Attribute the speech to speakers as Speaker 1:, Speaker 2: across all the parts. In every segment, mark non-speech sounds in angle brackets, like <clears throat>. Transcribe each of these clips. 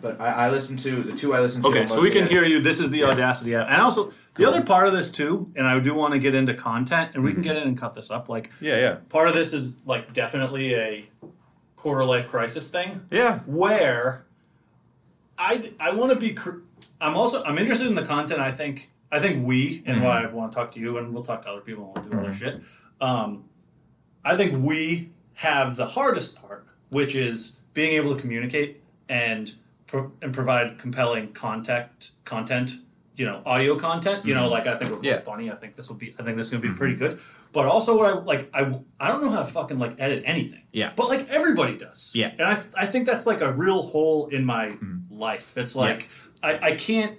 Speaker 1: But I, I listen to the two I listen to.
Speaker 2: Okay,
Speaker 1: are
Speaker 2: so we can
Speaker 1: mostly-
Speaker 2: hear you. This is the Audacity app. And also, the other part of this too, and I do want to get into content, and we can get in and cut this up. Like,
Speaker 3: Yeah, yeah,
Speaker 2: part of this is like definitely a quarter life crisis thing
Speaker 3: yeah.
Speaker 2: where I d- I want to be. Cr- I'm also I'm interested in the content. I think I think we and why I want to talk to you, and we'll talk to other people and we'll do other shit. Um, I think we have the hardest part, which is being able to communicate and pro- and provide compelling contact content. You know, audio content. You know, like I think we're both
Speaker 1: Yeah.
Speaker 2: funny. I think this will be. I think this is gonna be pretty good. But also, what I like, I I don't know how to fucking like edit anything.
Speaker 1: Yeah.
Speaker 2: But like everybody does.
Speaker 1: Yeah. Mm-hmm.
Speaker 2: And I, I think that's like a real hole in my life. It's like I, I can't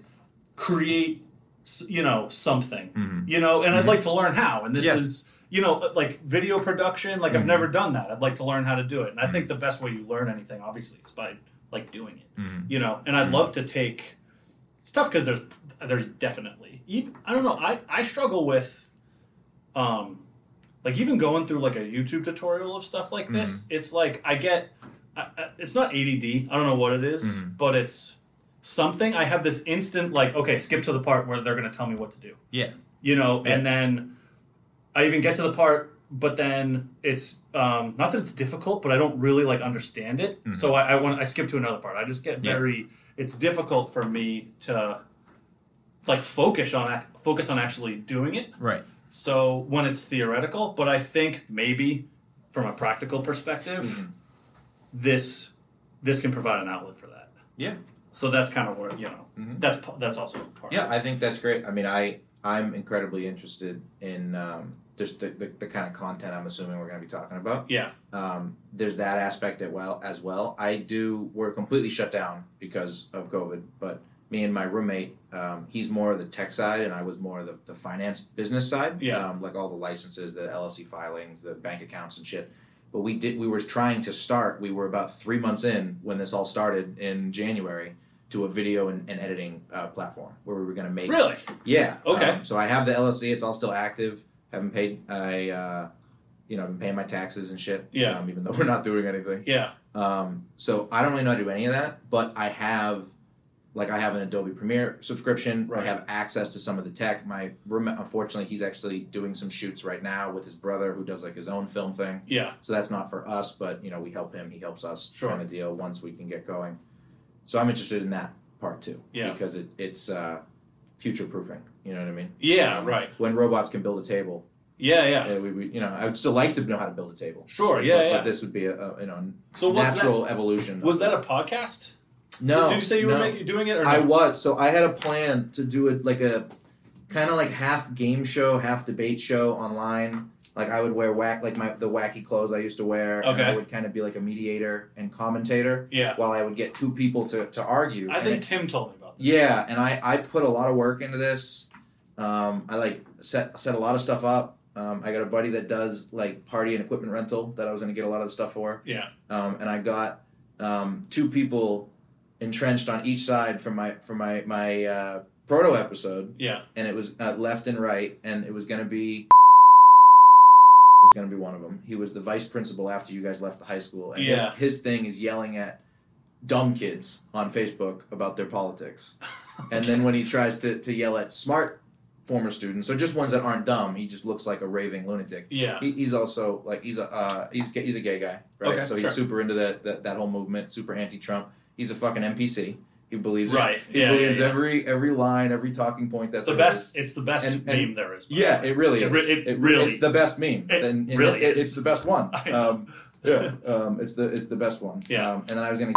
Speaker 2: create, s- you know, something, you know, and I'd like to learn how. And this
Speaker 1: Mm-hmm. Yeah. Mm-hmm.
Speaker 2: is, you know, uh, like video production. Like I've never done that. I'd like to learn how to do it. And I think the best way you learn anything, obviously, is by like doing it,
Speaker 1: Mm-hmm.
Speaker 2: you know. And I'd love to take stuff because there's there's definitely even I don't know. I I struggle with, um, like even going through like a YouTube tutorial of stuff like this,
Speaker 1: Mm-hmm.
Speaker 2: it's like I get, I, I- it's not ADD. I don't know what it is,
Speaker 1: Mm-hmm.
Speaker 2: but it's something. I have this instant like, okay, skip to the part where they're gonna tell me what to do,
Speaker 1: Yeah.
Speaker 2: you know,
Speaker 1: Yeah.
Speaker 2: and then I even get to the part, but then it's um, not that it's difficult, but I don't really like understand it, so I, I want I skip to another part. I just get
Speaker 1: Mm-hmm. Yeah.
Speaker 2: very. It's difficult for me to like focus on ac- focus on actually doing it
Speaker 1: Right.
Speaker 2: so when it's theoretical, but I think maybe from a practical perspective,
Speaker 1: Mm-hmm.
Speaker 2: this this can provide an outlet for that.
Speaker 3: Yeah.
Speaker 2: So that's kind of where you know
Speaker 1: Mm-hmm.
Speaker 2: that's p- that's also part.
Speaker 3: Yeah.
Speaker 2: of
Speaker 1: I think that's great. I mean, I I'm incredibly interested in um, just the, the, the kind of content I'm assuming we're going to be talking about.
Speaker 2: it. yeah,
Speaker 1: Um, there's that aspect as well as well. I do we're completely shut down because of COVID, but me and my roommate, um, he's more of the tech side, and I was more of the, the finance business side.
Speaker 2: Yeah.
Speaker 1: um, like all the licenses, the LLC filings, the bank accounts and shit. But we did we were trying to start. We were about three months in when this all started in January to a video and, and editing uh, platform where we were going to make
Speaker 2: really.
Speaker 1: yeah.
Speaker 2: Okay.
Speaker 1: Um, so I have the LLC. It's all still active. Haven't paid. I, uh, you know, been paying my taxes and shit.
Speaker 2: Yeah.
Speaker 1: Um, even though we're not doing anything.
Speaker 2: Yeah,
Speaker 1: Um, so I don't really know how to do any of that, but I have, like, I have an Adobe Premiere subscription.
Speaker 2: Right.
Speaker 1: I have access to some of the tech. My roommate, unfortunately, he's actually doing some shoots right now with his brother, who does like his own film thing.
Speaker 2: yeah,
Speaker 1: So that's not for us, but you know, we help him. He helps us.
Speaker 2: Sure.
Speaker 1: Kind of deal. Once we can get going. So I'm interested in that part too.
Speaker 2: Yeah.
Speaker 1: Because it, it's uh, future proofing. You know what I mean?
Speaker 2: yeah.
Speaker 1: Um,
Speaker 2: Right.
Speaker 1: When robots can build a table,
Speaker 2: Yeah, yeah.
Speaker 1: uh, we, we, you know, I would still like to know how to build a table.
Speaker 2: Sure.
Speaker 1: but,
Speaker 2: Yeah,
Speaker 1: but
Speaker 2: yeah.
Speaker 1: this would be a, a you know
Speaker 2: so what's
Speaker 1: natural evolution.
Speaker 2: that? Was that a podcast?
Speaker 1: no?
Speaker 2: Did you say you
Speaker 1: no.
Speaker 2: were making, doing it? Or
Speaker 1: I
Speaker 2: no?
Speaker 1: was. So I had a plan to do it like a kind of like half game show, half debate show online. Like I would wear whack like my the wacky clothes I used to wear. And
Speaker 2: Okay.
Speaker 1: I would kind of be like a mediator and commentator
Speaker 2: Yeah.
Speaker 1: while I would get two people to, to argue.
Speaker 2: I
Speaker 1: and
Speaker 2: think
Speaker 1: it-
Speaker 2: Tim told me about this.
Speaker 1: yeah, and I, I put a lot of work into this. Um, I like set set a lot of stuff up. Um, I got a buddy that does like party and equipment rental that I was going to get a lot of the stuff for
Speaker 2: Yeah.
Speaker 1: um, and I got um, two people entrenched on each side from my from my my uh, proto episode,
Speaker 2: Yeah. <laughs>
Speaker 1: and it was uh, left and right, and it was gonna be was gonna be one of them. He was the vice principal after you guys left the high school, and
Speaker 2: Yeah.
Speaker 1: his, his thing is yelling at dumb kids on Facebook about their
Speaker 2: <laughs>
Speaker 1: politics, and then when he tries to to yell at smart former students, or just ones that aren't dumb, he just looks like a raving lunatic.
Speaker 2: Yeah.
Speaker 1: He, he's also like he's a uh, he's ga- he's a gay guy, right?
Speaker 2: Okay,
Speaker 1: so he's
Speaker 2: sure.
Speaker 1: super into that, that that whole movement, super anti-Trump. He's a fucking NPC. He believes it.
Speaker 2: Right.
Speaker 1: He
Speaker 2: Yeah, yeah,
Speaker 1: believes
Speaker 2: yeah.
Speaker 1: every every line, every talking point that
Speaker 2: It's the
Speaker 1: there
Speaker 2: best.
Speaker 1: is.
Speaker 2: It's the best
Speaker 1: And- and-
Speaker 2: name there is. by the
Speaker 1: Yeah,
Speaker 2: way.
Speaker 1: it really
Speaker 2: It
Speaker 1: is.
Speaker 2: re- it really-
Speaker 1: it's the best meme.
Speaker 2: it
Speaker 1: and, and
Speaker 2: really
Speaker 1: it-
Speaker 2: is.
Speaker 1: it's the best one.
Speaker 2: I know.
Speaker 1: Um, yeah,
Speaker 2: <laughs>
Speaker 1: um, it's the it's the best one.
Speaker 2: Yeah.
Speaker 1: Um, and then I was gonna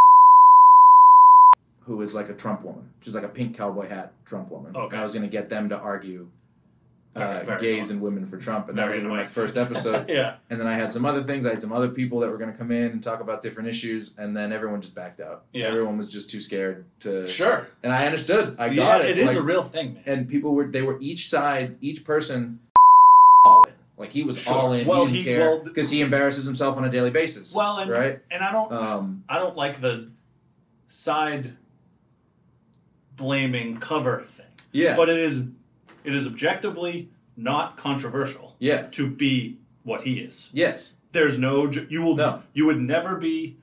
Speaker 1: <laughs> who is like a Trump woman. She's like a pink cowboy hat Trump woman.
Speaker 2: Okay.
Speaker 1: And I was gonna get them to argue uh,
Speaker 2: Very- very
Speaker 1: gays
Speaker 2: annoying.
Speaker 1: and women for Trump, and that was
Speaker 2: Very
Speaker 1: gonna be my
Speaker 2: annoying.
Speaker 1: first episode.
Speaker 2: Yeah.
Speaker 1: And then I had some other things. I had some other people that were going to come in and talk about different issues, and then everyone just backed out.
Speaker 2: Yeah.
Speaker 1: Everyone was just too scared to.
Speaker 2: Sure.
Speaker 1: And I understood. I
Speaker 2: yeah,
Speaker 1: got it.
Speaker 2: It is
Speaker 1: like-
Speaker 2: a real thing, man.
Speaker 1: and people were they were each side, each person, like he was
Speaker 2: Sure.
Speaker 1: all in.
Speaker 2: Well,
Speaker 1: he didn't
Speaker 2: he-
Speaker 1: care
Speaker 2: well, th-
Speaker 1: because he embarrasses himself on a daily basis.
Speaker 2: Well, and <laughs>
Speaker 1: right.
Speaker 2: and I don't
Speaker 1: Um,
Speaker 2: I don't like the side blaming cover thing.
Speaker 1: Yeah.
Speaker 2: But it is it is objectively not controversial
Speaker 1: yeah.
Speaker 2: to be what he is.
Speaker 1: Yes.
Speaker 2: There's no ju- you will
Speaker 1: No.
Speaker 2: you would never be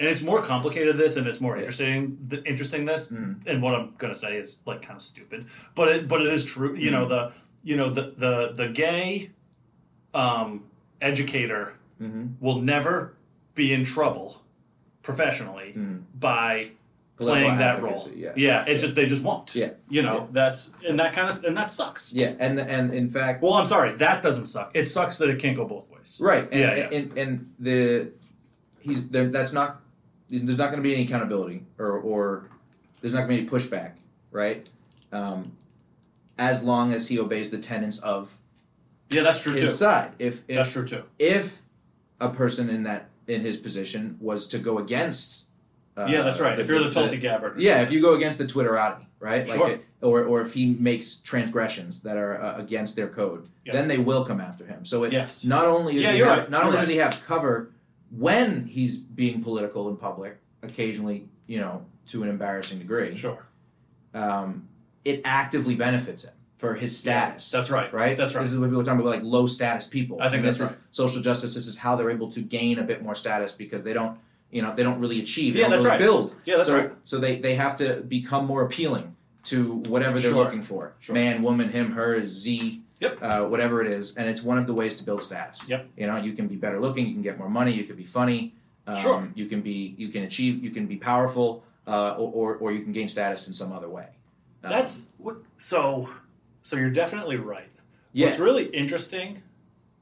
Speaker 2: and it's more complicated this and it's more
Speaker 1: Yeah.
Speaker 2: interesting th- interesting this
Speaker 1: Mhm.
Speaker 2: and what i'm going to say is like kind of stupid but it but it is true you
Speaker 1: Mm.
Speaker 2: know the you know the the the gay um educator
Speaker 1: Mhm.
Speaker 2: will never be in trouble professionally
Speaker 1: Mhm.
Speaker 2: by
Speaker 1: Political
Speaker 2: playing that
Speaker 1: advocacy,
Speaker 2: role
Speaker 1: yeah.
Speaker 2: it just they just won't
Speaker 1: Yeah.
Speaker 2: you know
Speaker 1: Yeah.
Speaker 2: that's and that kind of and that sucks
Speaker 1: Yeah, and and in fact,
Speaker 2: well i'm sorry that doesn't suck it sucks that it can't go both ways
Speaker 1: right? And,
Speaker 2: Yeah, yeah.
Speaker 1: And, and the he's there. That's not there's not going to be any accountability or or there's not going to be any pushback, right? Um, as long as he obeys the tenets of
Speaker 2: yeah that's true too
Speaker 1: his side. If if
Speaker 2: that's true too
Speaker 1: if a person in that in his position was to go against, uh,
Speaker 2: yeah that's right if you're the tulsi gabbard or
Speaker 1: Yeah, if you go against the Twitterati, right?
Speaker 2: Sure.
Speaker 1: Like it, or or if he makes transgressions that are uh, against their code,
Speaker 2: Yeah.
Speaker 1: then they will come after him. So it
Speaker 2: Yes.
Speaker 1: not only is
Speaker 2: Yeah,
Speaker 1: he
Speaker 2: you're
Speaker 1: have,
Speaker 2: right.
Speaker 1: not
Speaker 2: You're
Speaker 1: only does he have cover when he's being political in public, occasionally, you know, to an embarrassing degree,
Speaker 2: sure
Speaker 1: um, it actively benefits him for his status.
Speaker 2: That's right.
Speaker 1: Right?
Speaker 2: That's right.
Speaker 1: This is what people are talking about, like low status people.
Speaker 2: I think
Speaker 1: And
Speaker 2: that's
Speaker 1: this is social justice. This is how they're able to gain a bit more status because they don't, you know, they don't really achieve. They
Speaker 2: Yeah,
Speaker 1: don't
Speaker 2: that's
Speaker 1: really
Speaker 2: right.
Speaker 1: build.
Speaker 2: Yeah, that's
Speaker 1: so,
Speaker 2: right.
Speaker 1: So they, they have to become more appealing to whatever they're
Speaker 2: Sure.
Speaker 1: looking for.
Speaker 2: Sure.
Speaker 1: Man, woman, him, her, Z,
Speaker 2: Yep.
Speaker 1: uh, whatever it is. And it's one of the ways to build status.
Speaker 2: Yep.
Speaker 1: You know, you can be better looking, you can get more money, you can be funny. Um,
Speaker 2: Sure.
Speaker 1: You can be, you can achieve, you can be powerful, uh, or, or, or you can gain status in some other way. Um,
Speaker 2: That's what, so. So you're definitely right.
Speaker 1: Yeah.
Speaker 2: What's really interesting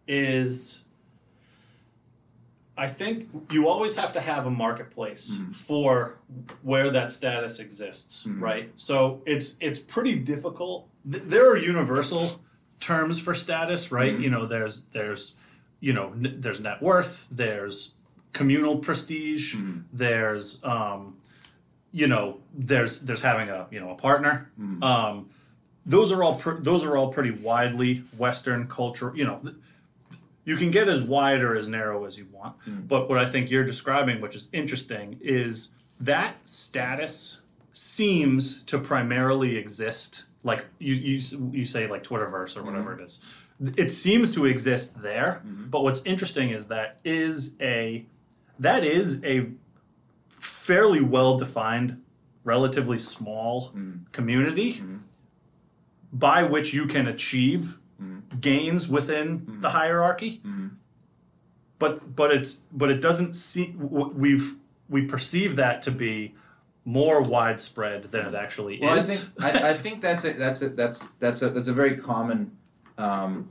Speaker 2: is I think you always have to have a marketplace
Speaker 1: Mm-hmm.
Speaker 2: for where that status exists, right? So it's it's pretty difficult. Th- there are universal terms for status, right?
Speaker 1: Mm-hmm.
Speaker 2: You know, there's there's you know n- there's net worth, there's communal prestige,
Speaker 1: Mm-hmm.
Speaker 2: there's um, you know there's there's having a you know a partner. Um, those are all pr- those are all pretty widely Western culture. You know, th- you can get as wide or as narrow as you want. But what I think you're describing, which is interesting, is that status seems to primarily exist. Like you you s- you say like Twitterverse or whatever it is, it seems to exist there. But what's interesting is that is a that is a fairly well defined, relatively small
Speaker 1: Mm-hmm.
Speaker 2: community by which you can achieve
Speaker 1: Mm-hmm.
Speaker 2: gains within the hierarchy. But but it's but it doesn't seem w- we've we perceive that to be more widespread than it actually
Speaker 1: Well, I
Speaker 2: is.
Speaker 1: think I, I think that's a, that's a, that's that's a that's a very common um,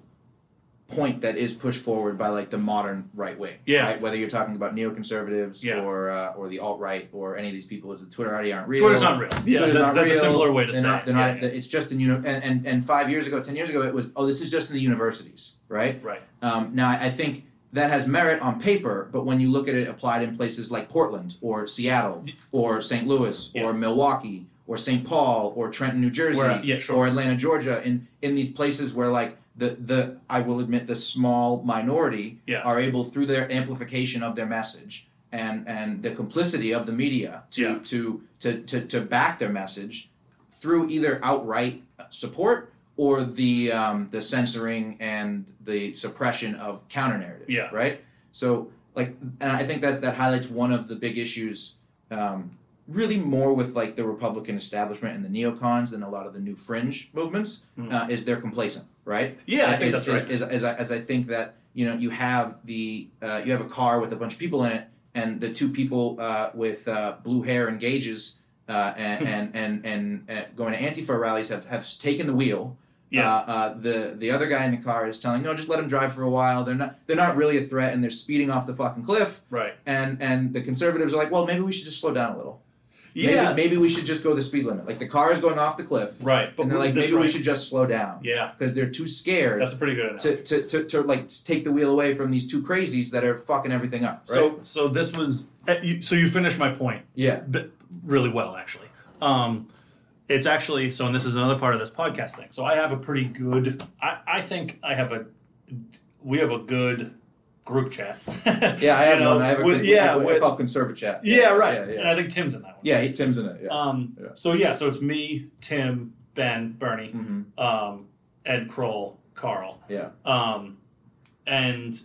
Speaker 1: point that is pushed forward by like the modern right wing.
Speaker 2: Yeah.
Speaker 1: Right? Whether you're talking about neoconservatives
Speaker 2: Yeah.
Speaker 1: or uh, or the alt right or any of these people, is the Twitter already aren't real.
Speaker 2: Twitter's not real. Yeah,
Speaker 1: Twitter's
Speaker 2: that's,
Speaker 1: not
Speaker 2: that's a
Speaker 1: real.
Speaker 2: simpler way to
Speaker 1: they're
Speaker 2: say
Speaker 1: not,
Speaker 2: it.
Speaker 1: They're
Speaker 2: Yeah,
Speaker 1: not.
Speaker 2: yeah.
Speaker 1: It's just in uni- and, and and five years ago, ten years ago, it was oh this is just in the universities, right?
Speaker 2: right.
Speaker 1: Um, now, I I think that has merit on paper, but when you look at it applied in places like Portland or Seattle or St. Louis
Speaker 2: Yeah.
Speaker 1: or Milwaukee or St. Paul or Trenton, New Jersey
Speaker 2: Where- yeah, sure.
Speaker 1: or Atlanta, Georgia, in, in these places where, like, the, the I will admit, the small minority
Speaker 2: Yeah.
Speaker 1: are able, through their amplification of their message and, and the complicity of the media, to,
Speaker 2: Yeah.
Speaker 1: to, to, to, to back their message through either outright support or the um, the censoring and the suppression of counter narrative.
Speaker 2: Yeah.
Speaker 1: Right. So like, and I think that that highlights one of the big issues. Um, really more with like the republican establishment and the neocons than a lot of the new fringe movements
Speaker 2: Hmm.
Speaker 1: uh, is they're complacent right
Speaker 2: Yeah, I think
Speaker 1: Is-
Speaker 2: that's right.
Speaker 1: is, is, is I, as i think that you know you have the uh, you have a car with a bunch of people in it and the two people uh, with uh, blue hair and gauges uh,
Speaker 2: <laughs>
Speaker 1: and, and, and, and, uh going to Antifa rallies have, have taken the wheel.
Speaker 2: Yeah.
Speaker 1: Uh, uh, the the other guy in the car is telling, no, just let them drive for a while. They're not they're not really a threat, and they're speeding off the fucking cliff.
Speaker 2: Right.
Speaker 1: And and the conservatives are like, well, maybe we should just slow down a little.
Speaker 2: Yeah.
Speaker 1: Maybe, maybe we should just go the speed limit. Like the car is going off the cliff,
Speaker 2: right. But
Speaker 1: and they're
Speaker 2: we-
Speaker 1: like,
Speaker 2: that's
Speaker 1: maybe we
Speaker 2: right.
Speaker 1: should just slow down
Speaker 2: Yeah.
Speaker 1: because they're too scared
Speaker 2: That's a pretty good analogy.
Speaker 1: to, to, to, to like take the wheel away from these two crazies that are fucking everything up. Right?
Speaker 2: So so this was eh, you- so you finished my point.
Speaker 1: yeah,
Speaker 2: but really well actually. Um, it's actually so, and this is another part of this podcast thing. So I have a pretty good. I, I think I have a. We have a good group chat.
Speaker 1: <laughs> yeah, I have
Speaker 2: You know,
Speaker 1: one. I have a
Speaker 2: with-
Speaker 1: I-
Speaker 2: yeah,
Speaker 1: I, I
Speaker 2: with-
Speaker 1: call conservative chat.
Speaker 2: yeah, right. Uh,
Speaker 1: Yeah, yeah.
Speaker 2: And I think Tim's in that one.
Speaker 1: Yeah, he, Tim's in it. Yeah.
Speaker 2: Um,
Speaker 1: Yeah.
Speaker 2: So yeah, so it's me, Tim, Ben, Bernie,
Speaker 1: Mhm.
Speaker 2: um, Ed Kroll, Carl,
Speaker 1: yeah.
Speaker 2: um, and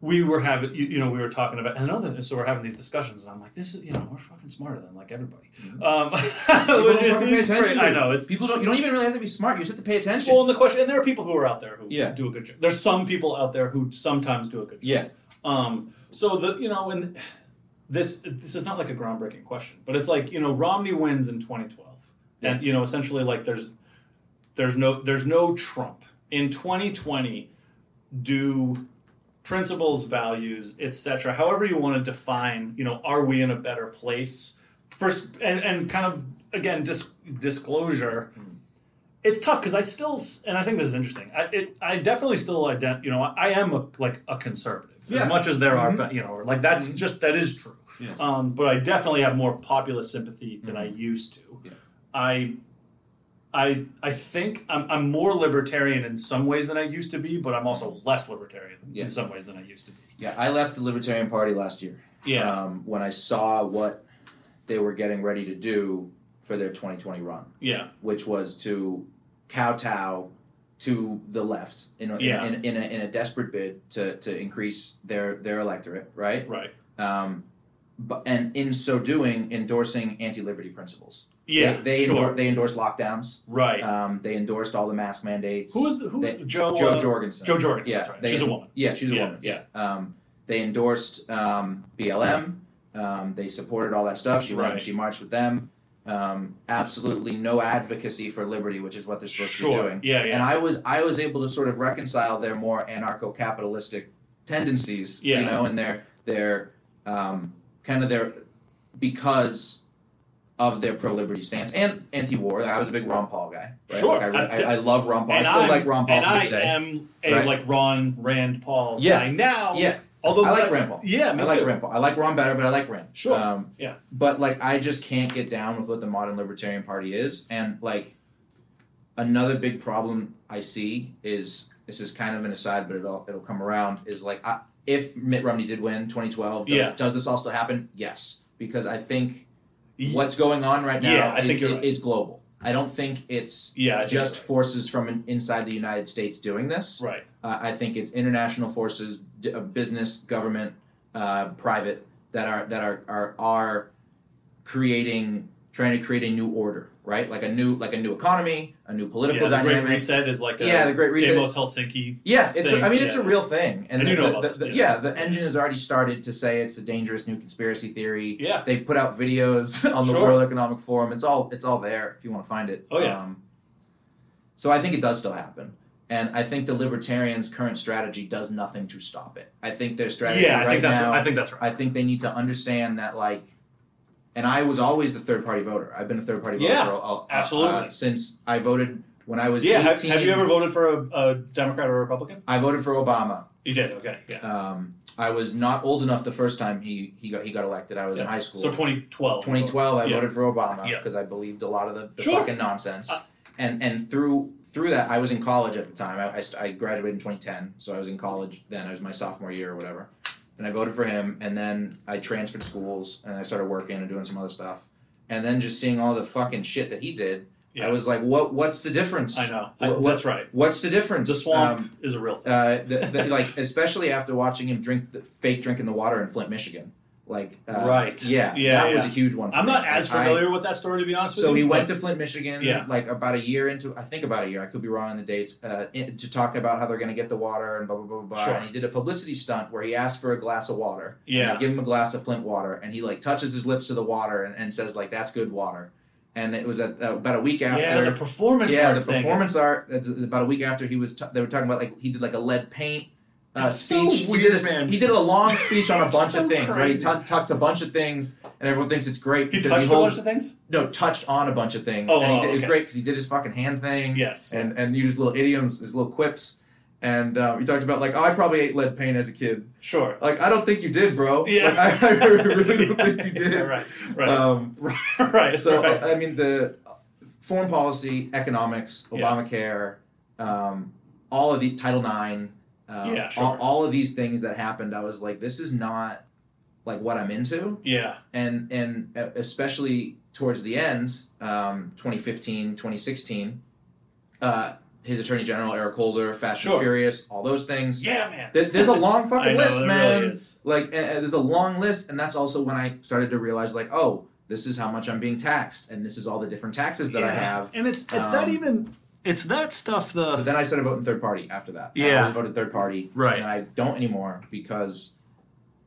Speaker 2: we were having you, you know we were talking about and other so we're having these discussions and I'm like this is you know we're fucking smarter than like everybody.
Speaker 1: Mm-hmm.
Speaker 2: Um, <laughs>
Speaker 1: People
Speaker 2: it-
Speaker 1: don't fucking pay
Speaker 2: it's
Speaker 1: attention.
Speaker 2: pretty-
Speaker 1: to
Speaker 2: I
Speaker 1: it.
Speaker 2: know it's
Speaker 1: people don't. You don't even really have to be smart. You just have to pay attention.
Speaker 2: well and the question and there are people who are out there who
Speaker 1: Yeah.
Speaker 2: do a good job. There's some people out there who sometimes do a good job.
Speaker 1: yeah,
Speaker 2: Um, so the you know, and this this is not like a groundbreaking question, but it's like you know Romney wins in 2012, and you know essentially like there's there's no there's no Trump in 2020. Do principles, values, etc. However you want to define, you know, are we in a better place? First, and, and kind of again dis- disclosure. It's tough because I still, s- and I think this is interesting. I it, I definitely still ident, you know, I, I am a, like a conservative
Speaker 1: Yeah.
Speaker 2: as much as there are, you know, or like that's just that is true.
Speaker 1: Mm-hmm. Yeah. Mm-hmm.
Speaker 2: Um, but I definitely have more populist sympathy than I used to.
Speaker 1: Yeah.
Speaker 2: I I I think I'm, I'm more libertarian in some ways than I used to be, but I'm also less libertarian
Speaker 1: Yeah.
Speaker 2: in some ways than I used to be.
Speaker 1: yeah. I left the Libertarian Party last year. Um, when I saw what they were getting ready to do for their 2020 run,
Speaker 2: yeah,
Speaker 1: which was to kowtow to the left in a,
Speaker 2: Yeah.
Speaker 1: in, in, a, in a desperate bid to, to increase their, their electorate, right?
Speaker 2: right.
Speaker 1: Um, but, and in so doing, endorsing anti liberty principles.
Speaker 2: Yeah,
Speaker 1: They, uh, they,
Speaker 2: sure.
Speaker 1: endor- they endorsed lockdowns.
Speaker 2: right.
Speaker 1: Um, they endorsed all the mask mandates.
Speaker 2: who is the who?
Speaker 1: they-
Speaker 2: Joe.
Speaker 1: Joe
Speaker 2: uh,
Speaker 1: Jorgensen.
Speaker 2: Joe Jorgensen.
Speaker 1: Yeah,
Speaker 2: that's right.
Speaker 1: they-
Speaker 2: She's a woman.
Speaker 1: Yeah, she's a
Speaker 2: Yeah,
Speaker 1: woman. Yeah. Um, they endorsed um, BLM. Um, they supported all that stuff. She went and
Speaker 2: Right.
Speaker 1: she marched with them. Um, absolutely no advocacy for liberty, which is what they're supposed to
Speaker 2: Sure.
Speaker 1: be doing.
Speaker 2: Yeah, yeah.
Speaker 1: And I was I was able to sort of reconcile their more anarcho-capitalistic tendencies,
Speaker 2: Yeah.
Speaker 1: you know, and their their um, kind of their because of their pro-liberty stance and anti-war. I was a big Ron Paul guy. Right?
Speaker 2: Sure.
Speaker 1: Like, I, re-
Speaker 2: I d-
Speaker 1: I, I love Ron Paul.
Speaker 2: and
Speaker 1: I still
Speaker 2: I'm-
Speaker 1: like Ron Paul
Speaker 2: and
Speaker 1: to this
Speaker 2: I
Speaker 1: day.
Speaker 2: am a
Speaker 1: Right.
Speaker 2: like Ron Rand Paul
Speaker 1: Yeah.
Speaker 2: guy now.
Speaker 1: yeah.
Speaker 2: Although
Speaker 1: I like
Speaker 2: that-
Speaker 1: Rand Paul.
Speaker 2: Yeah, me
Speaker 1: I like
Speaker 2: too.
Speaker 1: Rand Paul. I like Ron better, but I like Rand.
Speaker 2: Sure.
Speaker 1: Um,
Speaker 2: Yeah.
Speaker 1: But like, I just can't get down with what the modern Libertarian Party is, and like, another big problem I see is this is kind of an aside, but it'll it'll come around is like, I, if Mitt Romney did win 2012, does,
Speaker 2: Yeah.
Speaker 1: does this all still happen? Yes, because I think
Speaker 2: Ye-
Speaker 1: what's going on right now
Speaker 2: Yeah, I
Speaker 1: is,
Speaker 2: think you're right.
Speaker 1: is global. I don't think it's
Speaker 2: Yeah, I think
Speaker 1: just
Speaker 2: you're
Speaker 1: forces from in- inside the United States doing this.
Speaker 2: right.
Speaker 1: Uh, I think it's international forces, d- uh, business, government, uh, private that are that are, are are creating trying to create a new order, right? Like a new like a new economy, a new
Speaker 2: Right.
Speaker 1: political
Speaker 2: Yeah, the
Speaker 1: dynamic.
Speaker 2: Great Reset is like a
Speaker 1: Yeah, the Great Reset.
Speaker 2: Demos Helsinki.
Speaker 1: yeah, it's
Speaker 2: thing,
Speaker 1: a, I mean it's a
Speaker 2: yeah.
Speaker 1: real thing, and
Speaker 2: I
Speaker 1: the,
Speaker 2: do know
Speaker 1: the-
Speaker 2: about
Speaker 1: the-
Speaker 2: this,
Speaker 1: the-
Speaker 2: yeah.
Speaker 1: yeah, the engine has already started to say it's a dangerous new conspiracy theory.
Speaker 2: Yeah.
Speaker 1: They put out videos <laughs> on the
Speaker 2: Sure.
Speaker 1: World Economic Forum. It's all it's all there if you want to find it.
Speaker 2: Oh, yeah.
Speaker 1: Um, so I think it does still happen, and I think the libertarians' current strategy does nothing to stop it. I think their strategy
Speaker 2: yeah, I
Speaker 1: right
Speaker 2: think that's
Speaker 1: now.
Speaker 2: I think that's right.
Speaker 1: I think they need to understand that like, and I was always the third party voter. I've been a third party voter
Speaker 2: Yeah,
Speaker 1: for a- a- a-
Speaker 2: absolutely.
Speaker 1: since I voted when I was
Speaker 2: yeah, have,
Speaker 1: 18.
Speaker 2: have you ever voted for a, a Democrat or a Republican?
Speaker 1: I voted for Obama.
Speaker 2: You did. Okay. Yeah.
Speaker 1: Um, I was not old enough the first time he he got he got elected. I was in
Speaker 2: Yeah.
Speaker 1: high school.
Speaker 2: So 2012.
Speaker 1: 2012, I
Speaker 2: Yeah.
Speaker 1: voted for Obama
Speaker 2: Yeah.
Speaker 1: because I believed a lot of the, the
Speaker 2: Sure.
Speaker 1: fucking nonsense.
Speaker 2: Uh,
Speaker 1: and and through through that, I was in college at the time. I, I, st- I graduated in 2010, so I was in college then. It was my sophomore year or whatever. And I voted for him, and then I transferred schools, and I started working and doing some other stuff. And then just seeing all the fucking shit that he did,
Speaker 2: Yeah.
Speaker 1: I was like, what What's the difference?
Speaker 2: I know. I-
Speaker 1: What- what-
Speaker 2: that's right.
Speaker 1: What's the difference?
Speaker 2: The swamp
Speaker 1: Um,
Speaker 2: is a real thing.
Speaker 1: uh, the,
Speaker 2: <laughs>
Speaker 1: the, like especially after watching him drink the fake drink in the water in Flint, Michigan. Like uh,
Speaker 2: Right.
Speaker 1: yeah,
Speaker 2: Yeah,
Speaker 1: that was
Speaker 2: yeah.
Speaker 1: a huge one. For
Speaker 2: I'm
Speaker 1: me.
Speaker 2: not as
Speaker 1: Like, I-
Speaker 2: familiar with that story to be honest
Speaker 1: so
Speaker 2: with
Speaker 1: he
Speaker 2: you.
Speaker 1: went to Flint, Michigan,
Speaker 2: Yeah.
Speaker 1: like about a year into, I think about a year. I could be wrong on the dates. Uh, in, to talk about how they're going to get the water and blah blah blah blah. blah.
Speaker 2: Sure.
Speaker 1: And he did a publicity stunt where he asked for a glass of water.
Speaker 2: Yeah.
Speaker 1: And they give him a glass of Flint water, and he like touches his lips to the water and, and says like that's good water. And it was at, uh, about a week
Speaker 2: but-
Speaker 1: after.
Speaker 2: yeah, the performance
Speaker 1: Yeah,
Speaker 2: art
Speaker 1: the
Speaker 2: thing
Speaker 1: performance
Speaker 2: is-
Speaker 1: art. that- About a week after he was, t- they were talking about like he did like a lead paint uh,
Speaker 2: That's so
Speaker 1: speech. he did a
Speaker 2: weird, man.
Speaker 1: he did a long speech on a bunch
Speaker 2: So
Speaker 1: of things. Right, he
Speaker 2: crazy.
Speaker 1: tu- touched a bunch of things, and everyone thinks it's great
Speaker 2: He
Speaker 1: because
Speaker 2: touched
Speaker 1: he
Speaker 2: a bunch
Speaker 1: holds,
Speaker 2: of things?
Speaker 1: no touched on a bunch of things.
Speaker 2: Oh,
Speaker 1: and he
Speaker 2: oh,
Speaker 1: did, it was
Speaker 2: okay.
Speaker 1: great because he did his fucking hand thing
Speaker 2: Yes.
Speaker 1: and and used little idioms, his little quips. And um, he talked about like, oh, I probably ate lead paint as a kid. <laughs>
Speaker 2: sure.
Speaker 1: Like, I don't think you did, bro.
Speaker 2: Yeah.
Speaker 1: Like, I, I really
Speaker 2: <laughs>
Speaker 1: don't think you did.
Speaker 2: Yeah, right. Right.
Speaker 1: Um,
Speaker 2: <laughs> right.
Speaker 1: so uh,
Speaker 2: right.
Speaker 1: I I mean the foreign policy, economics,
Speaker 2: Yeah.
Speaker 1: Obamacare, um, all of the Title IX, um,
Speaker 2: Yeah,
Speaker 1: all,
Speaker 2: sure.
Speaker 1: all of these things that happened. I was like, this is not like what I'm into,
Speaker 2: yeah.
Speaker 1: and and uh, especially towards the end, um, 2015, 2016. Uh, his attorney general Eric Holder, Fast
Speaker 2: Sure.
Speaker 1: and Furious, all those things.
Speaker 2: Yeah, man.
Speaker 1: There's, there's a long
Speaker 2: <laughs> I
Speaker 1: fucking
Speaker 2: know,
Speaker 1: list,
Speaker 2: there
Speaker 1: man.
Speaker 2: Really is.
Speaker 1: Like, and, and there's a long list, and that's also when I started to realize, like, oh, this is how much I'm being taxed, and this is all the different taxes that I
Speaker 2: Yeah.
Speaker 1: have.
Speaker 3: And it's it's not
Speaker 1: Um,
Speaker 3: even it's that stuff the
Speaker 1: So then I started voting third party after that. I
Speaker 3: Yeah.
Speaker 1: always voted third party.
Speaker 3: Right.
Speaker 1: And I don't anymore because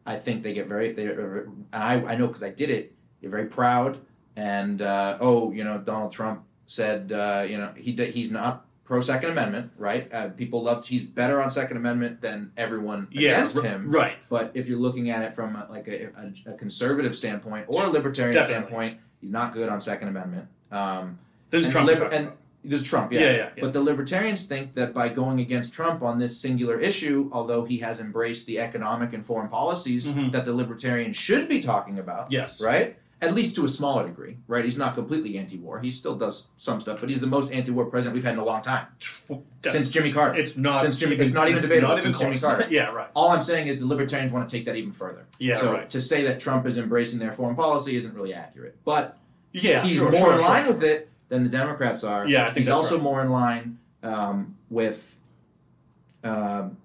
Speaker 1: I think they get very they uh, and I I know because I did it. You're very proud and uh, oh you know Donald Trump said uh, you know he did, he's not pro Second Amendment right. Uh, people love he's better on Second Amendment than everyone
Speaker 2: Yeah,
Speaker 1: against
Speaker 2: r-
Speaker 1: him.
Speaker 2: Right.
Speaker 1: But if you're looking at it from uh, like a, a, a conservative standpoint or a libertarian
Speaker 2: Definitely.
Speaker 1: standpoint, he's not good on Second Amendment. Um,
Speaker 2: This is
Speaker 1: and
Speaker 2: Trump.
Speaker 1: lib- and this is Trump,
Speaker 2: yeah, yeah. yeah.
Speaker 1: but the libertarians think that by going against Trump on this singular issue, although he has embraced the economic and foreign policies
Speaker 2: Mhm.
Speaker 1: that the libertarians should be talking about,
Speaker 2: yes.
Speaker 1: right? At least to a smaller degree, right? He's not completely anti-war. He still does some stuff, but he's the most anti-war president we've had in a long time
Speaker 2: Definitely.
Speaker 1: since Jimmy Carter.
Speaker 2: It's not.
Speaker 1: since Jimmy-
Speaker 2: even,
Speaker 1: it's not even
Speaker 2: it's
Speaker 1: debatable
Speaker 2: Not even
Speaker 1: since Jimmy
Speaker 2: close.
Speaker 1: Carter.
Speaker 2: Yeah. Right.
Speaker 1: All I'm saying is the libertarians want to take that even further.
Speaker 2: Yeah.
Speaker 1: so
Speaker 2: right.
Speaker 1: to say that Trump is embracing their foreign policy isn't really accurate. But
Speaker 2: Yeah.
Speaker 1: he's
Speaker 2: sure,
Speaker 1: more
Speaker 2: sure,
Speaker 1: in
Speaker 2: sure,
Speaker 1: line
Speaker 2: sure.
Speaker 1: with it than the Democrats are.
Speaker 2: Yeah, I think
Speaker 1: he's
Speaker 2: that's
Speaker 1: also
Speaker 2: right.
Speaker 1: more in line um, with. Um,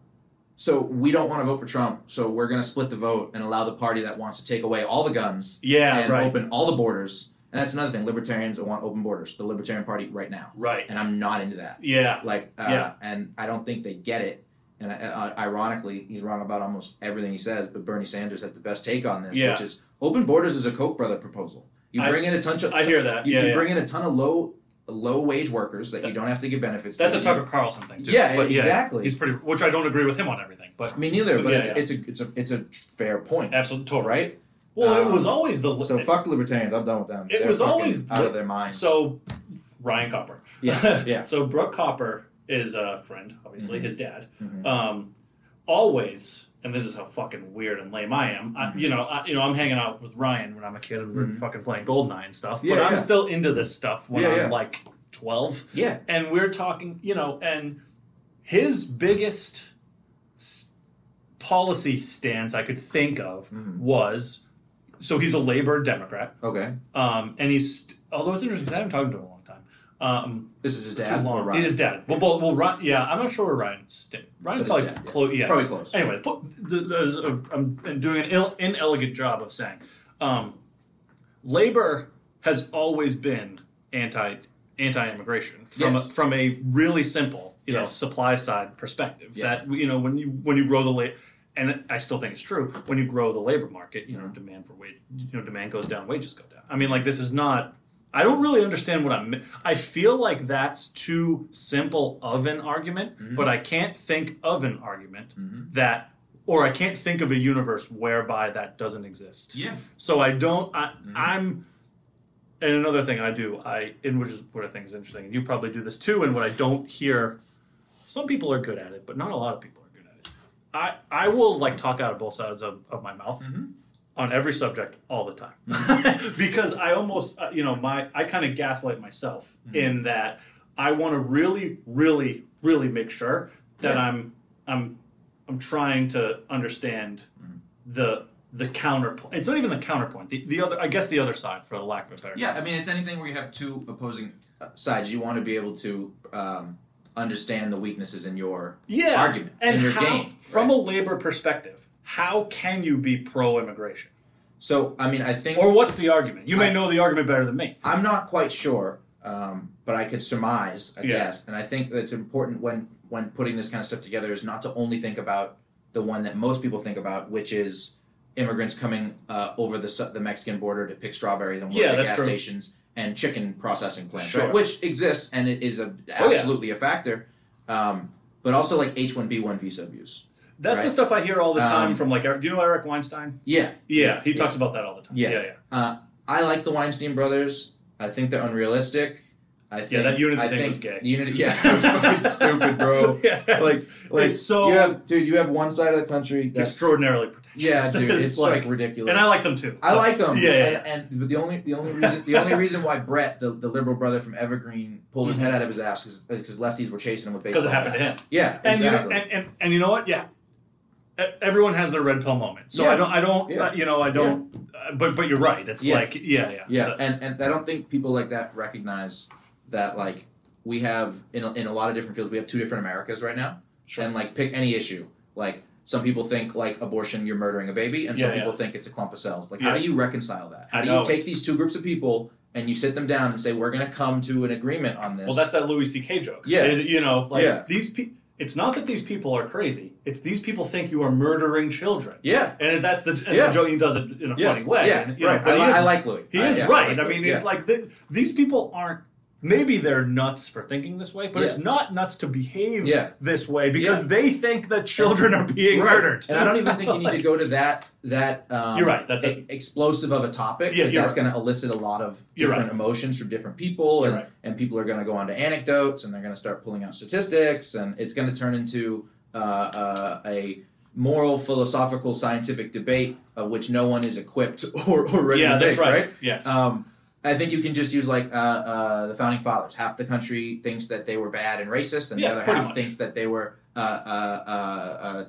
Speaker 1: so we don't want to vote for Trump, so we're going to split the vote and allow the party that wants to take away all the guns
Speaker 2: Yeah.
Speaker 1: and
Speaker 2: right.
Speaker 1: open all the borders. And that's another thing: libertarians want open borders. The Libertarian Party right now,
Speaker 2: Right.
Speaker 1: and I'm not into that.
Speaker 2: Yeah.
Speaker 1: Like, uh,
Speaker 2: Yeah. and
Speaker 1: and I don't think they get it. And uh, ironically, he's wrong about almost everything he says. But Bernie Sanders has the best take on this,
Speaker 2: Yeah.
Speaker 1: which is open borders is a Koch brother proposal. You
Speaker 2: I-
Speaker 1: bring in a ton of
Speaker 2: I hear that.
Speaker 1: you,
Speaker 2: yeah.
Speaker 1: you
Speaker 2: yeah.
Speaker 1: bring in a ton of low low wage workers that, you don't have to give benefits.
Speaker 2: That's
Speaker 1: to.
Speaker 2: a Tucker Carlson thing too.
Speaker 1: Yeah,
Speaker 2: but
Speaker 1: exactly.
Speaker 2: He's pretty. Which I don't agree with him on everything, but
Speaker 1: I mean, neither, but
Speaker 2: Yeah,
Speaker 1: it's,
Speaker 2: yeah.
Speaker 1: it's a it's a it's a fair point,
Speaker 2: absolutely totally.
Speaker 1: right?
Speaker 2: Well, it
Speaker 1: Um,
Speaker 2: was always the
Speaker 1: So fuck the libertarians. I'm done with them.
Speaker 2: It
Speaker 1: They're
Speaker 2: was
Speaker 1: fucking
Speaker 2: always
Speaker 1: out of
Speaker 2: the-
Speaker 1: their minds.
Speaker 2: So, Ryan Copper. <laughs>
Speaker 1: Yeah, yeah.
Speaker 2: so Brooke Copper is a friend, obviously his dad.
Speaker 1: Mhm.
Speaker 2: Um, always, and this is how fucking weird and lame I am.
Speaker 1: Mm-hmm.
Speaker 2: I, you know, I, you know, I'm hanging out with Ryan when I'm a kid and we're
Speaker 1: Mhm.
Speaker 2: fucking playing Goldeneye and stuff.
Speaker 1: Yeah,
Speaker 2: but I'm
Speaker 1: yeah.
Speaker 2: still into this stuff when
Speaker 1: Yeah,
Speaker 2: I'm
Speaker 1: yeah.
Speaker 2: like 12
Speaker 1: yeah,
Speaker 2: and we're talking, you know, and his biggest s- policy stance I could think of
Speaker 1: Mhm.
Speaker 2: was so he's a labor Democrat,
Speaker 1: okay.
Speaker 2: um, and he's st- although it's interesting 'cause I haven't talked to him in a long time. Um,
Speaker 1: This is his
Speaker 2: too
Speaker 1: dad. or
Speaker 2: long.
Speaker 1: Ryan?
Speaker 2: It is dad. Well, both, well, Ryan, yeah, I'm not sure where Ryan. St-
Speaker 1: But
Speaker 2: Ryan's
Speaker 1: his
Speaker 2: probably
Speaker 1: dad, yeah.
Speaker 2: close. Yeah,
Speaker 1: probably close.
Speaker 2: Anyway, put, the, there's a, I'm I'm doing an Ill, inelegant job of saying um, labor has always been anti anti immigration from
Speaker 1: Yes.
Speaker 2: a, from a really simple you know
Speaker 1: Yes.
Speaker 2: supply side perspective.
Speaker 1: Yes.
Speaker 2: That you know when you when you grow the la- and I still think it's true when you grow the labor market, you know
Speaker 1: Mm-hmm.
Speaker 2: demand for wage, you know demand goes down, wages go down. I mean like this is not. I don't really understand what I'm. I feel like that's too simple of an argument,
Speaker 1: Mm-hmm.
Speaker 2: but I can't think of an argument that or I can't think of a universe whereby that doesn't exist.
Speaker 1: Yeah. Mm-hmm.
Speaker 2: So I don't. I, I'm. And another thing I do, I and which is what I think is interesting, and you probably do this too. And what I don't hear, some people are good at it, but not a lot of people are good at it. I I will like talk out of both sides of, of my mouth on every subject all the time <laughs> because I almost uh, you know my I kind of gaslight myself in that I want to really really really make sure that
Speaker 1: Yeah.
Speaker 2: I'm I'm I'm trying to understand the the counterpoint. It's not even the counterpoint. The, the other I guess the other side for the lack of a better.
Speaker 1: Yeah, I mean, it's anything where you have two opposing uh, sides. You want to be able to um, understand the weaknesses in your
Speaker 2: Yeah,
Speaker 1: argument
Speaker 2: and
Speaker 1: in your
Speaker 2: how,
Speaker 1: game
Speaker 2: from
Speaker 1: right?
Speaker 2: a labor perspective, how can you be pro immigration?
Speaker 1: So, I mean, I think
Speaker 2: Or what's the argument? You may
Speaker 1: I-
Speaker 2: know the argument better than me.
Speaker 1: I'm not quite sure, um, but I could surmise, I
Speaker 2: Yeah.
Speaker 1: guess. And I think it's important when when putting this kind of stuff together is not to only think about the one that most people think about, which is immigrants coming uh, over the su- the Mexican border to pick strawberries and work
Speaker 2: Yeah,
Speaker 1: at
Speaker 2: that's
Speaker 1: gas
Speaker 2: true.
Speaker 1: stations and chicken processing plants,
Speaker 2: Sure.
Speaker 1: right? which exists and it is a,
Speaker 2: Oh, yeah.
Speaker 1: absolutely a factor. Um, but also like H-1B-1 visa abuse.
Speaker 2: That's the
Speaker 1: Right.
Speaker 2: stuff I hear all the time
Speaker 1: Um,
Speaker 2: from like, Eric- do you know Eric Weinstein?
Speaker 1: Yeah,
Speaker 2: Yeah, he
Speaker 1: yeah.
Speaker 2: talks about that all the time.
Speaker 1: Yeah.
Speaker 2: yeah, yeah.
Speaker 1: Uh, I like the Weinstein brothers. I think they're unrealistic. I think
Speaker 2: that Unity
Speaker 1: I
Speaker 2: thing
Speaker 1: think
Speaker 2: was gay.
Speaker 1: the
Speaker 2: <laughs>
Speaker 1: Unity, yeah, <laughs> it was fucking stupid, bro.
Speaker 2: Yeah,
Speaker 1: Like,
Speaker 2: it's,
Speaker 1: like
Speaker 2: it's so
Speaker 1: you have, dude, you have one side of the country.
Speaker 2: it's <laughs>
Speaker 1: That,
Speaker 2: extraordinarily pretentious.
Speaker 1: yeah,
Speaker 2: <laughs>
Speaker 1: dude, it's, like,
Speaker 2: and
Speaker 1: ridiculous.
Speaker 2: I like them too.
Speaker 1: I like them.
Speaker 2: Yeah, yeah.
Speaker 1: And, and but the only the only reason the only reason why Brett, the, the liberal brother from Evergreen, pulled his head out of his ass is because lefties were chasing him with
Speaker 2: Mm-hmm. It's 'cause
Speaker 1: baseball
Speaker 2: it happened to
Speaker 1: bats. Yeah,
Speaker 2: and,
Speaker 1: exactly.
Speaker 2: you know, and, and and you know what? Yeah, E- everyone has their red pill moment. So
Speaker 1: Yeah.
Speaker 2: I don't, I don't,
Speaker 1: Yeah.
Speaker 2: uh, you know, I don't. Uh, but but you're right. It's
Speaker 1: Yeah.
Speaker 2: like yeah, yeah,
Speaker 1: yeah,
Speaker 2: The-
Speaker 1: and and I don't think people like that recognize that like we have in a, in a lot of different fields we have two different Americas right now.
Speaker 2: Sure.
Speaker 1: And like pick any issue. Like some people think like abortion, you're murdering a baby, and some
Speaker 2: Yeah, yeah.
Speaker 1: people think it's a clump of cells. Like
Speaker 2: Yeah.
Speaker 1: how do you reconcile that? How
Speaker 2: I
Speaker 1: do
Speaker 2: know,
Speaker 1: you take
Speaker 2: it's-
Speaker 1: these two groups of people and you sit them down and say we're going to come to an agreement on this?
Speaker 2: Well, that's that Louis C.K. joke.
Speaker 1: Yeah.
Speaker 2: It- you know, like
Speaker 1: Yeah.
Speaker 2: these people. It's not that these people are crazy. It's these people think you are murdering children.
Speaker 1: yeah.
Speaker 2: And that's the, and
Speaker 1: Yeah.
Speaker 2: the joke. He does it in a
Speaker 1: Yes.
Speaker 2: funny way.
Speaker 1: Yeah,
Speaker 2: and, you know,
Speaker 1: right.
Speaker 2: but
Speaker 1: I,
Speaker 2: he
Speaker 1: li-
Speaker 2: is-
Speaker 1: I like Louis.
Speaker 2: He
Speaker 1: I-
Speaker 2: is
Speaker 1: yeah,
Speaker 2: right.
Speaker 1: like
Speaker 2: I mean,
Speaker 1: Louis.
Speaker 2: it's
Speaker 1: Yeah.
Speaker 2: like th- these people aren't. Maybe they're nuts for thinking this way, but it's
Speaker 1: Yeah.
Speaker 2: not nuts to behave
Speaker 1: Yeah.
Speaker 2: this way because
Speaker 1: Yeah.
Speaker 2: they think that children are being
Speaker 1: Right.
Speaker 2: murdered.
Speaker 1: And I don't even think you need to
Speaker 2: <laughs> Like-
Speaker 1: go to that that um,
Speaker 2: You're right, that's
Speaker 1: e-
Speaker 2: it.
Speaker 1: explosive of a topic.
Speaker 2: Yeah,
Speaker 1: like,
Speaker 2: you're
Speaker 1: that's
Speaker 2: right.
Speaker 1: going to elicit a lot of
Speaker 2: You're
Speaker 1: different
Speaker 2: right.
Speaker 1: emotions from different people,
Speaker 2: You're
Speaker 1: and
Speaker 2: right.
Speaker 1: and people are going to go on to anecdotes, and they're going to start pulling out statistics, and it's going to turn into uh, uh, a moral, philosophical, scientific debate of which no one is equipped <laughs> or, or ready
Speaker 2: yeah,
Speaker 1: to
Speaker 2: that's
Speaker 1: make,
Speaker 2: right. Yes.
Speaker 1: um, I think you can just use like uh, uh, the founding fathers. Half the country thinks that they were bad and racist, and
Speaker 2: Yeah,
Speaker 1: the other
Speaker 2: pretty
Speaker 1: half
Speaker 2: much.
Speaker 1: thinks that they were uh, uh, uh, uh,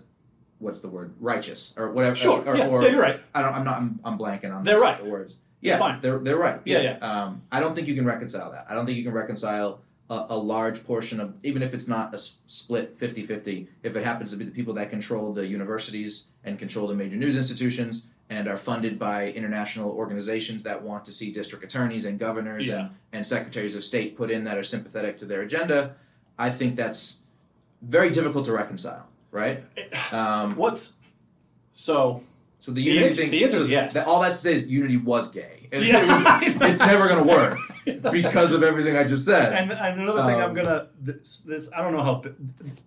Speaker 1: what's the word righteous or whatever.
Speaker 2: sure.
Speaker 1: Or,
Speaker 2: yeah,
Speaker 1: or
Speaker 2: yeah, you're right.
Speaker 1: I don't. I'm not. I'm, I'm blanking on.
Speaker 2: They're right.
Speaker 1: The words. Yeah.
Speaker 2: fine.
Speaker 1: They're they're right.
Speaker 2: Yeah,
Speaker 1: Um, I don't think you can reconcile that. I don't think you can reconcile a, a large portion of even if it's not a s- split 50-50, if it happens to be the people that control the universities and control the major news institutions and are funded by international organizations that want to see district attorneys and governors
Speaker 2: Yeah.
Speaker 1: and, and secretaries of state put in that are sympathetic to their agenda, I think that's very difficult to reconcile, right? Um,
Speaker 2: What's so?
Speaker 1: so the,
Speaker 2: The
Speaker 1: unity
Speaker 2: answer-
Speaker 1: thing.
Speaker 2: the answer is
Speaker 1: so
Speaker 2: yes.
Speaker 1: that- all that says unity was gay. And
Speaker 2: Yeah,
Speaker 1: it was-
Speaker 2: <laughs> I know.
Speaker 1: it's never going to
Speaker 2: <laughs>
Speaker 1: work because of everything I just said.
Speaker 2: And, and another thing I'm
Speaker 1: Um,
Speaker 2: gonna this, this I don't know how.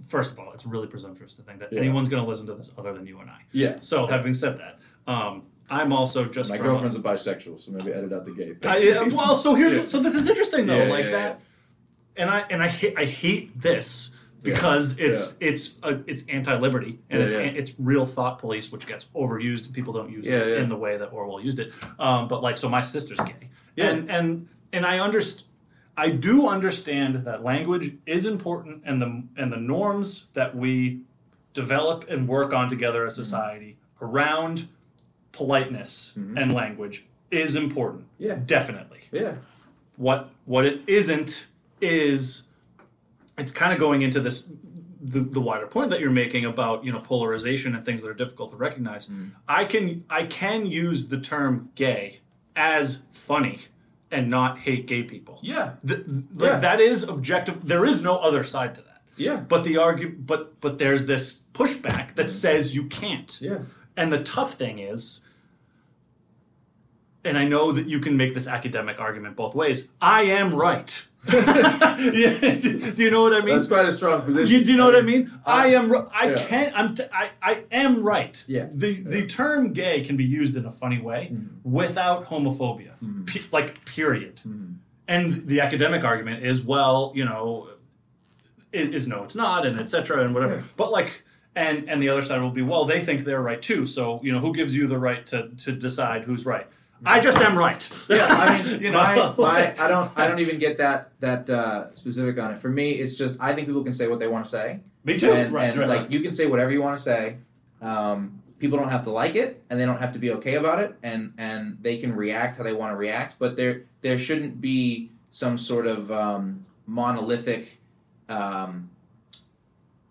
Speaker 2: First of all, it's really presumptuous to think that
Speaker 1: Yeah.
Speaker 2: anyone's gonna listen to this other than you and I.
Speaker 1: yeah,
Speaker 2: So having said that, um, I'm also just
Speaker 1: my
Speaker 2: from a-
Speaker 1: girlfriend's a bisexual, so maybe edit out the gay. thing.
Speaker 2: <laughs> I, yeah,
Speaker 1: <laughs>
Speaker 2: well, so here's
Speaker 1: Yeah.
Speaker 2: what, so this is interesting though,
Speaker 1: Yeah,
Speaker 2: like
Speaker 1: yeah,
Speaker 2: that, and I and I hate I hate this
Speaker 1: Yeah.
Speaker 2: because it's it's uh it's anti-liberty and
Speaker 1: Yeah,
Speaker 2: it's
Speaker 1: yeah.
Speaker 2: an- it's real thought police which gets overused and people don't use
Speaker 1: Yeah,
Speaker 2: it
Speaker 1: yeah.
Speaker 2: in the way that Orwell used it. Um, but like so, my sister's gay,
Speaker 1: Yeah.
Speaker 2: and and and I understand. I do understand that language is important and the and the norms that we develop and work on together
Speaker 1: Mm-hmm.
Speaker 2: as society around politeness and language is important.
Speaker 1: Mm-hmm. Yeah.
Speaker 2: Definitely.
Speaker 1: yeah,
Speaker 2: What what it isn't is it's kind of going into this the, the wider point that you're making about you know polarization and things that are difficult to recognize.
Speaker 1: Mm.
Speaker 2: I can I can use the term gay as funny and not hate gay people.
Speaker 1: yeah,
Speaker 2: Th- th-
Speaker 1: Yeah.
Speaker 2: like, that is objective. There is no other side to that.
Speaker 1: yeah,
Speaker 2: But the argue, but but there's this pushback that says you can't.
Speaker 1: Mm. yeah.
Speaker 2: And the tough thing is, and I know that you can make this academic argument both ways. I am right. <laughs> Yeah, do do you know what I mean?
Speaker 1: That's quite a strong position.
Speaker 2: You, do you know what I mean? I am. ri- I
Speaker 1: yeah.
Speaker 2: can. I'm. T- I. I am right.
Speaker 1: Yeah. Mm-hmm.
Speaker 2: The the term gay can be used in a funny way without homophobia. Pe- like period.
Speaker 1: Mm-hmm.
Speaker 2: And the academic argument is well, you know, i- is, no, it's not, and etc. and whatever. But like. And, and the other side will be well they think they're right too so you know who gives you the right to, to decide who's right i just am right
Speaker 1: yeah, I mean,
Speaker 2: <laughs> You
Speaker 1: my,
Speaker 2: know?
Speaker 1: my, I don't, I don't even get that that uh, specific on it. For me, it's just I think people can say what they want to say,
Speaker 2: <laughs> me too
Speaker 1: and,
Speaker 2: right,
Speaker 1: and
Speaker 2: right,
Speaker 1: like
Speaker 2: right.
Speaker 1: you can say whatever you want to say. Um, people don't have to like it, and they don't have to be okay about it, and and they can react how they want to react. But there there shouldn't be some sort of um, monolithic um,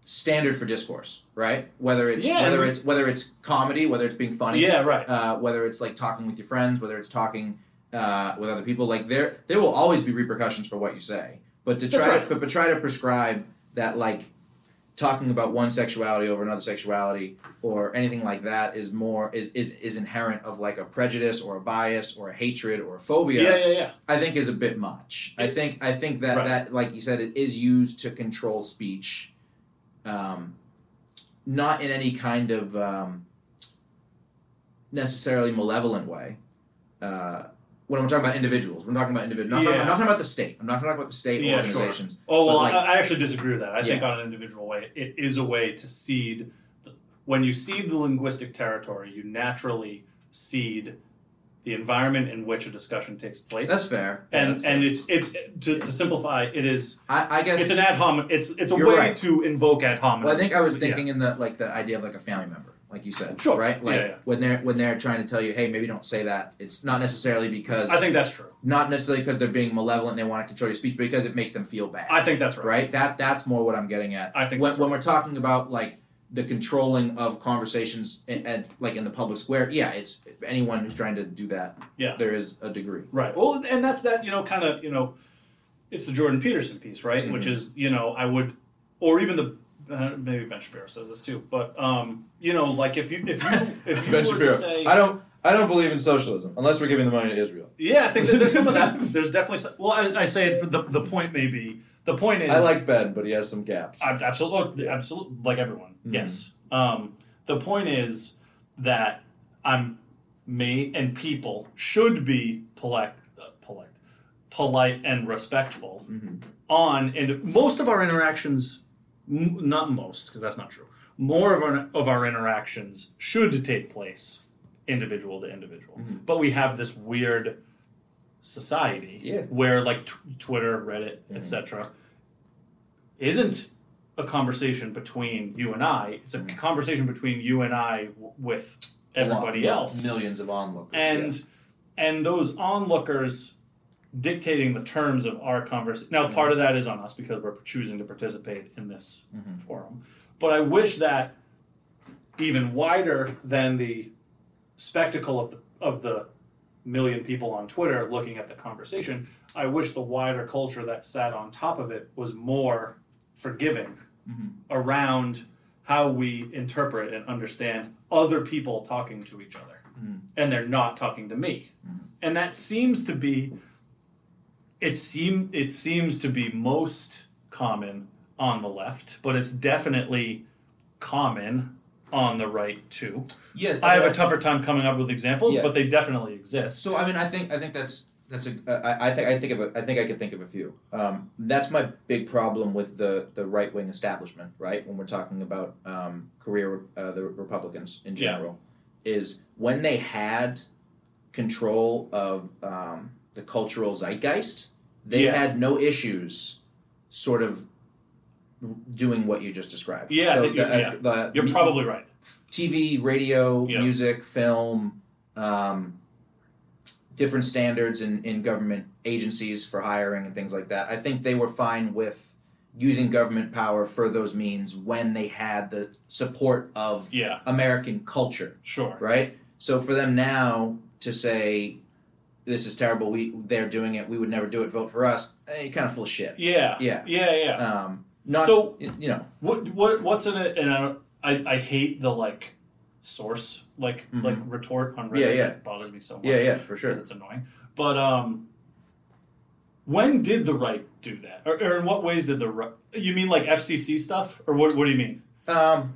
Speaker 1: standard for discourse, right? Whether it's
Speaker 2: Yeah,
Speaker 1: whether
Speaker 2: and-
Speaker 1: it's whether it's comedy, whether it's being funny,
Speaker 2: yeah right
Speaker 1: uh, whether it's like talking with your friends, whether it's talking uh, with other people, like there there will always be repercussions for what you say. But to
Speaker 2: That's
Speaker 1: try
Speaker 2: right.
Speaker 1: to, but, but try to prescribe that like talking about one sexuality over another sexuality or anything like that is more is, is is inherent of like a prejudice or a bias or a hatred or a phobia.
Speaker 2: yeah yeah yeah
Speaker 1: I think is a bit much. I think I think that
Speaker 2: Right.
Speaker 1: that like you said, it is used to control speech, um, not in any kind of um, necessarily malevolent way. Uh, when I'm talking about individuals, we're talking about individuals.
Speaker 2: Yeah.
Speaker 1: I'm not talking about the state. I'm not talking about the state
Speaker 2: Yeah, sure.
Speaker 1: organizations.
Speaker 2: Oh well,
Speaker 1: But, like-
Speaker 2: I, I actually disagree with that. I think
Speaker 1: Yeah.
Speaker 2: on an individual way, it is a way to seed. The, when you seed the linguistic territory, you naturally seed the environment in which a discussion takes place.
Speaker 1: That's fair. Yeah,
Speaker 2: and
Speaker 1: that's fair.
Speaker 2: and it's it's to, to simplify, it is
Speaker 1: I, I guess
Speaker 2: it's an ad hominem. It's it's a
Speaker 1: You're
Speaker 2: way
Speaker 1: right.
Speaker 2: to invoke ad hominem.
Speaker 1: Well, I think I was
Speaker 2: Yeah.
Speaker 1: thinking in the like the idea of like a family member, like you said.
Speaker 2: Sure.
Speaker 1: Right? Like
Speaker 2: Yeah, yeah.
Speaker 1: when they're when they're trying to tell you, hey, maybe don't say that. It's not necessarily because
Speaker 2: I think that's true.
Speaker 1: not necessarily because they're being malevolent and they want to control your speech, but because it makes them feel bad.
Speaker 2: I think that's right.
Speaker 1: right? That that's more what I'm getting at.
Speaker 2: I think
Speaker 1: when,
Speaker 2: that's
Speaker 1: when we're talking about like the controlling of conversations and, and like in the public square, yeah, it's anyone who's trying to do that.
Speaker 2: Yeah.
Speaker 1: there is a degree.
Speaker 2: Right. Well, and that's that, you know, kind of, you know, it's the Jordan Peterson piece, right? Which is, you know, I would, or even the, uh, maybe Ben Shapiro says this too, but, um, you know, like if you, if you, if you were to say,
Speaker 1: don't. I don't believe in socialism unless we're giving the money to Israel.
Speaker 2: yeah, I think that there's some of that. There's definitely some, well, I, I say it for the, the point may be, the point is,
Speaker 1: Ben, but he has some gaps.
Speaker 2: absolutely, absolutely, oh, like everyone, yes. Um, the point is that I'm, me and people should be polite, uh, polite, polite and respectful on and most of our interactions m- not most because that's not true more of our, of our interactions should take place individual to individual but we have this weird society
Speaker 1: Yeah.
Speaker 2: where like t- twitter reddit etc isn't a conversation between you and i it's a conversation between you and i w- with everybody else
Speaker 1: millions of onlookers,
Speaker 2: and and those onlookers dictating the terms of our conversation. Now, part of that is on us because we're choosing to participate in this forum. But I wish that even wider than the spectacle of the of the million people on Twitter looking at the conversation, I wish the wider culture that sat on top of it was more forgiving around how we interpret and understand other people talking to each other and they're not talking to me
Speaker 1: Mm-hmm.
Speaker 2: and that seems to be it seem it seems to be most common on the left but it's definitely common on the right too
Speaker 1: yes,
Speaker 2: i have
Speaker 1: but-
Speaker 2: a tougher time coming up with examples
Speaker 1: Yeah.
Speaker 2: but they definitely exist
Speaker 1: So I mean, I think I think that's that's a uh, I, I think I think of a, I think I could think of a few. Um, that's my big problem with the the right wing establishment, right? When we're talking about um, career uh, the Republicans in
Speaker 2: Yeah.
Speaker 1: general, is when they had control of um, the cultural zeitgeist, they
Speaker 2: Yeah.
Speaker 1: had no issues, sort of doing what you just described.
Speaker 2: Yeah, I
Speaker 1: so
Speaker 2: think
Speaker 1: the,
Speaker 2: you- yeah.
Speaker 1: the-
Speaker 2: you're probably right
Speaker 1: TV, radio,
Speaker 2: Yeah.
Speaker 1: music, film, um, different standards in, in government agencies for hiring and things like that. I think they were fine with using government power for those means when they had the support of
Speaker 2: yeah
Speaker 1: American culture,
Speaker 2: sure
Speaker 1: right? So for them now to say, this is terrible, we they're doing it, we would never do it, vote for us, eh, you're kind of full of shit.
Speaker 2: yeah
Speaker 1: Yeah.
Speaker 2: yeah yeah
Speaker 1: Um, not,
Speaker 2: So-
Speaker 1: you know,
Speaker 2: What what what's in it? And I don't, I, I hate the like source like
Speaker 1: Mhm.
Speaker 2: like retort on Reddit.
Speaker 1: Yeah, yeah.
Speaker 2: It bothers me so much.
Speaker 1: yeah, yeah, for sure.
Speaker 2: Because it's annoying. But um, when did the right do that, or, or in what ways did the right? You mean like FCC stuff, or what? What do you mean?
Speaker 1: Um,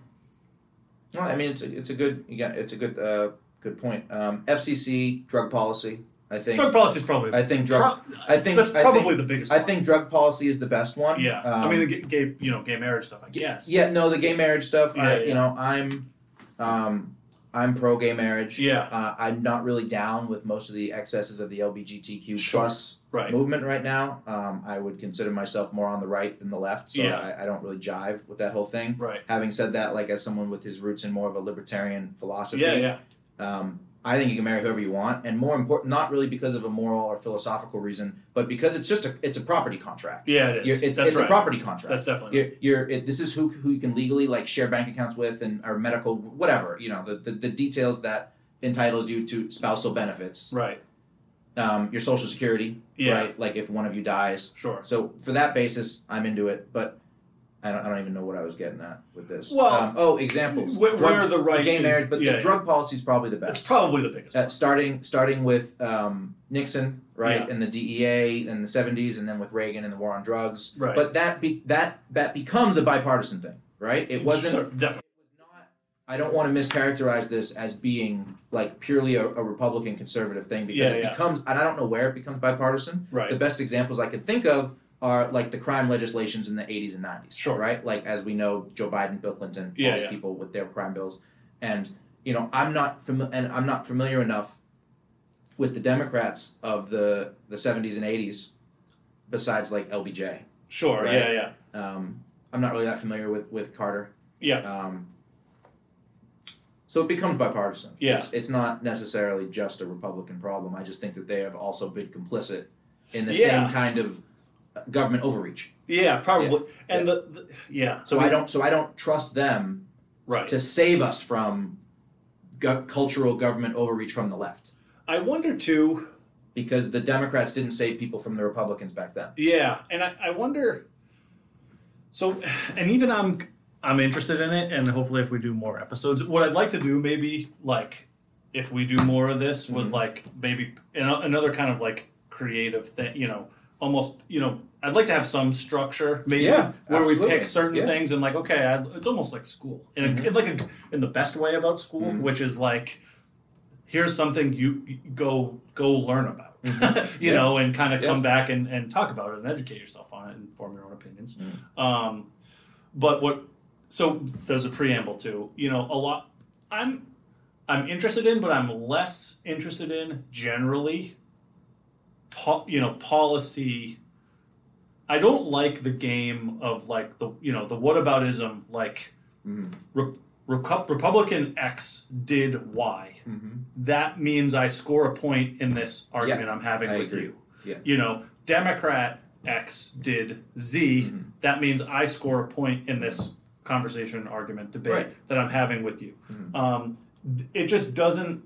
Speaker 1: well, I mean, it's a, it's a good yeah, it's a good uh, good point. Um, FCC drug policy. I think
Speaker 2: Drug policy is probably.
Speaker 1: I think drug.
Speaker 2: Pro-
Speaker 1: I think
Speaker 2: that's
Speaker 1: I
Speaker 2: probably
Speaker 1: think,
Speaker 2: the biggest.
Speaker 1: I
Speaker 2: one.
Speaker 1: think drug policy is the best one.
Speaker 2: Yeah,
Speaker 1: Um,
Speaker 2: I mean the ga- gay, you know, gay marriage stuff. I guess.
Speaker 1: yeah, no, the gay marriage stuff. uh, I,
Speaker 2: Yeah, yeah.
Speaker 1: You know, I'm, um, I'm pro gay marriage.
Speaker 2: Yeah.
Speaker 1: Uh, I'm not really down with most of the excesses of the LGBTQ
Speaker 2: Sure.
Speaker 1: plus
Speaker 2: Right.
Speaker 1: movement right now. Um, I would consider myself more on the right than the left, so
Speaker 2: Yeah.
Speaker 1: I, I don't really jive with that whole thing.
Speaker 2: Right.
Speaker 1: Having said that, like as someone with his roots in more of a libertarian philosophy,
Speaker 2: Yeah. Yeah.
Speaker 1: um, I think you can marry whoever you want, and more important, not really because of a moral or philosophical reason, but because it's just a it's a property contract.
Speaker 2: Yeah. It
Speaker 1: You're-
Speaker 2: is.
Speaker 1: it's
Speaker 2: that's
Speaker 1: it's
Speaker 2: right.
Speaker 1: a property contract.
Speaker 2: That's definitely.
Speaker 1: You're, you're it, this is who who you can legally like share bank accounts with and or medical whatever you know the the, the details that entitles you to spousal benefits,
Speaker 2: Right.
Speaker 1: um, your social security,
Speaker 2: Yeah.
Speaker 1: right? Um, Like if one of you dies,
Speaker 2: Sure.
Speaker 1: so for that basis, I'm into it, but I don't, I don't even know what I was getting at with this.
Speaker 2: Well,
Speaker 1: um, oh, examples.
Speaker 2: where-
Speaker 1: Drug-
Speaker 2: where the right
Speaker 1: gay
Speaker 2: is-
Speaker 1: marriage, but
Speaker 2: yeah,
Speaker 1: the
Speaker 2: yeah.
Speaker 1: drug policy is probably the
Speaker 2: It's
Speaker 1: best.
Speaker 2: probably the biggest.
Speaker 1: Uh, starting starting with um, Nixon, right,
Speaker 2: Yeah.
Speaker 1: and the DEA in the '70s, and then with Reagan and the war on drugs.
Speaker 2: Right.
Speaker 1: But that be, that that becomes a bipartisan thing, right? It
Speaker 2: one.
Speaker 1: wasn't.
Speaker 2: Sure, definitely.
Speaker 1: not- I don't want to mischaracterize this as being like purely a, a Republican conservative thing because
Speaker 2: Yeah,
Speaker 1: it
Speaker 2: yeah.
Speaker 1: becomes, and I don't know where it becomes bipartisan.
Speaker 2: Right.
Speaker 1: The best examples I can think of are like the crime legislations in the 80s and 90s.
Speaker 2: Sure.
Speaker 1: Right? Like, as we know, Joe Biden, Bill Clinton,
Speaker 2: Yeah,
Speaker 1: all these
Speaker 2: yeah.
Speaker 1: people with their crime bills. And, you know, I'm not, fami- and I'm not familiar enough with the Democrats of the, the 70s and 80s besides like LBJ.
Speaker 2: Sure.
Speaker 1: Right.
Speaker 2: Yeah. Yeah.
Speaker 1: Um, I'm not really that familiar with, with Carter.
Speaker 2: Yeah.
Speaker 1: Um, So it becomes bipartisan.
Speaker 2: Yeah.
Speaker 1: It's, it's not necessarily just a Republican problem. I just think that they have also been complicit in the
Speaker 2: Yeah.
Speaker 1: same kind of government overreach.
Speaker 2: Yeah, probably. And The, the yeah.
Speaker 1: So I, don't so I don't trust them
Speaker 2: right.
Speaker 1: to save us from go- cultural government overreach from the left
Speaker 2: I wonder too.
Speaker 1: because the Democrats didn't save people from the Republicans back then.
Speaker 2: Yeah, and I, I wonder. So, and even I'm I'm interested in it, and hopefully, if we do more episodes, what I'd like to do maybe like if we do more of this
Speaker 1: Mm-hmm.
Speaker 2: would like maybe an- another kind of like creative thing, you know, almost you know. I'd like to have some structure, maybe
Speaker 1: Yeah,
Speaker 2: where we
Speaker 1: absolutely.
Speaker 2: pick certain
Speaker 1: Yeah. Mm-hmm.
Speaker 2: things and like, okay, I, it's almost like school, in, a, in like a, in the best way about school, which is like, here's something you you go go learn about, <laughs> you
Speaker 1: Yeah.
Speaker 2: know, and kind of come
Speaker 1: Mm-hmm. Yes.
Speaker 2: back and, and talk about it and educate yourself on it and form your own opinions.
Speaker 1: Mm-hmm.
Speaker 2: Um, but what so there's a preamble to you know a lot I'm I'm interested in, but I'm less interested in generally. Po- you know policy. I don't like the game of like the you know the whataboutism like
Speaker 1: Mm-hmm.
Speaker 2: Re- Recu- Republican X did Y.
Speaker 1: Mm-hmm.
Speaker 2: That means I score a point in this argument I'm having
Speaker 1: I
Speaker 2: with
Speaker 1: agree.
Speaker 2: you.
Speaker 1: Yeah.
Speaker 2: You know, Democrat X did Z.
Speaker 1: Mm-hmm.
Speaker 2: That means I score a point in this conversation, argument, debate
Speaker 1: Right. Mm-hmm.
Speaker 2: that I'm having with you. Um, th- it just doesn't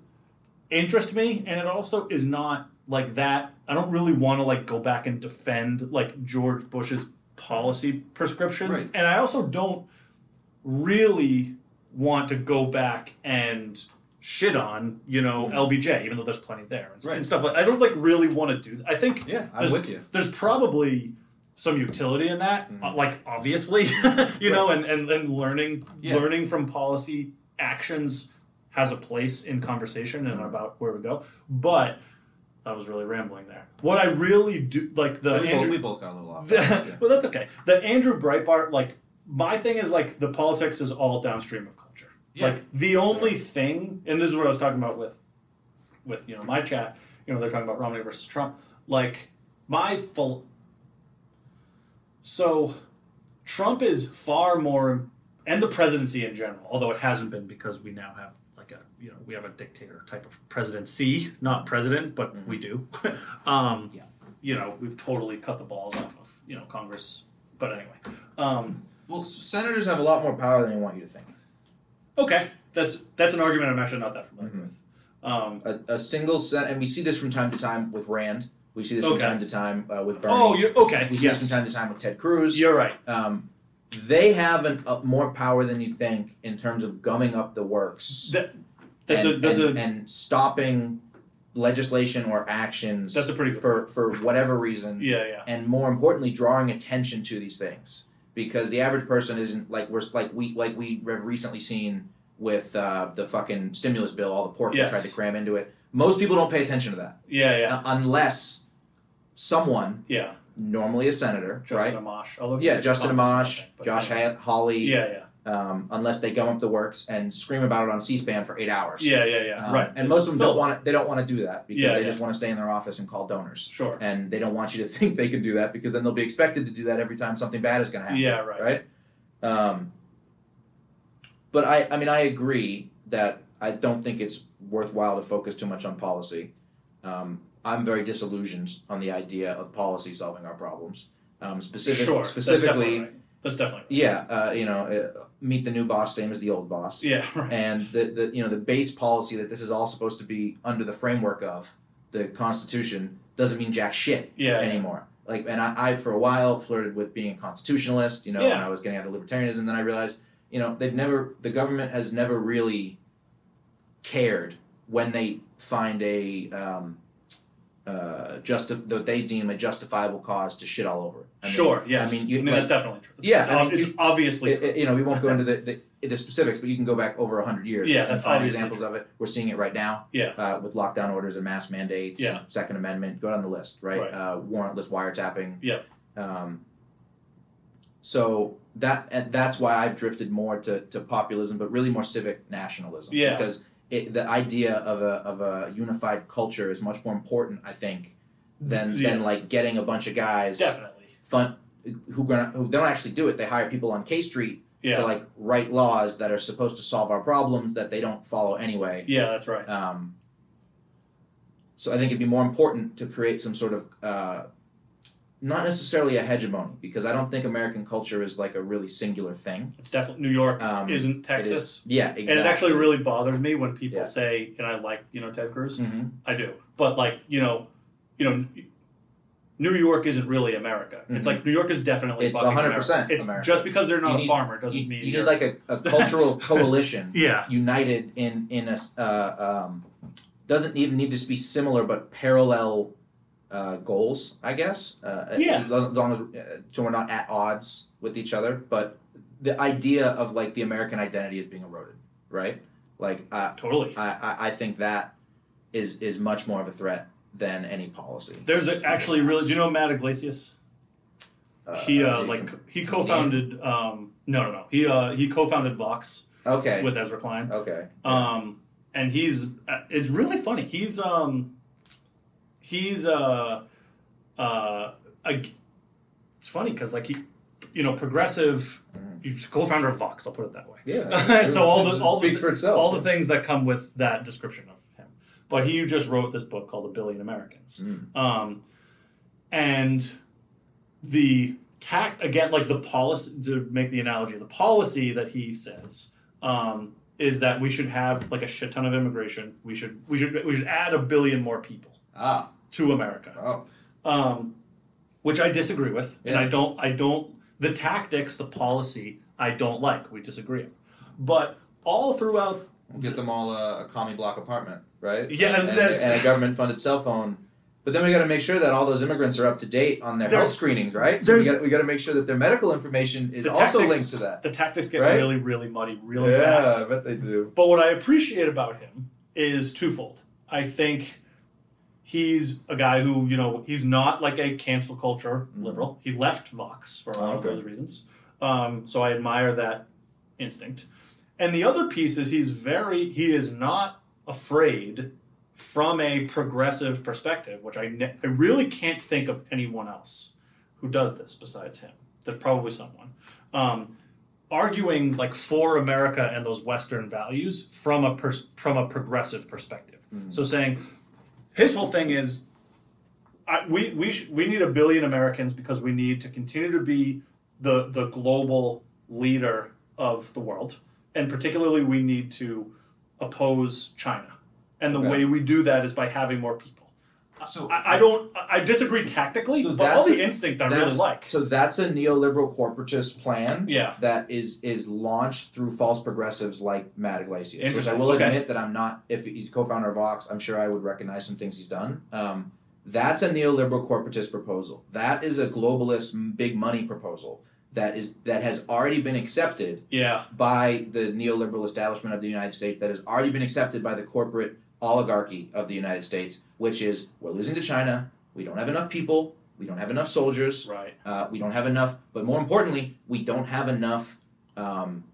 Speaker 2: interest me, and it also is not like that. I don't really want to like go back and defend like George Bush's policy prescriptions,
Speaker 1: Right.
Speaker 2: and I also don't really want to go back and shit on you know LBJ, even though there's plenty there and, s- and
Speaker 1: Mm-hmm. Right.
Speaker 2: stuff like. I don't like really want to do. That. I think
Speaker 1: Yeah, I'm
Speaker 2: there's-
Speaker 1: with you. Mm-hmm.
Speaker 2: There's probably some utility in that, uh, like obviously, <laughs> you know, and, and and learning
Speaker 1: Yeah.
Speaker 2: learning from policy actions has a place in conversation
Speaker 1: Mm-hmm.
Speaker 2: and about where we go. But that was really rambling there. What I really do like the
Speaker 1: we,
Speaker 2: Andrew-
Speaker 1: both, we both got a little off.
Speaker 2: <laughs> the- well, that's okay. The Andrew Breitbart, like my thing is like the politics is all downstream of culture.
Speaker 1: Yeah.
Speaker 2: Like the only thing, and this is what I was talking about with, with you know my chat. You know they're talking about Romney versus Trump. Like my full. So, Trump is far more, and the presidency in general, although it hasn't been because we now have like a you know we have a dictator type of presidency, not president, but we do. <laughs> um,
Speaker 1: Yeah.
Speaker 2: you know, we've totally cut the balls off of you know Congress. But anyway, um,
Speaker 1: well, senators have a lot more power than I want you to think.
Speaker 2: okay, that's that's an argument I'm actually not that familiar
Speaker 1: Mm-hmm.
Speaker 2: with. Um,
Speaker 1: a, a single set, and we see this from time to time with Rand. We see this from
Speaker 2: Okay.
Speaker 1: time to time uh, with Bernie.
Speaker 2: oh, you're okay.
Speaker 1: we see this
Speaker 2: yes,
Speaker 1: from time to time with Ted Cruz.
Speaker 2: you're right.
Speaker 1: Um, they have an, uh, more power than you think in terms of gumming up the works
Speaker 2: That that's
Speaker 1: and,
Speaker 2: a that's
Speaker 1: and,
Speaker 2: a
Speaker 1: and stopping legislation or actions
Speaker 2: That's a pretty good
Speaker 1: for for whatever reason
Speaker 2: yeah yeah
Speaker 1: and more importantly drawing attention to these things because the average person isn't like we're like we like we have recently seen with uh, the fucking stimulus bill all the pork
Speaker 2: Yes.
Speaker 1: they tried to cram into it most people don't pay attention to that
Speaker 2: yeah yeah
Speaker 1: uh, unless someone
Speaker 2: yeah.
Speaker 1: normally a senator
Speaker 2: Justin
Speaker 1: right
Speaker 2: Amash. Although
Speaker 1: yeah Justin Amash Josh
Speaker 2: Hayes.
Speaker 1: Hay- Hawley
Speaker 2: Yeah yeah
Speaker 1: um, unless they gum up the works and scream about it on C-SPAN for eight hours
Speaker 2: yeah yeah yeah
Speaker 1: Um,
Speaker 2: right.
Speaker 1: and most of them
Speaker 2: Phil.
Speaker 1: don't want to, they don't want to do that because
Speaker 2: Yeah,
Speaker 1: they
Speaker 2: yeah.
Speaker 1: just want to stay in their office and call donors
Speaker 2: Sure.
Speaker 1: and they don't want you to <laughs> think they can do that because then they'll be expected to do that every time something bad is going to happen.
Speaker 2: Yeah, right.
Speaker 1: Um, but I, I mean, I agree that I don't think it's worthwhile to focus too much on policy. Um, I'm very disillusioned on the idea of policy solving our problems. Um, specific,
Speaker 2: sure. that's
Speaker 1: specifically,
Speaker 2: definitely right. that's definitely right.
Speaker 1: yeah, uh, you know, uh, meet the new boss, same as the old boss
Speaker 2: yeah right.
Speaker 1: and the, the you know the base policy that this is all supposed to be under the framework of the Constitution doesn't mean jack shit
Speaker 2: Yeah.
Speaker 1: anymore. Like, and I, I for a while flirted with being a constitutionalist, you know, and
Speaker 2: Yeah.
Speaker 1: I was getting out of libertarianism. Then I realized, you know, they've never the government has never really cared when they find a um, uh, justi- that they deem a justifiable cause to shit all over. it. I mean,
Speaker 2: sure. Yes.
Speaker 1: I mean, you,
Speaker 2: I mean
Speaker 1: like,
Speaker 2: that's definitely true. It's,
Speaker 1: Yeah, I
Speaker 2: ob-
Speaker 1: mean,
Speaker 2: it's
Speaker 1: you-
Speaker 2: obviously
Speaker 1: it-
Speaker 2: true.
Speaker 1: it- you know, we won't go into the, the, the specifics, but you can go back over 100 years
Speaker 2: Yeah,
Speaker 1: and
Speaker 2: that's
Speaker 1: find
Speaker 2: obviously
Speaker 1: examples of it. We're seeing it right now
Speaker 2: yeah.
Speaker 1: uh, with lockdown orders and mass mandates,
Speaker 2: Yeah.
Speaker 1: Second Amendment, go down the list, right?
Speaker 2: Right.
Speaker 1: Uh, warrantless wiretapping.
Speaker 2: Yeah.
Speaker 1: Um, so that and that's why I've drifted more to, to populism, but really more civic nationalism.
Speaker 2: Yeah.
Speaker 1: Because it, the idea of a, of a unified culture is much more important, I think, than,
Speaker 2: Yeah.
Speaker 1: than like getting a bunch of guys
Speaker 2: Definitely.
Speaker 1: fun who gonna who don't actually do it. They hire people on K Street
Speaker 2: Yeah.
Speaker 1: to like write laws that are supposed to solve our problems that they don't follow anyway.
Speaker 2: yeah, that's right.
Speaker 1: Um, so I think it'd be more important to create some sort of uh, not necessarily a hegemony because I don't think American culture is like a really singular thing.
Speaker 2: It's definitely New York
Speaker 1: Um,
Speaker 2: isn't Texas.
Speaker 1: Yeah, exactly.
Speaker 2: And it actually really bothers me when people
Speaker 1: Yeah.
Speaker 2: say, and I like, you know, Ted Cruz.
Speaker 1: Mhm.
Speaker 2: I do. But like, you know, you know, New York isn't really America. It's
Speaker 1: Mhm.
Speaker 2: like New York is definitely
Speaker 1: It's
Speaker 2: fucking
Speaker 1: 100%
Speaker 2: America. It's
Speaker 1: America.
Speaker 2: just because they're not
Speaker 1: You
Speaker 2: a
Speaker 1: need-
Speaker 2: farmer doesn't
Speaker 1: you,
Speaker 2: mean
Speaker 1: you
Speaker 2: you're-
Speaker 1: need like a,
Speaker 2: <laughs>
Speaker 1: a cultural coalition
Speaker 3: Yeah.
Speaker 1: united in in a s- uh, um, doesn't even need to be similar but parallel uh, goals I guess uh,
Speaker 2: Yeah.
Speaker 1: as long as long as, uh, so we're not at odds with each other but the idea of like the American identity is being eroded right like I
Speaker 2: totally.
Speaker 1: I, I- I think that is is much more of a threat than any policy
Speaker 2: There's a, actually really. Do you know Matt Iglesias?
Speaker 1: Uh,
Speaker 2: he uh,
Speaker 1: so you
Speaker 2: like
Speaker 1: can-
Speaker 2: he co-founded. Um, no, no, no. He uh, he co-founded Vox
Speaker 1: okay
Speaker 2: with Ezra Klein.
Speaker 1: okay
Speaker 2: Um, and he's uh, it's really funny. He's um, he's uh, uh, a, it's funny because like he, you know, progressive. He's co-founder of Vox. I'll put it that way.
Speaker 1: yeah
Speaker 2: <laughs> so all the
Speaker 1: It
Speaker 2: all
Speaker 1: speaks
Speaker 2: the,
Speaker 1: for itself
Speaker 2: all the things that come with that description of him. But he just wrote this book called A Billion Americans,
Speaker 1: Mm.
Speaker 2: um, and the tact again, like the policy to make the analogy, the policy that he says um, is that we should have like a shit ton of immigration. We should we should we should add a billion more people
Speaker 1: ah
Speaker 2: to America
Speaker 1: oh
Speaker 2: um, which I disagree with, and
Speaker 1: Yeah.
Speaker 2: I don't. I don't. The tactics, the policy, I don't like. We disagree on. But all throughout,
Speaker 1: get them all a, a commie block apartment, right?
Speaker 2: Yeah,
Speaker 1: and, and,
Speaker 2: that's-
Speaker 1: and a government funded cell phone. But then we got to make sure that all those immigrants are up to date on their health
Speaker 2: There's-
Speaker 1: screenings, right? So we
Speaker 3: there's-
Speaker 1: got we got to make sure that their medical information is
Speaker 2: the
Speaker 1: also
Speaker 2: tactics,
Speaker 1: linked to that.
Speaker 2: The tactics get
Speaker 1: Right?
Speaker 2: really, really muddy, really
Speaker 1: yeah,
Speaker 2: fast.
Speaker 1: I bet they do.
Speaker 2: But what I appreciate about him is twofold. I think he's a guy who, you know, he's not like a cancel culture liberal. He left Vox for a lot
Speaker 1: Okay.
Speaker 2: of those reasons. Um, so I admire that instinct. And the other piece is he's very, he is not afraid from a progressive perspective, which I, ne- I really can't think of anyone else who does this besides him. There's probably someone. Um, arguing like for America and those Western values from a pers- from a progressive perspective.
Speaker 1: Mm-hmm.
Speaker 2: So saying his whole thing is I, we we sh- we need a billion Americans because we need to continue to be the the global leader of the world, and particularly we need to oppose China. And the
Speaker 1: Okay.
Speaker 2: way we do that is by having more people.
Speaker 1: So
Speaker 2: I, I don't. I I disagree tactically,
Speaker 1: So
Speaker 2: but all
Speaker 1: that's-
Speaker 2: the instinct I really
Speaker 1: that's-
Speaker 2: like.
Speaker 1: So that's a neoliberal corporatist plan.
Speaker 2: Yeah.
Speaker 1: That is is launched through false progressives like Matt Iglesias, which I
Speaker 2: Interesting.
Speaker 1: will
Speaker 2: Okay.
Speaker 1: admit that I'm not. If he's co-founder of Vox, I'm sure I would recognize some things he's done. Um, that's a neoliberal corporatist proposal. That is a globalist m- big money proposal that is that has already been accepted
Speaker 2: yeah,
Speaker 1: by the neoliberal establishment of the United States. That has already been accepted by the corporate oligarchy of the United States, which is we're losing to China. We don't have enough people. We don't have enough soldiers.
Speaker 2: right.
Speaker 1: Uh, we don't have enough, but more importantly, we don't have enough um,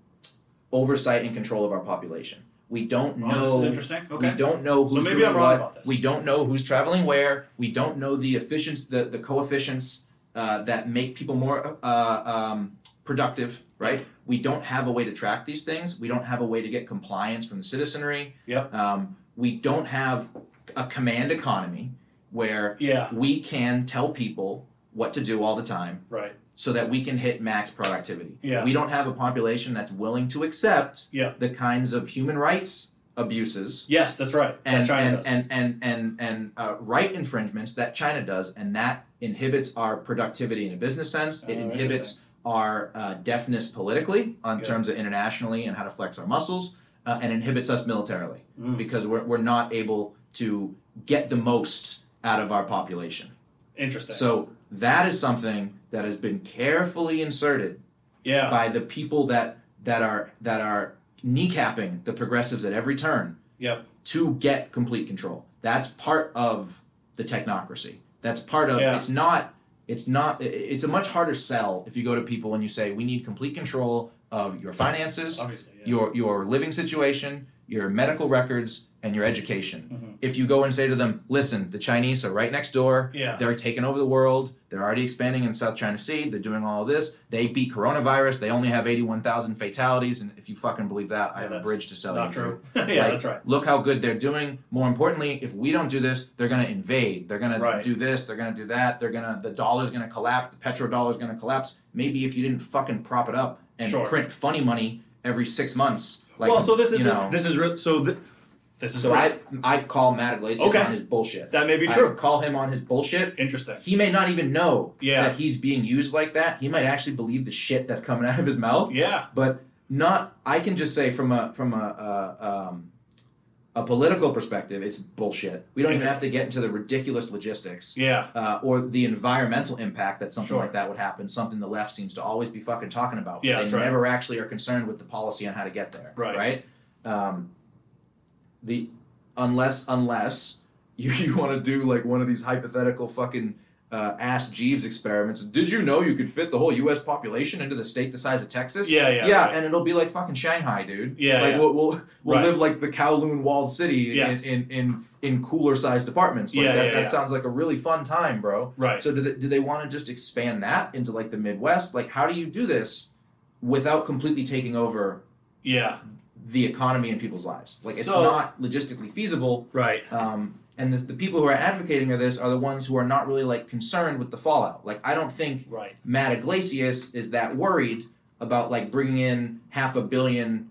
Speaker 1: oversight and control of our population. We don't
Speaker 2: Oh,
Speaker 1: know.
Speaker 2: this is interesting. Okay.
Speaker 1: We don't know
Speaker 2: So
Speaker 1: who's
Speaker 2: maybe
Speaker 1: doing
Speaker 2: I'm wrong
Speaker 1: what.
Speaker 2: about this.
Speaker 1: We don't know who's traveling where. We don't know the efficiency, the, the coefficients uh, that make people more uh, um, productive. Right. We don't have a way to track these things. We don't have a way to get compliance from the citizenry.
Speaker 2: Yep.
Speaker 1: Um, we don't have a command economy where
Speaker 2: Yeah.
Speaker 1: we can tell people what to do all the time
Speaker 2: Right.
Speaker 1: so that we can hit max productivity.
Speaker 2: Yeah.
Speaker 1: We don't have a population that's willing to accept
Speaker 2: Yeah.
Speaker 1: the kinds of human rights abuses
Speaker 2: Yes, that's right.
Speaker 1: and
Speaker 2: that China
Speaker 1: and,
Speaker 2: does.
Speaker 1: and and and and uh, right infringements that China does, and that inhibits our productivity in a business sense. It
Speaker 2: Oh,
Speaker 1: inhibits our uh, deafness politically on
Speaker 2: Yeah.
Speaker 1: terms of internationally and how to flex our muscles, uh, and inhibits us militarily
Speaker 2: Mm.
Speaker 1: because we're we're not able to get the most out of our population.
Speaker 2: Interesting.
Speaker 1: So that is something that has been carefully inserted
Speaker 2: yeah.
Speaker 1: by the people that that are that are kneecapping the progressives at every turn
Speaker 2: Yep.
Speaker 1: to get complete control. That's part of the technocracy. That's part of
Speaker 2: Yeah.
Speaker 1: it's not it's not i- i- it's a much harder sell if you go to people and you say we need complete control of your finances,
Speaker 2: Obviously. Yeah.
Speaker 1: your your living situation, your medical records, and your education.
Speaker 2: Mm-hmm.
Speaker 1: If you go and say to them, listen, the Chinese are right next door.
Speaker 2: Yeah.
Speaker 1: They're taking over the world. They're already expanding in South China Sea. They're doing all this. They beat coronavirus. They only have 81,000 fatalities. And if you fucking believe that, I have a
Speaker 2: that's
Speaker 1: bridge to sell you.
Speaker 2: Not true. <laughs> yeah,
Speaker 1: Like,
Speaker 2: that's right.
Speaker 1: Look how good they're doing. More importantly, if we don't do this, they're going to invade. They're going
Speaker 2: Right.
Speaker 1: to do this. They're going to do that. They're going to the dollar's going to collapse. The petrodollar's going to collapse. Maybe if you didn't fucking prop it up and
Speaker 2: Sure.
Speaker 1: print funny money every six months. Like,
Speaker 2: well, so this is
Speaker 1: you know.
Speaker 2: this is real. So th- this is
Speaker 1: so
Speaker 2: great.
Speaker 1: I I call Matt Iglesias
Speaker 2: Okay.
Speaker 1: on his bullshit.
Speaker 2: that may be
Speaker 1: I
Speaker 2: true.
Speaker 1: call him on his bullshit.
Speaker 2: Interesting.
Speaker 1: He may not even know
Speaker 2: Yeah.
Speaker 1: that he's being used like that. He might actually believe the shit that's coming out of his mouth
Speaker 2: Yeah.
Speaker 1: but not i can just say from a from a uh, um, a political perspective it's bullshit we don't even have to get into the ridiculous logistics
Speaker 2: Yeah.
Speaker 1: uh, or the environmental impact that something
Speaker 2: Sure.
Speaker 1: like that would happen something the left seems to always be fucking talking about
Speaker 2: Yeah,
Speaker 1: they
Speaker 2: that's right.
Speaker 1: never actually are concerned with the policy on how to get there
Speaker 2: Right.
Speaker 1: right um, the unless unless <laughs> you, you want to do like one of these hypothetical fucking uh, ass Jeeves experiments. Did you know you could fit the whole U.S. population into the state the size of Texas?
Speaker 2: Yeah, yeah,
Speaker 1: yeah,
Speaker 2: right.
Speaker 1: and it'll be like fucking Shanghai, dude.
Speaker 2: Yeah,
Speaker 1: like
Speaker 2: yeah.
Speaker 1: we'll we'll, we'll
Speaker 2: Right.
Speaker 1: live like the Kowloon walled city in-
Speaker 2: Yes.
Speaker 1: in, in in cooler sized apartments. Like
Speaker 2: Yeah,
Speaker 1: that,
Speaker 2: yeah,
Speaker 1: that
Speaker 2: yeah.
Speaker 1: sounds like a really fun time, bro.
Speaker 2: Right.
Speaker 1: So do they, do they want to just expand that into like the Midwest? Like, how do you do this without completely taking over
Speaker 2: Yeah.
Speaker 1: the economy and people's lives? Like, it's
Speaker 2: So-
Speaker 1: not logistically feasible.
Speaker 2: Right.
Speaker 1: Um, and the, the people who are advocating for this are the ones who are not really like concerned with the fallout. Like I don't think
Speaker 2: Right.
Speaker 1: Matt Iglesias is that worried about like bringing in half a billion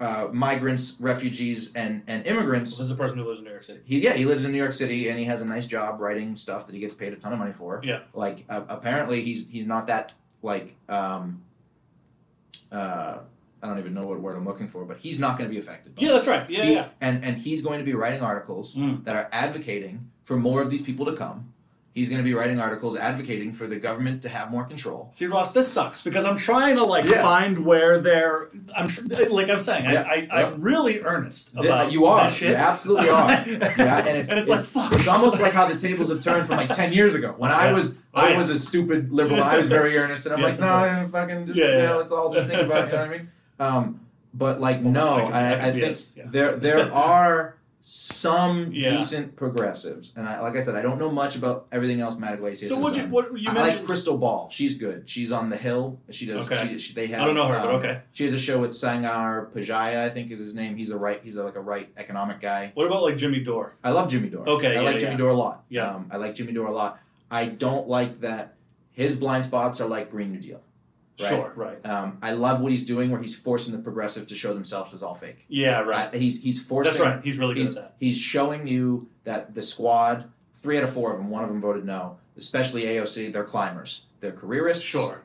Speaker 1: uh, migrants, refugees, and and
Speaker 2: This
Speaker 1: immigrants.
Speaker 2: is a person who lives in New York City.
Speaker 1: He yeah he lives in New York City and he has a nice job writing stuff that he gets paid a ton of money for.
Speaker 2: Yeah.
Speaker 1: Like uh, apparently he's he's not that like um, uh, I don't even know what word I'm looking for, but he's not going to be affected. By
Speaker 2: Yeah, that's right. Yeah,
Speaker 1: he-
Speaker 2: yeah.
Speaker 1: And and he's going to be writing articles
Speaker 2: Mm.
Speaker 1: that are advocating for more of these people to come. He's going to be writing articles advocating for the government to have more control.
Speaker 2: See, Ross, this sucks because I'm trying to like
Speaker 1: Yeah.
Speaker 2: find where they're. I'm tr- like I'm saying,
Speaker 1: Yeah,
Speaker 2: I, I,
Speaker 1: yeah.
Speaker 2: I'm really earnest
Speaker 1: Th-
Speaker 2: about
Speaker 1: you are.
Speaker 2: This shit.
Speaker 1: You absolutely
Speaker 2: <laughs>
Speaker 1: are. Yeah, and it's,
Speaker 2: like fuck.
Speaker 1: It's almost
Speaker 2: <laughs>
Speaker 1: like how the tables have turned from like ten years ago when I
Speaker 2: Yeah.
Speaker 1: was
Speaker 2: Oh,
Speaker 1: I
Speaker 2: yeah.
Speaker 1: was a stupid liberal. I was very earnest, and I'm like,
Speaker 2: Yes,
Speaker 1: no,
Speaker 2: that's
Speaker 1: I fucking just
Speaker 2: Yeah, yeah,
Speaker 1: you know,
Speaker 2: yeah.
Speaker 1: let's all just think about it. You know what I mean? Um, but
Speaker 2: Oh
Speaker 1: like, no,
Speaker 2: I could-
Speaker 1: I,
Speaker 2: I
Speaker 1: I,
Speaker 2: could be
Speaker 1: think
Speaker 2: as- yeah.
Speaker 1: there
Speaker 2: <laughs>
Speaker 1: there are some
Speaker 2: Yeah.
Speaker 1: decent progressives, and I like I said, I don't know much about everything else. Matt Iglesias.
Speaker 2: so
Speaker 1: has
Speaker 2: what you
Speaker 1: done.
Speaker 2: what you
Speaker 1: I like
Speaker 2: mentioned?
Speaker 1: Crystal Ball. She's good. She's on the Hill. She does.
Speaker 2: Okay.
Speaker 1: She, she, they have.
Speaker 2: I don't know her, but
Speaker 1: um,
Speaker 2: okay.
Speaker 1: She has a show with Sangar Pajaya, I think is his name. He's a right. He's a, like a right economic guy.
Speaker 2: What about like Jimmy Dore?
Speaker 1: I love Jimmy Dore.
Speaker 2: Okay,
Speaker 1: I
Speaker 2: yeah,
Speaker 1: like Jimmy
Speaker 2: yeah.
Speaker 1: Dore a lot.
Speaker 2: Yeah.
Speaker 1: Um, I like Jimmy Dore a lot. I don't like that his blind spots are like Green New Deal. Right.
Speaker 2: Sure, right.
Speaker 1: Um, I love what he's doing, where he's forcing the progressives to show themselves as all fake.
Speaker 2: Yeah, right.
Speaker 1: I- he's he's forcing.
Speaker 2: That's right. He's really good
Speaker 1: He's,
Speaker 2: at that.
Speaker 1: he's showing you that the squad, three out of four of them, one of them voted no, especially AOC, they're climbers. They're careerists.
Speaker 2: Sure.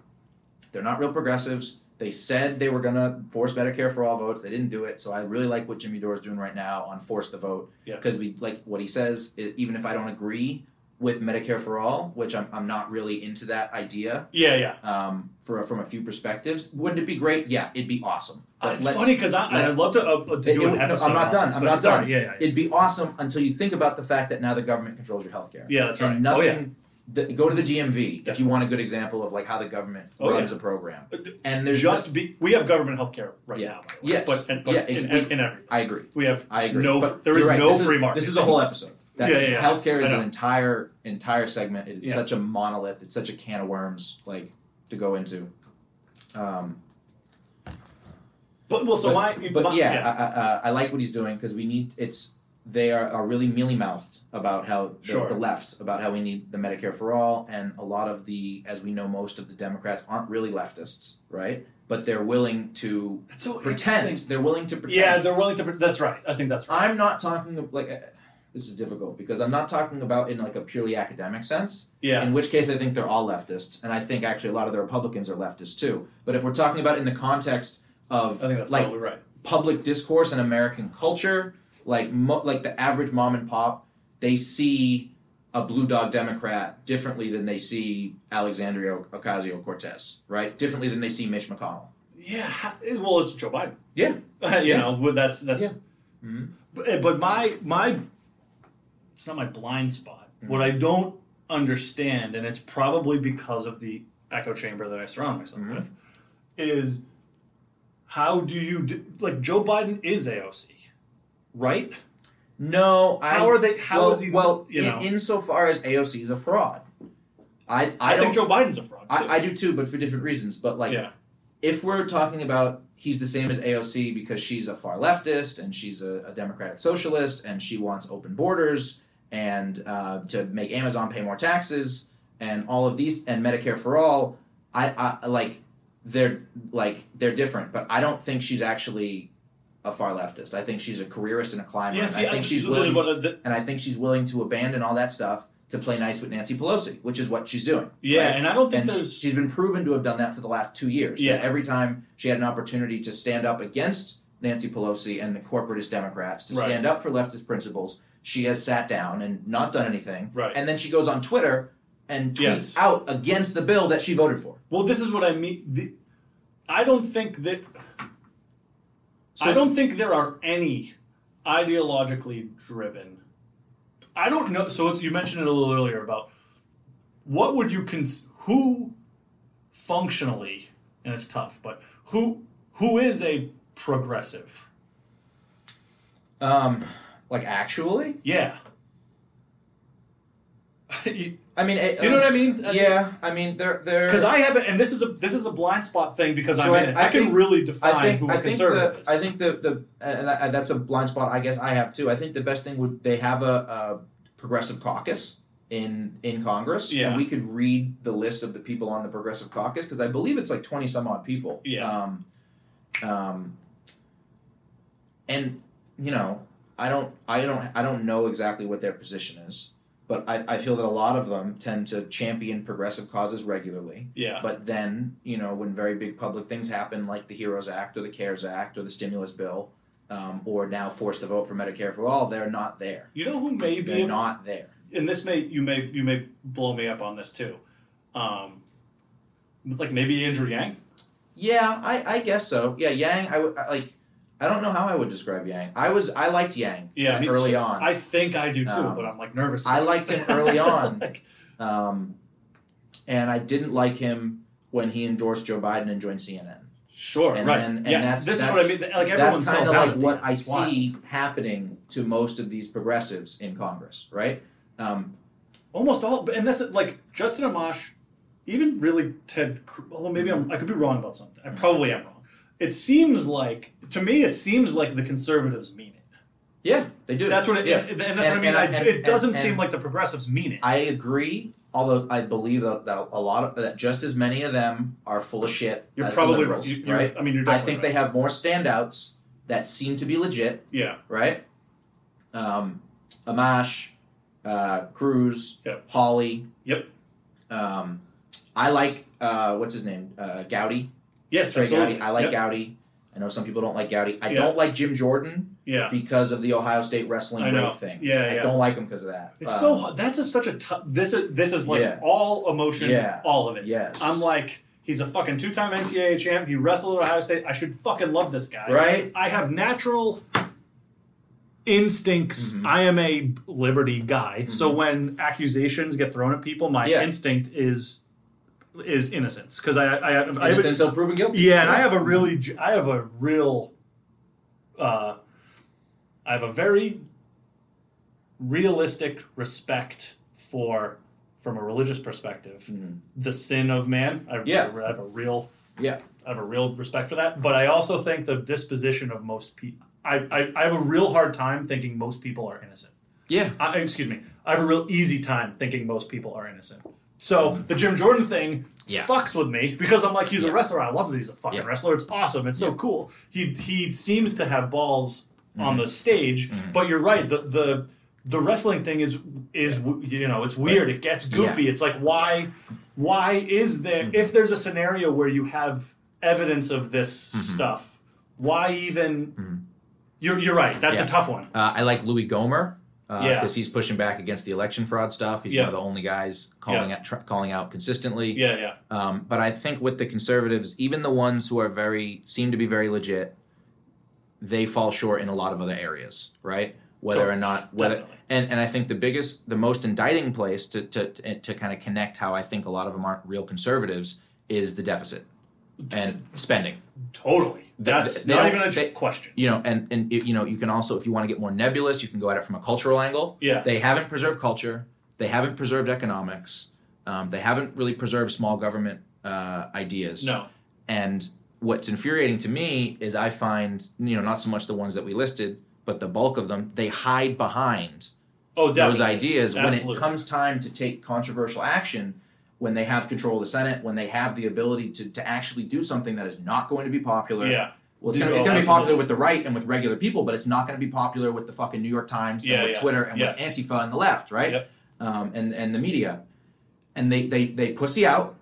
Speaker 1: They're not real progressives. They said they were going to force Medicare for all votes. They didn't do it. So I really like what Jimmy Dore is doing right now on force the vote.
Speaker 2: Yeah.
Speaker 1: Because we like what he says, i- even if I don't agree with Medicare for all, which I'm, I'm not really into that idea
Speaker 2: Yeah, yeah.
Speaker 1: um, for, from a few perspectives, wouldn't it be great? Yeah, it'd be awesome.
Speaker 2: Uh,
Speaker 1: Let-
Speaker 2: it's
Speaker 1: let's-
Speaker 2: funny because
Speaker 1: let-
Speaker 2: I'd love to, uh, to
Speaker 1: it-
Speaker 2: do
Speaker 1: it-
Speaker 2: an
Speaker 1: no,
Speaker 2: episode.
Speaker 1: I'm not
Speaker 2: on
Speaker 1: done.
Speaker 2: This,
Speaker 1: I'm
Speaker 2: but
Speaker 1: not
Speaker 2: sorry.
Speaker 1: done.
Speaker 2: Yeah, yeah, yeah.
Speaker 1: It'd be awesome until you think about the fact that now the government controls your healthcare.
Speaker 2: Yeah, that's
Speaker 1: and
Speaker 2: right.
Speaker 1: Nothing.
Speaker 2: Oh, yeah.
Speaker 1: the- go to the DMV if
Speaker 2: Definitely.
Speaker 1: you want a good example of like how the government
Speaker 2: Oh, yeah.
Speaker 1: runs a program.
Speaker 2: But th-
Speaker 1: And there's
Speaker 2: just be. We have government health care right
Speaker 1: Yeah.
Speaker 2: now, by the way.
Speaker 1: Yes.
Speaker 2: But, and, but
Speaker 1: Yeah, it's-
Speaker 2: in, in, in everything.
Speaker 1: I agree.
Speaker 2: We have
Speaker 1: I agree.
Speaker 2: no.
Speaker 1: But
Speaker 2: there is
Speaker 1: you're right.
Speaker 2: no
Speaker 1: This
Speaker 2: free market.
Speaker 1: This is a whole episode. That
Speaker 2: Yeah, yeah, yeah.
Speaker 1: healthcare
Speaker 2: I
Speaker 1: is an
Speaker 2: know.
Speaker 1: entire entire segment. It's
Speaker 2: Yeah.
Speaker 1: such a monolith. It's such a can of worms like to go into. Um,
Speaker 2: But well, so
Speaker 1: but,
Speaker 2: my
Speaker 1: but
Speaker 2: my-
Speaker 1: yeah, I, I, I like what he's doing because we need it's they are, are really mealy mouthed about how the,
Speaker 2: Sure.
Speaker 1: the left about how we need the Medicare for all and a lot of the as we know most of the Democrats aren't really leftists right but they're willing to
Speaker 2: That's so
Speaker 1: pretend
Speaker 2: interesting.
Speaker 1: they're willing to pretend
Speaker 2: Yeah, they're willing to. pre- That's right. I think that's right.
Speaker 1: I'm not talking of- like uh, this is difficult because I'm not talking about in like a purely academic sense
Speaker 2: Yeah.
Speaker 1: in which case I think they're all leftists, and I think actually a lot of the Republicans are leftists too. But if we're talking about in the context
Speaker 2: I
Speaker 1: of
Speaker 2: think that's
Speaker 1: like
Speaker 2: probably right.
Speaker 1: public discourse and American culture, like mo- like the average mom and pop, they see a blue dog Democrat differently than they see Alexandria Ocasio Cortez, right? Differently than they see Mitch McConnell.
Speaker 2: Yeah. ha- eh, Well, it's Joe Biden.
Speaker 1: Yeah.
Speaker 2: <laughs> you
Speaker 1: Yeah.
Speaker 2: know, well, that's that's. Mm-hmm.
Speaker 1: Yeah. Mhm.
Speaker 2: But, but my my, it's not my blind spot. What I don't understand, and it's probably because of the echo chamber that I surround myself
Speaker 1: Mhm.
Speaker 2: with, is how do you do, like Joe Biden is AOC. right?
Speaker 1: No, I,
Speaker 2: How are they- how
Speaker 1: well,
Speaker 2: is he-
Speaker 1: well?
Speaker 2: you
Speaker 1: in,
Speaker 2: know.
Speaker 1: insofar as AOC is a fraud, I I,
Speaker 2: I,
Speaker 1: don't
Speaker 2: think Joe Biden's a fraud. too.
Speaker 1: I, I do too, but for different reasons. But like,
Speaker 2: yeah,
Speaker 1: if we're talking about he's the same as AOC because she's a far leftist and she's a, a democratic socialist and she wants open borders and uh, to make Amazon pay more taxes and all of these and Medicare for all, I, I like they're like they're different, but I don't think she's actually a far leftist. I think she's a careerist and a climber.
Speaker 2: yeah.
Speaker 1: and
Speaker 2: See,
Speaker 1: I think she's
Speaker 2: this is
Speaker 1: willing
Speaker 2: what, uh, the-
Speaker 1: and I think she's willing to abandon all that stuff to play nice with Nancy Pelosi, which is what she's doing.
Speaker 2: yeah,
Speaker 1: right?
Speaker 2: and I don't think
Speaker 1: And
Speaker 2: there's
Speaker 1: she's been proven to have done that for the last two years. that
Speaker 2: Yeah.
Speaker 1: Every time she had an opportunity to stand up against Nancy Pelosi and the corporatist Democrats, to
Speaker 2: Right.
Speaker 1: stand up for leftist principles, she has sat down and not done anything.
Speaker 2: Right.
Speaker 1: And then she goes on Twitter and tweets
Speaker 2: Yes.
Speaker 1: out against the bill that she voted for.
Speaker 2: Well, this is what I mean. The, I don't think that. I
Speaker 1: So-
Speaker 2: don't think there are any ideologically driven. I don't know. So it's, you mentioned it a little earlier about what would you cons who functionally, and it's tough, but who who is a progressive?
Speaker 1: Um, like actually,
Speaker 2: Yeah. <laughs> You-
Speaker 1: I mean, it, uh,
Speaker 2: Do you know what I mean?
Speaker 1: Yeah, I mean, they're they're
Speaker 2: Because I haven't, and this is a this is a blind spot thing because
Speaker 1: So
Speaker 2: I'm in
Speaker 1: I-
Speaker 2: it.
Speaker 1: I
Speaker 2: I, can
Speaker 1: think-
Speaker 2: really define
Speaker 1: I think
Speaker 2: who a
Speaker 1: I think
Speaker 2: conservative
Speaker 1: the
Speaker 2: is.
Speaker 1: I think the the and I, that's a blind spot I guess I have too. I think the best thing would they have a, a progressive caucus in in Congress,
Speaker 2: Yeah.
Speaker 1: and we could read the list of the people on the progressive caucus because I believe it's like twenty some odd people.
Speaker 2: Yeah.
Speaker 1: Um, um, and you know, I don't I don't I don't know exactly what their position is, but I, I feel that a lot of them tend to champion progressive causes regularly.
Speaker 2: yeah.
Speaker 1: But then, you know, when very big public things happen, like the HEROES Act or the CARES Act or the stimulus bill, um, or now forced to vote for Medicare for all, they're not there.
Speaker 2: You know who may be,
Speaker 1: They're
Speaker 2: a-
Speaker 1: not there.
Speaker 2: and this may you may you may blow me up on this too, um, like maybe Andrew Yang.
Speaker 1: Yeah, I, I guess so. Yeah, Yang, I would I, like. I don't know how I would describe Yang. I was I liked Yang.
Speaker 2: Yeah,
Speaker 1: uh,
Speaker 2: me-
Speaker 1: early on.
Speaker 2: I think I do too,
Speaker 1: Um,
Speaker 2: but I'm like nervous.
Speaker 1: I
Speaker 2: about
Speaker 1: liked
Speaker 2: it.
Speaker 1: him
Speaker 2: <laughs>
Speaker 1: early on.
Speaker 2: Like,
Speaker 1: um, and I didn't like him when he endorsed Joe Biden and joined CNN.
Speaker 2: sure,
Speaker 1: And
Speaker 2: right?
Speaker 1: then- and
Speaker 2: yes,
Speaker 1: that's-
Speaker 2: this
Speaker 1: that's-
Speaker 2: is what I mean. Like
Speaker 1: That's
Speaker 2: everyone
Speaker 1: kind
Speaker 2: sells
Speaker 1: of
Speaker 2: out
Speaker 1: like
Speaker 2: at the
Speaker 1: what
Speaker 2: end.
Speaker 1: I
Speaker 2: It's wild.
Speaker 1: see happening to most of these progressives in Congress, right? Um,
Speaker 2: Almost all, and this is like Justin Amash, even really Ted. Cru- Although maybe I'm, I could be wrong about something. I probably am wrong. It seems like to me, it seems like the conservatives mean it.
Speaker 1: Yeah, they do.
Speaker 2: That's what it,
Speaker 1: Yeah.
Speaker 2: and, and that's
Speaker 1: And-
Speaker 2: what I mean.
Speaker 1: and I-
Speaker 2: I-
Speaker 1: and-
Speaker 2: it doesn't
Speaker 1: and-
Speaker 2: seem
Speaker 1: and-
Speaker 2: like the progressives mean it.
Speaker 1: I agree. Although I believe that, that a lot of that just as many of them are full of shit
Speaker 2: You're
Speaker 1: as the
Speaker 2: probably
Speaker 1: liberals,
Speaker 2: you- you're-
Speaker 1: right?
Speaker 2: I mean, you're
Speaker 1: I
Speaker 2: definitely
Speaker 1: think they
Speaker 2: right.
Speaker 1: have more standouts that seem to be legit,
Speaker 2: Yeah,
Speaker 1: right? Um, Amash, uh, Cruz,
Speaker 2: Yep.
Speaker 1: Holly.
Speaker 2: Yep.
Speaker 1: Um, I like uh, what's his name, uh, Gowdy.
Speaker 2: yes,
Speaker 1: Trey
Speaker 2: absolutely.
Speaker 1: Gowdy. I like
Speaker 2: Yep.
Speaker 1: Gowdy. I know some people don't like Gowdy. I
Speaker 2: Yeah.
Speaker 1: don't like Jim Jordan
Speaker 2: Yeah,
Speaker 1: because of the Ohio State wrestling
Speaker 2: I know.
Speaker 1: rape thing.
Speaker 2: Yeah,
Speaker 1: I
Speaker 2: yeah.
Speaker 1: don't like him because of that.
Speaker 2: it's
Speaker 1: Um,
Speaker 2: so hard. That's a, such a tough. This is this is like
Speaker 1: Yeah.
Speaker 2: all emotion,
Speaker 1: Yeah.
Speaker 2: all of it.
Speaker 1: Yes.
Speaker 2: I'm like, he's a fucking two-time NCAA champ. He wrestled at Ohio State. I should fucking love this guy,
Speaker 1: Right?
Speaker 2: I have natural.
Speaker 3: Instincts.
Speaker 1: Mhm.
Speaker 3: I am a liberty guy, so when accusations get thrown at people, my
Speaker 1: Mm-hmm. Yeah.
Speaker 3: instinct is is innocence because I I, I, I have
Speaker 1: Innocent
Speaker 3: a,
Speaker 1: until proven guilty.
Speaker 3: yeah, and I have a really j- I have a real uh, I have a very realistic respect for from a religious perspective
Speaker 1: Mhm.
Speaker 3: the sin of man. I,
Speaker 1: Yeah.
Speaker 3: I have a real
Speaker 1: Yeah.
Speaker 3: I have a real respect for that. But I also think the disposition of most people, I, I, I have a real hard time thinking most people are innocent.
Speaker 1: Yeah.
Speaker 3: I, excuse me. I have a real easy time thinking most people are innocent. So the Jim Jordan thing
Speaker 1: Yeah.
Speaker 3: fucks with me because I'm like, he's a
Speaker 1: Yeah.
Speaker 3: wrestler. I love that he's a fucking
Speaker 1: Yeah.
Speaker 3: wrestler. It's awesome. It's so cool. He he seems to have balls on
Speaker 1: Mm-hmm.
Speaker 3: the stage. But you're right. The the the wrestling thing is is you know it's weird. It gets goofy. It's like why why is there
Speaker 1: Mm-hmm.
Speaker 3: if there's a scenario where you have evidence of this
Speaker 1: Mm-hmm.
Speaker 3: stuff, why even? You're you're right. That's
Speaker 1: Yeah.
Speaker 3: a tough one.
Speaker 1: Uh, I like Louis Gomer because
Speaker 2: Yeah.
Speaker 1: he's pushing back against the election fraud stuff. He's
Speaker 2: Yeah.
Speaker 1: one of the only guys calling out tr- calling out consistently.
Speaker 2: Yeah, yeah.
Speaker 1: Um, but I think with the conservatives, even the ones who are very seem to be very legit, they fall short in a lot of other areas, right? Whether or
Speaker 2: Oh,
Speaker 1: not whether
Speaker 2: definitely.
Speaker 1: and, and I think the biggest, the most indicting place eh, to to, to, to kind of connect how I think a lot of them aren't real conservatives is the deficit. and spending.
Speaker 2: Totally. That's
Speaker 1: they
Speaker 2: not
Speaker 1: don't-
Speaker 2: even a tr-
Speaker 1: they-
Speaker 2: question.
Speaker 1: You know, and and you know, you can also if you want to get more nebulous, you can go at it from a cultural angle.
Speaker 2: Yeah.
Speaker 1: They haven't preserved culture. They haven't preserved economics. Um, they haven't really preserved small government uh, ideas.
Speaker 2: No.
Speaker 1: And what's infuriating to me is I find, you know, not so much the ones that we listed, but the bulk of them, they hide behind
Speaker 2: Oh, definitely.
Speaker 1: those ideas when
Speaker 2: Absolutely.
Speaker 1: it comes time to take controversial action, when they have control of the Senate, when they have the ability to, to actually do something that is not going to be popular.
Speaker 2: Yeah.
Speaker 1: Well, it's gonna,
Speaker 2: Dude,
Speaker 1: it's
Speaker 2: oh,
Speaker 1: gonna be
Speaker 2: absolutely.
Speaker 1: popular with the right and with regular people, but it's not gonna be popular with the fucking New York Times
Speaker 2: Yeah,
Speaker 1: and with
Speaker 2: yeah.
Speaker 1: Twitter and
Speaker 2: Yes.
Speaker 1: with Antifa and the left, right?
Speaker 2: Yep.
Speaker 1: Um, and and the media, and they they they pussy out.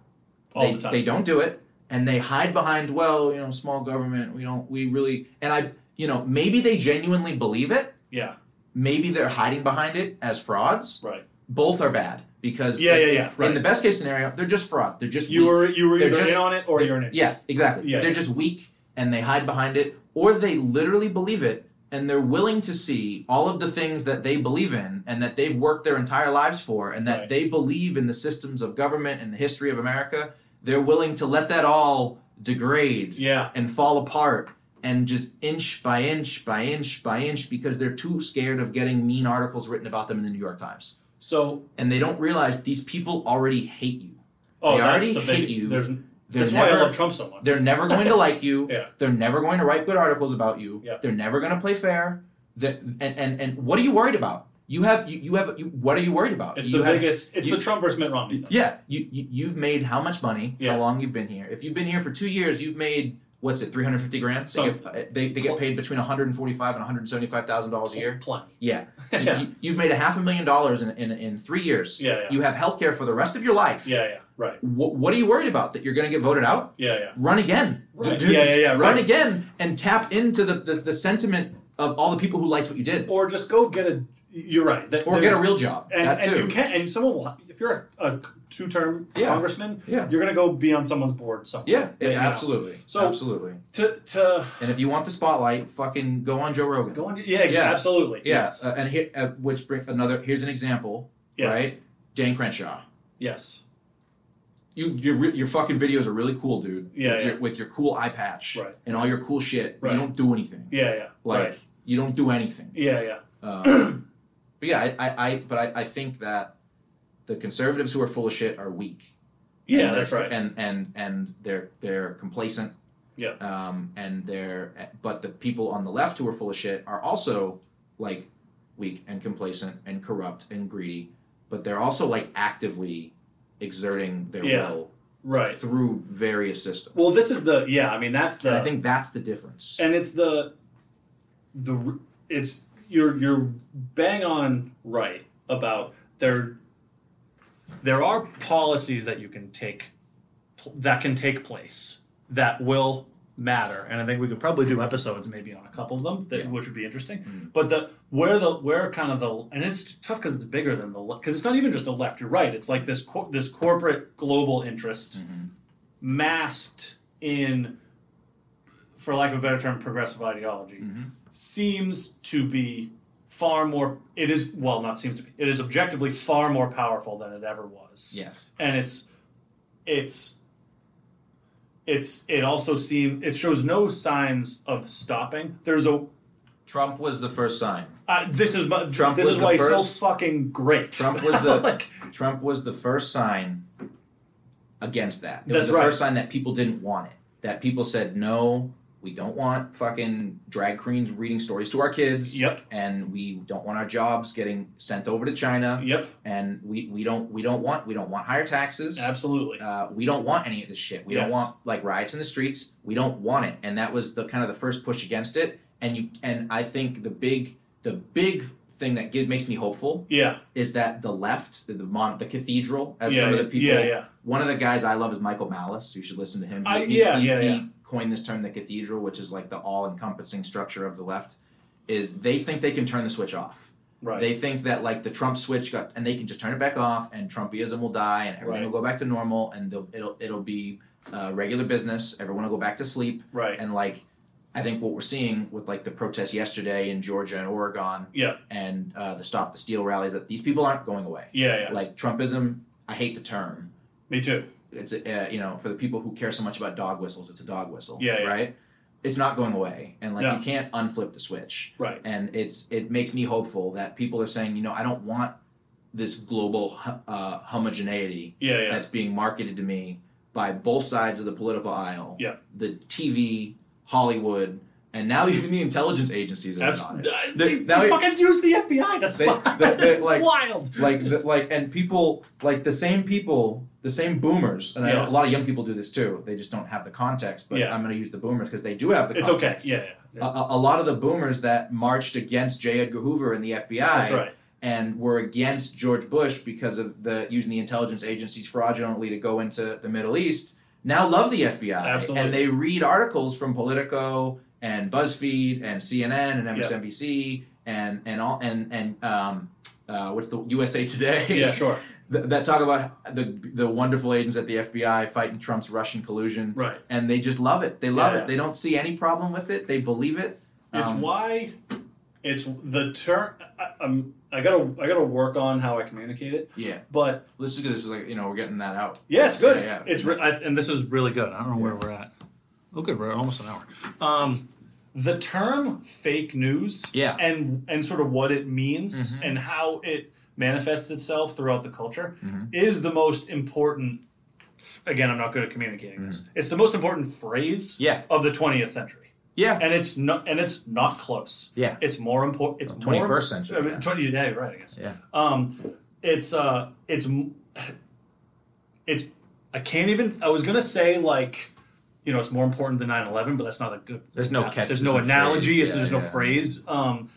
Speaker 2: All
Speaker 1: they
Speaker 2: the time.
Speaker 1: they don't do it, and they hide behind well, you know, small government. We don't we really and I you know maybe they genuinely believe it.
Speaker 2: Yeah.
Speaker 1: Maybe they're hiding behind it as frauds.
Speaker 2: Right.
Speaker 1: Both are bad because
Speaker 2: Yeah,
Speaker 1: in-
Speaker 2: yeah, yeah,
Speaker 1: in-
Speaker 2: right.
Speaker 1: In the best case scenario, they're just fraud. They're just
Speaker 2: You
Speaker 1: weak.
Speaker 2: were you were
Speaker 1: They're
Speaker 2: either
Speaker 1: just-
Speaker 2: in on it or you're in it.
Speaker 1: Yeah, exactly.
Speaker 2: Yeah.
Speaker 1: They're just weak and they hide behind it, or they literally believe it and they're willing to see all of the things that they believe in and that they've worked their entire lives for and that
Speaker 2: Right.
Speaker 1: they believe in the systems of government and the history of America. They're willing to let that all degrade
Speaker 2: Yeah.
Speaker 1: and fall apart and just inch by inch by inch by inch because they're too scared of getting mean articles written about them in the New York Times.
Speaker 2: So
Speaker 1: And they don't realize these people already hate you.
Speaker 2: oh,
Speaker 1: They
Speaker 2: that's
Speaker 1: already
Speaker 2: the thing.
Speaker 1: hate you.
Speaker 2: There's,
Speaker 1: They're
Speaker 2: that's why I
Speaker 1: never-
Speaker 2: love Trump so much.
Speaker 1: They're never going to like you.
Speaker 2: <laughs> Yeah.
Speaker 1: They're never going to write good articles about you.
Speaker 2: Yep.
Speaker 1: They're never going to play fair. The, and, and and what are you worried about? You have you, you have you, what are you worried about?
Speaker 2: It's
Speaker 1: you
Speaker 2: the
Speaker 1: have-
Speaker 2: biggest. It's
Speaker 1: you-
Speaker 2: the Trump versus Mitt Romney thing.
Speaker 1: Yeah, you, you you've made how much money?
Speaker 2: Yeah.
Speaker 1: How long you've been here? If you've been here for two years, you've made what's it? Three hundred fifty grand. They
Speaker 2: Some-
Speaker 1: get, uh, they, they get paid between one hundred and forty five and one hundred seventy five thousand dollars a year.
Speaker 2: Plenty.
Speaker 1: Yeah, You-
Speaker 2: <laughs> Yeah.
Speaker 1: you, have made a half a million dollars in in, in three years.
Speaker 2: Yeah, yeah.
Speaker 1: You have health care for the rest of your life.
Speaker 2: Yeah, yeah, right.
Speaker 1: Wh- what are you worried about? That you're going to get voted out?
Speaker 2: Yeah, yeah.
Speaker 1: Run again.
Speaker 2: Right.
Speaker 1: Dude,
Speaker 2: Yeah, yeah, yeah,
Speaker 1: Run
Speaker 2: right.
Speaker 1: again and tap into the, the, the sentiment of all the people who liked what you did.
Speaker 2: Or just go get a. You're right. That,
Speaker 1: Or get a
Speaker 2: there's-
Speaker 1: real job.
Speaker 2: And,
Speaker 1: that too.
Speaker 2: and you can, and someone will. If you're a, a two-term
Speaker 1: Yeah.
Speaker 2: congressman,
Speaker 1: Yeah.
Speaker 2: you're gonna go be on someone's board somewhere.
Speaker 1: yeah,
Speaker 2: That,
Speaker 1: it-
Speaker 2: you know,
Speaker 1: absolutely.
Speaker 2: So-
Speaker 1: absolutely.
Speaker 2: To to
Speaker 1: And if you want the spotlight, fucking go on Joe Rogan.
Speaker 2: go on. Yeah, ex-
Speaker 1: Yeah.
Speaker 2: absolutely.
Speaker 1: yeah,
Speaker 2: Yes.
Speaker 1: uh, and here, uh, which brings another. Here's an example,
Speaker 2: Yeah.
Speaker 1: right? Dan Crenshaw.
Speaker 2: yes.
Speaker 1: You your re- your fucking videos are really cool, dude.
Speaker 2: Yeah,
Speaker 1: with,
Speaker 2: yeah.
Speaker 1: Your, with your cool eye patch
Speaker 2: Right.
Speaker 1: and all your cool shit, but you
Speaker 2: Right.
Speaker 1: don't do anything.
Speaker 2: Yeah, yeah.
Speaker 1: Like
Speaker 2: right.
Speaker 1: you don't do anything.
Speaker 2: Yeah, yeah. <clears throat>
Speaker 1: Um, but yeah, I, I, I but I, I think that the conservatives who are full of shit are weak.
Speaker 2: Yeah,
Speaker 1: And
Speaker 2: that's
Speaker 1: they're-
Speaker 2: right.
Speaker 1: And and and they're they're complacent.
Speaker 2: Yeah.
Speaker 1: Um, and they're but the people on the left who are full of shit are also like weak and complacent and corrupt and greedy, but they're also like actively exerting their
Speaker 2: Yeah.
Speaker 1: will
Speaker 2: Right.
Speaker 1: through various systems.
Speaker 2: Well, this is the yeah. I mean, that's the
Speaker 1: and I think that's the difference.
Speaker 2: and it's the the r- it's you're you're bang on right about there there are policies that you can take pl- that can take place that will matter and i think we could probably do episodes maybe on a couple of them that,
Speaker 1: Yeah.
Speaker 2: which would be interesting but the where the where kind of the and it's tough because it's bigger than the because it's not even just the left you're right it's like this cor- this corporate global interest masked in for lack of a better term progressive ideology
Speaker 1: Mm-hmm.
Speaker 2: seems to be far more it is well not seems to be it is objectively far more powerful than it ever was
Speaker 1: yes.
Speaker 2: and it's it's it's it also seem it shows no signs of stopping there's a
Speaker 1: Trump was the first sign.
Speaker 2: uh, this is my
Speaker 1: Trump
Speaker 2: this
Speaker 1: was
Speaker 2: is
Speaker 1: the
Speaker 2: why he's so
Speaker 1: first-
Speaker 2: fucking great
Speaker 1: Trump
Speaker 2: <laughs>
Speaker 1: was the
Speaker 2: Like,
Speaker 1: Trump was the first sign against that. It
Speaker 2: That's
Speaker 1: was the
Speaker 2: right.
Speaker 1: first sign that people didn't want it. That people said, no, we don't want fucking drag queens reading stories to our kids.
Speaker 2: Yep.
Speaker 1: And we don't want our jobs getting sent over to China.
Speaker 2: yep
Speaker 1: And we, we don't we don't want we don't want higher taxes.
Speaker 2: absolutely
Speaker 1: Uh, we don't want any of this shit. We don't
Speaker 2: Yes.
Speaker 1: want like riots in the streets. We don't want it. And that was the kind of the first push against it. And you and I think the big the big thing that gives, makes me hopeful
Speaker 2: yeah
Speaker 1: is that the left, the the, mon- the cathedral, as
Speaker 2: yeah
Speaker 1: some of the people.
Speaker 2: yeah yeah
Speaker 1: One of the guys I love is Michael Malice. You should listen to him.
Speaker 2: I-
Speaker 1: he,
Speaker 2: yeah,
Speaker 1: he,
Speaker 2: yeah,
Speaker 1: he
Speaker 2: yeah.
Speaker 1: coined this term, the cathedral, which is like the all-encompassing structure of the left. Is they think they can turn the switch off.
Speaker 2: right
Speaker 1: They think that like the Trump switch got, and they can just turn it back off, and Trumpism will die, and everything
Speaker 2: Right.
Speaker 1: will go back to normal, and they'll, it'll it'll be uh, regular business. Everyone will go back to sleep,
Speaker 2: right
Speaker 1: and like. I think what we're seeing with like the protests yesterday in Georgia and Oregon
Speaker 2: yeah
Speaker 1: and uh, the Stop the Steal rallies that these people aren't going away.
Speaker 2: yeah yeah
Speaker 1: Like Trumpism, I hate the term,
Speaker 2: me too
Speaker 1: it's uh, you know for the people who care so much about dog whistles, it's a dog whistle.
Speaker 2: Yeah, yeah.
Speaker 1: Right. It's not going away, and like
Speaker 2: No.
Speaker 1: you can't unflip the switch.
Speaker 2: Right.
Speaker 1: And it's it makes me hopeful that people are saying, you know, I don't want this global hu- uh, homogeneity
Speaker 2: Yeah, yeah.
Speaker 1: that's being marketed to me by both sides of the political aisle.
Speaker 2: Yeah.
Speaker 1: The TV, Hollywood, and now <laughs> even the intelligence agencies are
Speaker 2: Abs-
Speaker 1: on it.
Speaker 2: uh, they
Speaker 1: Now
Speaker 2: they
Speaker 1: it-
Speaker 2: fucking use the FBI. That's
Speaker 1: They-
Speaker 2: wild.
Speaker 1: they- they,
Speaker 2: it's
Speaker 1: like-
Speaker 2: wild.
Speaker 1: like the,
Speaker 2: It's-
Speaker 1: like and people like the same people the same boomers and I know
Speaker 2: Yeah.
Speaker 1: a lot of young people do this too they just don't have the context but
Speaker 2: Yeah.
Speaker 1: i'm going to use the boomers because they do have the
Speaker 2: it's okay.
Speaker 1: context Uh,
Speaker 2: Yeah, yeah. yeah.
Speaker 1: a, a- a lot of the boomers that marched against j edgar hoover and the fbi
Speaker 2: That's right.
Speaker 1: and were against george bush because of the using the intelligence agencies fraudulently to go into the middle east now love the fbi
Speaker 2: Absolutely.
Speaker 1: and they read articles from politico and buzzfeed and cnn and msnbc and and all and and um uh, what's the USA Today?
Speaker 2: Yeah, sure.
Speaker 1: <laughs> th- that talk about the the wonderful agents at the FBI fighting Trump's Russian collusion,
Speaker 2: Right.
Speaker 1: and they just love it. They love
Speaker 2: Yeah.
Speaker 1: it. They don't see any problem with it. They believe it.
Speaker 2: It's
Speaker 1: Um,
Speaker 2: why it's the term. I, I'm. I gotta. I gotta work on how I communicate it.
Speaker 1: yeah.
Speaker 2: But
Speaker 1: Let's just get this like you know we're getting that out.
Speaker 2: yeah, it's good.
Speaker 1: Yeah, yeah.
Speaker 2: It's re- I, and this is really good. I don't know where we're at. Oh, good. We're at almost an hour. Um, the term fake news.
Speaker 1: Yeah. Mm-hmm.
Speaker 2: And and sort of what it means and how it manifests itself throughout the culture
Speaker 1: Mm-hmm.
Speaker 2: is the most important. Again, I'm not good at communicating this. It's the most important phrase.
Speaker 1: Mm-hmm. Yeah.
Speaker 2: Of the 20th century.
Speaker 1: Yeah.
Speaker 2: and it's not and it's not close.
Speaker 1: Yeah.
Speaker 2: it's more important. It's
Speaker 1: Twenty
Speaker 2: more,
Speaker 1: first century.
Speaker 2: I mean,
Speaker 1: yeah.
Speaker 2: twenty. Yeah, you're right. I guess.
Speaker 1: Yeah.
Speaker 2: Um, it's uh, it's m- it's. I can't even. I was gonna say like, you know, it's more important than 9-11, but that's not a good.
Speaker 1: There's no catch,
Speaker 2: There's
Speaker 1: there's
Speaker 2: no
Speaker 1: no
Speaker 2: analogy.
Speaker 1: phrase,
Speaker 2: It's there's
Speaker 1: yeah,
Speaker 2: no
Speaker 1: yeah.
Speaker 2: phrase. Um,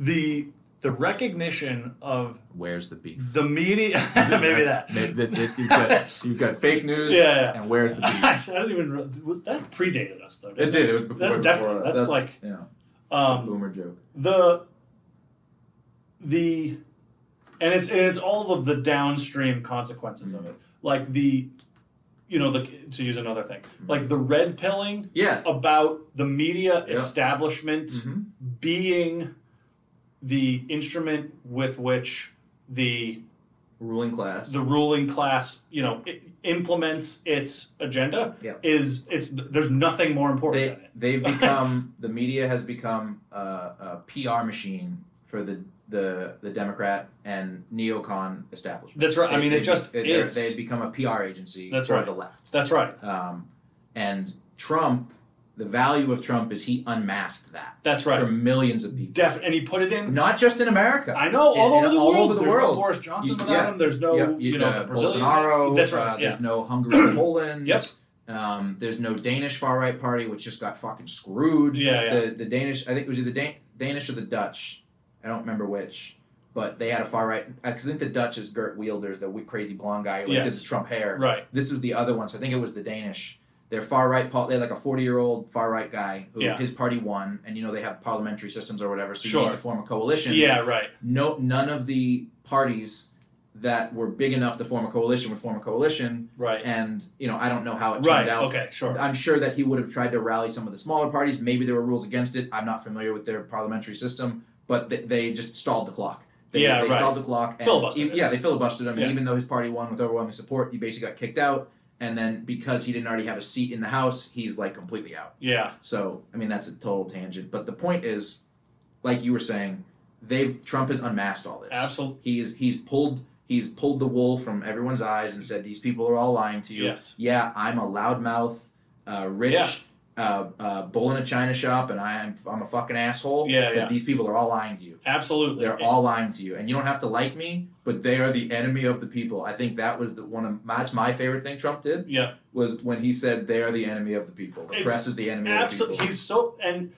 Speaker 2: the the recognition of
Speaker 1: Where's the beef?
Speaker 2: the media. <laughs> maybe
Speaker 1: That's-
Speaker 2: that.
Speaker 1: that's it. You've
Speaker 2: <laughs>
Speaker 1: got, you've got fake news.
Speaker 2: Yeah, yeah. <laughs>
Speaker 1: And where's the beef?
Speaker 2: I don't even. re- Was that predated us though? didn't
Speaker 1: It did. It was before.
Speaker 2: That's
Speaker 1: before
Speaker 2: definitely-
Speaker 1: us.
Speaker 2: that's like-
Speaker 1: you know,
Speaker 2: Um,
Speaker 1: boomer joke.
Speaker 2: the the and it's and it's all of the downstream consequences
Speaker 1: Mm.
Speaker 2: of it like the you know the to use another thing
Speaker 1: Mm.
Speaker 2: like the red pilling
Speaker 1: Yeah.
Speaker 2: about the media
Speaker 1: Yeah.
Speaker 2: establishment
Speaker 1: Mm-hmm.
Speaker 2: being the instrument with which the
Speaker 1: Ruling class.
Speaker 2: the ruling class you know it implements its agenda
Speaker 1: Yeah.
Speaker 2: is it's there's nothing more important
Speaker 1: they
Speaker 2: than it
Speaker 1: they've become the media has become a, a PR machine for the the the Democrat and neocon establishment.
Speaker 2: That's right. I
Speaker 1: They-
Speaker 2: mean, it
Speaker 1: they-
Speaker 2: just
Speaker 1: they're-
Speaker 2: is.
Speaker 1: They've become a PR agency
Speaker 2: That's
Speaker 1: for
Speaker 2: right.
Speaker 1: the left.
Speaker 2: that's right
Speaker 1: Um, and Trump, the value of Trump is he unmasked that
Speaker 2: that's right
Speaker 1: for millions of people,
Speaker 2: Def- and he put it in
Speaker 1: not just in America.
Speaker 2: I know all
Speaker 1: In-
Speaker 2: over
Speaker 1: in
Speaker 2: the
Speaker 1: all
Speaker 2: world.
Speaker 1: over the
Speaker 2: there's
Speaker 1: world.
Speaker 2: No Boris Johnson
Speaker 1: You-
Speaker 2: without
Speaker 1: yeah.
Speaker 2: him. There's no
Speaker 1: Yep,
Speaker 2: you know
Speaker 1: uh,
Speaker 2: the Brazilian
Speaker 1: Bolsonaro.
Speaker 2: That's
Speaker 1: uh,
Speaker 2: right. yeah.
Speaker 1: there's no
Speaker 2: <clears throat>
Speaker 1: Hungary, Poland.
Speaker 2: Yep.
Speaker 1: Um, there's no Danish far right party, which just got fucking screwed.
Speaker 2: Yeah, yeah.
Speaker 1: The the Danish, I think it was either Dan- Danish or the Dutch. I don't remember which, but they had a far right. I think the Dutch is Gert Wilders, the w- crazy blonde guy who like,
Speaker 2: Yes.
Speaker 1: did the Trump hair.
Speaker 2: Right.
Speaker 1: This was the other one, so I think it was the Danish. They're far right. pol- They're like a forty-year-old far right guy who
Speaker 2: Yeah.
Speaker 1: his party won, and you know they have parliamentary systems or whatever, so you
Speaker 2: Sure.
Speaker 1: need to form a coalition
Speaker 2: Yeah. Right.
Speaker 1: no none of the parties that were big enough to form a coalition would form a coalition
Speaker 2: Right.
Speaker 1: and you know i don't know how it turned
Speaker 2: right.
Speaker 1: out
Speaker 2: Okay. Sure.
Speaker 1: i'm sure that he would have tried to rally some of the smaller parties maybe there were rules against it i'm not familiar with their parliamentary system but they, they just stalled the clock they,
Speaker 2: Yeah,
Speaker 1: they
Speaker 2: right.
Speaker 1: stalled the clock and
Speaker 2: Filibustered
Speaker 1: e-
Speaker 2: it.
Speaker 1: yeah they filibustered him
Speaker 2: Yeah.
Speaker 1: and even though his party won with overwhelming support he basically got kicked out and then because he didn't already have a seat in the house he's like completely out
Speaker 2: yeah.
Speaker 1: so, I mean, that's a total tangent. But the point is, like you were saying, they've Trump has unmasked all this.
Speaker 2: Absol-
Speaker 1: He's he's pulled he's pulled the wool from everyone's eyes and said these people are all lying to you.
Speaker 2: Yes.
Speaker 1: Yeah, I'm a loudmouth, uh, rich.
Speaker 2: Yeah.
Speaker 1: Uh, uh, bull in a china shop, and I'm I'm a fucking asshole.
Speaker 2: Yeah,
Speaker 1: but
Speaker 2: yeah.
Speaker 1: These people are all lying to you.
Speaker 2: Absolutely.
Speaker 1: They're all lying to you, and you don't have to like me, but they are the enemy of the people. I think that was the one of my, that's my favorite thing Trump did
Speaker 2: Yeah.
Speaker 1: was when he said they are the enemy of the people. The
Speaker 2: Ex-
Speaker 1: press is the enemy of the people.
Speaker 2: Absolutely. He's so and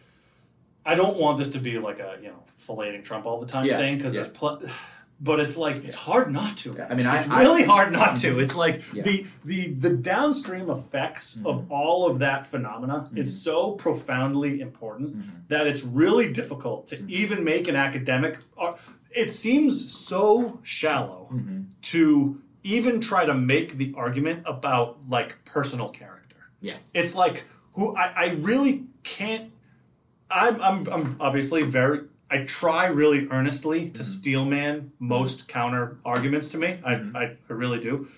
Speaker 2: I don't want this to be like a you know filleting Trump all the time
Speaker 1: Yeah,
Speaker 2: thing because
Speaker 1: yeah.
Speaker 2: there's pl- <sighs> but it's like it's hard not to.
Speaker 1: Yeah, I mean, I-
Speaker 2: it's
Speaker 1: I-
Speaker 2: really hard not to. It's like
Speaker 1: Yeah. Mm-hmm.
Speaker 2: the the the downstream effects of all of that phenomena is so profoundly important
Speaker 1: Mm-hmm.
Speaker 2: that it's really difficult to even make an academic. ar- It seems so shallow
Speaker 1: Mm-hmm.
Speaker 2: to even try to make the argument about like personal character.
Speaker 1: Yeah.
Speaker 2: It's like who I, I really can't. I'm, I'm I'm obviously very. I try really
Speaker 1: Mm-hmm. Mm-hmm.
Speaker 2: earnestly to steelman most counter arguments to me. I, I, I really do.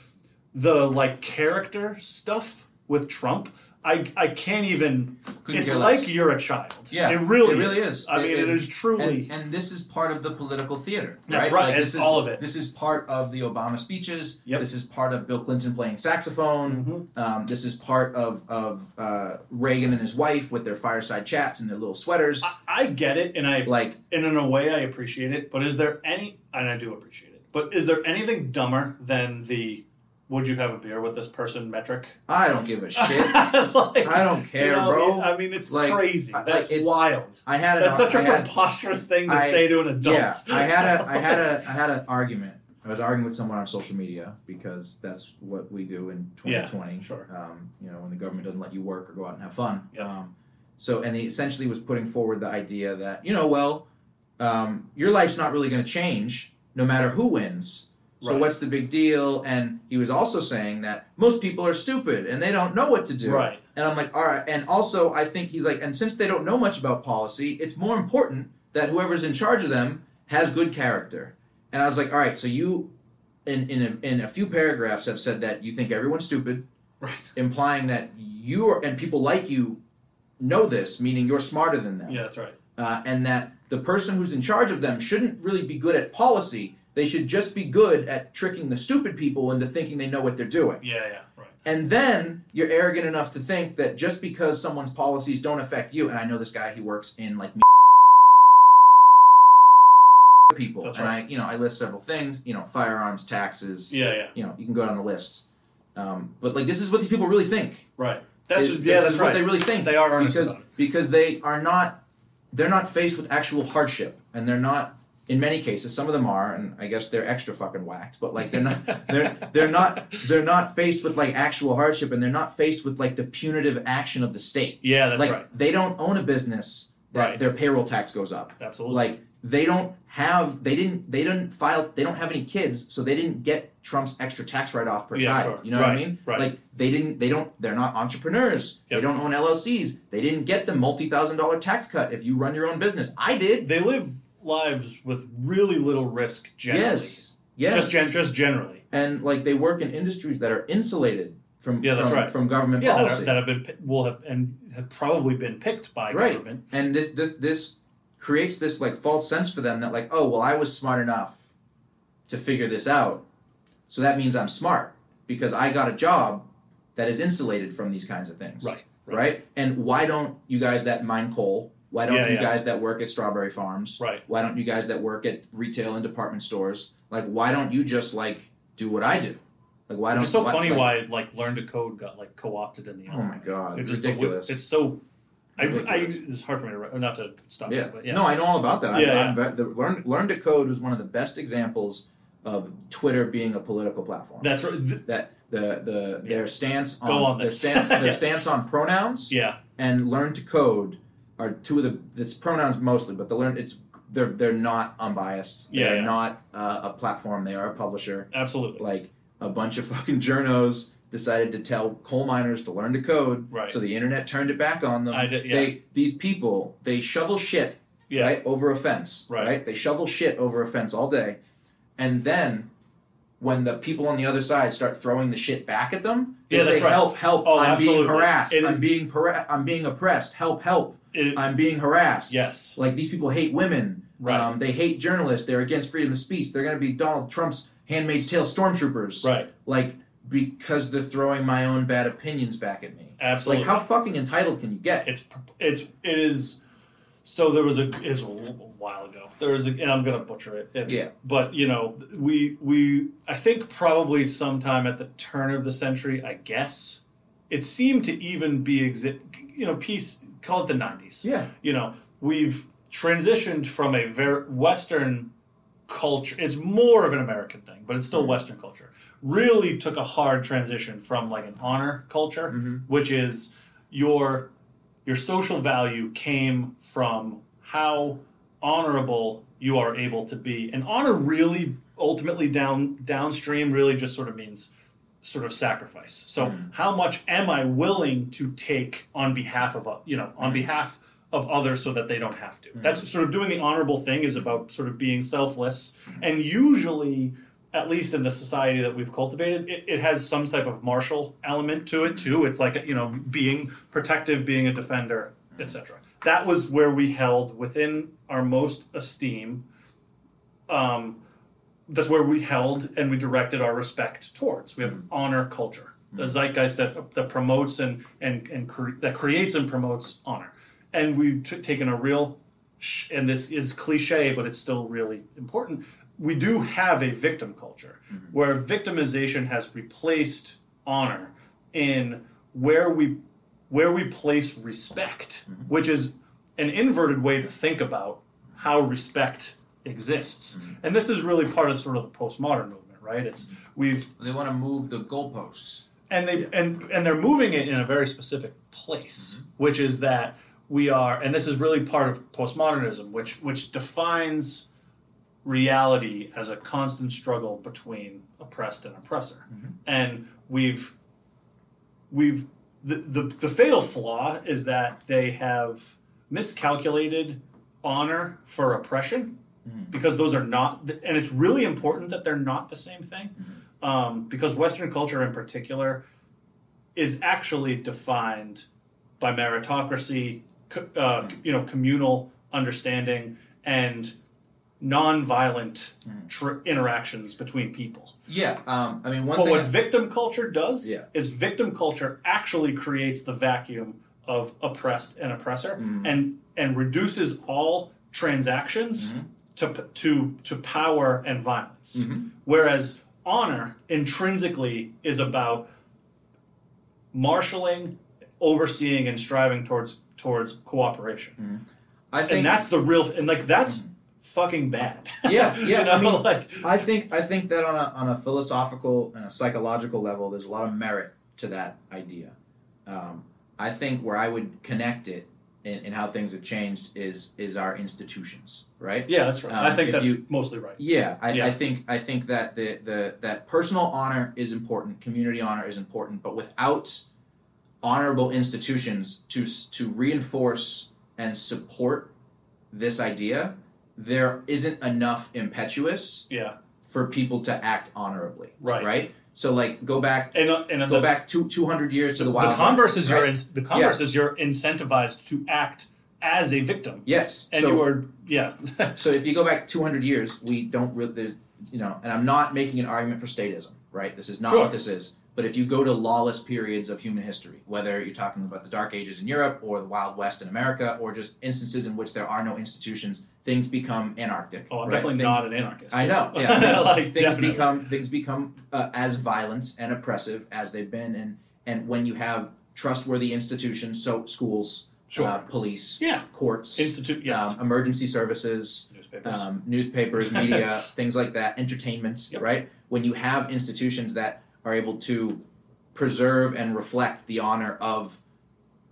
Speaker 2: the like character stuff with Trump. I, I can't even.
Speaker 4: Couldn't
Speaker 2: it's
Speaker 4: care
Speaker 2: like
Speaker 4: less.
Speaker 2: you're a child.
Speaker 1: Yeah,
Speaker 2: it really,
Speaker 1: it really is.
Speaker 2: I mean, it is truly.
Speaker 1: And, and this is part of the political theater. right.
Speaker 2: That's right,
Speaker 1: Like,
Speaker 2: and
Speaker 1: this is,
Speaker 2: all of it.
Speaker 1: This is part of the Obama speeches.
Speaker 2: Yep.
Speaker 1: This is part of Bill Clinton playing saxophone.
Speaker 2: Mm-hmm.
Speaker 1: Um, this is part of of uh, Reagan and his wife with their fireside chats and their little sweaters.
Speaker 2: I, I get it, and I
Speaker 1: like
Speaker 2: and in a way I appreciate it, but is there any and I do appreciate it, but is there anything dumber than the would you have a beer with this person metric?
Speaker 1: I don't
Speaker 2: <laughs>
Speaker 1: give a shit.
Speaker 2: like,
Speaker 1: I don't
Speaker 2: you
Speaker 1: care,
Speaker 2: know,
Speaker 1: bro.
Speaker 2: I mean it's
Speaker 1: Like,
Speaker 2: crazy.
Speaker 1: I- like,
Speaker 2: That's
Speaker 1: it's-
Speaker 2: wild.
Speaker 1: I had an
Speaker 2: That's such
Speaker 1: a
Speaker 2: a preposterous thing to
Speaker 1: I-
Speaker 2: say to an adult.
Speaker 1: Yeah, I had a I had a I had an argument. I was arguing with someone on social media because that's what we do in
Speaker 2: Yeah,
Speaker 1: 2020.
Speaker 2: <laughs> sure.
Speaker 1: Um, you know, when the government doesn't let you work or go out and have fun.
Speaker 2: Yeah.
Speaker 1: Um, so, and he essentially was putting forward the idea that you know, well, um, your life's not really going to change no matter who wins. So
Speaker 2: Right.
Speaker 1: what's the big deal? And he was also saying that most people are stupid and they don't know what to do.
Speaker 2: Right.
Speaker 1: And I'm like, all right. And also, I think he's like, and since they don't know much about policy, it's more important that whoever's in charge of them has good character. And I was like, all right, so you, in in a, in a few paragraphs, have said that you think everyone's stupid,
Speaker 2: Right.
Speaker 1: implying that you are, and people like you know this, meaning you're smarter than them,
Speaker 2: Yeah, that's right.
Speaker 1: uh, and that the person who's in charge of them shouldn't really be good at policy. They should just be good at tricking the stupid people into thinking they know what they're doing.
Speaker 2: Yeah, yeah, right.
Speaker 1: And then you're arrogant enough to think that just because someone's policies don't affect you, and I know this guy, he works in like people,
Speaker 2: That's
Speaker 1: and I, you know, I list several things, you know, firearms, taxes,
Speaker 2: Yeah, yeah,
Speaker 1: you know, you can go down the list. Um, but like, this is what these people really think.
Speaker 2: right. That's
Speaker 1: This-
Speaker 2: yeah,
Speaker 1: this
Speaker 2: that's
Speaker 1: is
Speaker 2: right.
Speaker 1: what they really think.
Speaker 2: They are earnest
Speaker 1: because
Speaker 2: about it.
Speaker 1: because they are not, they're not faced with actual hardship, and they're not. In many cases, some of them are, and I guess they're extra fucking whacked. But like, they're not, <laughs> they're they're not, they're not faced with like actual hardship, and they're not faced with like the punitive action of the state.
Speaker 2: Yeah, that's
Speaker 1: like
Speaker 2: right.
Speaker 1: they don't own a business that
Speaker 2: Right.
Speaker 1: their payroll tax goes up.
Speaker 2: Absolutely.
Speaker 1: Like they don't have they didn't they didn't file they don't have any kids, so they didn't get Trump's extra tax write off per
Speaker 2: Yeah,
Speaker 1: child.
Speaker 2: sure.
Speaker 1: You know what I
Speaker 2: Right,
Speaker 1: mean?
Speaker 2: right.
Speaker 1: Like they didn't they don't they're not entrepreneurs. They
Speaker 2: Yep.
Speaker 1: don't own LLCs. They didn't get the multi thousand dollar tax cut if you run your own business. I did.
Speaker 2: They live lives with really little risk generally.
Speaker 1: Yes. Yes.
Speaker 2: Just gen- just generally.
Speaker 1: and like they work in industries that are insulated from
Speaker 2: Yeah, that's
Speaker 1: from,
Speaker 2: right.
Speaker 1: from government
Speaker 2: yeah, that,
Speaker 1: policy.
Speaker 2: have, that have been pi- will have and have probably been picked by
Speaker 1: right.
Speaker 2: government.
Speaker 1: And this this this creates this like false sense for them that like, oh well I was smart enough to figure this out. So that means I'm smart because I got a job that is insulated from these kinds of things.
Speaker 2: Right,
Speaker 1: Right?
Speaker 2: right.
Speaker 1: And why don't you guys that mine coal? Why don't
Speaker 2: Yeah,
Speaker 1: you
Speaker 2: yeah.
Speaker 1: guys that work at strawberry farms?
Speaker 2: Right.
Speaker 1: Why don't you guys that work at retail and department stores? Like why don't you just like do what I do? Like why don't
Speaker 2: It's just so
Speaker 1: why,
Speaker 2: funny
Speaker 1: like-
Speaker 2: why like learn to code got like co opted in the
Speaker 1: Oh my god,
Speaker 2: it's
Speaker 1: it's
Speaker 2: just the-
Speaker 1: ridiculous.
Speaker 2: it's so I, I
Speaker 1: Ridiculous.
Speaker 2: it's hard for me to re- not to stop
Speaker 1: Yeah.
Speaker 2: you, but yeah.
Speaker 1: No, I know all about that. I,
Speaker 2: Yeah,
Speaker 1: I'm ve- the, learn, learn to code was one of the best examples of Twitter being a political platform.
Speaker 2: that's right. Th-
Speaker 1: that the the their stance on,
Speaker 2: Go on
Speaker 1: their
Speaker 2: this.
Speaker 1: stance their
Speaker 2: <laughs> Yes.
Speaker 1: stance on pronouns
Speaker 2: yeah.
Speaker 1: and learn to code are two of the it's pronouns mostly, but the learn it's they're they're not unbiased.
Speaker 2: Yeah,
Speaker 1: they're
Speaker 2: yeah.
Speaker 1: not uh, a platform. They are a publisher.
Speaker 2: Absolutely.
Speaker 1: Like a bunch of <laughs> fucking journos decided to tell coal miners to learn to code.
Speaker 2: Right.
Speaker 1: So the internet turned it back on them.
Speaker 2: I did- yeah.
Speaker 1: They these people they shovel shit
Speaker 2: yeah.
Speaker 1: right over a fence
Speaker 2: Right.
Speaker 1: they shovel shit over a fence all day and then when the people on the other side start throwing the shit back at them they
Speaker 2: Yeah, that's
Speaker 1: say
Speaker 2: right.
Speaker 1: help help
Speaker 2: Oh,
Speaker 1: i'm
Speaker 2: absolutely.
Speaker 1: being harassed
Speaker 2: It
Speaker 1: i'm
Speaker 2: is-
Speaker 1: being para- i'm being oppressed help help
Speaker 2: It-
Speaker 1: i'm being harassed
Speaker 2: Yes.
Speaker 1: like these people hate women
Speaker 2: Right.
Speaker 1: um, they hate journalists they're against freedom of speech they're going to be donald trump's handmaid's tale stormtroopers
Speaker 2: Right.
Speaker 1: like because they're throwing my own bad opinions back at me
Speaker 2: Absolutely.
Speaker 1: like how fucking entitled can you get
Speaker 2: it's it's it is so there was a is a while ago there was a, and i'm gonna butcher it and-
Speaker 1: Yeah.
Speaker 2: but you know we we i think probably sometime at the turn of the century i guess it seemed to even be exi- you know peace call it the 90s
Speaker 1: Yeah.
Speaker 2: you know we've transitioned from a very western culture it's more of an american thing but it's still western culture really took a hard transition from like an honor culture which is your your social value came from how honorable you are able to be and honor really ultimately down downstream really just sort of means sort of sacrifice so how much am i willing to take on behalf of o- you know on behalf of others so that they don't have to that's sort of doing the honorable thing is about sort of being selfless and usually at least in the society that we've cultivated, it, it has some type of martial element to it too. It's like you know, being protective, being a defender, etc. That was where we held within our most esteem. Um, that's where we held and we directed our respect towards. We have an honor culture, a zeitgeist that that promotes and and and cre- that creates and promotes honor, and we've t- taken a real, sh- and this is cliche, but it's still really important. We do have a victim culture where victimization has replaced honor in where we where we place respect, which is an inverted way to think about how respect exists. And this is really part of sort of the postmodern movement, right? It's we've
Speaker 1: They want to move the goalposts.
Speaker 2: and they
Speaker 1: Yeah.
Speaker 2: and and they're moving it in a very specific place, which is that we are, and this is really part of postmodernism, which which defines reality as a constant struggle between oppressed and oppressor, and we've we've the, the the fatal flaw is that they have miscalculated honor for oppression because those are not th- and it's really important that they're not the same thing um, because western culture in particular is actually defined by meritocracy co- uh, you know communal understanding and nonviolent tr- interactions between people
Speaker 1: Yeah, um, I mean one
Speaker 2: but
Speaker 1: thing.
Speaker 2: what
Speaker 1: I-
Speaker 2: victim culture does
Speaker 1: Yeah.
Speaker 2: is victim culture actually creates the vacuum of oppressed and oppressor
Speaker 1: Mm-hmm.
Speaker 2: and and reduces all transactions
Speaker 1: Mm-hmm.
Speaker 2: to p- to to power and violence
Speaker 1: Mm-hmm.
Speaker 2: whereas honor intrinsically is about marshaling overseeing and striving towards towards cooperation
Speaker 1: Mm-hmm. I think
Speaker 2: and that's the real and like that's fucking bad
Speaker 1: Mm-hmm. Yeah, yeah,
Speaker 2: <laughs> you know,
Speaker 1: I mean,
Speaker 2: like
Speaker 1: I think I think that on a on a philosophical and a psychological level, there's a lot of merit to that idea. Um, I think where I would connect it in, in how things have changed is is our institutions, right?
Speaker 2: yeah that's right i
Speaker 1: Um,
Speaker 2: think
Speaker 1: if
Speaker 2: that's
Speaker 1: you-
Speaker 2: mostly right
Speaker 1: Yeah, I,
Speaker 2: Yeah.
Speaker 1: I think I think that the, the that personal honor is important, community honor is important, but without honorable institutions to s- to reinforce and support this idea, there isn't enough impetuous
Speaker 2: yeah
Speaker 1: for people to act honorably.
Speaker 2: Right.
Speaker 1: Right. So like go back
Speaker 2: and uh, and
Speaker 1: go back two two hundred years to the wild.
Speaker 2: the converse
Speaker 1: West,
Speaker 2: is
Speaker 1: right?
Speaker 2: you're in, the converse is you're incentivized to act as a victim,
Speaker 1: Yes.
Speaker 2: and
Speaker 1: so,
Speaker 2: you are yeah, <laughs>
Speaker 1: so if you go back two hundred years, we don't really there's- you know, and I'm not making an argument for statism, right? This is not
Speaker 2: Sure.
Speaker 1: what this is. But if you go to lawless periods of human history, whether you're talking about the Dark Ages in Europe or the Wild West in America, or just instances in which there are no institutions, things become anarchic.
Speaker 2: oh, I'm
Speaker 1: right?
Speaker 2: definitely
Speaker 1: Things-
Speaker 2: not an anarchist.
Speaker 1: I know. Yeah, things,
Speaker 2: <laughs> Like,
Speaker 1: things
Speaker 2: definitely.
Speaker 1: become things become uh, as violent and oppressive as they've been, and and when you have trustworthy institutions, so schools,
Speaker 2: Sure.
Speaker 1: uh, police,
Speaker 2: Yeah.
Speaker 1: courts,
Speaker 2: Institute yes,
Speaker 1: um, emergency services,
Speaker 2: newspapers.
Speaker 1: um,
Speaker 2: <laughs>
Speaker 1: newspapers, media, things like that, entertainment,
Speaker 2: Yep.
Speaker 1: right? When you have institutions that are able to preserve and reflect the honor of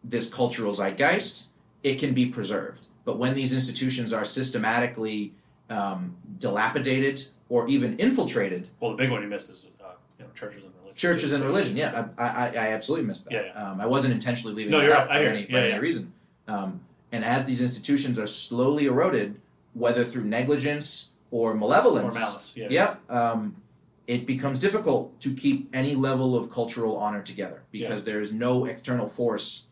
Speaker 1: this cultural zeitgeist, it can be preserved. But when these institutions are systematically um, dilapidated or even infiltrated,
Speaker 2: well, the big one you missed is uh, you know churches and religion.
Speaker 1: churches
Speaker 2: too.
Speaker 1: and religion, yeah, I, I, I absolutely missed that.
Speaker 2: Yeah, yeah.
Speaker 1: Um, I wasn't intentionally leaving
Speaker 2: No,
Speaker 1: that
Speaker 2: you're
Speaker 1: out
Speaker 2: right. I
Speaker 1: for
Speaker 2: hear
Speaker 1: any,
Speaker 2: you.
Speaker 1: for
Speaker 2: Yeah,
Speaker 1: any
Speaker 2: yeah.
Speaker 1: reason. Um, and as these institutions are slowly eroded, whether through negligence or
Speaker 2: or
Speaker 1: malevolence,
Speaker 2: malice. Yeah,
Speaker 1: Yep. Um, it becomes difficult to keep any level of cultural honor together because there is no external force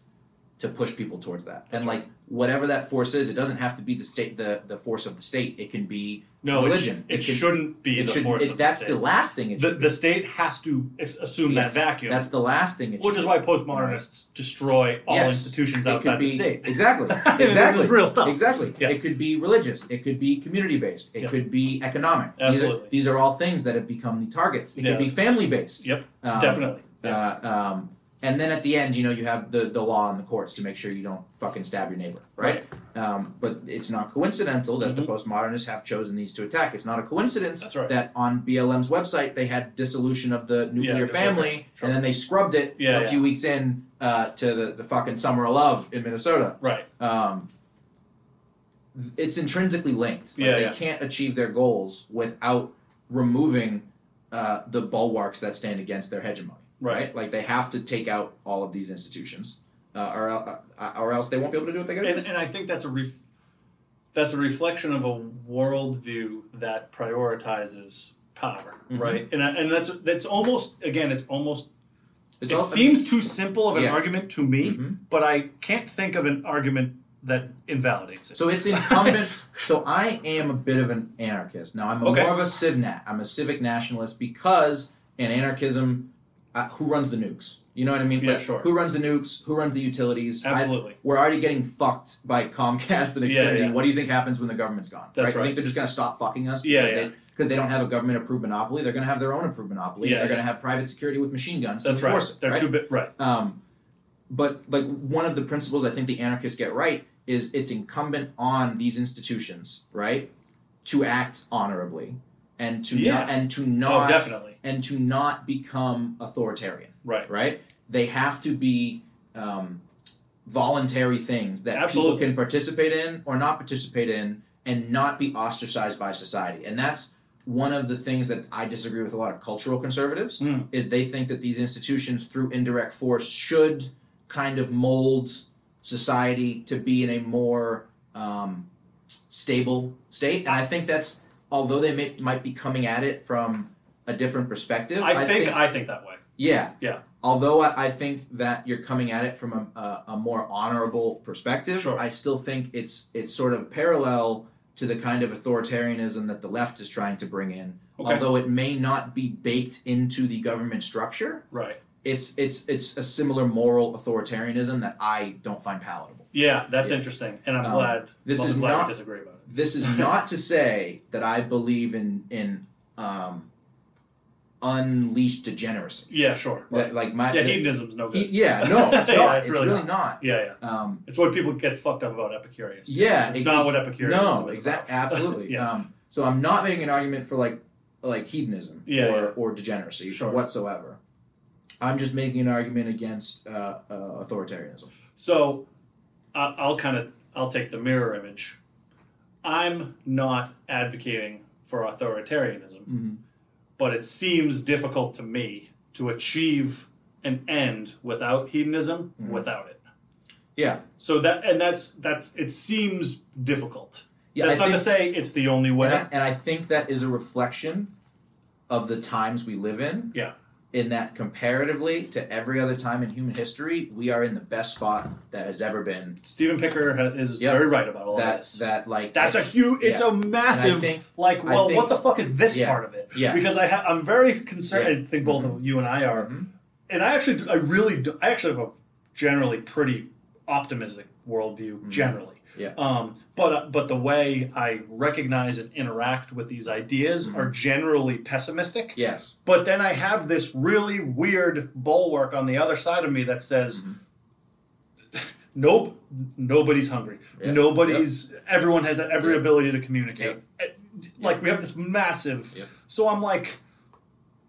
Speaker 1: to push people towards that.
Speaker 2: That's
Speaker 1: and like whatever that force is, it doesn't have to be the state, the, the force of the state. It can be
Speaker 2: no,
Speaker 1: religion.
Speaker 2: It, sh-
Speaker 1: It
Speaker 2: it
Speaker 1: can-
Speaker 2: shouldn't be
Speaker 1: it
Speaker 2: the
Speaker 1: should,
Speaker 2: force
Speaker 1: it-
Speaker 2: of
Speaker 1: that's
Speaker 2: the
Speaker 1: the,
Speaker 2: state.
Speaker 1: last thing it
Speaker 2: The,
Speaker 1: should.
Speaker 2: the state has to as- assume
Speaker 1: Yes,
Speaker 2: that vacuum,
Speaker 1: that's the last thing it
Speaker 2: which
Speaker 1: should.
Speaker 2: is why postmodernists destroy all
Speaker 1: Yes,
Speaker 2: institutions
Speaker 1: it could
Speaker 2: outside
Speaker 1: be
Speaker 2: the state. <laughs>
Speaker 1: exactly
Speaker 2: I mean,
Speaker 1: exactly
Speaker 2: this is real stuff.
Speaker 1: Exactly.
Speaker 2: Yeah.
Speaker 1: It could be religious. It could be community based. It
Speaker 2: Yeah.
Speaker 1: could be economic. These are-
Speaker 2: Absolutely.
Speaker 1: These are, all things that have become the targets. It
Speaker 2: Yeah.
Speaker 1: could be family based.
Speaker 2: Yep,
Speaker 1: Um,
Speaker 2: definitely. Yeah.
Speaker 1: Uh, um, and then at the end, you know, you have the, the law and the courts to make sure you don't fucking stab your neighbor, right? Um, but it's not coincidental that the postmodernists have chosen these to attack. It's not a coincidence
Speaker 2: Mm-hmm. That's right.
Speaker 1: that on BLM's website they had dissolution of the nuclear
Speaker 2: nuclear
Speaker 1: family,
Speaker 2: Sure.
Speaker 1: and then they scrubbed it
Speaker 2: Yeah,
Speaker 1: a
Speaker 2: yeah.
Speaker 1: few weeks in uh, to the, the fucking summer of love in Minnesota.
Speaker 2: right.
Speaker 1: Um, th- it's intrinsically linked. Like,
Speaker 2: Yeah,
Speaker 1: they
Speaker 2: yeah.
Speaker 1: can't achieve their goals without removing uh, the bulwarks that stand against their hegemony.
Speaker 2: Right.
Speaker 1: Like they have to take out all of these institutions, uh, or el- uh, or else they won't be able to do what they got to do.
Speaker 2: and, and I think that's a ref- that's a reflection of a worldview that prioritizes power,
Speaker 1: Mm-hmm.
Speaker 2: right? And I, and that's that's almost again, it's almost
Speaker 1: It's
Speaker 2: it
Speaker 1: all-
Speaker 2: seems too simple of an
Speaker 1: Yeah.
Speaker 2: argument to me,
Speaker 1: Mhm.
Speaker 2: but I can't think of an argument that invalidates it.
Speaker 1: So it's incumbent. <laughs> so I am a bit of an anarchist. Now I'm
Speaker 2: Okay.
Speaker 1: more of a civnat. I'm a civic nationalist because in anarchism, uh, who runs the nukes? You know what I mean?
Speaker 2: Yeah,
Speaker 1: Like,
Speaker 2: sure.
Speaker 1: Who runs the nukes? Who runs the utilities? I-
Speaker 2: Absolutely.
Speaker 1: we're already getting fucked by Comcast and Xfinity.
Speaker 2: Yeah, yeah.
Speaker 1: What do you think happens when the government's gone?
Speaker 2: That's
Speaker 1: I
Speaker 2: right.
Speaker 1: think they're just gonna stop fucking us.
Speaker 2: Yeah,
Speaker 1: because
Speaker 2: yeah.
Speaker 1: They, because they don't have a government-approved monopoly, they're going to have their own approved monopoly.
Speaker 2: Yeah,
Speaker 1: they're
Speaker 2: yeah.
Speaker 1: going to have private security with machine guns
Speaker 2: that's
Speaker 1: to
Speaker 2: right.
Speaker 1: enforce it.
Speaker 2: They're
Speaker 1: right?
Speaker 2: too bit right.
Speaker 1: Um, but like one of the principles I think the anarchists get right is it's incumbent on these institutions, right, to act honorably and to
Speaker 2: Yeah.
Speaker 1: not and to
Speaker 2: oh,
Speaker 1: not
Speaker 2: definitely.
Speaker 1: and to not become authoritarian,
Speaker 2: Right.
Speaker 1: right? They have to be um, voluntary things that
Speaker 2: Absolutely.
Speaker 1: people can participate in or not participate in and not be ostracized by society. And that's one of the things that I disagree with a lot of cultural conservatives
Speaker 2: Mm.
Speaker 1: is they think that these institutions through indirect force should kind of mold society to be in a more um, stable state. And I think that's although they may, might be coming at it from a different perspective.
Speaker 2: I think I think that way.
Speaker 1: yeah,
Speaker 2: Yeah.
Speaker 1: Although I, I think that you're coming at it from a, a, a more honorable perspective,
Speaker 2: Sure.
Speaker 1: I still think it's it's sort of parallel to the kind of authoritarianism that the left is trying to bring in.
Speaker 2: Okay.
Speaker 1: Although it may not be baked into the government structure,
Speaker 2: Right.
Speaker 1: it's it's it's a similar moral authoritarianism that I don't find palatable.
Speaker 2: Yeah, that's
Speaker 1: Yeah.
Speaker 2: interesting, and I'm
Speaker 1: Um,
Speaker 2: glad.
Speaker 1: this
Speaker 2: I'm
Speaker 1: is
Speaker 2: glad
Speaker 1: not-
Speaker 2: we disagree about it.
Speaker 1: This is not to say that I believe in in um, unleashed degeneracy.
Speaker 2: Yeah, sure.
Speaker 1: That, like my
Speaker 2: Yeah,
Speaker 1: the-
Speaker 2: hedonism is no
Speaker 1: he-
Speaker 2: good. <laughs>
Speaker 1: yeah, no, it's
Speaker 2: Yeah,
Speaker 1: not.
Speaker 2: it's
Speaker 1: it's
Speaker 2: really
Speaker 1: really not.
Speaker 2: yeah, yeah.
Speaker 1: Um,
Speaker 2: It's what people get fucked up about Epicureans. too.
Speaker 1: Yeah,
Speaker 2: it's
Speaker 1: it-
Speaker 2: not what Epicureanism
Speaker 1: no,
Speaker 2: is. <laughs>
Speaker 1: exactly,
Speaker 2: about.
Speaker 1: absolutely.
Speaker 2: yeah.
Speaker 1: um, so I'm not making an argument for like like hedonism
Speaker 2: Yeah,
Speaker 1: or
Speaker 2: yeah.
Speaker 1: or degeneracy
Speaker 2: Sure.
Speaker 1: whatsoever. I'm just making an argument against uh, uh, authoritarianism.
Speaker 2: So, I, I'll kind of I'll take the mirror image. I'm not advocating for authoritarianism,
Speaker 1: Mhm.
Speaker 2: but it seems difficult to me to achieve an end without hedonism,
Speaker 1: Mhm.
Speaker 2: without it.
Speaker 1: Yeah.
Speaker 2: So that and that's that's it seems difficult.
Speaker 1: Yeah,
Speaker 2: that's
Speaker 1: I
Speaker 2: not
Speaker 1: think,
Speaker 2: to say it's the only way.
Speaker 1: and I, and I think that is a reflection of the times we live in.
Speaker 2: Yeah.
Speaker 1: In that comparatively to every other time in human history, we are in the best spot that has ever been.
Speaker 2: Stephen Picker ha- is
Speaker 1: Yep.
Speaker 2: very right about all
Speaker 1: that
Speaker 2: this.
Speaker 1: that like
Speaker 2: Oh, That's a huge. It's
Speaker 1: Yeah.
Speaker 2: a massive.
Speaker 1: And I think-
Speaker 2: like,
Speaker 1: I
Speaker 2: well,
Speaker 1: think-
Speaker 2: what the fuck is this
Speaker 1: Yeah.
Speaker 2: part of it?
Speaker 1: Yeah.
Speaker 2: Because I ha- I'm very concerned. I think both
Speaker 1: Mhm.
Speaker 2: of you and I are,
Speaker 1: Mhm.
Speaker 2: and I actually, I really, do, I actually have a generally pretty optimistic worldview generally.
Speaker 1: Mm-hmm. Yeah.
Speaker 2: Um, but uh, but the way I recognize and interact with these ideas
Speaker 1: Mhm.
Speaker 2: are generally pessimistic.
Speaker 1: yes.
Speaker 2: But then I have this really weird bulwark on the other side of me that says, <laughs> "Nope, nobody's hungry.
Speaker 1: Mm-hmm. Yeah.
Speaker 2: Nobody's. Everyone has every
Speaker 1: Yeah.
Speaker 2: ability to communicate. Uh, Like we have this massive.
Speaker 1: Yeah.
Speaker 2: So I'm like."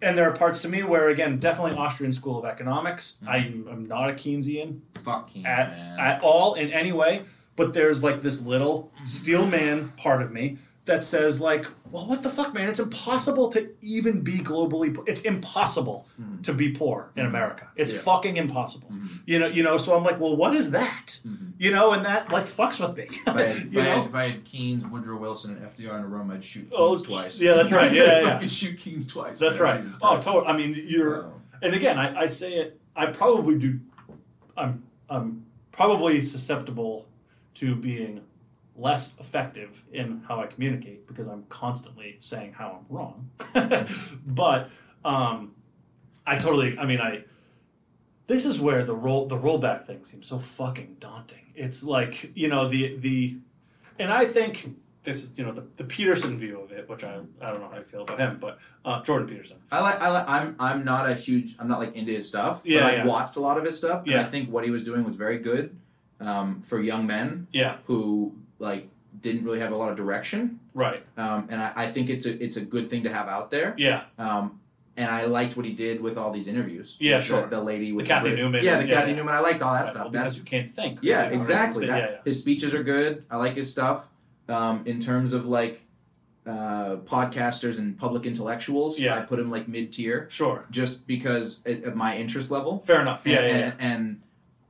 Speaker 2: And there are parts to me where, again, definitely Austrian School of Economics.
Speaker 1: Mm-hmm.
Speaker 2: I'm, I'm not a Keynesian
Speaker 1: Fucking
Speaker 2: at,
Speaker 1: man.
Speaker 2: at all in any way. But there's like this little steel man part of me that says like, well, what the fuck, man? It's impossible to even be globally. Po- it's impossible to be poor in America.
Speaker 1: Mm-hmm.
Speaker 2: It's
Speaker 1: Yeah. Mm-hmm.
Speaker 2: fucking impossible. You know. You know. So I'm like, well, what is that? You know, and that like fucks with me.
Speaker 1: If
Speaker 2: <laughs>
Speaker 1: I, had, if,
Speaker 2: you
Speaker 1: I had,
Speaker 2: know.
Speaker 1: if I had Keynes, Woodrow Wilson, and FDR in a room, I'd shoot Keynes
Speaker 2: Oh,
Speaker 1: twice.
Speaker 2: yeah,
Speaker 1: <laughs>
Speaker 2: that's right. Yeah, yeah, yeah.
Speaker 1: I could shoot Keynes twice.
Speaker 2: That's
Speaker 1: man.
Speaker 2: right.
Speaker 1: Jesus
Speaker 2: Oh,
Speaker 1: Christ.
Speaker 2: totally. I mean, you're.
Speaker 1: Wow.
Speaker 2: And again, I, I say it. I probably do. I'm I'm probably susceptible to being less effective in how I communicate because I'm constantly saying how I'm wrong. <laughs> but um, I totally. I mean, I. This is where the roll the rollback thing seems so fucking daunting. It's like you know the the, and I think this you know the, the Peterson view of it, which I I don't know how I feel about him, but uh, Jordan Peterson.
Speaker 1: I like. I like. I'm. I'm not a huge. I'm not like into his stuff.
Speaker 2: Yeah,
Speaker 1: But I
Speaker 2: yeah.
Speaker 1: watched a lot of his stuff. And
Speaker 2: Yeah.
Speaker 1: I think what he was doing was very good, um, for young men
Speaker 2: Yeah.
Speaker 1: who like didn't really have a lot of direction.
Speaker 2: Right.
Speaker 1: Um, and I, I think it's a it's a good thing to have out there.
Speaker 2: Yeah.
Speaker 1: Um, and I liked what he did with all these interviews.
Speaker 2: Yeah,
Speaker 1: With
Speaker 2: sure.
Speaker 1: The, the lady with
Speaker 2: Kathy
Speaker 1: Brit-
Speaker 2: Newman
Speaker 1: Yeah, the
Speaker 2: and- yeah,
Speaker 1: Kathy
Speaker 2: yeah.
Speaker 1: Newman. I liked all that
Speaker 2: Right, well,
Speaker 1: stuff. That's
Speaker 2: because you can't think.
Speaker 1: Yeah,
Speaker 2: You know,
Speaker 1: exactly.
Speaker 2: it's-
Speaker 1: That,
Speaker 2: yeah, yeah.
Speaker 1: His speeches are good. I like his stuff. Um, in terms of like uh, podcasters and public intellectuals,
Speaker 2: Yeah.
Speaker 1: I put him like mid tier
Speaker 2: Sure.
Speaker 1: just because it, of my interest level.
Speaker 2: Fair enough. Yeah,
Speaker 1: and,
Speaker 2: yeah, yeah.
Speaker 1: and, and-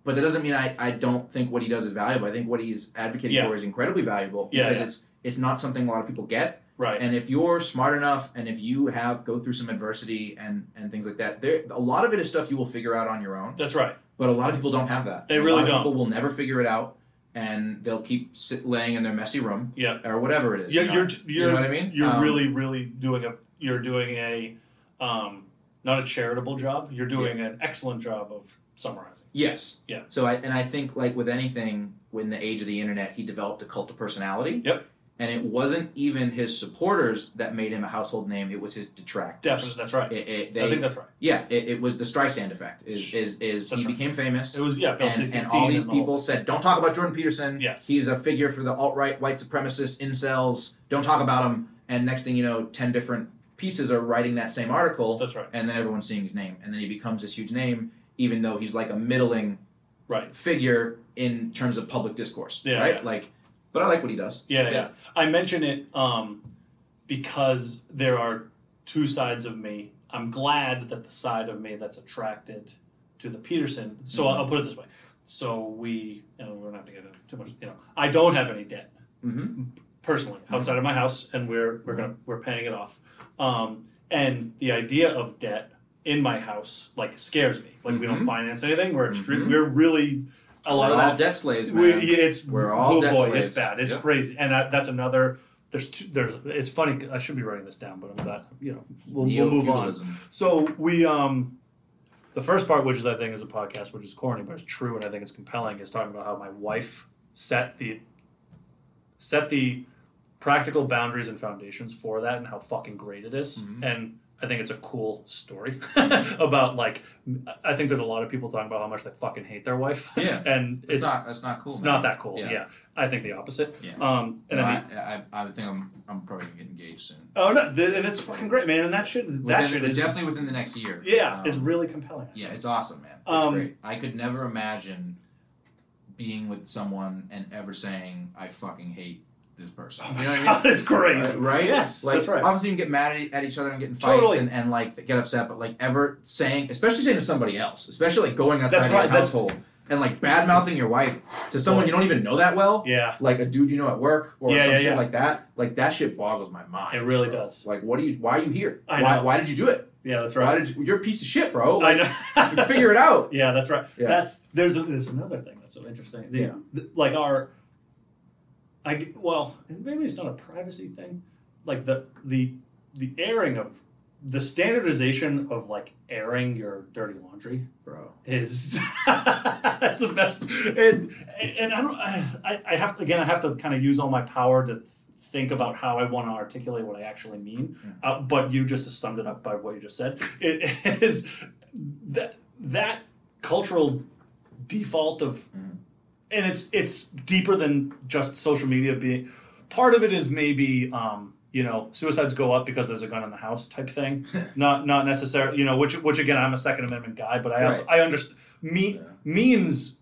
Speaker 1: but that doesn't mean I, I don't think what he does is valuable. I think what he's advocating
Speaker 2: Yeah.
Speaker 1: for is incredibly valuable
Speaker 2: Yeah,
Speaker 1: because
Speaker 2: yeah.
Speaker 1: it's it's not something a lot of people get.
Speaker 2: Right.
Speaker 1: And if you're smart enough, and if you have go through some adversity and and things like that, there a lot of it is stuff you will figure out on your own.
Speaker 2: That's right.
Speaker 1: But a lot of people don't have that.
Speaker 2: They
Speaker 1: A
Speaker 2: really
Speaker 1: lot of
Speaker 2: don't.
Speaker 1: People will never figure it out, and they'll keep sit, laying in their messy room
Speaker 2: Yeah.
Speaker 1: or whatever it is.
Speaker 2: Yeah,
Speaker 1: you know?
Speaker 2: you're, you're
Speaker 1: know what I mean?
Speaker 2: You're
Speaker 1: Um,
Speaker 2: really, really doing a you're doing a um, not a charitable job. You're doing an excellent job of summarizing.
Speaker 1: Yes.
Speaker 2: Yeah.
Speaker 1: So I and I think like with anything, in the age of the internet, he developed a cult of personality.
Speaker 2: Yep.
Speaker 1: And it wasn't even his supporters that made him a household name; it was his
Speaker 2: Definitely,
Speaker 1: detractors.
Speaker 2: that's right.
Speaker 1: It, it, they,
Speaker 2: I think that's right.
Speaker 1: yeah, it, it was the Streisand effect. Is is, is
Speaker 2: That's
Speaker 1: he
Speaker 2: right.
Speaker 1: became famous?
Speaker 2: It was yeah, Bill
Speaker 1: and,
Speaker 2: C
Speaker 1: and
Speaker 2: sixteen
Speaker 1: all these
Speaker 2: the
Speaker 1: people
Speaker 2: whole-
Speaker 1: said, "Don't talk about Jordan Peterson.
Speaker 2: Yes.
Speaker 1: He's a figure for the alt right, white supremacist, incels. Don't talk about him." And next thing you know, ten different pieces are writing that same article,
Speaker 2: That's right.
Speaker 1: and then everyone's seeing his name, and then he becomes this huge name, even though he's like a middling
Speaker 2: Right.
Speaker 1: figure in terms of public discourse,
Speaker 2: Yeah,
Speaker 1: right?
Speaker 2: yeah.
Speaker 1: Like, but I like what he does.
Speaker 2: Yeah,
Speaker 1: Yeah.
Speaker 2: yeah. I mention it um, because there are two sides of me. I'm glad that the side of me that's attracted to the Peterson. So
Speaker 1: Mm-hmm.
Speaker 2: I'll, I'll put it this way. So we, and we're not going to get into too much. You know, I don't have any debt
Speaker 1: Mm-hmm.
Speaker 2: personally outside of my house, and we're we're gonna we're paying it off. Um, and the idea of debt in my house like scares me. Like we
Speaker 1: Mm-hmm.
Speaker 2: don't finance anything. We're extreme.
Speaker 1: Mhm.
Speaker 2: We're really a lot
Speaker 1: we're
Speaker 2: of
Speaker 1: all
Speaker 2: that
Speaker 1: debt slaves,
Speaker 2: we,
Speaker 1: man.
Speaker 2: it's
Speaker 1: We're all
Speaker 2: oh
Speaker 1: debt
Speaker 2: boy,
Speaker 1: slaves.
Speaker 2: it's bad. It's
Speaker 1: Yep.
Speaker 2: crazy, and I, that's another. There's two. There's. It's funny. I should be writing this down, but I'm glad. You know, we'll, we'll move on.
Speaker 1: Neo-feudalism.
Speaker 2: So we um, the first part, which is I think is a podcast, which is corny, but it's true, and I think it's compelling, is talking about how my wife set the set the practical boundaries and foundations for that, and how fucking great it is.
Speaker 1: Mm-hmm.
Speaker 2: and. I think it's a cool story <laughs> about like I think there's a lot of people talking about how much they fucking hate their wife.
Speaker 1: Yeah.
Speaker 2: <laughs> and
Speaker 1: That's not. That's not cool.
Speaker 2: it's
Speaker 1: man.
Speaker 2: not that cool.
Speaker 1: Yeah.
Speaker 2: Yeah. I think the opposite.
Speaker 1: Yeah.
Speaker 2: Um, and
Speaker 1: No,
Speaker 2: I
Speaker 1: I,
Speaker 2: mean,
Speaker 1: I, I think I'm. I'm probably gonna get engaged soon.
Speaker 2: oh no, th- and it's fucking great, man. And that shit, that
Speaker 1: Within-
Speaker 2: shit is
Speaker 1: definitely within the next year.
Speaker 2: yeah,
Speaker 1: Um,
Speaker 2: is really compelling.
Speaker 1: Yeah, it's awesome, man. It's
Speaker 2: Um,
Speaker 1: great. I could never imagine being with someone and ever saying I fucking hate this person.
Speaker 2: Oh
Speaker 1: you
Speaker 2: <laughs>
Speaker 1: know what I mean?
Speaker 2: God, it's crazy.
Speaker 1: Right?
Speaker 2: Yes,
Speaker 1: Like
Speaker 2: that's right.
Speaker 1: obviously you can get mad at, at each other and get in fights
Speaker 2: Totally.
Speaker 1: and, and like get upset, but like ever saying especially saying to somebody else, especially like going outside
Speaker 2: That's
Speaker 1: of
Speaker 2: right,
Speaker 1: your
Speaker 2: that's-
Speaker 1: household and like bad mouthing your wife to someone you don't even know that well.
Speaker 2: Yeah,
Speaker 1: Like a dude you know at work or
Speaker 2: Yeah,
Speaker 1: some
Speaker 2: yeah,
Speaker 1: shit
Speaker 2: yeah.
Speaker 1: like that, like that shit boggles my mind.
Speaker 2: it really
Speaker 1: bro.
Speaker 2: does.
Speaker 1: Like, what do you? Why are you here?
Speaker 2: I
Speaker 1: why?
Speaker 2: know.
Speaker 1: Why did you do it?
Speaker 2: Yeah, that's
Speaker 1: Why
Speaker 2: right.
Speaker 1: did you, you're a piece of shit, bro? Like,
Speaker 2: I know.
Speaker 1: <laughs>
Speaker 2: <laughs>
Speaker 1: figure it out.
Speaker 2: Yeah, that's right.
Speaker 1: Yeah.
Speaker 2: That's there's a, there's another thing that's so interesting. The-
Speaker 1: Yeah.
Speaker 2: the- like our, I g- well maybe it's not a privacy thing, like the the the airing of the standardization of like airing your dirty laundry.
Speaker 1: Bro.
Speaker 2: is <laughs> that's the best and and i don't i, I have again i have to kind of use all my power to th- think about how i want to articulate what i actually mean uh, but you just summed it up by what you just said it <laughs> is that that cultural default of and it's it's deeper than just social media being part of it is maybe um you know suicides go up because there's a gun in the house type thing not not necessarily you know which which again i'm a second amendment guy but i also i understand me
Speaker 1: Yeah.
Speaker 2: means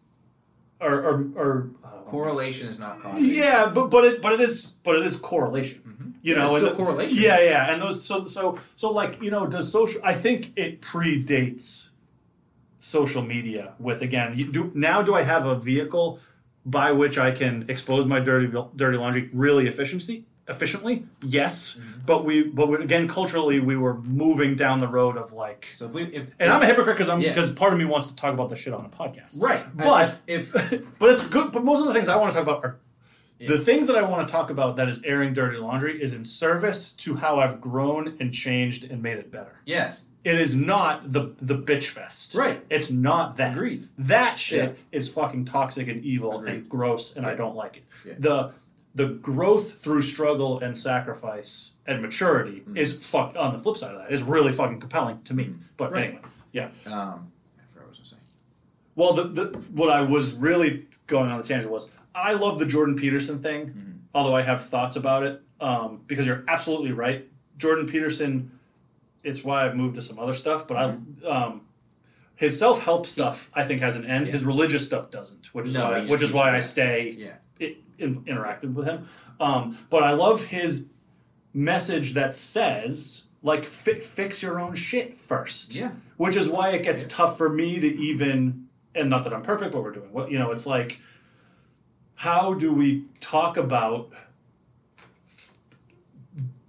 Speaker 2: are are, are uh,
Speaker 1: Correlation is not causation.
Speaker 2: yeah but but it but it is but it is correlation you
Speaker 1: Yeah,
Speaker 2: know
Speaker 1: Mm-hmm. it's
Speaker 2: and
Speaker 1: still
Speaker 2: the-
Speaker 1: correlation.
Speaker 2: yeah yeah and those so so so like you know does social i think it predates social media with again you do now do i have a vehicle by which i can expose my dirty dirty laundry really efficiency efficiently yes
Speaker 1: Mm-hmm.
Speaker 2: but we but we, again culturally we were moving down the road of like
Speaker 1: So if we if
Speaker 2: and i'm a hypocrite because i'm
Speaker 1: Yeah.
Speaker 2: because part of me wants to talk about this shit on a podcast
Speaker 1: right, I-
Speaker 2: <laughs> but
Speaker 1: if, if
Speaker 2: <laughs> but it's good. But most of the things I want to talk about are the things that I want to talk about. That is airing dirty laundry is in service to how I've grown and changed and made it better.
Speaker 1: yes,
Speaker 2: It is not the the bitch fest.
Speaker 1: Right.
Speaker 2: It's not that.
Speaker 1: Agreed.
Speaker 2: That shit is fucking toxic and evil
Speaker 1: Agreed.
Speaker 2: and gross, and I
Speaker 1: Yeah.
Speaker 2: don't like it.
Speaker 1: Yeah.
Speaker 2: The the growth through struggle and sacrifice and maturity
Speaker 1: Mm.
Speaker 2: is fucked. On the flip side of that, is really fucking compelling to me. But
Speaker 1: Right.
Speaker 2: anyway, yeah.
Speaker 1: um, I forgot what I was gonna say.
Speaker 2: Well, the, the what I was really going on the tangent was I love the Jordan Peterson thing,
Speaker 1: Mm-hmm.
Speaker 2: although I have thoughts about it um, because you're absolutely right. Jordan Peterson, it's why I've moved to some other stuff, but
Speaker 1: Mm-hmm.
Speaker 2: I um, his self help stuff I think has an end. His religious stuff doesn't, which is
Speaker 1: No,
Speaker 2: why
Speaker 1: he just
Speaker 2: which is
Speaker 1: keeps
Speaker 2: why
Speaker 1: doing
Speaker 2: I
Speaker 1: it.
Speaker 2: stay
Speaker 1: Yeah,
Speaker 2: i- in, interacted with him. Um, but I love his message that says, like, fi- fix your own shit first.
Speaker 1: Yeah.
Speaker 2: Which is why it gets tough for me to even, and not that I'm perfect, but we're doing what, you know, it's like, how do we talk about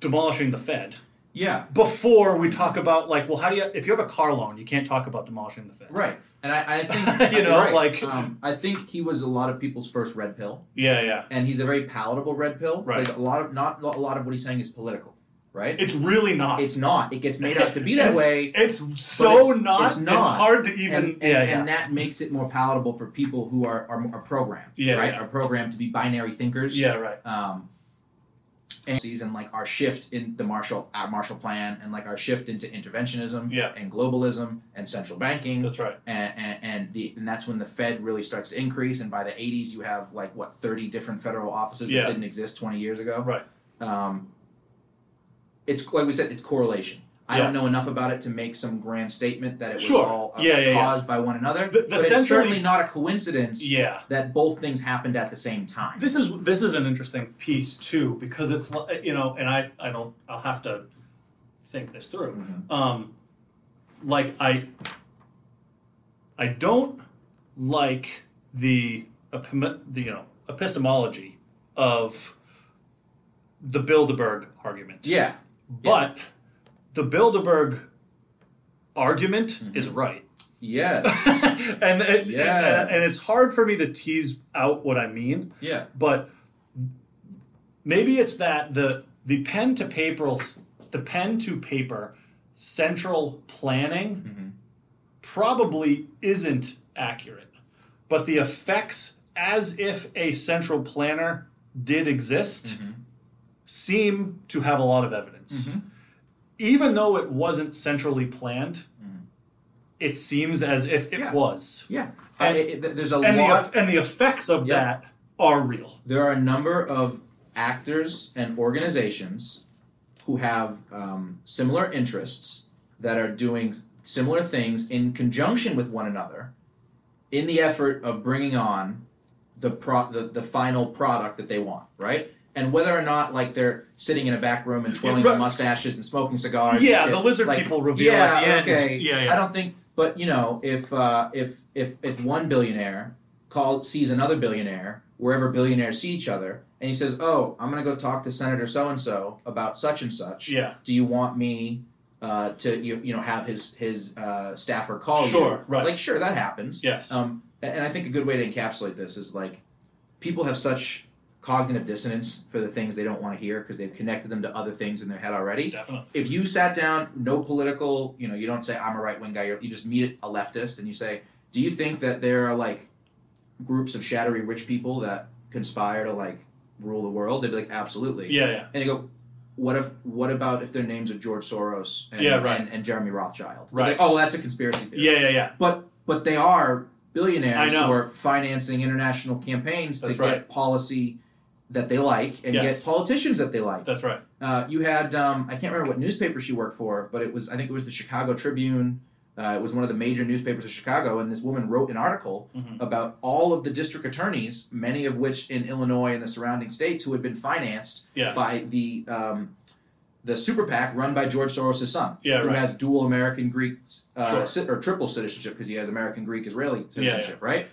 Speaker 2: demolishing the Fed
Speaker 1: Yeah.
Speaker 2: before we talk about like, well, how do you if you have a car loan, you can't talk about demolishing the Fed.
Speaker 1: Right. And I, I think
Speaker 2: <laughs>
Speaker 1: <laughs>
Speaker 2: You know,
Speaker 1: right.
Speaker 2: like-
Speaker 1: um, I think he was a lot of people's first red pill,
Speaker 2: Yeah, yeah.
Speaker 1: and he's a very palatable red pill.
Speaker 2: Right.
Speaker 1: Like a lot of not a lot of what he's saying is political, right?
Speaker 2: It's really not.
Speaker 1: It's not. It gets made out
Speaker 2: <laughs>
Speaker 1: to be that
Speaker 2: It's-
Speaker 1: way.
Speaker 2: It's so
Speaker 1: it's-
Speaker 2: not,
Speaker 1: it's not.
Speaker 2: hard to even.
Speaker 1: And, and,
Speaker 2: yeah, yeah.
Speaker 1: and that makes it more palatable for people who are are, are programmed,
Speaker 2: Yeah,
Speaker 1: right?
Speaker 2: yeah.
Speaker 1: Are programmed to be binary thinkers,
Speaker 2: yeah, right.
Speaker 1: um, and season like our shift in the Marshall our Marshall Plan and like our shift into interventionism
Speaker 2: Yeah.
Speaker 1: and globalism and central banking
Speaker 2: That's right.
Speaker 1: and, and, and the and that's when the Fed really starts to increase. And by the '80s, you have like what 30 different federal offices
Speaker 2: Yeah.
Speaker 1: that didn't exist 20 years ago.
Speaker 2: Right.
Speaker 1: Um, it's like we said, it's correlation. I
Speaker 2: Yeah.
Speaker 1: don't know enough about it to make some grand statement that it was
Speaker 2: Sure.
Speaker 1: all uh,
Speaker 2: Yeah, yeah, yeah.
Speaker 1: caused by one another.
Speaker 2: The- the
Speaker 1: but it's
Speaker 2: centrally-
Speaker 1: certainly not a coincidence
Speaker 2: Yeah.
Speaker 1: that both things happened at the same time.
Speaker 2: This is this is an interesting piece too because it's li- you know, and I I don't I'll have to think this through.
Speaker 1: Mhm.
Speaker 2: Um, like I I don't like the, epime- the you know epistemology of the Bilderberg argument.
Speaker 1: yeah.
Speaker 2: But the Bilderberg argument is
Speaker 1: Mm-hmm.
Speaker 2: right. <laughs>
Speaker 1: Yeah.
Speaker 2: and, and,
Speaker 1: Yes.
Speaker 2: and, it's hard for me to tease out what I mean,
Speaker 1: yeah.
Speaker 2: but maybe it's that the the pen to paper the pen to paper central planning
Speaker 1: Mm-hmm.
Speaker 2: probably isn't accurate. But the effects as if a central planner did exist
Speaker 1: Mm-hmm.
Speaker 2: seem to have a lot of evidence. Even though it wasn't centrally planned, it seems as if it
Speaker 1: Mm-hmm. Yeah.
Speaker 2: was.
Speaker 1: Yeah.
Speaker 2: And-
Speaker 1: I- it- th- there's a
Speaker 2: And the,
Speaker 1: lot.
Speaker 2: eff- and the effects of
Speaker 1: Yeah.
Speaker 2: that are real.
Speaker 1: there are a number of actors and organizations who have um, similar interests that are doing similar things in conjunction with one another in the effort of bringing on the pro- the, the final product that they want right and whether or not like they're sitting in a back room and twirling
Speaker 2: right.
Speaker 1: their mustaches and smoking cigars and
Speaker 2: Yeah,
Speaker 1: shit,
Speaker 2: the lizard
Speaker 1: like,
Speaker 2: people reveal
Speaker 1: yeah,
Speaker 2: at the end.
Speaker 1: okay
Speaker 2: Yeah, yeah.
Speaker 1: i don't think but you know if uh, if if if one billionaire call sees another billionaire wherever billionaires see each other and he says oh i'm going to go talk to senator so and so about such and such
Speaker 2: Yeah.
Speaker 1: do you want me uh, to you, you know have his his uh, staffer call
Speaker 2: Sure,
Speaker 1: you
Speaker 2: right.
Speaker 1: like sure that happens
Speaker 2: Yes.
Speaker 1: um, a- and i think a good way to encapsulate this is like people have such cognitive dissonance for the things they don't want to hear because they've connected them to other things in their head already
Speaker 2: Definitely.
Speaker 1: if you sat down, no political, you know, you don't say I'm a right wing guy. You're, you just meet a leftist and you say, do you think that there are like groups of shadowy rich people that conspire to like rule the world? They'd be like, absolutely.
Speaker 2: Yeah, yeah.
Speaker 1: And you go, what if? What about if their names are George Soros and
Speaker 2: Yeah, right.
Speaker 1: and, and Jeremy Rothschild? They're
Speaker 2: Right.
Speaker 1: Like, oh, well, that's a conspiracy theory.
Speaker 2: Yeah, yeah, yeah.
Speaker 1: But but they are
Speaker 2: I
Speaker 1: billionaires
Speaker 2: know.
Speaker 1: who are financing international campaigns
Speaker 2: That's
Speaker 1: to
Speaker 2: right.
Speaker 1: get policy that they like and
Speaker 2: Yes.
Speaker 1: get politicians that they like.
Speaker 2: That's right.
Speaker 1: Uh, you had um, I can't remember what newspaper she worked for, but it was I think it was the Chicago Tribune. Uh, it was one of the major newspapers of Chicago, and this woman wrote an article
Speaker 2: Mhm.
Speaker 1: about all of the district attorneys, many of which in Illinois and the surrounding states, who had been financed
Speaker 2: Yeah.
Speaker 1: by the um, the super PAC run by George Soros' son,
Speaker 2: Yeah,
Speaker 1: who
Speaker 2: right.
Speaker 1: has dual American Greek uh,
Speaker 2: Sure.
Speaker 1: ci- or triple citizenship because he has American Greek Israeli
Speaker 2: Yeah, yeah.
Speaker 1: citizenship, right?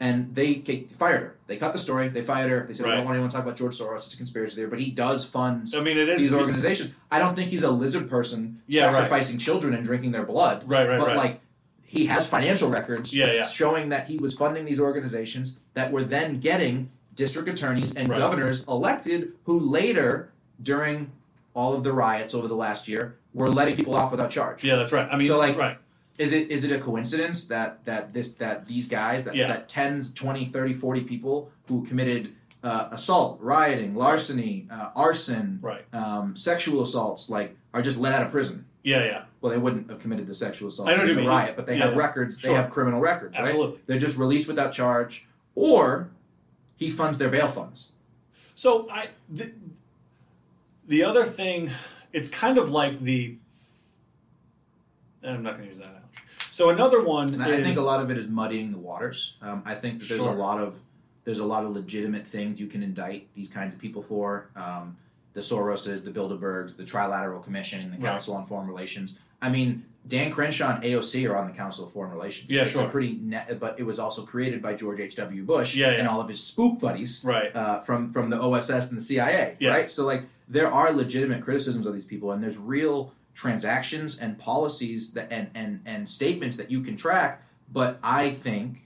Speaker 1: And they kicked- fired her. They cut the story. They fired her. They said we
Speaker 2: Right.
Speaker 1: don't want anyone to talk about George Soros. It's a conspiracy theory, but he does fund
Speaker 2: I mean, it is.
Speaker 1: these organizations. I don't think he's a lizard person
Speaker 2: Yeah, right.
Speaker 1: sacrificing children and drinking their blood,
Speaker 2: right, right,
Speaker 1: but
Speaker 2: right.
Speaker 1: like he has financial records
Speaker 2: Yeah, yeah.
Speaker 1: showing that he was funding these organizations that were then getting district attorneys and
Speaker 2: Right.
Speaker 1: governors elected who later during all of the riots over the last year were letting people off without charge.
Speaker 2: yeah, that's right. I mean,
Speaker 1: So, like,
Speaker 2: right.
Speaker 1: Is it is it a coincidence that that this that these guys that
Speaker 2: Yeah.
Speaker 1: that tens 20 30 40 people who committed uh, assault, rioting, larceny, uh, arson,
Speaker 2: Right.
Speaker 1: um, sexual assaults like are just let out of prison.
Speaker 2: Yeah, yeah.
Speaker 1: Well, they wouldn't have committed the sexual assault
Speaker 2: I know what
Speaker 1: in the
Speaker 2: you mean.
Speaker 1: riot, but they
Speaker 2: Yeah,
Speaker 1: have
Speaker 2: yeah.
Speaker 1: records.
Speaker 2: Sure.
Speaker 1: They have criminal records, right?
Speaker 2: Absolutely.
Speaker 1: They're just released without charge, or he funds their bail funds.
Speaker 2: So I the, the other thing, it's kind of like the. I'm not going to use that analogy. So another one
Speaker 1: And
Speaker 2: is
Speaker 1: I I think a lot of it is muddying the waters. Um, I think that there's
Speaker 2: Sure.
Speaker 1: a lot of there's a lot of legitimate things you can indict these kinds of people for. Um, the Soroses, the Bilderbergs, the Trilateral Commission, the
Speaker 2: Right.
Speaker 1: Council on Foreign Relations. I mean, Dan Crenshaw and AOC are on the Council of Foreign Relations.
Speaker 2: Yeah,
Speaker 1: it's a
Speaker 2: sure.
Speaker 1: pretty, ne- but it was also created by George H. W. Bush
Speaker 2: Yeah, yeah.
Speaker 1: and all of his spook buddies
Speaker 2: Right.
Speaker 1: uh, from from the OSS and the CIA,
Speaker 2: Yeah.
Speaker 1: right? So like there are legitimate criticisms of these people, and there's real transactions and policies that and and and statements that you can track. But I think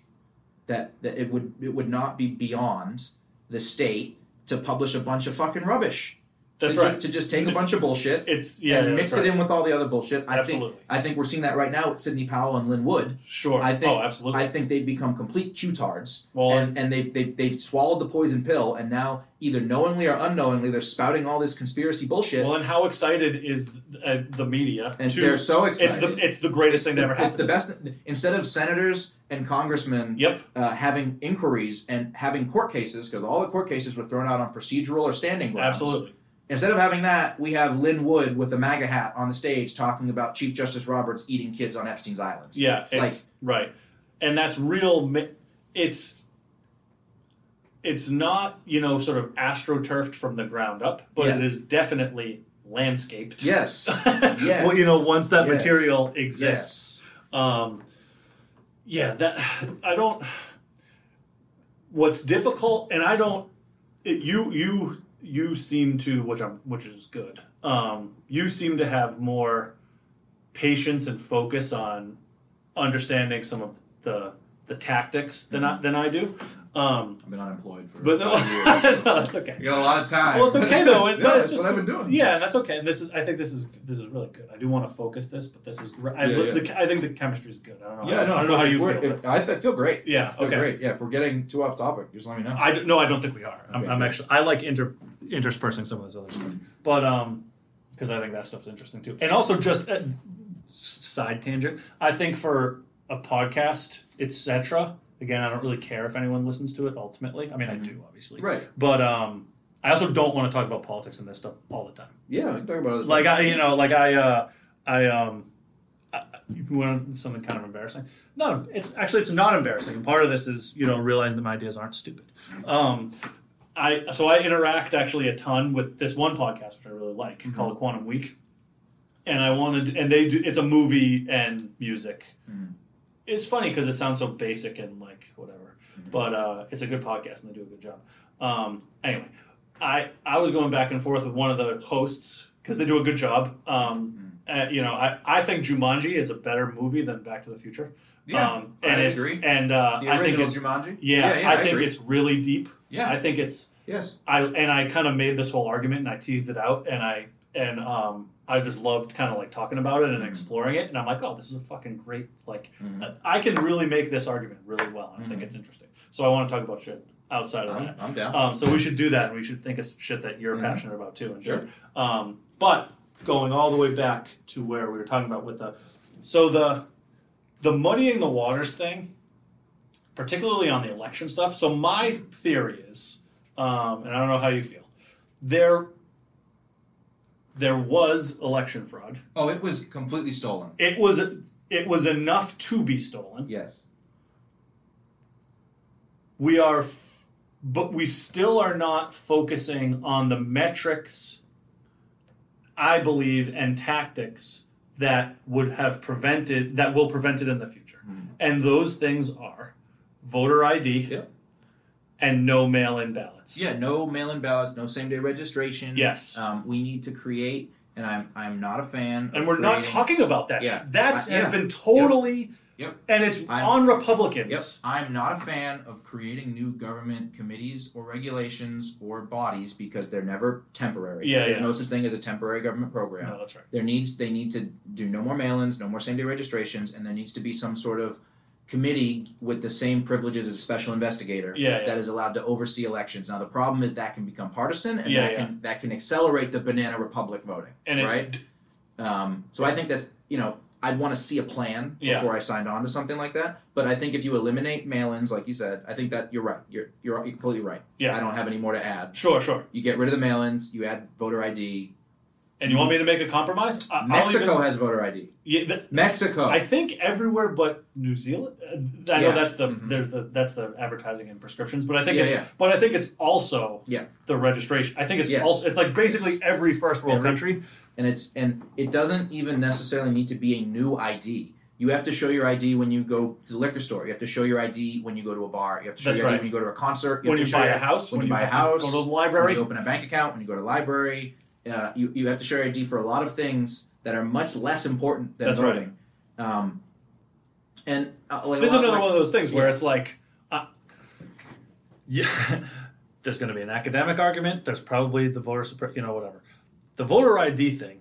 Speaker 1: that, that it would it would not be beyond the state to publish a bunch of fucking rubbish.
Speaker 2: That's
Speaker 1: to, ju-
Speaker 2: right.
Speaker 1: to just take a bunch of bullshit
Speaker 2: It's <laughs> yeah.
Speaker 1: and
Speaker 2: yeah,
Speaker 1: mix
Speaker 2: that's
Speaker 1: it
Speaker 2: right.
Speaker 1: in with all the other bullshit. I think
Speaker 2: Absolutely.
Speaker 1: I think we're seeing that right now with Sidney Powell and Lynn Wood.
Speaker 2: Sure.
Speaker 1: I think-
Speaker 2: oh, absolutely.
Speaker 1: I think they've become complete Q-tards,
Speaker 2: well,
Speaker 1: and, and they've, they've they've swallowed the poison pill, and now either knowingly or unknowingly they're spouting all this conspiracy bullshit,
Speaker 2: well, and how excited is th- uh, the media?
Speaker 1: and
Speaker 2: to,
Speaker 1: they're so
Speaker 2: it's
Speaker 1: excited.
Speaker 2: the it's the greatest thing that ever
Speaker 1: It's
Speaker 2: happened.
Speaker 1: the best. Instead of senators and congressmen
Speaker 2: Yep.
Speaker 1: uh, having inquiries and having court cases, because all the court cases were thrown out on procedural or standing grounds.
Speaker 2: Absolutely.
Speaker 1: Instead of having that, we have Lynn Wood with a MAGA hat on the stage talking about Chief Justice Roberts eating kids on Epstein's Island.
Speaker 2: Yeah. It's right, and that's real. mi- It's it's not you know sort of astroturfed from the ground up, but
Speaker 1: Yeah.
Speaker 2: it is definitely landscaped.
Speaker 1: Yes.
Speaker 2: yes.
Speaker 1: Yes.
Speaker 2: <laughs> Well, you know, once that
Speaker 1: Yes.
Speaker 2: material exists, um, yeah, that I don't. What's difficult, and I don't. It, you you you seem to, which I'm, which is good. Um, you seem to have more patience and focus on understanding some of the the tactics than I than I do. Um,
Speaker 1: I've been unemployed for
Speaker 2: but no,
Speaker 1: five years.
Speaker 2: <laughs> no, that's okay.
Speaker 1: You got a lot of time.
Speaker 2: Well, it's okay though.
Speaker 1: <laughs>
Speaker 2: It's,
Speaker 1: yeah,
Speaker 2: not,
Speaker 1: that's
Speaker 2: it's just
Speaker 1: what I've been doing.
Speaker 2: Yeah, and that's okay. This is. I think this is this is really good. I do want to focus this, but this is. gr- I,
Speaker 1: Yeah,
Speaker 2: li-
Speaker 1: yeah.
Speaker 2: The, I think the chemistry is good. I don't know.
Speaker 1: Yeah, no,
Speaker 2: I don't know how
Speaker 1: if
Speaker 2: you
Speaker 1: we're-
Speaker 2: feel.
Speaker 1: if- I, th- feel great.
Speaker 2: but- yeah.
Speaker 1: I feel
Speaker 2: Okay.
Speaker 1: great. Yeah, if we're getting too off topic, just let me know.
Speaker 2: I d- no, I don't think we are. I'm,
Speaker 1: Okay,
Speaker 2: I'm
Speaker 1: good.
Speaker 2: actually. I like inter interspersing some of this other stuff, but um, because I think that stuff's interesting too, and also just uh, s- side tangent. I think for a podcast, etc. Again, I don't really care if anyone listens to it. Ultimately, I mean, I do obviously,
Speaker 1: Mm-hmm. Right.
Speaker 2: But um, I also don't want to talk about politics and this stuff all the time.
Speaker 1: yeah, we can talk about other
Speaker 2: like
Speaker 1: stuff.
Speaker 2: I, you know, like I, uh, I, um, I, you want something kind of embarrassing. No, it's actually it's not embarrassing. And part of this is you know realizing that my ideas aren't stupid. Um, I so I interact actually a ton with this one podcast which I really like called Quantum Week, and I wanted and they do it's a movie and music. It's funny because it sounds so basic and like whatever, but uh, it's a good podcast and they do a good job. Um, anyway, I I was going back and forth with one of the hosts because they do a good job.
Speaker 1: Mm-hmm.
Speaker 2: Um, uh, you know, I, I think Jumanji is a better movie than Back to the Future.
Speaker 1: Yeah,
Speaker 2: um,
Speaker 1: I
Speaker 2: and
Speaker 1: would
Speaker 2: it's,
Speaker 1: agree.
Speaker 2: And uh,
Speaker 1: the
Speaker 2: I think
Speaker 1: original
Speaker 2: it's
Speaker 1: Jumanji.
Speaker 2: yeah,
Speaker 1: yeah,
Speaker 2: I, think
Speaker 1: agree.
Speaker 2: it's really deep.
Speaker 1: Yeah.
Speaker 2: I think it's
Speaker 1: yes.
Speaker 2: I and I kind of made this whole argument and I teased it out and I and um I just loved kind of like talking about it and
Speaker 1: Mm-hmm.
Speaker 2: exploring it and I'm like, oh, this is a fucking great like I can really make this argument really well. I think it's interesting. So I want to talk about shit outside of
Speaker 1: Mm-hmm. I'm,
Speaker 2: that.
Speaker 1: I'm down.
Speaker 2: Um, so we should do that, and we should think of shit that you're passionate about too. And
Speaker 1: Sure.
Speaker 2: shit. Um, but going all the way back to where we were talking about with the, so the, the muddying the waters thing, particularly on the election stuff. So my theory is, um, and I don't know how you feel, there. There was election fraud.
Speaker 1: oh, it was completely stolen.
Speaker 2: It was it was enough to be stolen.
Speaker 1: Yes.
Speaker 2: we are f- but we still are not focusing on the metrics i believe and tactics that would have prevented that will prevent it in the future
Speaker 1: Hmm.
Speaker 2: and those things are voter id
Speaker 1: Yep.
Speaker 2: and no mail-in ballots
Speaker 1: Yeah, no mail-in ballots, no same-day registration.
Speaker 2: Yes.
Speaker 1: Um, we need to create, and I'm I'm not a fan. of
Speaker 2: and we're not
Speaker 1: creating-
Speaker 2: talking about that
Speaker 1: Yeah.
Speaker 2: shit. that's
Speaker 1: I-
Speaker 2: has
Speaker 1: yeah.
Speaker 2: been totally
Speaker 1: Yep.
Speaker 2: and it's
Speaker 1: I'm-
Speaker 2: on
Speaker 1: Yep.
Speaker 2: republicans
Speaker 1: I'm not a fan of creating new government committees or regulations or bodies because they're never temporary.
Speaker 2: Yeah,
Speaker 1: There's
Speaker 2: yeah.
Speaker 1: no such thing as a temporary government program.
Speaker 2: no that's right
Speaker 1: There needs they need to do no more mail-ins, no more same-day registrations, and there needs to be some sort of committee with the same privileges as a special investigator
Speaker 2: Yeah, yeah.
Speaker 1: that is allowed to oversee elections. Now the problem is that can become partisan and
Speaker 2: Yeah,
Speaker 1: that can that can accelerate the banana republic voting.
Speaker 2: and it,
Speaker 1: right? Um, so I think that you know I'd want to see a plan
Speaker 2: Yeah.
Speaker 1: before I signed on to something like that. But I think if you eliminate mail-ins, like you said, I think that you're right. You're you're, you're completely right.
Speaker 2: Yeah.
Speaker 1: I don't have any more to add.
Speaker 2: sure sure
Speaker 1: You get rid of the mail-ins. You add voter ID.
Speaker 2: And you want me to make a compromise? I, I'll
Speaker 1: Hmm. Mexico
Speaker 2: even-
Speaker 1: has voter ID.
Speaker 2: yeah, th-
Speaker 1: Mexico.
Speaker 2: I think everywhere but New Zealand. uh, I know
Speaker 1: Yeah.
Speaker 2: that's the
Speaker 1: Mhm.
Speaker 2: there's the that's the advertising and prescriptions, but I think
Speaker 1: Yeah,
Speaker 2: it's
Speaker 1: yeah.
Speaker 2: but I think it's also
Speaker 1: Yeah.
Speaker 2: the registration. I think it's
Speaker 1: Yes.
Speaker 2: also it's like basically every first world
Speaker 1: Every-
Speaker 2: country.
Speaker 1: and it's and it doesn't even necessarily need to be a new ID. You have to show your ID when you go to the liquor store. You have to show your ID when you go to a bar. You have to show
Speaker 2: That's
Speaker 1: your
Speaker 2: right.
Speaker 1: ID when you go to a concert. You
Speaker 2: When
Speaker 1: have to
Speaker 2: you
Speaker 1: show
Speaker 2: buy
Speaker 1: your-
Speaker 2: a house,
Speaker 1: when
Speaker 2: when
Speaker 1: you buy a
Speaker 2: have to
Speaker 1: house,
Speaker 2: go to the
Speaker 1: when
Speaker 2: library,
Speaker 1: you open a bank account, when you go to the library, uh, you, you have to show your ID for a lot of things that are much less important than
Speaker 2: That's right.
Speaker 1: voting. Um, and uh, like, a
Speaker 2: This is
Speaker 1: lot-
Speaker 2: another
Speaker 1: like-
Speaker 2: one of those things where
Speaker 1: Yeah.
Speaker 2: it's like, uh, yeah, <laughs> there's going to be an academic argument. There's probably the voter, suppre- you know, whatever. The voter ID thing,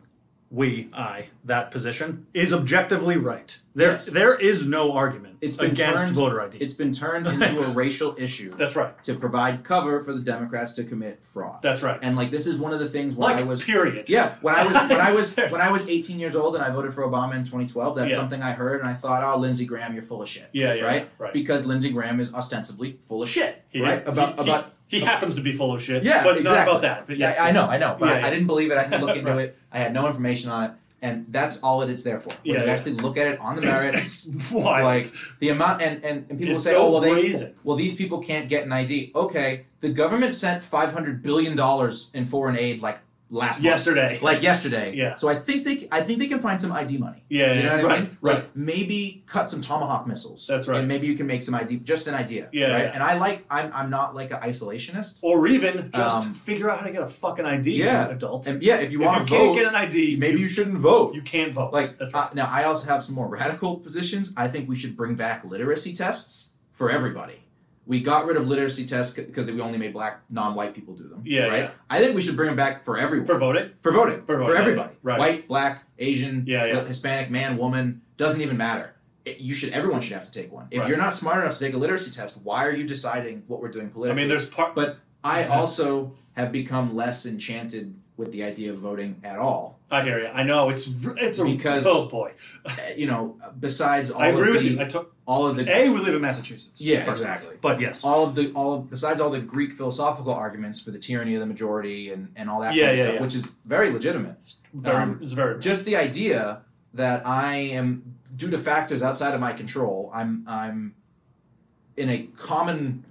Speaker 2: we, I, that position is objectively right. There,
Speaker 1: Yes.
Speaker 2: there is no argument
Speaker 1: It's been
Speaker 2: against
Speaker 1: turned-
Speaker 2: voter ID.
Speaker 1: It's been turned into
Speaker 2: <laughs>
Speaker 1: a racial issue
Speaker 2: that's right.
Speaker 1: to provide cover for the Democrats to commit fraud.
Speaker 2: That's right.
Speaker 1: and like this is one of the things where
Speaker 2: Like
Speaker 1: I was
Speaker 2: period.
Speaker 1: Yeah, when I was when I
Speaker 2: <laughs>
Speaker 1: was
Speaker 2: There's-
Speaker 1: when I was 18 years old and I voted for Obama in 2012, that's
Speaker 2: Yeah.
Speaker 1: something I heard and I thought, "Oh, Lindsey Graham, you're full of shit."
Speaker 2: Yeah, yeah,
Speaker 1: right?
Speaker 2: right.
Speaker 1: Because Lindsey Graham is ostensibly full of shit,
Speaker 2: He-
Speaker 1: right? About
Speaker 2: he,
Speaker 1: about
Speaker 2: he, he happens to be full of shit.
Speaker 1: Yeah,
Speaker 2: but not
Speaker 1: exactly.
Speaker 2: about that. But yes,
Speaker 1: I, I
Speaker 2: <laughs>
Speaker 1: know, I know, but
Speaker 2: Yeah,
Speaker 1: I,
Speaker 2: yeah.
Speaker 1: I didn't believe it. I didn't look
Speaker 2: <laughs>
Speaker 1: into
Speaker 2: Right.
Speaker 1: it. I had no information on it, and that's all that it's there for. When
Speaker 2: Yeah,
Speaker 1: you
Speaker 2: yeah.
Speaker 1: actually look at it on the merits,
Speaker 2: <laughs> It's, it's wild.
Speaker 1: like the amount and and, and people
Speaker 2: It's
Speaker 1: say
Speaker 2: so
Speaker 1: oh well they
Speaker 2: brazen.
Speaker 1: well these people can't get an id okay the government sent 500 billion dollars in foreign aid like last month.
Speaker 2: Yesterday.
Speaker 1: like yesterday
Speaker 2: Yeah.
Speaker 1: so i think they i think they can find some id money
Speaker 2: yeah,
Speaker 1: you know what
Speaker 2: right,
Speaker 1: i mean
Speaker 2: right.
Speaker 1: like maybe cut some tomahawk missiles
Speaker 2: That's right.
Speaker 1: and maybe you can make some id just an idea
Speaker 2: Yeah,
Speaker 1: right
Speaker 2: yeah.
Speaker 1: and i like i'm i'm not like an isolationist
Speaker 2: or even just
Speaker 1: Um,
Speaker 2: figure out how to get a fucking ID,
Speaker 1: Yeah.
Speaker 2: adult.
Speaker 1: and yeah if you
Speaker 2: if you
Speaker 1: want
Speaker 2: can't
Speaker 1: to vote
Speaker 2: get an ID,
Speaker 1: maybe you shouldn't vote
Speaker 2: you can't vote.
Speaker 1: Like
Speaker 2: that's right.
Speaker 1: uh, now, I also have some more radical positions. I think we should bring back literacy tests for everybody. We got rid of literacy tests because we only made black non-white people do them.
Speaker 2: Yeah,
Speaker 1: right.
Speaker 2: yeah.
Speaker 1: I think we should bring them back for everyone.
Speaker 2: for voting.
Speaker 1: For voting.
Speaker 2: For voting, yeah,
Speaker 1: everybody.
Speaker 2: right.
Speaker 1: White, black, Asian,
Speaker 2: Yeah, yeah.
Speaker 1: Hispanic, man, woman doesn't even matter. It- you should. Everyone should have to take one. If
Speaker 2: Right.
Speaker 1: you're not smart enough to take a literacy test, why are you deciding what we're doing
Speaker 2: I
Speaker 1: politically?
Speaker 2: mean, there's part.
Speaker 1: but I
Speaker 2: Yeah.
Speaker 1: also have become less enchanted with the idea of voting at all.
Speaker 2: <laughs> I hear you. I know it's r- it's a
Speaker 1: Because-
Speaker 2: oh boy.
Speaker 1: you know, besides all
Speaker 2: I agree
Speaker 1: of
Speaker 2: with
Speaker 1: the
Speaker 2: you. I took
Speaker 1: all of the
Speaker 2: a. We live in Massachusetts.
Speaker 1: Yeah,
Speaker 2: first off.
Speaker 1: exactly.
Speaker 2: But yes,
Speaker 1: all of the all of, besides all the Greek philosophical arguments for the tyranny of the majority and and all that
Speaker 2: Yeah,
Speaker 1: kind of
Speaker 2: yeah,
Speaker 1: stuff,
Speaker 2: yeah.
Speaker 1: which is very legitimate.
Speaker 2: it's very,
Speaker 1: Um,
Speaker 2: it's very.
Speaker 1: Just the idea that I am due to factors outside of my control, I'm I'm in a common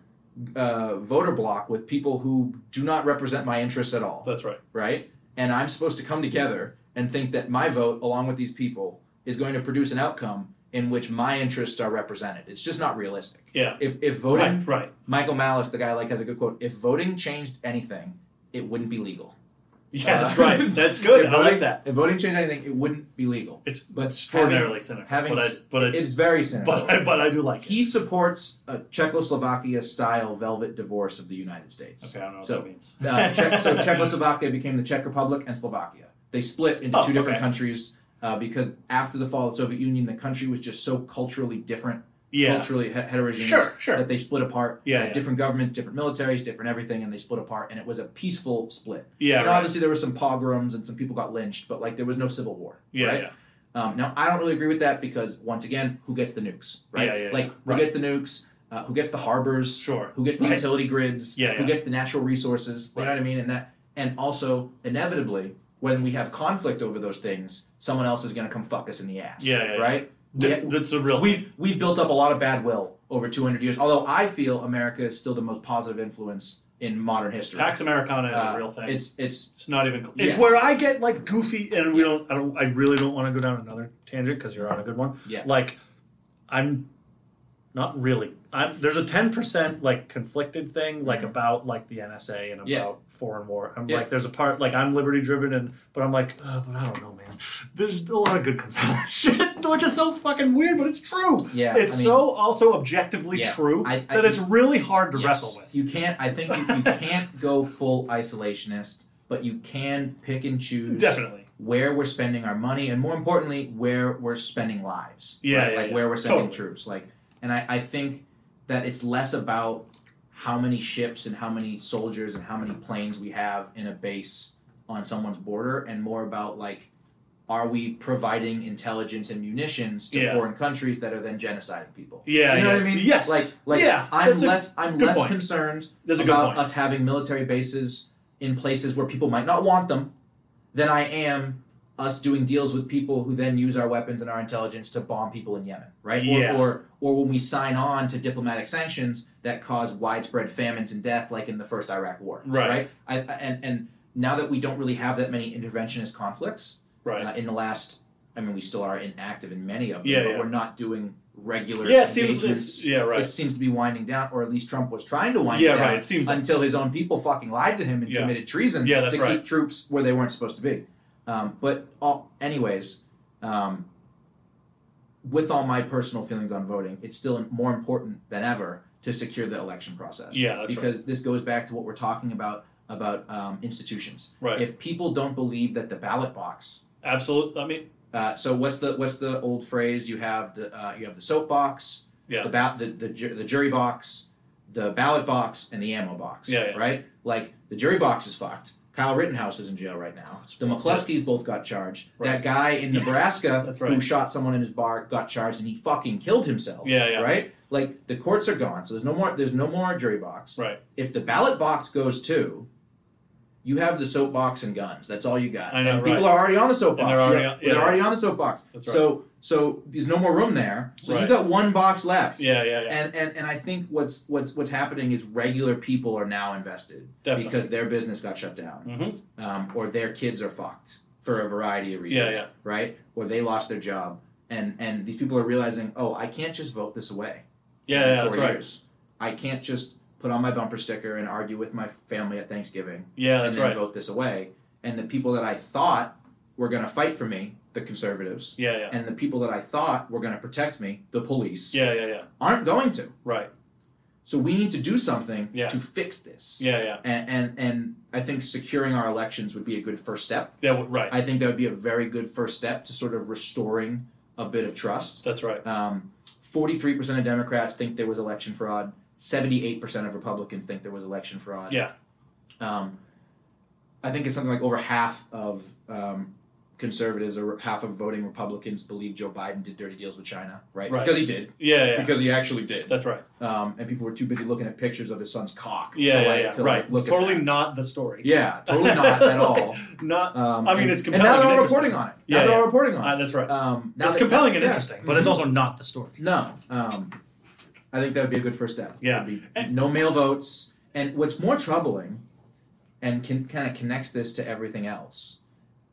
Speaker 1: uh, voter block with people who do not represent my interests at all
Speaker 2: that's right.
Speaker 1: right? And I'm supposed to come together and think that my vote, along with these people, is going to produce an outcome in which my interests are represented. It's just not realistic.
Speaker 2: Yeah.
Speaker 1: If, if voting, Uh,
Speaker 2: Right, right.
Speaker 1: Michael Malice, the guy I like, has a good quote. If voting changed anything, it wouldn't be legal.
Speaker 2: Yeah, that's
Speaker 1: Uh, <laughs>
Speaker 2: right. That's good.
Speaker 1: If
Speaker 2: I like
Speaker 1: voting-
Speaker 2: that.
Speaker 1: If voting changed anything, it wouldn't be legal.
Speaker 2: It's
Speaker 1: But
Speaker 2: extraordinarily cynical.
Speaker 1: having
Speaker 2: but I,
Speaker 1: s-
Speaker 2: but it's,
Speaker 1: It's very cynical.
Speaker 2: <laughs> but I, but I do like it.
Speaker 1: he supports a Czechoslovakia-style velvet divorce of the United States.
Speaker 2: Okay, I don't know what
Speaker 1: So,
Speaker 2: that means.
Speaker 1: Uh, Czech,
Speaker 2: <laughs>
Speaker 1: so Czechoslovakia became the Czech Republic and Slovakia. They split into
Speaker 2: Oh,
Speaker 1: two different
Speaker 2: okay.
Speaker 1: countries uh, because after the fall of the Soviet Union, the country was just so culturally different,
Speaker 2: yeah,
Speaker 1: culturally he- heterogeneous,
Speaker 2: Sure, sure.
Speaker 1: that they split apart.
Speaker 2: Yeah,
Speaker 1: uh,
Speaker 2: yeah.
Speaker 1: different governments, different militaries, different everything, and they split apart. And it was a peaceful split.
Speaker 2: yeah,
Speaker 1: and
Speaker 2: right.
Speaker 1: obviously there were some pogroms and some people got lynched, but like there was no civil war.
Speaker 2: yeah,
Speaker 1: right?
Speaker 2: yeah,
Speaker 1: Um, now, I don't really agree with that because, once again, who gets the nukes, right?
Speaker 2: Yeah, yeah, yeah.
Speaker 1: like, who
Speaker 2: Right.
Speaker 1: gets the nukes? Uh, who gets the harbors?
Speaker 2: sure.
Speaker 1: Who gets the
Speaker 2: Right.
Speaker 1: utility grids?
Speaker 2: Yeah,
Speaker 1: Who
Speaker 2: yeah.
Speaker 1: gets the natural resources? You know what I mean? And that, and also inevitably, when we have conflict over those things, someone else is going to come fuck us in the ass.
Speaker 2: Yeah, yeah, yeah.
Speaker 1: right.
Speaker 2: D-
Speaker 1: We-
Speaker 2: that's the real.
Speaker 1: We've we've built up a lot of bad will over 200 years. Although I feel America is still the most positive influence in modern history.
Speaker 2: Pax Americana is
Speaker 1: Uh,
Speaker 2: a real thing.
Speaker 1: It's it's
Speaker 2: It's not even. Cl- It's
Speaker 1: Yeah.
Speaker 2: where I get like goofy, and we don't. I don't. I really don't want to go down another tangent because you're on a good one.
Speaker 1: Yeah.
Speaker 2: Like, I'm not really. I'm there's a ten percent like conflicted thing like about like the NSA and about
Speaker 1: Mm-hmm. Yeah.
Speaker 2: foreign war. I'm
Speaker 1: Yeah.
Speaker 2: like there's a part like I'm liberty driven and but I'm like uh, but I don't know man. There's a lot of good comes out of that <laughs> shit, which is so fucking weird, but it's true.
Speaker 1: Yeah,
Speaker 2: It's
Speaker 1: I mean-
Speaker 2: so also objectively
Speaker 1: Yeah,
Speaker 2: true
Speaker 1: I- I
Speaker 2: that it's really hard to
Speaker 1: Yes.
Speaker 2: wrestle with.
Speaker 1: You can't. I think you, you
Speaker 2: <laughs>
Speaker 1: can't go full isolationist, but you can pick and choose
Speaker 2: Definitely.
Speaker 1: where we're spending our money, and more importantly, where we're spending lives.
Speaker 2: Yeah,
Speaker 1: right?
Speaker 2: yeah,
Speaker 1: like
Speaker 2: yeah.
Speaker 1: where we're sending
Speaker 2: Totally.
Speaker 1: troops. Like, and I, I think that it's less about how many ships and how many soldiers and how many planes we have in a base on someone's border, and more about like. Are we providing intelligence and munitions to
Speaker 2: Yeah.
Speaker 1: foreign countries that are then genociding people?
Speaker 2: Yeah,
Speaker 1: you know
Speaker 2: yeah.
Speaker 1: what I mean.
Speaker 2: Yes.
Speaker 1: like, like
Speaker 2: Yeah,
Speaker 1: I'm
Speaker 2: that's a
Speaker 1: less, i I'm
Speaker 2: good
Speaker 1: less
Speaker 2: point.
Speaker 1: concerned
Speaker 2: That's a good
Speaker 1: about
Speaker 2: point.
Speaker 1: us having military bases in places where people might not want them than I am us doing deals with people who then use our weapons and our intelligence to bomb people in Yemen, right?
Speaker 3: Yeah.
Speaker 1: Or, or or when we sign on to diplomatic sanctions that cause widespread famines and death, like in the first Iraq War,
Speaker 3: Right.
Speaker 1: I, I, and and now that we don't really have that many interventionist conflicts
Speaker 3: Right.
Speaker 1: uh, in the last, I mean, we still are inactive in many of them,
Speaker 3: Yeah,
Speaker 1: but
Speaker 3: yeah.
Speaker 1: we're not doing regular.
Speaker 3: Yeah, it seems
Speaker 1: engagements.
Speaker 3: it's yeah,
Speaker 1: It
Speaker 3: right.
Speaker 1: seems to be winding down, or at least Trump was trying to wind it
Speaker 3: Yeah,
Speaker 1: down
Speaker 3: right. It seems like
Speaker 1: until his own people fucking lied to him and
Speaker 3: Yeah.
Speaker 1: committed treason
Speaker 3: Yeah, that's
Speaker 1: to
Speaker 3: right.
Speaker 1: keep troops where they weren't supposed to be. Um, but all, anyways, um, with all my personal feelings on voting, it's still more important than ever to secure the election process.
Speaker 3: Yeah, that's
Speaker 1: because this goes back to what we're talking about about um, institutions.
Speaker 3: Right.
Speaker 1: If people don't believe that the ballot box.
Speaker 3: absolute. I mean,
Speaker 1: Uh, so what's the what's the old phrase? You have the uh, you have the soapbox,
Speaker 3: Yeah.
Speaker 1: the, ba- the the ju- the jury box, the ballot box, and the ammo box.
Speaker 3: Yeah, yeah.
Speaker 1: Right. Like the jury box is fucked. Kyle Rittenhouse is in jail right now. The McCluskeys both got charged. That guy in
Speaker 3: Yes,
Speaker 1: Nebraska
Speaker 3: that's
Speaker 1: who
Speaker 3: right.
Speaker 1: shot someone in his bar got charged, and he fucking killed himself.
Speaker 3: Yeah, yeah.
Speaker 1: Right. Like the courts are gone, so there's no more. There's no more jury box.
Speaker 3: Right.
Speaker 1: If the ballot box goes too. You have the soapbox and guns. That's all you got.
Speaker 3: I know,
Speaker 1: and people
Speaker 3: right.
Speaker 1: are already on the soapbox.
Speaker 3: And they're
Speaker 1: You
Speaker 3: already
Speaker 1: know,
Speaker 3: on- yeah.
Speaker 1: they're already on the soapbox.
Speaker 3: That's right.
Speaker 1: So so there's no more room there. So you
Speaker 3: Right.
Speaker 1: got one box left.
Speaker 3: yeah, yeah, yeah.
Speaker 1: And, and and I think what's what's what's happening is regular people are now invested
Speaker 3: Definitely.
Speaker 1: because their business got shut down,
Speaker 3: Mhm.
Speaker 1: um, or their kids are fucked for a variety of reasons,
Speaker 3: Yeah, yeah.
Speaker 1: right? Or they lost their job, and and these people are realizing, oh, I can't just vote this away.
Speaker 3: yeah,
Speaker 1: in
Speaker 3: yeah,
Speaker 1: four
Speaker 3: that's right.
Speaker 1: years. I can't just put on my bumper sticker and argue with my family at Thanksgiving
Speaker 3: Yeah, that's
Speaker 1: and then
Speaker 3: right.
Speaker 1: vote this away. And the people that I thought were going to fight for me, the conservatives,
Speaker 3: Yeah, yeah,
Speaker 1: and the people that I thought were going to protect me, the police,
Speaker 3: yeah, yeah, yeah.
Speaker 1: aren't going to.
Speaker 3: Right.
Speaker 1: So we need to do something
Speaker 3: Yeah.
Speaker 1: to fix this.
Speaker 3: Yeah, yeah.
Speaker 1: And, and and I think securing our elections would be a good first step.
Speaker 3: That w- right.
Speaker 1: I think that would be a very good first step to sort of restoring a bit of trust.
Speaker 3: That's right.
Speaker 1: Um, 43% of Democrats think there was election fraud. 78% of Republicans think there was election fraud.
Speaker 3: Yeah.
Speaker 1: Um, I think it's something like over half of um, conservatives or half of voting Republicans believe Joe Biden did dirty deals with China, right?
Speaker 3: Right.
Speaker 1: Because he did.
Speaker 3: Yeah, yeah.
Speaker 1: Because he actually did.
Speaker 3: that's right.
Speaker 1: Um, and people were too busy looking at pictures of his son's cock.
Speaker 3: Yeah,
Speaker 1: to
Speaker 3: yeah,
Speaker 1: like,
Speaker 3: yeah.
Speaker 1: To
Speaker 3: right.
Speaker 1: Like look
Speaker 3: totally
Speaker 1: At that.
Speaker 3: not the story.
Speaker 1: Yeah, totally not at all.
Speaker 3: <laughs> Not.
Speaker 1: Um,
Speaker 3: I mean,
Speaker 1: and-
Speaker 3: it's
Speaker 1: And now
Speaker 3: compelling
Speaker 1: they're all
Speaker 3: and
Speaker 1: reporting on it. Now
Speaker 3: Yeah,
Speaker 1: they're
Speaker 3: yeah.
Speaker 1: all reporting on it.
Speaker 3: Uh, that's right.
Speaker 1: Um, now
Speaker 3: That's
Speaker 1: that-
Speaker 3: compelling and
Speaker 1: yeah. mm-hmm.
Speaker 3: interesting, but it's also not the story.
Speaker 1: No. Um, I think that would be a good first step.
Speaker 3: Yeah.
Speaker 1: Would be no mail votes. And what's more troubling, and can, kind of connects this to everything else,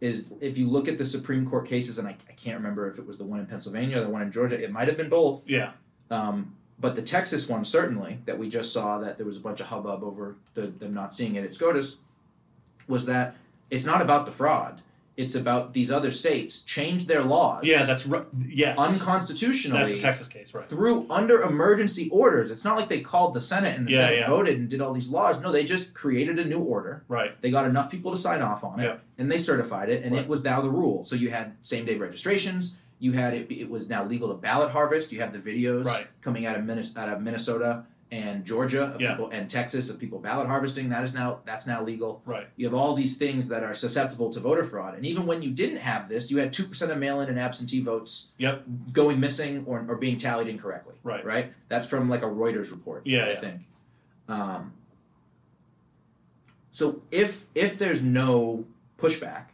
Speaker 1: is if you look at the Supreme Court cases, and I, I can't remember if it was the one in Pennsylvania or the one in Georgia, it might have been both.
Speaker 3: Yeah.
Speaker 1: Um, but the Texas one, certainly, that we just saw that there was a bunch of hubbub over the, them not seeing it at SCOTUS, was that it's not about the fraud. It's about these other states change their laws
Speaker 3: Yeah, that's right. Yes.
Speaker 1: unconstitutionally
Speaker 3: that's the Texas case, right?
Speaker 1: through under emergency orders. It's not like they called the Senate and the
Speaker 3: Yeah,
Speaker 1: Senate
Speaker 3: yeah.
Speaker 1: voted and did all these laws. No, they just created a new order.
Speaker 3: Right.
Speaker 1: They got enough people to sign off on it,
Speaker 3: Yeah.
Speaker 1: and they certified it, and
Speaker 3: Right.
Speaker 1: it was now the rule. So you had same day registrations. You had it. It was now legal to ballot harvest. You have the videos
Speaker 3: Right.
Speaker 1: coming out of Minnesota, out of Minnesota and Georgia of
Speaker 3: Yeah.
Speaker 1: people and Texas of people ballot harvesting. That is now that's now legal.
Speaker 3: Right.
Speaker 1: You have all these things that are susceptible to voter fraud. And even when you didn't have this, you had 2% of mail in and absentee votes
Speaker 3: Yep.
Speaker 1: going missing or, or being tallied incorrectly.
Speaker 3: Right.
Speaker 1: Right? That's from like a Reuters report,
Speaker 3: Yeah,
Speaker 1: I
Speaker 3: yeah.
Speaker 1: think. Um, so if if there's no pushback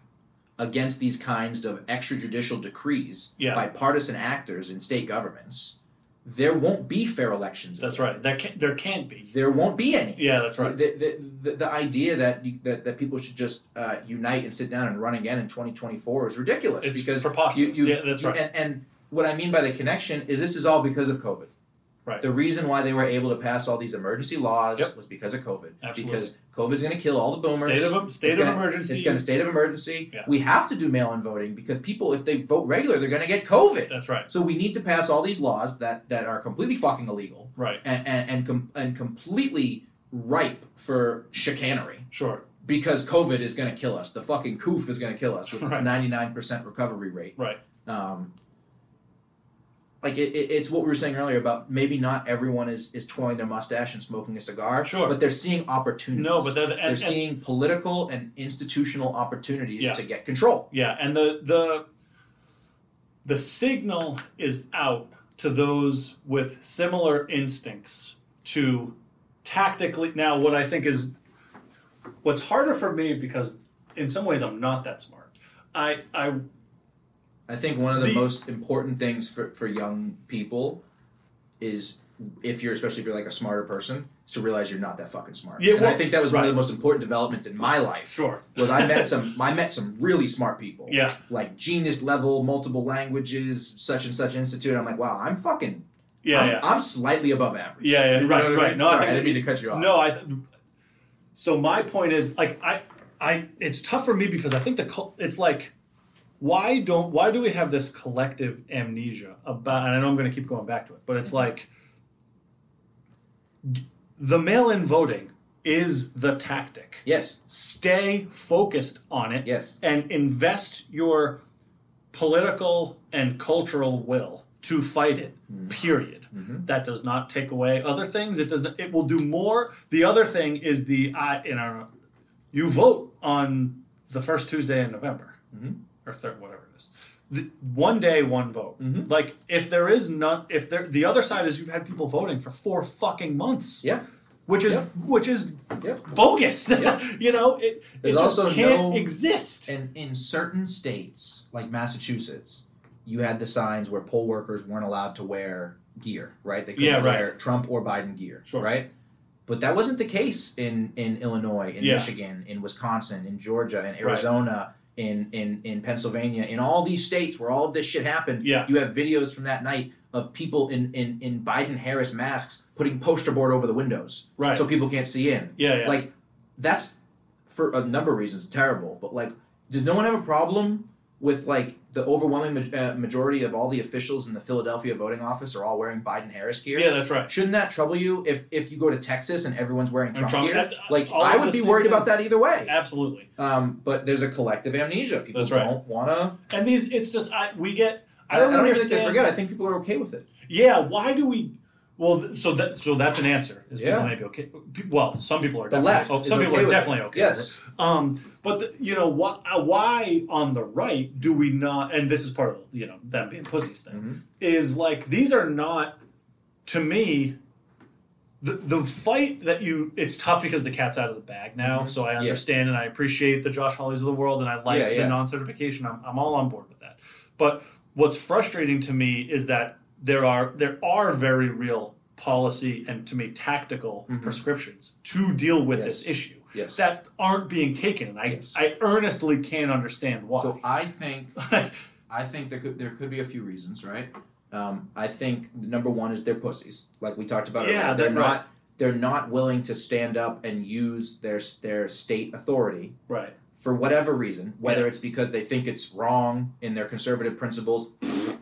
Speaker 1: against these kinds of extrajudicial decrees
Speaker 3: Yeah.
Speaker 1: by partisan actors in state governments, there won't be fair elections.
Speaker 3: That's right. That can, there can't be.
Speaker 1: There won't be any.
Speaker 3: Yeah, that's right.
Speaker 1: The, the, the, the idea that, you, that that people should just uh, unite and sit down and run again in 2024 is ridiculous
Speaker 3: It's
Speaker 1: because
Speaker 3: preposterous.
Speaker 1: You, you,
Speaker 3: Yeah, that's
Speaker 1: you-
Speaker 3: right.
Speaker 1: And, and what I mean by the connection is this is all because of COVID.
Speaker 3: Right.
Speaker 1: The reason why they were able to pass all these emergency laws
Speaker 3: Yep.
Speaker 1: was because of COVID.
Speaker 3: Absolutely.
Speaker 1: Because COVID's going to kill all the boomers.
Speaker 3: State of em- state
Speaker 1: It's
Speaker 3: of
Speaker 1: gonna-
Speaker 3: emergency.
Speaker 1: It's going to state of emergency.
Speaker 3: Yeah.
Speaker 1: We have to do mail-in voting because people, if they vote regular, they're going to get COVID.
Speaker 3: That's right.
Speaker 1: So we need to pass all these laws that that are completely fucking illegal
Speaker 3: Right.
Speaker 1: and and and, com- and completely ripe for chicanery
Speaker 3: Sure.
Speaker 1: because COVID is going to kill us. The fucking coof is going to kill us with its
Speaker 3: Right.
Speaker 1: ninety nine percent recovery rate.
Speaker 3: Right.
Speaker 1: Um, like it, it, it's what we were saying earlier about maybe not everyone is is twirling their mustache and smoking a cigar.
Speaker 3: Sure.
Speaker 1: but they're seeing opportunities.
Speaker 3: No, but they're, the-
Speaker 1: they're
Speaker 3: and, and-
Speaker 1: seeing political and institutional opportunities
Speaker 3: Yeah.
Speaker 1: to get control.
Speaker 3: yeah, and the the the signal is out to those with similar instincts to tactically. Now, what I think is what's harder for me because in some ways I'm not that smart
Speaker 5: I I
Speaker 1: I think one of the,
Speaker 5: The-
Speaker 1: most important things for, for young people is if you're especially if you're like a smarter person is to realize you're not that fucking smart.
Speaker 5: Yeah,
Speaker 1: and I
Speaker 5: well,
Speaker 1: think that was one of
Speaker 5: right.
Speaker 1: the most important developments in my life.
Speaker 5: sure.
Speaker 1: Was I met some I met some really smart people.
Speaker 5: Yeah.
Speaker 1: Like genius level, multiple languages, such and such institute. I'm like, wow, I'm fucking
Speaker 5: Yeah,
Speaker 1: I'm,
Speaker 5: yeah.
Speaker 1: I'm slightly above average.
Speaker 5: Yeah, yeah,
Speaker 1: You know
Speaker 5: right,
Speaker 1: what I mean?
Speaker 5: right. No, I
Speaker 1: Sorry, I,
Speaker 5: think
Speaker 1: didn't mean to cut you off.
Speaker 5: No, I. Th-
Speaker 2: So my point is like I I it's tough for me because I think the cul- it's like why don't why do we have this collective amnesia about and I know I'm going to keep going back to it but
Speaker 1: Mm-hmm.
Speaker 2: it's like g- the mail-in voting is the tactic.
Speaker 1: Yes.
Speaker 2: Stay focused on it
Speaker 1: Yes.
Speaker 2: and invest your political and cultural will to fight it period that does not take away other things it does not, it will do more the other thing is the i in our you vote on the first tuesday in november or third whatever it is the, one day one vote
Speaker 1: Mm-hmm.
Speaker 2: like if there is none if there the other side is you've had people voting for four fucking months
Speaker 1: Yeah.
Speaker 2: which is
Speaker 1: Yeah.
Speaker 2: which is
Speaker 1: Yeah.
Speaker 2: bogus
Speaker 1: Yeah.
Speaker 2: <laughs> you know it, it
Speaker 1: There's
Speaker 2: just
Speaker 1: also
Speaker 2: can't
Speaker 1: no-
Speaker 2: exist
Speaker 1: And in certain states, like Massachusetts, you had the signs where poll workers weren't allowed to wear gear, right? They couldn't
Speaker 5: Yeah, right.
Speaker 1: wear Trump or Biden gear,
Speaker 5: Sure.
Speaker 1: right? But that wasn't the case in, in Illinois, in
Speaker 5: Yeah.
Speaker 1: Michigan, in Wisconsin, in Georgia, in Arizona, in, in, in Pennsylvania, in all these states where all of this shit happened.
Speaker 5: Yeah.
Speaker 1: You have videos from that night of people in, in, in Biden Harris masks putting poster board over the windows
Speaker 5: Right.
Speaker 1: so people can't see in.
Speaker 5: Yeah, yeah.
Speaker 1: Like that's for a number of reasons terrible. But like, does no one have a problem with like the overwhelming ma- uh, majority of all the officials in the Philadelphia voting office are all wearing Biden Harris gear?
Speaker 5: yeah, that's right.
Speaker 1: Shouldn't that trouble you if if you go to Texas and everyone's wearing Trump,
Speaker 5: Trump-
Speaker 1: gear?
Speaker 5: that-
Speaker 1: like,
Speaker 5: all
Speaker 1: I
Speaker 5: of
Speaker 1: would
Speaker 5: the
Speaker 1: be
Speaker 5: same
Speaker 1: worried about
Speaker 5: things.
Speaker 1: that either way.
Speaker 5: Absolutely.
Speaker 1: Um, but there's a collective amnesia. People
Speaker 5: That's right.
Speaker 1: don't wanna.
Speaker 5: And these, it's just I we get. I
Speaker 1: I
Speaker 5: don't,
Speaker 1: I don't even
Speaker 5: understand.
Speaker 1: think they forget. I think people are okay with it.
Speaker 5: Yeah, why
Speaker 2: why do we well th- so that so that's an answer is
Speaker 1: Yeah.
Speaker 2: people may be okay pe- well some people are
Speaker 1: The
Speaker 2: definitely
Speaker 1: left
Speaker 2: oh,
Speaker 1: is
Speaker 2: some people
Speaker 1: okay
Speaker 2: are
Speaker 1: with it.
Speaker 2: definitely okay with
Speaker 1: Yes.
Speaker 2: it. um but the, you know why uh, why on the right do we not and this is part of you know them being pussies thing
Speaker 1: Mm-hmm.
Speaker 2: is like these are not to me the, the fight that you it's tough because the cat's out of the bag
Speaker 1: Mm-hmm.
Speaker 2: now so i understand and i appreciate the josh hollies of the world and i like
Speaker 1: Yeah, yeah.
Speaker 2: the non-certification I'm, I'm all on board with that but what's frustrating to me is that there are there are very real policy and to me tactical prescriptions to deal with this
Speaker 1: Mm-hmm. Yes.
Speaker 2: issue
Speaker 1: Yes.
Speaker 2: that aren't being taken and i
Speaker 1: Yes.
Speaker 2: i earnestly can't understand why
Speaker 1: So I think
Speaker 2: Like,
Speaker 1: I think there could there could be a few reasons, right? Um, I think number one is they're pussies, like we talked about.
Speaker 2: Yeah,
Speaker 1: earlier. they're
Speaker 2: that-
Speaker 1: not they're not willing to stand up and use their their state authority
Speaker 2: <laughs> right
Speaker 1: for whatever reason, whether
Speaker 5: Yeah.
Speaker 1: it's because they think it's wrong in their conservative principles.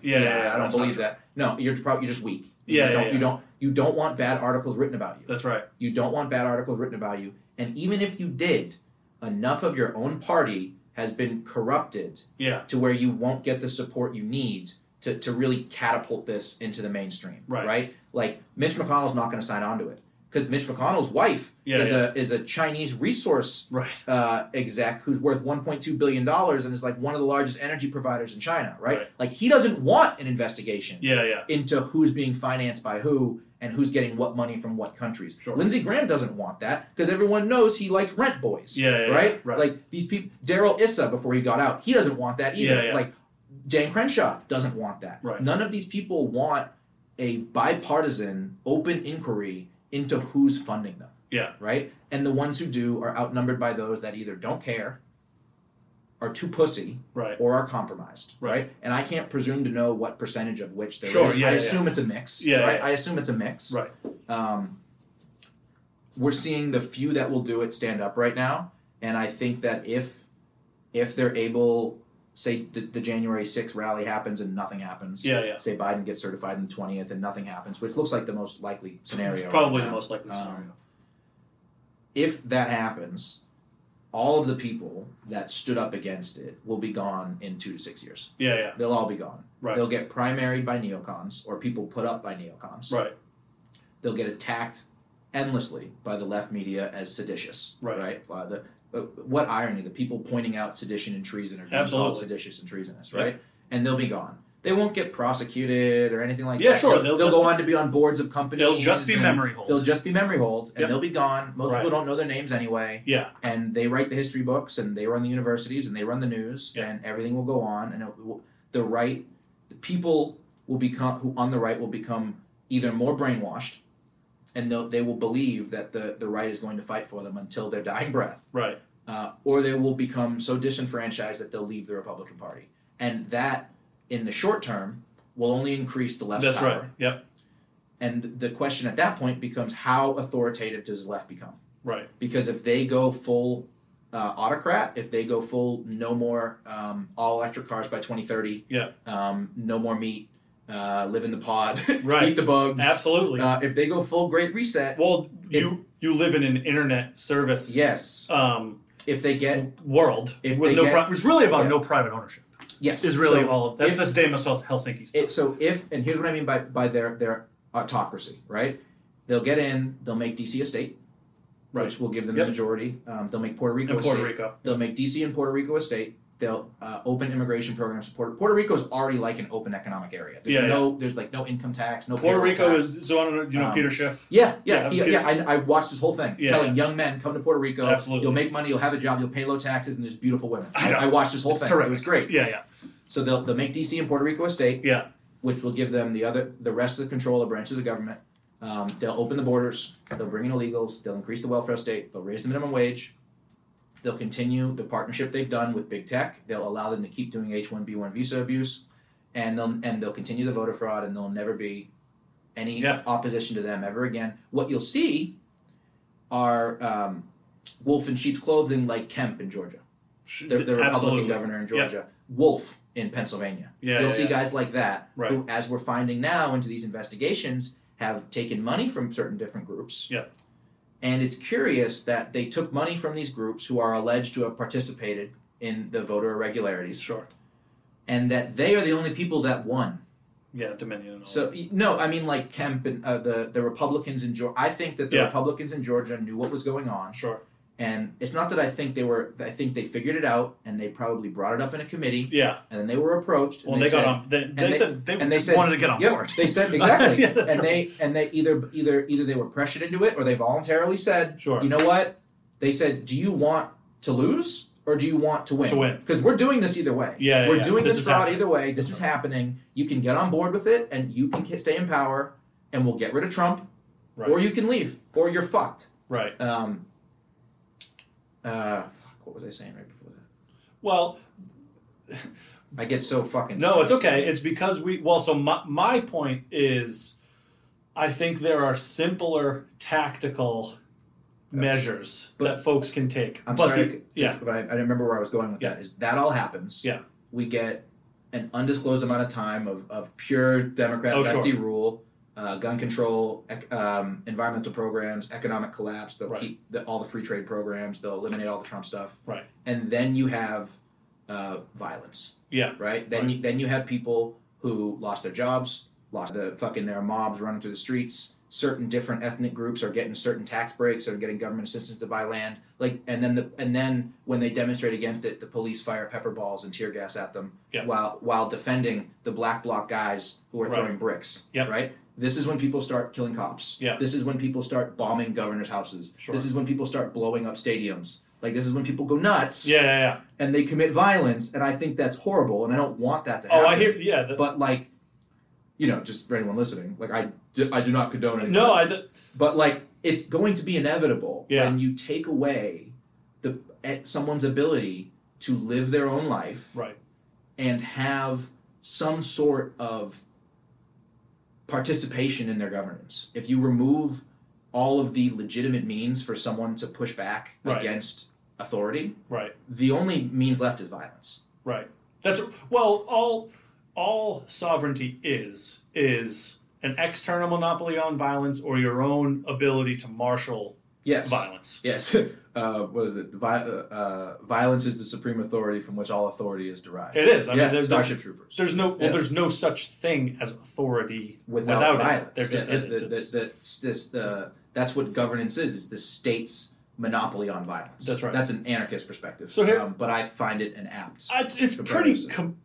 Speaker 5: Yeah, yeah,
Speaker 1: I don't
Speaker 5: that's not
Speaker 1: believe
Speaker 5: true.
Speaker 1: that. No, you're probably you're just weak. You
Speaker 5: Yeah,
Speaker 1: just
Speaker 5: yeah,
Speaker 1: don't,
Speaker 5: yeah.
Speaker 1: you don't you don't want bad articles written about you.
Speaker 5: That's right.
Speaker 1: You don't want bad articles written about you. And even if you did, enough of your own party has been corrupted
Speaker 5: Yeah.
Speaker 1: to where you won't get the support you need to, to really catapult this into the mainstream.
Speaker 5: Right.
Speaker 1: Like Mitch McConnell's not going to sign on to it because Mitch McConnell's wife
Speaker 5: Yeah,
Speaker 1: is
Speaker 5: yeah.
Speaker 1: a is a Chinese resource
Speaker 5: Right.
Speaker 1: uh, exec who's worth 1.2 billion dollars and is like one of the largest energy providers in China. Right.
Speaker 5: Right.
Speaker 1: Like he doesn't want an investigation
Speaker 5: Yeah, yeah.
Speaker 1: into who's being financed by who and who's getting what money from what countries.
Speaker 5: Sure.
Speaker 1: Lindsey Graham doesn't want that because everyone knows he likes rent boys.
Speaker 5: Yeah, yeah, yeah,
Speaker 1: right?
Speaker 5: right.
Speaker 1: Like these people, Daryl Issa before he got out, he doesn't want that either.
Speaker 5: Yeah, yeah.
Speaker 1: Like Dan Crenshaw doesn't want that.
Speaker 5: Right.
Speaker 1: None of these people want a bipartisan, open inquiry into who's funding them.
Speaker 5: Yeah.
Speaker 1: Right? And the ones who do are outnumbered by those that either don't care, are too pussy,
Speaker 5: Right.
Speaker 1: or are compromised,
Speaker 5: Right.
Speaker 1: And I can't presume to know what percentage of which there is.
Speaker 5: Sure, yeah,
Speaker 1: I
Speaker 5: yeah,
Speaker 1: assume it's a mix.
Speaker 5: Yeah,
Speaker 1: right?
Speaker 5: yeah.
Speaker 1: I assume it's a mix.
Speaker 5: Right.
Speaker 1: Um, we're seeing the few that will do it stand up right now, and I think that if if they're able, say the, the January 6th rally happens and nothing happens.
Speaker 5: Yeah, yeah.
Speaker 1: Say Biden gets certified on the 20th and nothing happens, which looks like the most likely scenario.
Speaker 5: It's
Speaker 1: right
Speaker 5: probably
Speaker 1: now
Speaker 5: the most likely
Speaker 1: Um,
Speaker 5: scenario.
Speaker 1: if that happens, all of the people that stood up against it will be gone in two to six years.
Speaker 5: Yeah, yeah.
Speaker 1: They'll all be gone.
Speaker 5: Right.
Speaker 1: They'll get primaried by neocons or people put up by neocons.
Speaker 5: Right.
Speaker 1: They'll get attacked endlessly by the left media as seditious.
Speaker 5: Right.
Speaker 1: Uh, the, uh, what irony, the people pointing out sedition and treason are being called
Speaker 5: Absolutely.
Speaker 1: seditious and treasonous,
Speaker 5: Yep.
Speaker 1: right? And they'll be gone. they won't get prosecuted or anything like
Speaker 2: Yeah,
Speaker 1: that.
Speaker 2: sure,
Speaker 1: They'll,
Speaker 2: they'll
Speaker 1: they'll
Speaker 2: just-
Speaker 1: go on to be on boards of companies.
Speaker 2: They'll just be
Speaker 1: and
Speaker 2: memory holds.
Speaker 1: They'll just be memory holds, and
Speaker 2: Yep.
Speaker 1: they'll be gone. Most
Speaker 2: Right.
Speaker 1: people don't know their names anyway,
Speaker 2: yeah,
Speaker 1: and they write the history books, and they run the universities, and they run the news,
Speaker 2: Yep.
Speaker 1: and everything will go on, and it will, the right, the people will become who on the right will become either more brainwashed, and they'll- they will believe that the the right is going to fight for them until their dying breath
Speaker 2: right.
Speaker 1: uh, or they will become so disenfranchised that they'll leave the Republican Party, and that, in the short term, will only increase the left.
Speaker 2: That's
Speaker 1: power.
Speaker 2: right. Yep.
Speaker 1: And the question at that point becomes: How authoritative does the left become?
Speaker 2: Right.
Speaker 1: Because if they go full uh, autocrat, if they go full no more um, all electric cars by 2030,
Speaker 2: Yeah.
Speaker 1: um, no more meat, uh, live in the pod, <laughs>
Speaker 2: Right.
Speaker 1: eat the bugs,
Speaker 2: Absolutely.
Speaker 1: Uh, if they go full Great Reset,
Speaker 2: well, you you live in an internet service
Speaker 1: yes.
Speaker 2: um,
Speaker 1: If they get
Speaker 2: world
Speaker 1: If
Speaker 2: with
Speaker 1: they
Speaker 2: no
Speaker 1: get-
Speaker 2: pri- it's really about
Speaker 1: Yeah.
Speaker 2: no private ownership.
Speaker 1: yes,
Speaker 2: Is really
Speaker 1: So
Speaker 2: all of that's
Speaker 1: if-
Speaker 2: this Demos Helsinki stuff.
Speaker 1: it, so if and here's what I mean by by their their autocracy, right? They'll get in, they'll make DC a state,
Speaker 2: Right.
Speaker 1: which will give them
Speaker 2: Yep.
Speaker 1: the majority. Um, they'll make Puerto Rico
Speaker 2: in
Speaker 1: a
Speaker 2: Puerto
Speaker 1: state.
Speaker 2: Rico.
Speaker 1: They'll make DC and Puerto Rico a state. They'll uh, open immigration programs. Puerto, Puerto Rico is already like an open economic area. There's
Speaker 2: Yeah, yeah.
Speaker 1: no, there's like no income tax, no
Speaker 2: Puerto
Speaker 1: payroll
Speaker 2: Rico
Speaker 1: tax.
Speaker 2: is so I don't know. You know
Speaker 1: Um,
Speaker 2: Peter Schiff.
Speaker 1: Yeah, yeah,
Speaker 2: Yeah,
Speaker 1: he-
Speaker 2: I'm
Speaker 1: yeah. I, I watched this whole thing,
Speaker 2: Yeah,
Speaker 1: telling young men come to Puerto Rico.
Speaker 2: Absolutely.
Speaker 1: you'll make money, you'll have a job, you'll pay low taxes, and there's beautiful women.
Speaker 2: I know.
Speaker 1: watched this whole
Speaker 2: It's
Speaker 1: thing.
Speaker 2: terrific.
Speaker 1: It was great.
Speaker 2: Yeah, yeah,
Speaker 1: So they'll they'll make DC and Puerto Rico a state.
Speaker 2: yeah.
Speaker 1: which will give them the other the rest of the control of branches of the government. Um, they'll open the borders. They'll bring in illegals. They'll increase the welfare state. They'll raise the minimum wage. They'll continue the partnership they've done with big tech. They'll allow them to keep doing H one B one visa abuse, and they'll and they'll continue the voter fraud, and there'll never be any
Speaker 2: Yeah.
Speaker 1: opposition to them ever again. What you'll see are um, wolf in sheep's clothing, like Kemp in Georgia,
Speaker 2: Sh-
Speaker 1: the, the Republican
Speaker 2: absolutely.
Speaker 1: governor in Georgia, Wolf in Pennsylvania
Speaker 2: Yeah,
Speaker 1: you'll
Speaker 2: yeah,
Speaker 1: see
Speaker 2: yeah.
Speaker 1: guys like that
Speaker 2: Right.
Speaker 1: who, as we're finding now into these investigations, have taken money from certain different groups.
Speaker 2: Yeah.
Speaker 1: And it's curious that they took money from these groups who are alleged to have participated in the voter irregularities,
Speaker 2: Sure.
Speaker 1: and that they are the only people that won.
Speaker 2: Yeah, Dominion. And all
Speaker 1: So y- no, I mean like Kemp and uh, the the Republicans in Georgia. I think that the
Speaker 2: Yeah.
Speaker 1: Republicans in Georgia knew what was going on,
Speaker 2: that. sure.
Speaker 1: and it's not that I think they were. I think they figured it out, and they probably brought it up in a committee,
Speaker 2: Yeah.
Speaker 1: and then they were approached. and
Speaker 2: Well, they,
Speaker 1: said,
Speaker 2: got on. They, they,
Speaker 1: they-
Speaker 2: said they,
Speaker 1: and they said-
Speaker 2: wanted to get on
Speaker 1: Yep,
Speaker 2: board.
Speaker 1: They said exactly,
Speaker 2: <laughs> Yeah, that's
Speaker 1: and they and they either either either they were pressured into it or they voluntarily said,
Speaker 2: Sure.
Speaker 1: you know what? They said, do you want to lose or do you want to win?
Speaker 2: To win.
Speaker 1: because we're doing this either way.
Speaker 2: Yeah, yeah,
Speaker 1: we're
Speaker 2: yeah.
Speaker 1: doing
Speaker 2: This
Speaker 1: this,
Speaker 2: is
Speaker 1: fraud
Speaker 2: happening.
Speaker 1: either way. This is happening. You can get on board with it, and you can ki- stay in power, and we'll get rid of Trump,
Speaker 2: Right.
Speaker 1: or you can leave, or you're fucked.
Speaker 2: right.
Speaker 1: Um, uh, fuck, what was I saying right before that?
Speaker 2: Well,
Speaker 1: I get so fucking
Speaker 2: No, it's okay. It's because we well. So my my point is, I think there are simpler tactical measures
Speaker 1: But-
Speaker 2: that folks can take.
Speaker 1: I'm
Speaker 2: but
Speaker 1: sorry,
Speaker 2: the-
Speaker 1: I c-
Speaker 2: yeah,
Speaker 1: but I, I remember where I was going with
Speaker 2: Yeah.
Speaker 1: that. Is that all happens?
Speaker 2: Yeah.
Speaker 1: we get an undisclosed amount of time of, of pure Democrat
Speaker 2: Oh,
Speaker 1: lefty rule, uh, gun control, ec- um, environmental programs, economic collapse. They'll
Speaker 2: Right.
Speaker 1: keep the, all the free trade programs. They'll eliminate all the Trump stuff.
Speaker 2: Right.
Speaker 1: And then you have uh, violence.
Speaker 2: Yeah.
Speaker 1: Right. Then
Speaker 2: Right.
Speaker 1: you then you have people who lost their jobs, lost the fucking their mobs running through the streets. Certain different ethnic groups are getting certain tax breaks or getting government assistance to buy land. Like and then the and then when they demonstrate against it, the police fire pepper balls and tear gas at them
Speaker 2: Yeah.
Speaker 1: while while defending the black bloc guys who are
Speaker 2: Right.
Speaker 1: throwing bricks.
Speaker 2: Yep.
Speaker 1: Right. This is when people start killing cops.
Speaker 2: Yeah.
Speaker 1: This is when people start bombing governors' houses.
Speaker 2: Sure.
Speaker 1: This is when people start blowing up stadiums. Like this is when people go nuts
Speaker 2: yeah, yeah, yeah.
Speaker 1: and they commit violence, and I think that's horrible, and I don't want that to happen.
Speaker 2: Oh, I hear. Yeah, the,
Speaker 1: But like, you know, just for anyone listening, like I, do, I do not condone anything.
Speaker 2: no, I.
Speaker 1: like this. But like, it's going to be inevitable
Speaker 2: Yeah.
Speaker 1: when you take away the at someone's ability to live their own life,
Speaker 2: Right.
Speaker 1: and have some sort of participation in their governance. If you remove all of the legitimate means for someone to push back
Speaker 2: Right.
Speaker 1: against authority,
Speaker 2: Right.
Speaker 1: the only means left is violence.
Speaker 2: Right. That's well, all all sovereignty is is an external monopoly on violence or your own ability to marshal
Speaker 1: Yes.
Speaker 2: violence.
Speaker 1: Yes.
Speaker 2: <laughs>
Speaker 1: Uh, what is it? Vi- uh, uh, violence is the supreme authority from which all authority is derived.
Speaker 2: It is. I
Speaker 1: yeah,
Speaker 2: mean, there's no,
Speaker 1: Starship Troopers.
Speaker 2: There's no well,
Speaker 1: Yeah.
Speaker 2: there's no such thing as authority
Speaker 1: without,
Speaker 2: without it.
Speaker 1: violence.
Speaker 2: There just
Speaker 1: Yeah,
Speaker 2: isn't.
Speaker 1: the- the-
Speaker 2: It's-
Speaker 1: the- it's this- the- that's what governance is. It's the state's monopoly on violence.
Speaker 2: That's right.
Speaker 1: That's an anarchist perspective.
Speaker 2: So here-
Speaker 1: um, but I find it an apt.
Speaker 2: I, it's
Speaker 1: Comparison.
Speaker 2: pretty. Com-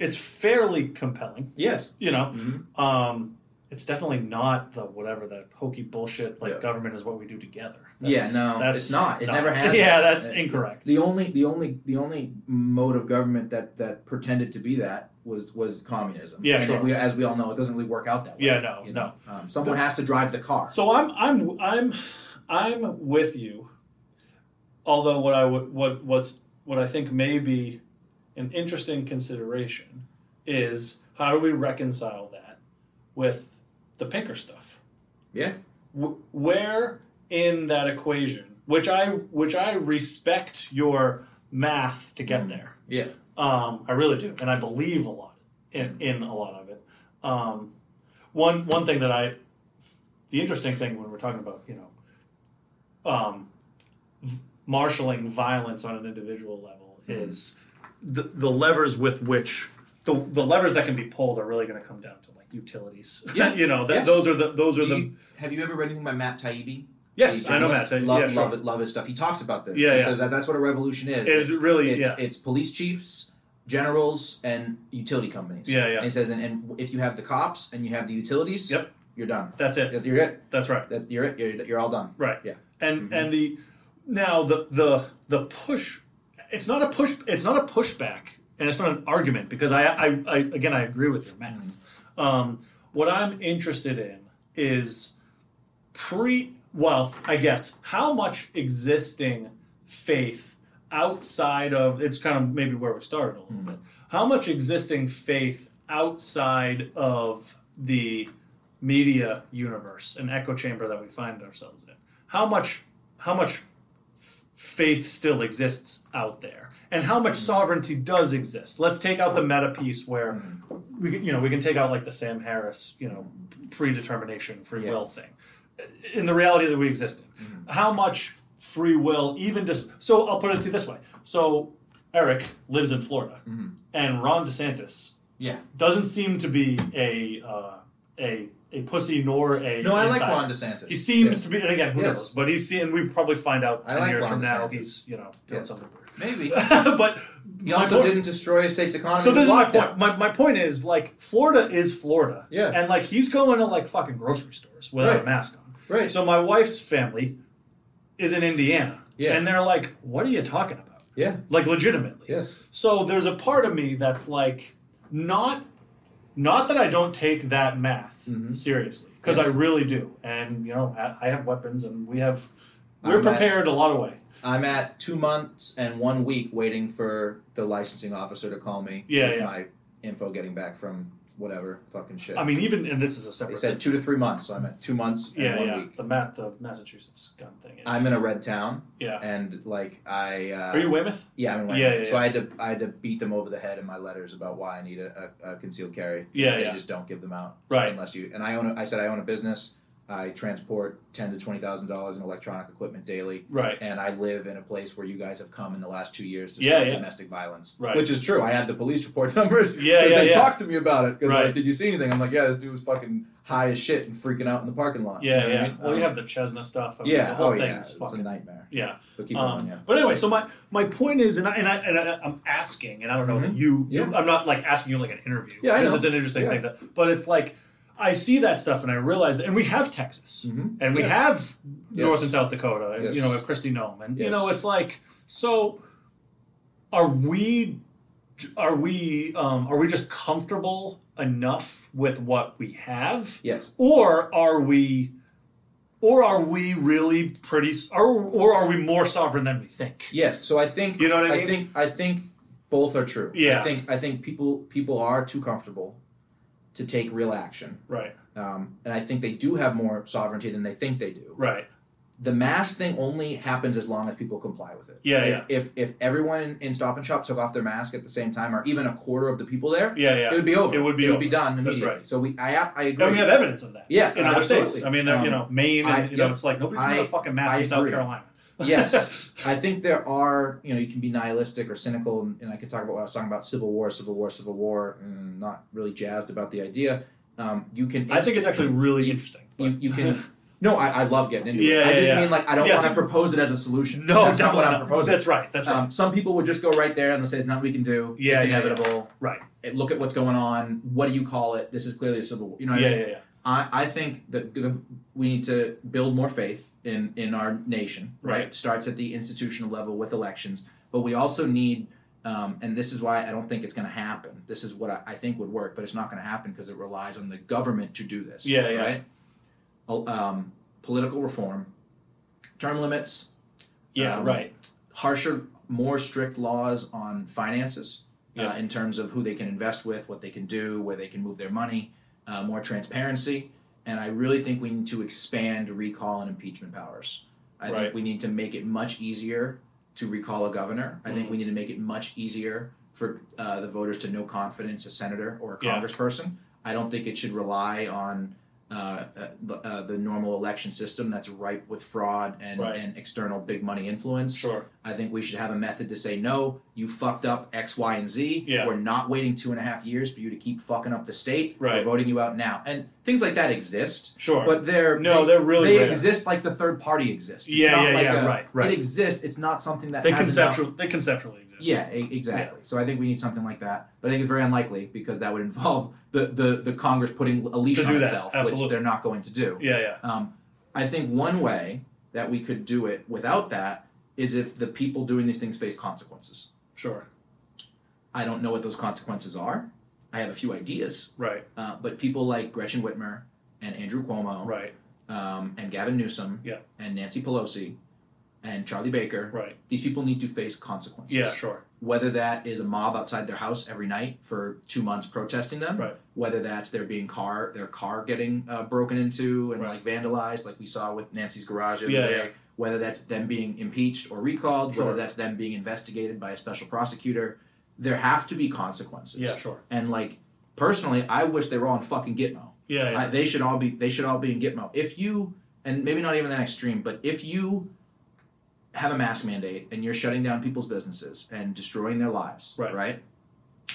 Speaker 2: it's fairly compelling.
Speaker 3: Yes.
Speaker 2: You know,
Speaker 1: Mm-hmm.
Speaker 2: um, it's definitely not the whatever that hokey bullshit like
Speaker 1: Yeah.
Speaker 2: government is what we do together.
Speaker 1: Yeah, no, it's not. It never has
Speaker 2: <laughs> Yeah,
Speaker 1: been.
Speaker 2: that's
Speaker 1: It-
Speaker 2: incorrect.
Speaker 1: The only the only the only mode of government that that pretended to be that was was communism.
Speaker 2: Yeah,
Speaker 1: And
Speaker 2: sure.
Speaker 1: we, as we all know, it doesn't really work out that way.
Speaker 2: Yeah, no,
Speaker 1: you know? Um, someone has to drive the car.
Speaker 2: So I'm I'm I'm I'm with you. Although what I would what what's what I think may be an interesting consideration is how do we reconcile that with the Pinker stuff?
Speaker 1: yeah,
Speaker 2: Wh- where in that equation, which I which I respect your math to get there.
Speaker 1: Mm-hmm. yeah.
Speaker 2: Um, I really do, and I believe a lot in, in a lot of it. Um, one one thing that I, the interesting thing when we're talking about you know, um, v- marshaling violence on an individual level
Speaker 1: Mm-hmm.
Speaker 2: is the the levers with which the, the levers that can be pulled are really going to come down to like utilities.
Speaker 1: Yeah.
Speaker 2: <laughs> you know that
Speaker 1: Yes.
Speaker 2: those are the those are
Speaker 1: Do
Speaker 2: the
Speaker 1: you- have you ever read anything by Matt Taibbi?
Speaker 2: yes
Speaker 1: He's a
Speaker 2: I know
Speaker 1: journalist.
Speaker 2: Matt. Yeah,
Speaker 1: Love,
Speaker 2: sure.
Speaker 1: love it, love his stuff. He talks about this.
Speaker 2: Yeah,
Speaker 1: he
Speaker 2: yeah.
Speaker 1: says that that's what a revolution is.
Speaker 2: It's really
Speaker 1: it's,
Speaker 2: yeah.
Speaker 1: it's police chiefs, generals, and utility companies.
Speaker 2: Yeah, yeah.
Speaker 1: And he says, and, and if you have the cops and you have the utilities,
Speaker 2: Yep.
Speaker 1: you're done.
Speaker 2: That's it.
Speaker 1: You're it.
Speaker 2: That's right.
Speaker 1: That you're it. You're, you're all done.
Speaker 2: Right.
Speaker 1: Yeah. Mm-hmm.
Speaker 2: And and the now the the the push it's not a push it's not a pushback and it's not an argument because I I, I again I agree with your math.
Speaker 1: Mm-hmm.
Speaker 2: Um, what I'm interested in is pre well, I guess how much existing faith outside of it's kind of maybe where we started a little bit. How much existing faith outside of the media universe an echo chamber that we find ourselves in how much how much f- faith still exists out there and how much sovereignty does exist let's take out the meta piece where we can, you know we can take out like the sam harris you know predetermination free
Speaker 1: Yeah. Mm-hmm.
Speaker 2: will thing in the reality that we exist in how much free will even just so i'll put it to you this way so eric lives in florida and ron desantis
Speaker 1: Mm-hmm. Yeah.
Speaker 2: doesn't seem to be a uh, a a pussy nor a.
Speaker 1: No, I like
Speaker 2: insider.
Speaker 1: Ron DeSantis.
Speaker 2: He seems
Speaker 1: Yeah.
Speaker 2: to be, and again, who
Speaker 1: Yes.
Speaker 2: knows? But he's and we probably find out
Speaker 1: I
Speaker 2: ten
Speaker 1: like
Speaker 2: years
Speaker 1: Ron
Speaker 2: from now
Speaker 1: DeSantis.
Speaker 2: he's you know doing
Speaker 1: Yeah.
Speaker 2: something weird. <laughs>
Speaker 1: Maybe
Speaker 2: but
Speaker 1: he
Speaker 2: my
Speaker 1: also
Speaker 2: point-
Speaker 1: didn't destroy a state's economy.
Speaker 2: So this
Speaker 1: with
Speaker 2: is my
Speaker 1: lockdowns.
Speaker 2: point. My, my point is like Florida is Florida.
Speaker 1: Yeah.
Speaker 2: And like he's going to like fucking grocery stores without
Speaker 1: Right.
Speaker 2: a mask on.
Speaker 1: Right.
Speaker 2: So my wife's family is in Indiana.
Speaker 1: Yeah.
Speaker 2: And they're like, what are you talking about?
Speaker 1: Yeah.
Speaker 2: Like legitimately.
Speaker 1: Yes.
Speaker 2: So there's a part of me that's like, not, not that I don't take that math
Speaker 1: Mm-hmm.
Speaker 2: seriously, because I really do, and you know, I I have weapons, and we have, we're
Speaker 1: I'm at-
Speaker 2: prepared a lot of way.
Speaker 1: I'm at two months and one week waiting for the licensing officer to call me.
Speaker 2: Yeah,
Speaker 1: with
Speaker 2: yeah.
Speaker 1: My info getting back from whatever fucking shit.
Speaker 2: I mean, even and this is a
Speaker 1: they
Speaker 2: separate.
Speaker 1: said two to three months, so I'm at two months and
Speaker 2: yeah,
Speaker 1: one
Speaker 2: yeah.
Speaker 1: week.
Speaker 2: The math, the Massachusetts gun thing is.
Speaker 1: I'm in a red town,
Speaker 2: yeah.
Speaker 1: and like I. Uh,
Speaker 2: Are you Weymouth?
Speaker 1: Yeah, I'm in Wayne.
Speaker 2: Yeah, yeah,
Speaker 1: so I had to I had to beat them over the head in my letters about why I need a, a, a concealed carry. 'cause
Speaker 2: Yeah,
Speaker 1: they
Speaker 2: yeah.
Speaker 1: just don't give them out.
Speaker 2: Right.
Speaker 1: unless you and I own. A, I said I own a business. I transport ten to twenty thousand dollars in electronic equipment daily,
Speaker 2: Right.
Speaker 1: and I live in a place where you guys have come in the last two years to
Speaker 2: Yeah,
Speaker 1: stop
Speaker 2: yeah.
Speaker 1: domestic violence,
Speaker 2: Right.
Speaker 1: Which is true. I had the police report <laughs> numbers.
Speaker 2: Yeah,
Speaker 1: 'cause
Speaker 2: yeah,
Speaker 1: They
Speaker 2: yeah.
Speaker 1: talked to me about it because
Speaker 2: Right.
Speaker 1: like, did you see anything? I'm like, yeah, this dude was fucking high as shit and freaking out in the parking lot.
Speaker 2: Yeah,
Speaker 1: You know what
Speaker 2: yeah.
Speaker 1: I mean?
Speaker 2: well,
Speaker 1: Um,
Speaker 2: you have the Chesna stuff. I mean,
Speaker 1: yeah.
Speaker 2: the whole
Speaker 1: oh
Speaker 2: thing
Speaker 1: yeah,
Speaker 2: is
Speaker 1: it's
Speaker 2: fucking.
Speaker 1: a nightmare.
Speaker 2: yeah.
Speaker 1: But keep
Speaker 2: Um,
Speaker 1: going. Yeah.
Speaker 2: But anyway, so my, my point is, and I and I, and I I'm asking, and I don't know that you, you-
Speaker 1: Mm-hmm. Yeah.
Speaker 2: I'm not like asking you like an interview.
Speaker 1: Yeah, I
Speaker 2: because
Speaker 1: know.
Speaker 2: it's an interesting
Speaker 1: Yeah.
Speaker 2: thing. To, but it's like I see that stuff, and I realize, that, and we have Texas,
Speaker 1: Mhm.
Speaker 2: and we
Speaker 1: Yeah.
Speaker 2: have
Speaker 1: Yes.
Speaker 2: North and South Dakota, and you
Speaker 1: Yes.
Speaker 2: know, Christy Nome, and you
Speaker 1: Yes.
Speaker 2: know, it's like so. Are we? Are we? Um, are we just comfortable enough with what we have?
Speaker 1: Yes.
Speaker 2: or are we or are we really pretty s- or, or are we more sovereign than we think
Speaker 1: Yes. So I think
Speaker 2: You know what I mean?
Speaker 1: think I think both are true.
Speaker 2: Yeah.
Speaker 1: I think I think people people are too comfortable to take real action,
Speaker 2: right
Speaker 1: um, and I think they do have more sovereignty than they think they do.
Speaker 2: right
Speaker 1: The mask thing only happens as long as people comply with it.
Speaker 2: Yeah,
Speaker 1: If
Speaker 2: yeah.
Speaker 1: if, if everyone in, in Stop and Shop took off their mask at the same time, or even a quarter of the people there,
Speaker 2: yeah yeah
Speaker 1: it would be over.
Speaker 2: It would be
Speaker 1: it would be
Speaker 2: over.
Speaker 1: done
Speaker 2: That's
Speaker 1: immediately.
Speaker 2: right.
Speaker 1: So we I I agree.
Speaker 2: and we have evidence of that
Speaker 1: Yeah,
Speaker 2: in other
Speaker 1: absolutely.
Speaker 2: states i mean they're, you
Speaker 1: Um,
Speaker 2: know maine and
Speaker 1: I-
Speaker 2: you know
Speaker 1: yep.
Speaker 2: it's like nobody's
Speaker 1: I-
Speaker 2: wearing a fucking mask
Speaker 1: I
Speaker 2: in south
Speaker 1: agree.
Speaker 2: carolina <laughs>
Speaker 1: Yes. I think there are, you know, you can be nihilistic or cynical, and, and I could talk about what I was talking about Civil War, Civil War, Civil War, and not really jazzed about the idea. Um, you can.
Speaker 2: i think it's actually really interesting but- <laughs>
Speaker 1: You, you can. <laughs> No, I, I love getting into it.
Speaker 2: Yeah,
Speaker 1: I
Speaker 2: yeah,
Speaker 1: just
Speaker 2: yeah.
Speaker 1: mean like I don't
Speaker 2: Yes.
Speaker 1: want to propose it as a solution.
Speaker 2: No,
Speaker 1: that's not what I'm
Speaker 2: definitely
Speaker 1: proposing.
Speaker 2: That's right. That's right.
Speaker 1: Um, some people would just go right there and they'll say there's nothing we can do.
Speaker 2: Yeah,
Speaker 1: it's
Speaker 2: yeah, yeah.
Speaker 1: inevitable.
Speaker 2: right.
Speaker 1: It- look at what's going on. What do you call it? This is clearly a civil war. You know
Speaker 2: Yeah,
Speaker 1: what I mean?
Speaker 2: yeah, yeah.
Speaker 1: I, I think that the, we need to build more faith in, in our nation, right?
Speaker 2: Right.
Speaker 1: Starts at the institutional level with elections, but we also need, um, and this is why I don't think it's going to happen. This is what I, I think would work, but it's not going to happen because it relies on the government to do this.
Speaker 2: Yeah, yeah.
Speaker 1: Right? O- Um, political reform, term limits,
Speaker 2: Yeah,
Speaker 1: Um,
Speaker 2: right.
Speaker 1: harsher, more strict laws on finances
Speaker 2: Yeah.
Speaker 1: uh, in terms of who they can invest with, what they can do, where they can move their money, uh, more transparency. And I really think we need to expand recall and impeachment powers. I
Speaker 2: Right.
Speaker 1: think we need to make it much easier to recall a governor. I
Speaker 2: Mm-hmm.
Speaker 1: think we need to make it much easier for uh, the voters to know confidence a senator or a
Speaker 2: Yeah.
Speaker 1: congressperson. I don't think it should rely on uh, uh, the, uh, the normal election system that's ripe with fraud and,
Speaker 2: Right.
Speaker 1: and external big money influence.
Speaker 2: Sure.
Speaker 1: I think we should have a method to say, no, you fucked up X, Y, and Z.
Speaker 2: Yeah.
Speaker 1: We're not waiting two and a half years for you to keep fucking up the state.
Speaker 2: Right.
Speaker 1: We're voting you out now. And things like that exist.
Speaker 2: Sure.
Speaker 1: But they're
Speaker 2: No,
Speaker 1: they,
Speaker 2: they're really
Speaker 1: they
Speaker 2: rare.
Speaker 1: exist like the third party exists. It's
Speaker 2: Yeah,
Speaker 1: not
Speaker 2: yeah,
Speaker 1: like
Speaker 2: yeah,
Speaker 1: a-
Speaker 2: right, right.
Speaker 1: It exists. It's not something that
Speaker 2: they
Speaker 1: has
Speaker 2: conceptual.
Speaker 1: enough-
Speaker 2: They conceptually exist.
Speaker 1: Yeah, e- exactly. So I think we need something like that. But I think it's very unlikely because that would involve the the, the Congress putting a leash
Speaker 2: To
Speaker 1: on
Speaker 2: do that,
Speaker 1: itself,
Speaker 2: absolutely.
Speaker 1: which they're not going to do.
Speaker 2: Yeah, yeah.
Speaker 1: Um, I think one way that we could do it without that is if the people doing these things face consequences.
Speaker 2: Sure.
Speaker 1: I don't know what those consequences are. I have a few ideas,
Speaker 2: Right.
Speaker 1: uh, but people like Gretchen Whitmer and Andrew Cuomo
Speaker 2: Right.
Speaker 1: um, and Gavin Newsom
Speaker 2: Yeah.
Speaker 1: and Nancy Pelosi and Charlie Baker,
Speaker 2: Right.
Speaker 1: these people need to face consequences.
Speaker 2: Yeah. Sure.
Speaker 1: Whether that is a mob outside their house every night for two months protesting them,
Speaker 2: Right.
Speaker 1: whether that's their being car their car getting uh, broken into and
Speaker 2: Right.
Speaker 1: like vandalized, like we saw with Nancy's garage the other
Speaker 2: Yeah,
Speaker 1: day, whether that's them being impeached or recalled,
Speaker 2: Sure.
Speaker 1: whether that's them being investigated by a special prosecutor, there have to be consequences.
Speaker 2: Yeah. Sure.
Speaker 1: And like personally, I wish they were all in fucking Gitmo.
Speaker 2: Yeah. yeah.
Speaker 1: I, they should all be they should all be in Gitmo. If you and maybe not even that extreme, but if you have a mask mandate and you're shutting down people's businesses and destroying their lives,
Speaker 2: Right.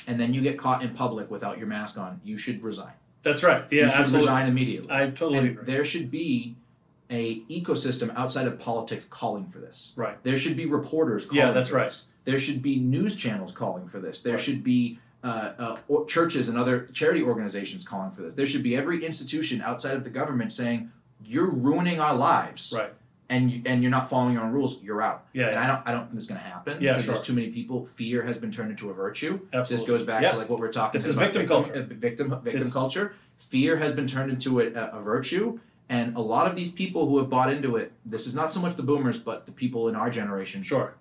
Speaker 1: And then you get caught in public without your mask on, you should resign.
Speaker 2: That's right. Yeah.
Speaker 1: you should
Speaker 2: absolutely.
Speaker 1: resign immediately.
Speaker 2: I totally
Speaker 1: and
Speaker 2: agree.
Speaker 1: there should be a ecosystem outside of politics calling for this.
Speaker 2: Right.
Speaker 1: There should be reporters calling
Speaker 2: Yeah, that's
Speaker 1: for
Speaker 2: right.
Speaker 1: this. There should be news channels calling for this. There
Speaker 2: Right.
Speaker 1: should be uh, uh, or churches and other charity organizations calling for this. There should be every institution outside of the government saying, "You're ruining our lives,
Speaker 2: Right.
Speaker 1: and you, and you're not following your own rules. You're out."
Speaker 2: Yeah,
Speaker 1: And
Speaker 2: yeah.
Speaker 1: I don't I don't think this is going to happen.
Speaker 2: Yeah,
Speaker 1: because
Speaker 2: sure.
Speaker 1: There's too many people. Fear has been turned into a virtue. This
Speaker 2: Absolutely.
Speaker 1: goes back
Speaker 2: Yes.
Speaker 1: to like what we're talking
Speaker 2: This is
Speaker 1: about.
Speaker 2: victim culture.
Speaker 1: uh, Victim victim
Speaker 2: It's-
Speaker 1: culture. Fear has been turned into a, a, a virtue. And a lot of these people who have bought into it, this is not so much the boomers, but the people in our generation,
Speaker 2: Sure.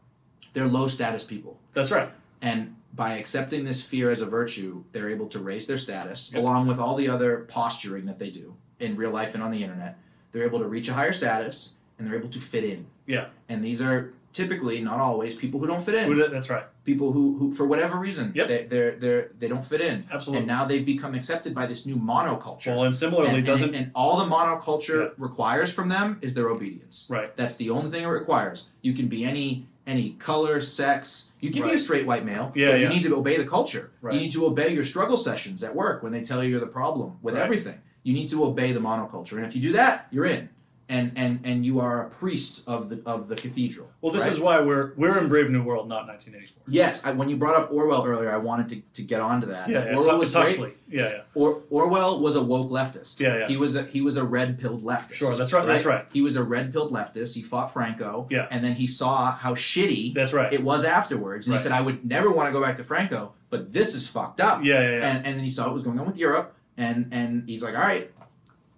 Speaker 1: they're low status people.
Speaker 2: That's right.
Speaker 1: And by accepting this fear as a virtue, they're able to raise their status
Speaker 2: Yep.
Speaker 1: along with all the other posturing that they do in real life and on the internet. They're able to reach a higher status and they're able to fit in.
Speaker 2: Yeah.
Speaker 1: And these are typically, not always, people who don't fit in.
Speaker 2: That's right.
Speaker 1: People who, who for whatever reason,
Speaker 2: Yep.
Speaker 1: they, they're, they're, they don't fit in.
Speaker 2: Absolutely.
Speaker 1: And now they've become accepted by this new monoculture.
Speaker 2: Well, and similarly,
Speaker 1: and, and-
Speaker 2: doesn't
Speaker 1: and, all the monoculture
Speaker 2: Yeah.
Speaker 1: requires from them is their obedience.
Speaker 2: Right.
Speaker 1: That's the only thing it requires. You can be any any color, sex. You can be
Speaker 2: Right.
Speaker 1: a straight white male.
Speaker 2: Yeah,
Speaker 1: but You
Speaker 2: yeah.
Speaker 1: need to obey the culture.
Speaker 2: Right.
Speaker 1: You need to obey your struggle sessions at work when they tell you you're the problem with
Speaker 2: Right.
Speaker 1: everything. You need to obey the monoculture, and if you do that, you're in. And and and you are a priest of the of the cathedral.
Speaker 2: well, this
Speaker 1: right?
Speaker 2: is why we're we're in Brave New World, not 1984.
Speaker 1: Yes, I, when you brought up Orwell earlier, I wanted to, to get onto that.
Speaker 2: Yeah,
Speaker 1: That
Speaker 2: yeah, it's,
Speaker 1: Orwell
Speaker 2: it's
Speaker 1: was great.
Speaker 2: Huxley. Yeah, yeah,
Speaker 1: Or, Orwell was a woke leftist.
Speaker 2: Yeah, yeah.
Speaker 1: He was a he was a red pilled leftist.
Speaker 2: Sure, that's right, that's right.
Speaker 1: He was a red pilled leftist. He fought Franco.
Speaker 2: Yeah.
Speaker 1: And then he saw how shitty
Speaker 2: that's right.
Speaker 1: it was afterwards, and
Speaker 2: Right.
Speaker 1: he said, "I would never want to go back to Franco, but this is fucked up."
Speaker 2: yeah, yeah, yeah.
Speaker 1: And and then he saw what was going on with Europe, and and he's like, "All right,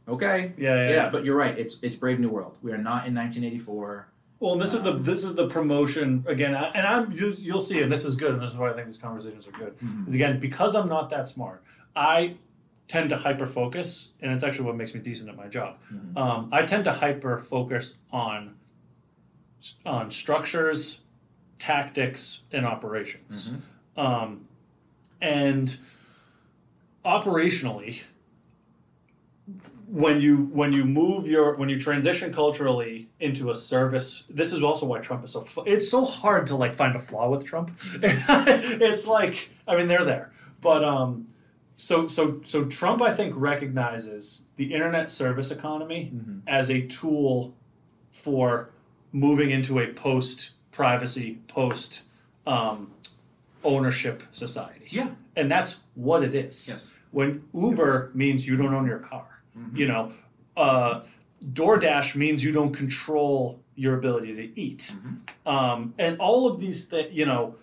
Speaker 1: okay,
Speaker 2: yeah, yeah,
Speaker 1: yeah."
Speaker 2: yeah,
Speaker 1: but you're right. It's it's Brave New World. We are not in 1984.
Speaker 2: Well, and this is the this is the promotion again, I- and I'm this- you'll see, and this is good, and this is why I think these conversations are good. Is again because I'm not that smart, I tend to hyper focus, and it's actually what makes me decent at my job. Um, I tend to hyper focus on on structures, tactics, and operations, um, and operationally. When you when you move your when you transition culturally into a service, this is also why Trump is so. fu- It's so hard to <laughs> like find a flaw with Trump. it's like I mean they're there, but um, so so so Trump I think recognizes the internet service economy as a tool for moving into a post privacy post um, ownership society.
Speaker 6: Yeah.
Speaker 2: And that's what it is.
Speaker 6: Yes.
Speaker 2: When Uber means you don't own your car, you know, uh, DoorDash means you don't control your ability to eat. Um, and all of these things, you know,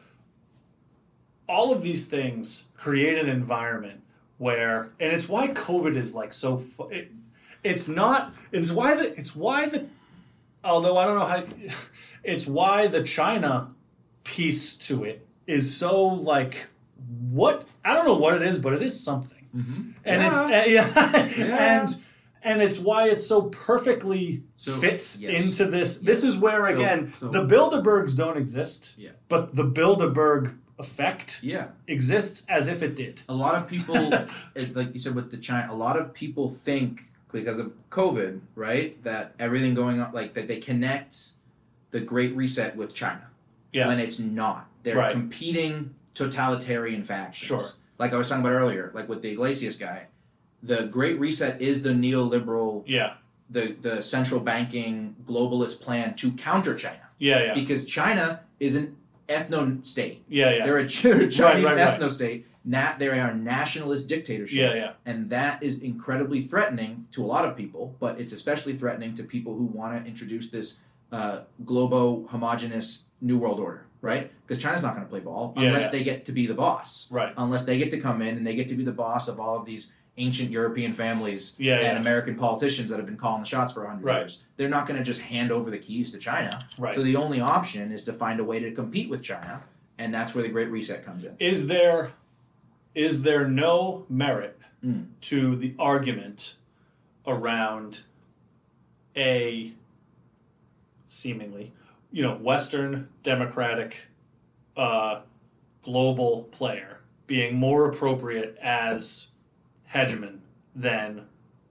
Speaker 2: all of these things create an environment where, and it's why COVID is like so. Fu- it, it's not. It's why the. It's why the. Although I don't know how. <laughs> It's why the China piece to it is so like what I don't know what it is, but it is something.
Speaker 1: Mm-hmm.
Speaker 2: And it's <laughs>
Speaker 1: Yeah.
Speaker 2: yeah, and and it's why it so perfectly
Speaker 1: So,
Speaker 2: fits
Speaker 1: yes.
Speaker 2: into this. This is where
Speaker 1: So-
Speaker 2: again
Speaker 1: so-
Speaker 2: the Bilderbergs don't exist,
Speaker 1: Yeah.
Speaker 2: but the Bilderberg effect
Speaker 1: Yeah.
Speaker 2: exists as if it did.
Speaker 1: a lot of
Speaker 2: <laughs>
Speaker 1: people it- like you said with the china a lot of people think because of covid right that everything going on like that they connect the great reset with china
Speaker 2: Yeah.
Speaker 1: when it's not they're
Speaker 2: Right.
Speaker 1: competing totalitarian factions
Speaker 2: Sure.
Speaker 1: like i was talking about earlier like with the iglesias guy the great reset is the neoliberal
Speaker 2: Yeah,
Speaker 1: the, the central banking globalist plan to counter china
Speaker 2: yeah, yeah,
Speaker 1: because china is an ethno state
Speaker 2: yeah, yeah,
Speaker 1: they're a Ch- Chinese ethnostate.
Speaker 2: right, right.
Speaker 1: Na- they are a nationalist dictatorship.
Speaker 2: yeah, yeah.
Speaker 1: And that is incredibly threatening to a lot of people, but it's especially threatening to people who want to introduce this uh, globo homogenous New World Order, right? Because China's not going to play ball
Speaker 2: Yeah,
Speaker 1: unless
Speaker 2: yeah.
Speaker 1: they get to be the boss.
Speaker 2: Right.
Speaker 1: Unless they get to come in and they get to be the boss of all of these ancient European families
Speaker 2: Yeah,
Speaker 1: and
Speaker 2: yeah.
Speaker 1: American politicians that have been calling the shots for 100
Speaker 2: Right.
Speaker 1: years. They're not going to just hand over the keys to China.
Speaker 2: Right.
Speaker 1: So the only option is to find a way to compete with China, and that's where the Great Reset comes in.
Speaker 2: Is there is there no merit
Speaker 1: Mm.
Speaker 2: to the argument around a seemingly, you know, Western democratic uh, global player being more appropriate as hegemon than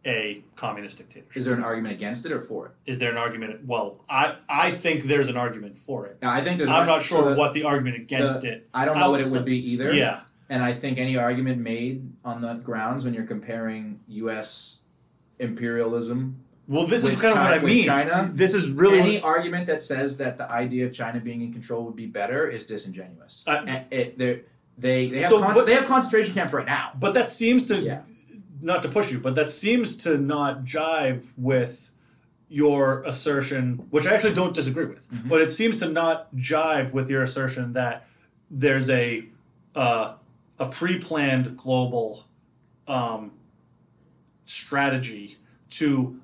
Speaker 2: a communist dictatorship?
Speaker 1: Is there an argument against it or for it?
Speaker 2: Is there an argument? Well, I, I think there's an argument for it.
Speaker 1: Now, I think there's
Speaker 2: I'm not
Speaker 1: so
Speaker 2: sure
Speaker 1: the-
Speaker 2: what the argument against it.
Speaker 1: I don't know what it
Speaker 2: outside-
Speaker 1: would be either.
Speaker 2: Yeah,
Speaker 1: And I think any argument made on the grounds when you're comparing U.S. imperialism,
Speaker 2: Well, this is
Speaker 1: with
Speaker 2: kind of
Speaker 1: Chi-
Speaker 2: what I
Speaker 1: with
Speaker 2: mean.
Speaker 1: China,
Speaker 2: this is really
Speaker 1: any argument that says that the idea of China being in control would be better is disingenuous.
Speaker 2: I-
Speaker 1: And it- they're- they they have
Speaker 2: Um, So,
Speaker 1: con-
Speaker 2: but-
Speaker 1: they have concentration camps right now.
Speaker 2: but that seems to
Speaker 1: Yeah.
Speaker 2: not to push you, but that seems to not jive with your assertion, which I actually don't disagree with,
Speaker 1: Mm-hmm.
Speaker 2: but it seems to not jive with your assertion that there's a uh, a pre-planned global um, strategy to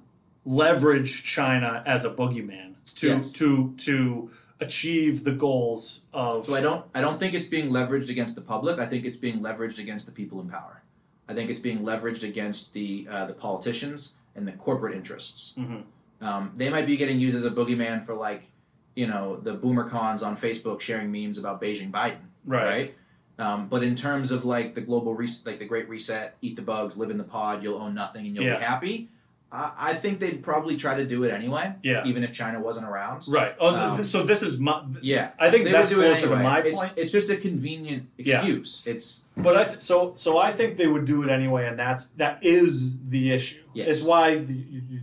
Speaker 2: leverage China as a boogeyman to
Speaker 1: Yes.
Speaker 2: to to achieve the goals of
Speaker 1: So I don't I don't think it's being leveraged against the public. I think it's being leveraged against the people in power. I think it's being leveraged against the uh, the politicians and the corporate interests.
Speaker 2: Mhm.
Speaker 1: Um, they might be getting used as a boogeyman for like you know the boomer cons on Facebook sharing memes about Beijing Biden,
Speaker 2: Right.
Speaker 1: Um, but in terms of like the global reset, like the Great Reset, eat the bugs, live in the pod, you'll own nothing and you'll
Speaker 2: Yeah.
Speaker 1: be happy. I, I think they'd probably try to do it anyway,
Speaker 2: Yeah.
Speaker 1: even if China wasn't around.
Speaker 2: Right. Oh, th-
Speaker 1: Um,
Speaker 2: th- so this is my. th-
Speaker 1: Yeah,
Speaker 2: I think
Speaker 1: They
Speaker 2: that's
Speaker 1: would do it
Speaker 2: closer to
Speaker 1: anyway.
Speaker 2: my
Speaker 1: It's-
Speaker 2: point.
Speaker 1: It's just a convenient
Speaker 2: Yeah.
Speaker 1: excuse. It's
Speaker 2: But I th- so so I think they would do it anyway, and that's that is the issue.
Speaker 1: Yes.
Speaker 2: It's why the, you, you,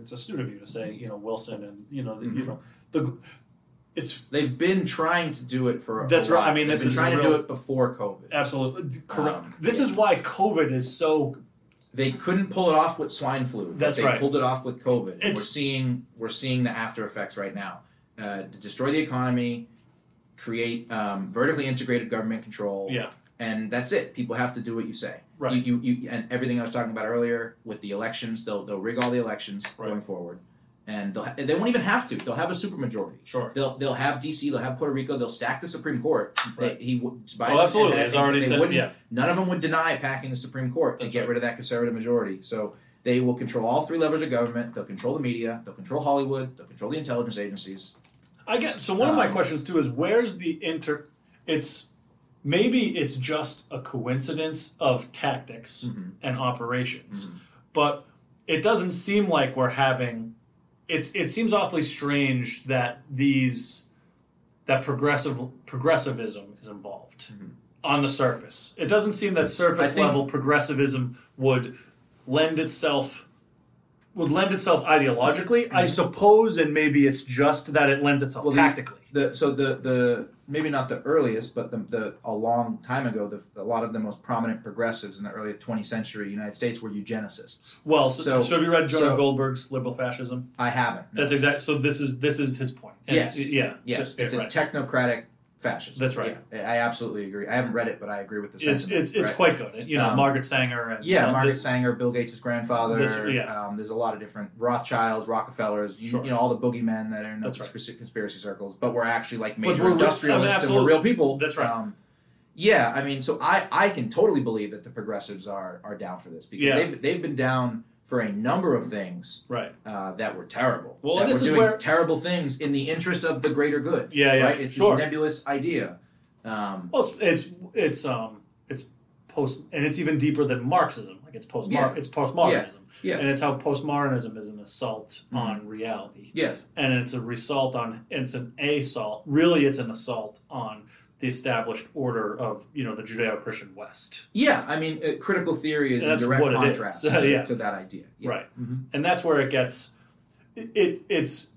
Speaker 2: it's astute of you to say you know Wilson and you know the, you
Speaker 1: Mhm.
Speaker 2: know the it's
Speaker 1: they've been trying to do it for. A
Speaker 2: That's
Speaker 1: while.
Speaker 2: right. I mean,
Speaker 1: they've
Speaker 2: this
Speaker 1: been
Speaker 2: is
Speaker 1: trying
Speaker 2: a
Speaker 1: to do
Speaker 2: real-
Speaker 1: it before COVID.
Speaker 2: absolutely correct.
Speaker 1: Um,
Speaker 2: this is why COVID is so
Speaker 1: They couldn't pull it off with swine flu. but
Speaker 2: That's
Speaker 1: they
Speaker 2: right.
Speaker 1: Pulled it off with COVID. and we're
Speaker 2: It's-
Speaker 1: seeing we're seeing the after effects right now. Uh, to destroy the economy, create um, vertically integrated government control.
Speaker 2: Yeah.
Speaker 1: And that's it. People have to do what you say.
Speaker 2: Right.
Speaker 1: You, you, you and everything I was talking about earlier with the elections, they'll they'll rig all the elections
Speaker 2: Right.
Speaker 1: going forward, and they'll ha- they won't even have to. They'll have a supermajority.
Speaker 2: sure.
Speaker 1: They'll they'll have DC, they'll have Puerto Rico, they'll stack the Supreme Court. They-
Speaker 2: Right.
Speaker 1: he w- Biden,
Speaker 2: Oh, absolutely.
Speaker 1: and-
Speaker 2: It's already
Speaker 1: they
Speaker 2: said.
Speaker 1: wouldn't-
Speaker 2: Yeah.
Speaker 1: None of them would deny packing the Supreme Court to
Speaker 2: That's
Speaker 1: get
Speaker 2: right.
Speaker 1: rid of that conservative majority. So they will control all three levers of government. They'll control the media. They'll control Hollywood. They'll control the intelligence agencies.
Speaker 2: I get so one of my
Speaker 1: Um,
Speaker 2: questions too is where's the inter it's maybe it's just a coincidence of tactics
Speaker 1: Mhm.
Speaker 2: and operations
Speaker 1: Mm-hmm.
Speaker 2: but it doesn't seem like we're having it's it seems awfully strange that these that progressive progressivism is involved on the surface. It doesn't seem that surface
Speaker 1: Mm-hmm. think-
Speaker 2: level progressivism would lend itself would lend itself ideologically, I suppose, and maybe it's just that it lends itself
Speaker 1: Mm-hmm. Well, the-
Speaker 2: tactically.
Speaker 1: the so the the maybe not the earliest, but the, the a long time ago, the, a lot of the most prominent progressives in the early 20th century United States were eugenicists.
Speaker 2: Well, so,
Speaker 1: So-
Speaker 2: so, have you read Jonah
Speaker 1: so-
Speaker 2: Goldberg's Liberal Fascism?
Speaker 1: I haven't. no.
Speaker 2: That's exact. So this is this is his point. And-
Speaker 1: Yes.
Speaker 2: Yeah.
Speaker 1: yes,
Speaker 2: that's
Speaker 1: it's
Speaker 2: it,
Speaker 1: a
Speaker 2: right.
Speaker 1: technocratic fascism.
Speaker 2: That's right.
Speaker 1: Yeah, I absolutely agree. I haven't read it, but I agree with the
Speaker 2: It's
Speaker 1: sentiment.
Speaker 2: it's, it's
Speaker 1: right?
Speaker 2: quite good. You know,
Speaker 1: Um,
Speaker 2: Margaret Sanger and
Speaker 1: Yeah,
Speaker 2: uh,
Speaker 1: Margaret
Speaker 2: this-
Speaker 1: Sanger, Bill Gates' grandfather.
Speaker 2: This- yeah.
Speaker 1: um, there's a lot of different Rothschilds, Rockefellers, you,
Speaker 2: Sure.
Speaker 1: you know, all the boogeymen that are in those
Speaker 2: That's right.
Speaker 1: conspiracy, conspiracy circles, but we're actually like
Speaker 2: But
Speaker 1: major
Speaker 2: we're real- I mean,
Speaker 1: industrialists and
Speaker 2: absolutely.
Speaker 1: we're real people.
Speaker 2: That's right.
Speaker 1: Um, yeah, I mean, so I, I can totally believe that the progressives are are down for this because
Speaker 2: Yeah.
Speaker 1: they've, they've been down for a number of things
Speaker 2: Right.
Speaker 1: uh, that were terrible.
Speaker 2: Well,
Speaker 1: that
Speaker 2: and this
Speaker 1: were
Speaker 2: is
Speaker 1: doing
Speaker 2: where-
Speaker 1: terrible things in the interest of the greater good.
Speaker 2: Yeah. Yeah.
Speaker 1: right? It's
Speaker 2: sure.
Speaker 1: this nebulous idea. Um,
Speaker 2: Well, it's, it's it's um it's post and it's even deeper than Marxism. Like it's post
Speaker 1: Yeah.
Speaker 2: it's postmodernism.
Speaker 1: Yeah. Mm-hmm.
Speaker 2: And it's how postmodernism is an assault on reality,
Speaker 1: yes,
Speaker 2: and it's a result on it's an assault. Really, it's an assault on the established order of you know the Judeo-Christian West,
Speaker 1: yeah. I mean, uh, critical theory is in
Speaker 2: That's
Speaker 1: direct
Speaker 2: what it is.
Speaker 1: contrast to,
Speaker 2: <laughs> Yeah.
Speaker 1: to that idea. Yeah.
Speaker 2: right?
Speaker 1: Mhm.
Speaker 2: And that's where it gets it, it it's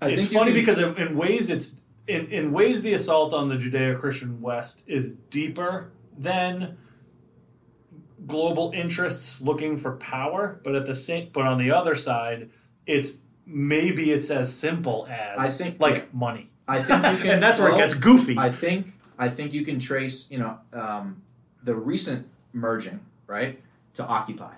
Speaker 1: I
Speaker 2: it's
Speaker 1: think you
Speaker 2: funny
Speaker 1: can-
Speaker 2: because in, in ways it's in, in ways the assault on the judeo-christian west is deeper than global interests looking for power but at the same but on the other side it's maybe it's as simple as
Speaker 1: I think-
Speaker 2: like
Speaker 1: yeah.
Speaker 2: money
Speaker 1: I think
Speaker 2: <laughs>
Speaker 1: you can,
Speaker 2: and that's where
Speaker 1: well,
Speaker 2: it gets goofy
Speaker 1: I think I think you can trace you know um, the recent merging right to Occupy,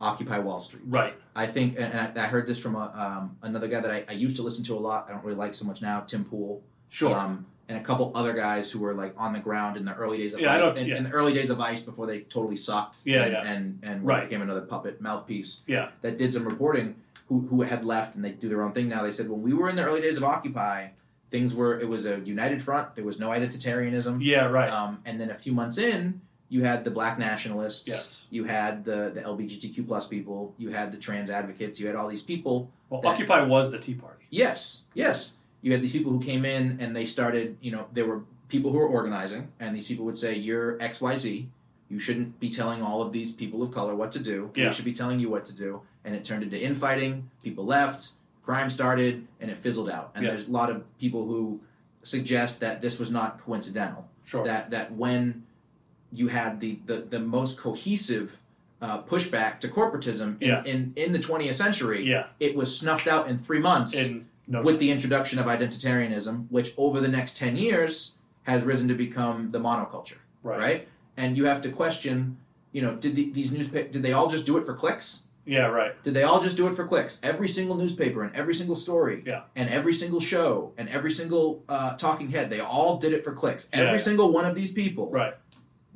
Speaker 1: Occupy Wall Street.
Speaker 2: right
Speaker 1: I think, and and I, I heard this from a, um, another guy that I, I used to listen to a lot. I don't really like so much now, Tim Pool.
Speaker 2: sure
Speaker 1: Um, and a couple other guys who were like on the ground in the early days of
Speaker 2: Yeah, I
Speaker 1: Vice-
Speaker 2: don't-
Speaker 1: in,
Speaker 2: yeah.
Speaker 1: in the early days of Vice before they totally sucked.
Speaker 2: Yeah,
Speaker 1: and,
Speaker 2: yeah.
Speaker 1: And and
Speaker 2: Right.
Speaker 1: became another puppet mouthpiece.
Speaker 2: Yeah.
Speaker 1: That did some reporting. Who who had left and they do their own thing now. They said when we were in the early days of Occupy, things were it was a united front. There was no identitarianism.
Speaker 2: yeah right
Speaker 1: Um, and then a few months in, you had the black nationalists.
Speaker 2: Yes.
Speaker 1: You had the the LGBTQ plus people. You had the trans advocates. You had all these people.
Speaker 2: well
Speaker 1: that-
Speaker 2: occupy was the tea party
Speaker 1: Yes, yes. You had these people who came in and they started. You know, there were people who were organizing, and these people would say, "You're X Y Z. You shouldn't be telling all of these people of color what to do.
Speaker 2: Yeah.
Speaker 1: We should be telling you what to do." And it turned into infighting. People left. Crime started, and it fizzled out. And
Speaker 2: Yeah.
Speaker 1: there's a lot of people who suggest that this was not coincidental
Speaker 2: sure
Speaker 1: that that when you had the the, the most cohesive uh, pushback to corporatism in,
Speaker 2: Yeah.
Speaker 1: in in the 20th century,
Speaker 2: yeah
Speaker 1: it was snuffed out in three months
Speaker 2: and no
Speaker 1: with the introduction of identitarianism, which over the next 10 years has risen to become the monoculture,
Speaker 2: right.
Speaker 1: And you have to question, you know, did the, these newspapers did they all just do it for clicks?
Speaker 2: yeah right
Speaker 1: Did they all just do it for clicks? Every single newspaper and every single story
Speaker 2: Yeah.
Speaker 1: and every single show and every single uh, talking head, they all did it for clicks.
Speaker 2: Yeah,
Speaker 1: every
Speaker 2: yeah.
Speaker 1: single one of these people
Speaker 2: right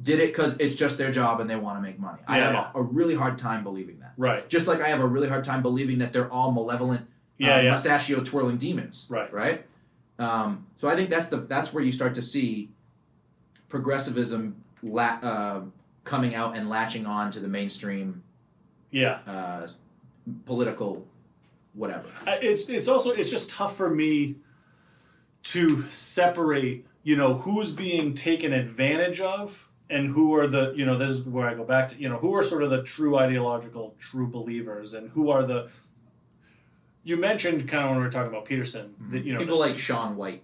Speaker 1: did it because it's just their job and they want to make money. I
Speaker 2: Yeah,
Speaker 1: have
Speaker 2: yeah.
Speaker 1: A, a really hard time believing that.
Speaker 2: right
Speaker 1: Just like I have a really hard time believing that they're all malevolent,
Speaker 2: yeah
Speaker 1: uh,
Speaker 2: yeah
Speaker 1: mustachio twirling demons.
Speaker 2: Right.
Speaker 1: Right. Um, so I think that's the that's where you start to see progressivism la- uh, coming out and latching on to the mainstream
Speaker 2: yeah
Speaker 1: uh, political whatever.
Speaker 2: I- it's it's also it's just tough for me to separate you know who's being taken advantage of and who are the you know this is where i go back to you know who are sort of the true ideological true believers and who are the you mentioned kind of when we were talking about peterson that you know
Speaker 1: People like Sean White,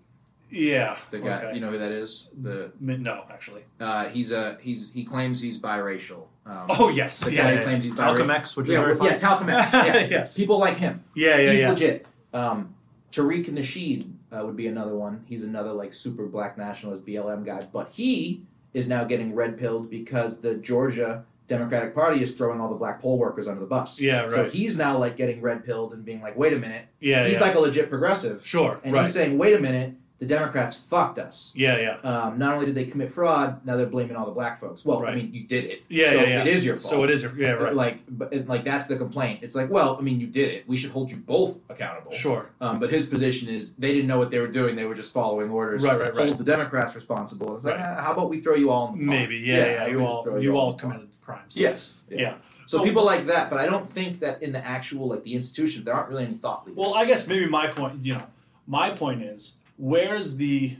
Speaker 2: yeah
Speaker 1: Mm-hmm. the guy.
Speaker 2: okay.
Speaker 1: You know who that is? The
Speaker 2: Mi- no actually
Speaker 1: uh, he's a he's he claims he's biracial. Um,
Speaker 2: oh yes
Speaker 1: the
Speaker 2: yeah,
Speaker 1: guy
Speaker 2: yeah,
Speaker 1: who claims he's biracial.
Speaker 2: Malcolm X, which
Speaker 1: yeah,
Speaker 2: is very
Speaker 1: well, yeah, Talcum X. Yeah.
Speaker 2: <laughs> yes
Speaker 1: People like him.
Speaker 2: yeah yeah
Speaker 1: he's
Speaker 2: yeah
Speaker 1: legit. Um, Tariq Nasheed uh, would be another one. He's another like super black nationalist BLM guy, but he is now getting red pilled because the Georgia Democratic Party is throwing all the black poll workers under the bus.
Speaker 2: Yeah,
Speaker 1: So
Speaker 2: right.
Speaker 1: he's now like getting red pilled and being like, wait a minute.
Speaker 2: yeah
Speaker 1: he's
Speaker 2: yeah.
Speaker 1: like a legit progressive.
Speaker 2: sure
Speaker 1: And
Speaker 2: right
Speaker 1: he's saying, wait a minute, the Democrats fucked us.
Speaker 2: yeah yeah
Speaker 1: Um, not only did they commit fraud, now they're blaming all the black folks. Well, I
Speaker 2: Right.
Speaker 1: mean, you did it.
Speaker 2: yeah
Speaker 1: so
Speaker 2: yeah, yeah
Speaker 1: it is your fault.
Speaker 2: so it is your yeah right
Speaker 1: Like, but it- like that's the complaint. It's like, well, I mean, you did it. We should hold you both accountable.
Speaker 2: sure
Speaker 1: Um, but his position is they didn't know what they were doing. They were just following orders.
Speaker 2: Right, right, right.
Speaker 1: Hold the Democrats responsible. It's like,
Speaker 2: Right.
Speaker 1: "Ah, how about we throw you all in the pot?
Speaker 2: Maybe, yeah, yeah.
Speaker 1: how about
Speaker 2: You
Speaker 1: we just throw
Speaker 2: all, you
Speaker 1: in
Speaker 2: all
Speaker 1: the pot?
Speaker 2: committed crimes.
Speaker 1: Yes.
Speaker 2: Yeah.
Speaker 1: So,
Speaker 2: So-
Speaker 1: people like that, but I don't think that in the actual like the institution there aren't really any thought leaders.
Speaker 2: Well, I guess maybe my point, you know, my point is, where's the,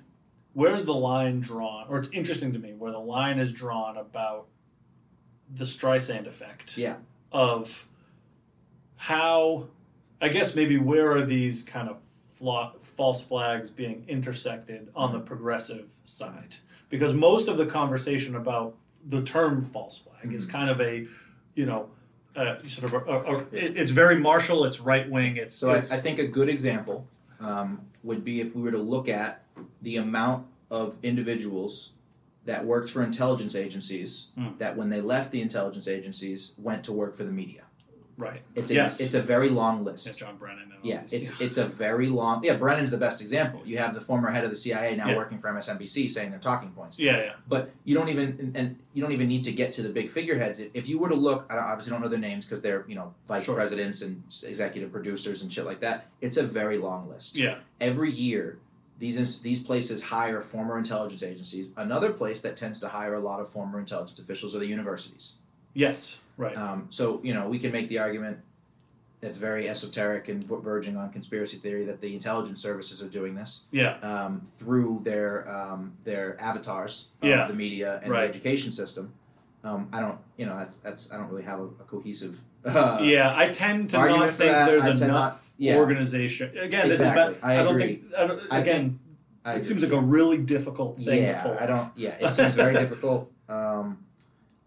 Speaker 2: where's the line drawn? Or it's interesting to me where the line is drawn about the Streisand effect
Speaker 1: Yeah.
Speaker 2: of how I guess maybe where are these kind of fla- false flags being intersected on the progressive side? Because most of the conversation about the term false flag is
Speaker 1: Mm-hmm.
Speaker 2: kind of a, you know, uh, sort of a, a, a- it- it's very martial, it's right wing, it's
Speaker 1: So I, I
Speaker 2: it's-
Speaker 1: think a good example um, would be if we were to look at the amount of individuals that worked for intelligence agencies
Speaker 2: Mm.
Speaker 1: that when they left the intelligence agencies went to work for the media.
Speaker 2: right.
Speaker 1: It's a,
Speaker 2: Yes.
Speaker 1: it's a very long list.
Speaker 2: It's John Brennan. And all
Speaker 1: Yeah,
Speaker 2: these-
Speaker 1: it's it's a very long. Yeah, Brennan's the best example. You have the former head of the CIA now
Speaker 2: Yeah.
Speaker 1: working for MSNBC saying their talking points,
Speaker 2: yeah, yeah.
Speaker 1: but you don't even and, and you don't even need to get to the big figureheads. If- If you were to look, I don't- obviously don't know their names because they're you know vice
Speaker 2: Sure.
Speaker 1: presidents and s- executive producers and shit like that. It's a very long list.
Speaker 2: Yeah.
Speaker 1: Every year, these ins- these places hire former intelligence agencies. Another place that tends to hire a lot of former intelligence officials are the universities.
Speaker 2: Yes. Right.
Speaker 1: Um, so you know, we can make the argument that's very esoteric and ver- verging on conspiracy theory that the intelligence services are doing this
Speaker 2: yeah.
Speaker 1: um, through their um, their avatars of
Speaker 2: Yeah.
Speaker 1: the media and
Speaker 2: Right.
Speaker 1: the education system. Um, I don't, you know, that's that's I don't really have a, a cohesive. Uh,
Speaker 2: yeah, I tend to
Speaker 1: argument
Speaker 2: not
Speaker 1: for
Speaker 2: think
Speaker 1: that,
Speaker 2: there's
Speaker 1: I tend
Speaker 2: enough
Speaker 1: not- yeah.
Speaker 2: organization. Again, this is
Speaker 1: Exactly,
Speaker 2: bad.
Speaker 1: I
Speaker 2: don't
Speaker 1: agree.
Speaker 2: think. I don't,
Speaker 1: I
Speaker 2: again,
Speaker 1: I-
Speaker 2: it seems like a really difficult thing
Speaker 1: yeah.
Speaker 2: to pull.
Speaker 1: I don't. Yeah,
Speaker 2: <laughs>
Speaker 1: it seems very difficult. Um,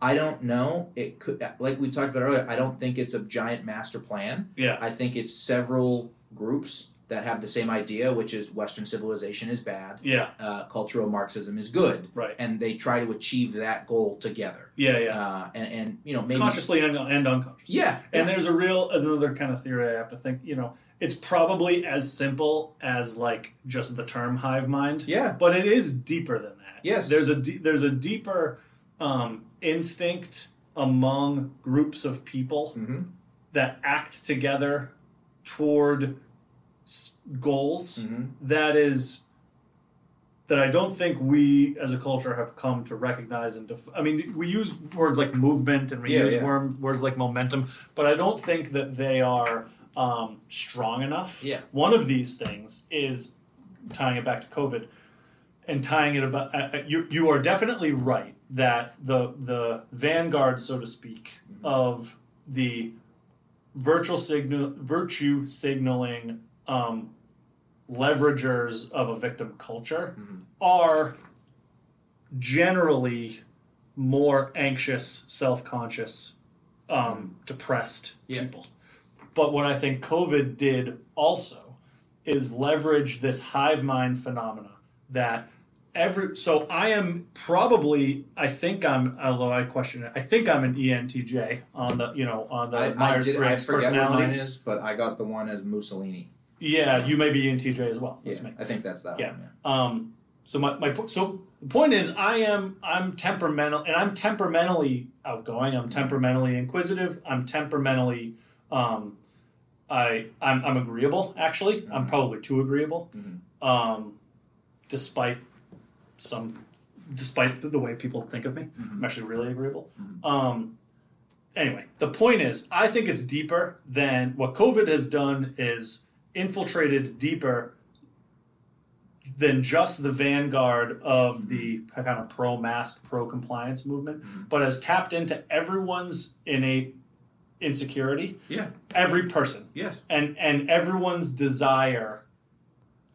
Speaker 1: I don't know. It could, like we talked about earlier, I don't think it's a giant master plan.
Speaker 2: Yeah.
Speaker 1: I think it's several groups that have the same idea, which is Western civilization is bad,
Speaker 2: Yeah.
Speaker 1: uh, cultural Marxism is good,
Speaker 2: Right.
Speaker 1: and they try to achieve that goal together.
Speaker 2: Yeah. Yeah.
Speaker 1: Uh, and, and you know maybe
Speaker 2: Consciously and, and unconsciously.
Speaker 1: yeah,
Speaker 2: And
Speaker 1: yeah.
Speaker 2: there's a real another kind of theory I have to think. You know, it's probably as simple as like just the term hive mind.
Speaker 1: yeah,
Speaker 2: but it is deeper than that.
Speaker 1: Yes.
Speaker 2: there's a de- there's a deeper um, instinct among groups of people
Speaker 1: Mhm.
Speaker 2: that act together toward s- goals
Speaker 1: Mhm.
Speaker 2: that is that I don't think we as a culture have come to recognize and def- I mean we use words like movement and we
Speaker 1: Yeah,
Speaker 2: use
Speaker 1: yeah.
Speaker 2: worm- words like momentum, but I don't think that they are um, strong enough.
Speaker 1: Yeah.
Speaker 2: One of these things is tying it back to COVID and tying it about uh, uh, you you are definitely right that the the vanguard so to speak
Speaker 1: Mm-hmm.
Speaker 2: of the virtual signal virtue signaling um, leveragers of a victim culture
Speaker 1: Mm-hmm.
Speaker 2: are generally more anxious, self-conscious, um, depressed
Speaker 1: Mm-hmm. Yeah.
Speaker 2: people. But what I think COVID did also is leverage this hive mind phenomena that every so I am probably I think I'm although I question it I think I'm an E ENTJ on the you know on the
Speaker 1: I, I,
Speaker 2: Myers
Speaker 1: did, I
Speaker 2: Briggs
Speaker 1: forget what mine
Speaker 2: personality
Speaker 1: is, but I got the one as Mussolini.
Speaker 2: yeah you may be E ENTJ as well
Speaker 1: Yeah,
Speaker 2: that's me
Speaker 1: I think that's that
Speaker 2: Yeah.
Speaker 1: one. Yeah.
Speaker 2: um, so my, my po- so the point is I am I'm temperamental and I'm temperamentally outgoing. I'm temperamentally inquisitive. I'm temperamentally um, I I'm, I'm agreeable. Actually, I'm probably too agreeable, um, despite some despite the way people think of me. I'm actually really agreeable. Um, anyway, the point is I think it's deeper than what COVID has done is infiltrated deeper than just the vanguard of the kind of pro mask, pro compliance movement,
Speaker 1: Mm-hmm.
Speaker 2: but has tapped into everyone's innate insecurity,
Speaker 1: Yeah.
Speaker 2: every person,
Speaker 1: Yes.
Speaker 2: and and everyone's desire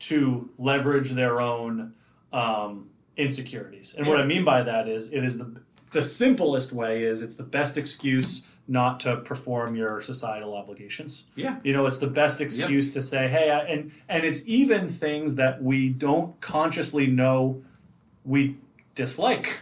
Speaker 2: to leverage their own um, insecurities. And what
Speaker 1: Yeah.
Speaker 2: I mean by that is it is the the simplest way is it's the best excuse not to perform your societal obligations.
Speaker 1: Yeah.
Speaker 2: You know, it's the best excuse to say, "Hey," I, and and it's even things that we don't consciously know we dislike.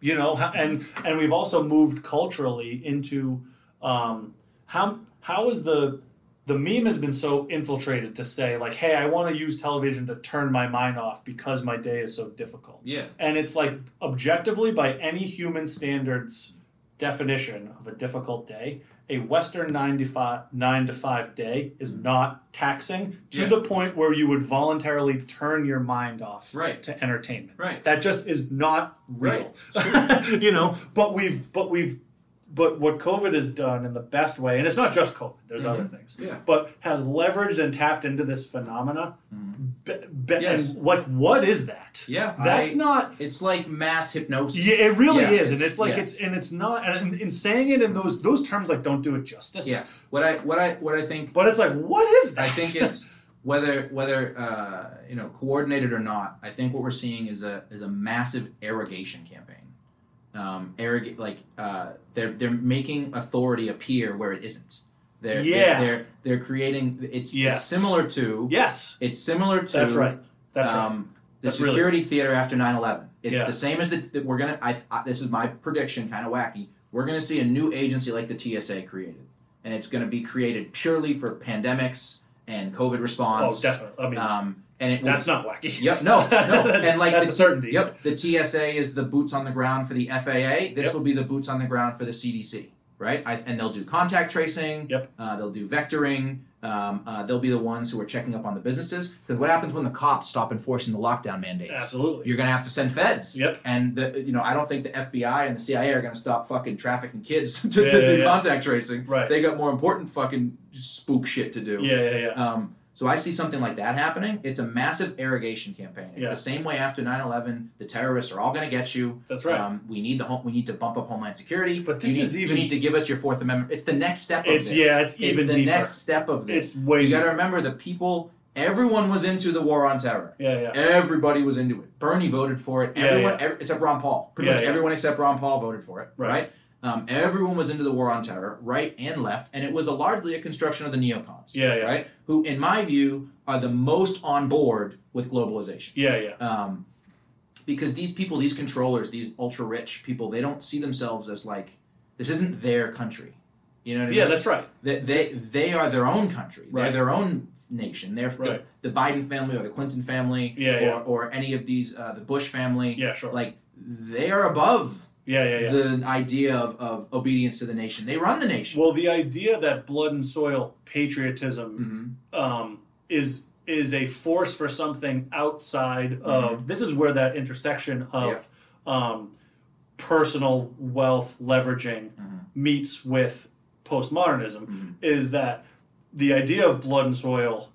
Speaker 2: You know, ho- and and we've also moved culturally into um, how how is the the meme has been so infiltrated to say like, "Hey, I want to use television to turn my mind off because my day is so difficult."
Speaker 1: Yeah.
Speaker 2: And it's like objectively, by any human standards definition of a difficult day, a Western nine to five, nine to five day is not taxing to
Speaker 1: Mm-hmm. Yeah.
Speaker 2: the point where you would voluntarily turn your mind off
Speaker 1: Right.
Speaker 2: to entertainment.
Speaker 1: Right.
Speaker 2: That just is not real.
Speaker 1: Right.
Speaker 2: <laughs> you know, but we've but we've but what COVID has done in the best way, and it's not just COVID, there's other things,
Speaker 1: Mm-hmm. Yeah.
Speaker 2: but has leveraged and tapped into this phenomena
Speaker 3: Be, be,
Speaker 1: Mm-hmm. Yes.
Speaker 3: And like, what is that?
Speaker 1: Yeah,
Speaker 3: that's
Speaker 1: I-
Speaker 3: not.
Speaker 1: It's like mass hypnosis.
Speaker 3: Yeah, it really
Speaker 1: Yeah,
Speaker 3: is, and
Speaker 1: it's-
Speaker 3: it's like
Speaker 1: yeah.
Speaker 3: it's and it's not. And in, in saying it in those those terms, like, don't do it justice.
Speaker 1: Yeah. What I what I what I think
Speaker 3: But it's like, what is that?
Speaker 1: I
Speaker 3: <laughs>
Speaker 1: think it's whether whether uh, you know coordinated or not. I think what we're seeing is a is a massive arrogation campaign. Um, arrogant, like uh, they're they're making authority appear where it isn't. They're
Speaker 3: Yeah.
Speaker 1: they're they're, they're creating. It's,
Speaker 3: Yes.
Speaker 1: it's similar to
Speaker 3: yes.
Speaker 1: it's similar to
Speaker 3: That's right. That's right.
Speaker 1: um, the
Speaker 2: That's really-
Speaker 1: security theater after 9-11. It's
Speaker 2: Yeah.
Speaker 1: the same as the that we're gonna. I, I this is my prediction, kind of wacky. We're gonna see a new agency like the TSA created, and it's gonna be created purely for pandemics and COVID
Speaker 2: Oh,
Speaker 1: response.
Speaker 2: definitely. I mean,
Speaker 1: Um, and it will-
Speaker 2: that's not wacky.
Speaker 1: Yep. No.
Speaker 3: <laughs>
Speaker 1: No. And like
Speaker 2: that's
Speaker 1: the,
Speaker 2: a certainty.
Speaker 1: Yep. The TSA is the boots on the ground for the FAA. This
Speaker 2: Yep.
Speaker 1: will be the boots on the ground for the CDC, right? I, and they'll do contact tracing.
Speaker 2: Yep.
Speaker 1: Uh, they'll do vectoring. Um, uh, they'll be the ones who are checking up on the businesses. Because what happens when the cops stop enforcing the lockdown mandates?
Speaker 2: Absolutely.
Speaker 1: You're going to have to send feds.
Speaker 2: Yep.
Speaker 1: And the, you know, I don't think the FBI and the CIA are going to stop fucking trafficking kids <laughs> to,
Speaker 2: Yeah,
Speaker 1: to
Speaker 2: yeah,
Speaker 1: do
Speaker 2: yeah.
Speaker 1: contact tracing.
Speaker 2: Right.
Speaker 1: They got more important fucking spook shit to do.
Speaker 2: yeah, yeah, yeah.
Speaker 1: Um, so I see something like that happening. It's a massive irrigation campaign. It's
Speaker 2: Yeah.
Speaker 1: The same way after 9-11, the terrorists are all going to get you.
Speaker 2: That's right.
Speaker 1: Um, we need the home, we need to bump up Homeland Security.
Speaker 2: But
Speaker 1: You
Speaker 2: this
Speaker 1: need-
Speaker 2: is even-
Speaker 1: you need to give us your Fourth Amendment. It's the next step.
Speaker 2: It's-
Speaker 1: of this.
Speaker 2: yeah, it's even
Speaker 1: the
Speaker 2: deeper.
Speaker 1: next step of this.
Speaker 2: it's way.
Speaker 1: you got to remember the people. Everyone was into the war on terror.
Speaker 2: yeah, yeah.
Speaker 1: Everybody was into it. Bernie voted for it.
Speaker 2: Yeah,
Speaker 1: Everyone,
Speaker 2: yeah.
Speaker 1: ev- except Ron Paul. Pretty
Speaker 2: Yeah,
Speaker 1: much
Speaker 2: yeah.
Speaker 1: everyone except Ron Paul voted for it.
Speaker 2: Right.
Speaker 1: Right. Um, everyone was into the war on terror, right and left, and it was a largely a construction of the neocons.
Speaker 2: Yeah, yeah.
Speaker 1: Right. Who, in my view, are the most on board with globalization.
Speaker 2: Yeah, yeah.
Speaker 1: Um, because these people, these controllers, these ultra rich people, they don't see themselves as like this isn't their country. You know what I
Speaker 2: Yeah,
Speaker 1: mean?
Speaker 2: that's right.
Speaker 1: They, they they are their own country.
Speaker 2: Right.
Speaker 1: They're their own nation. They're
Speaker 2: Right.
Speaker 1: the, the Biden family or the Clinton family
Speaker 2: Yeah,
Speaker 1: or,
Speaker 2: yeah.
Speaker 1: or any of these uh, the Bush family.
Speaker 2: Yeah, sure.
Speaker 1: Like they are above
Speaker 2: Yeah, yeah, yeah.
Speaker 1: the idea of, of obedience to the nation. They run the nation.
Speaker 2: well, the idea that blood and soil patriotism
Speaker 1: Mhm.
Speaker 2: um, is is a force for something outside
Speaker 1: Hmm.
Speaker 2: of this is where that intersection of um, personal wealth leveraging
Speaker 1: Mhm.
Speaker 2: meets with postmodernism
Speaker 1: Mhm.
Speaker 2: is that the idea of blood and soil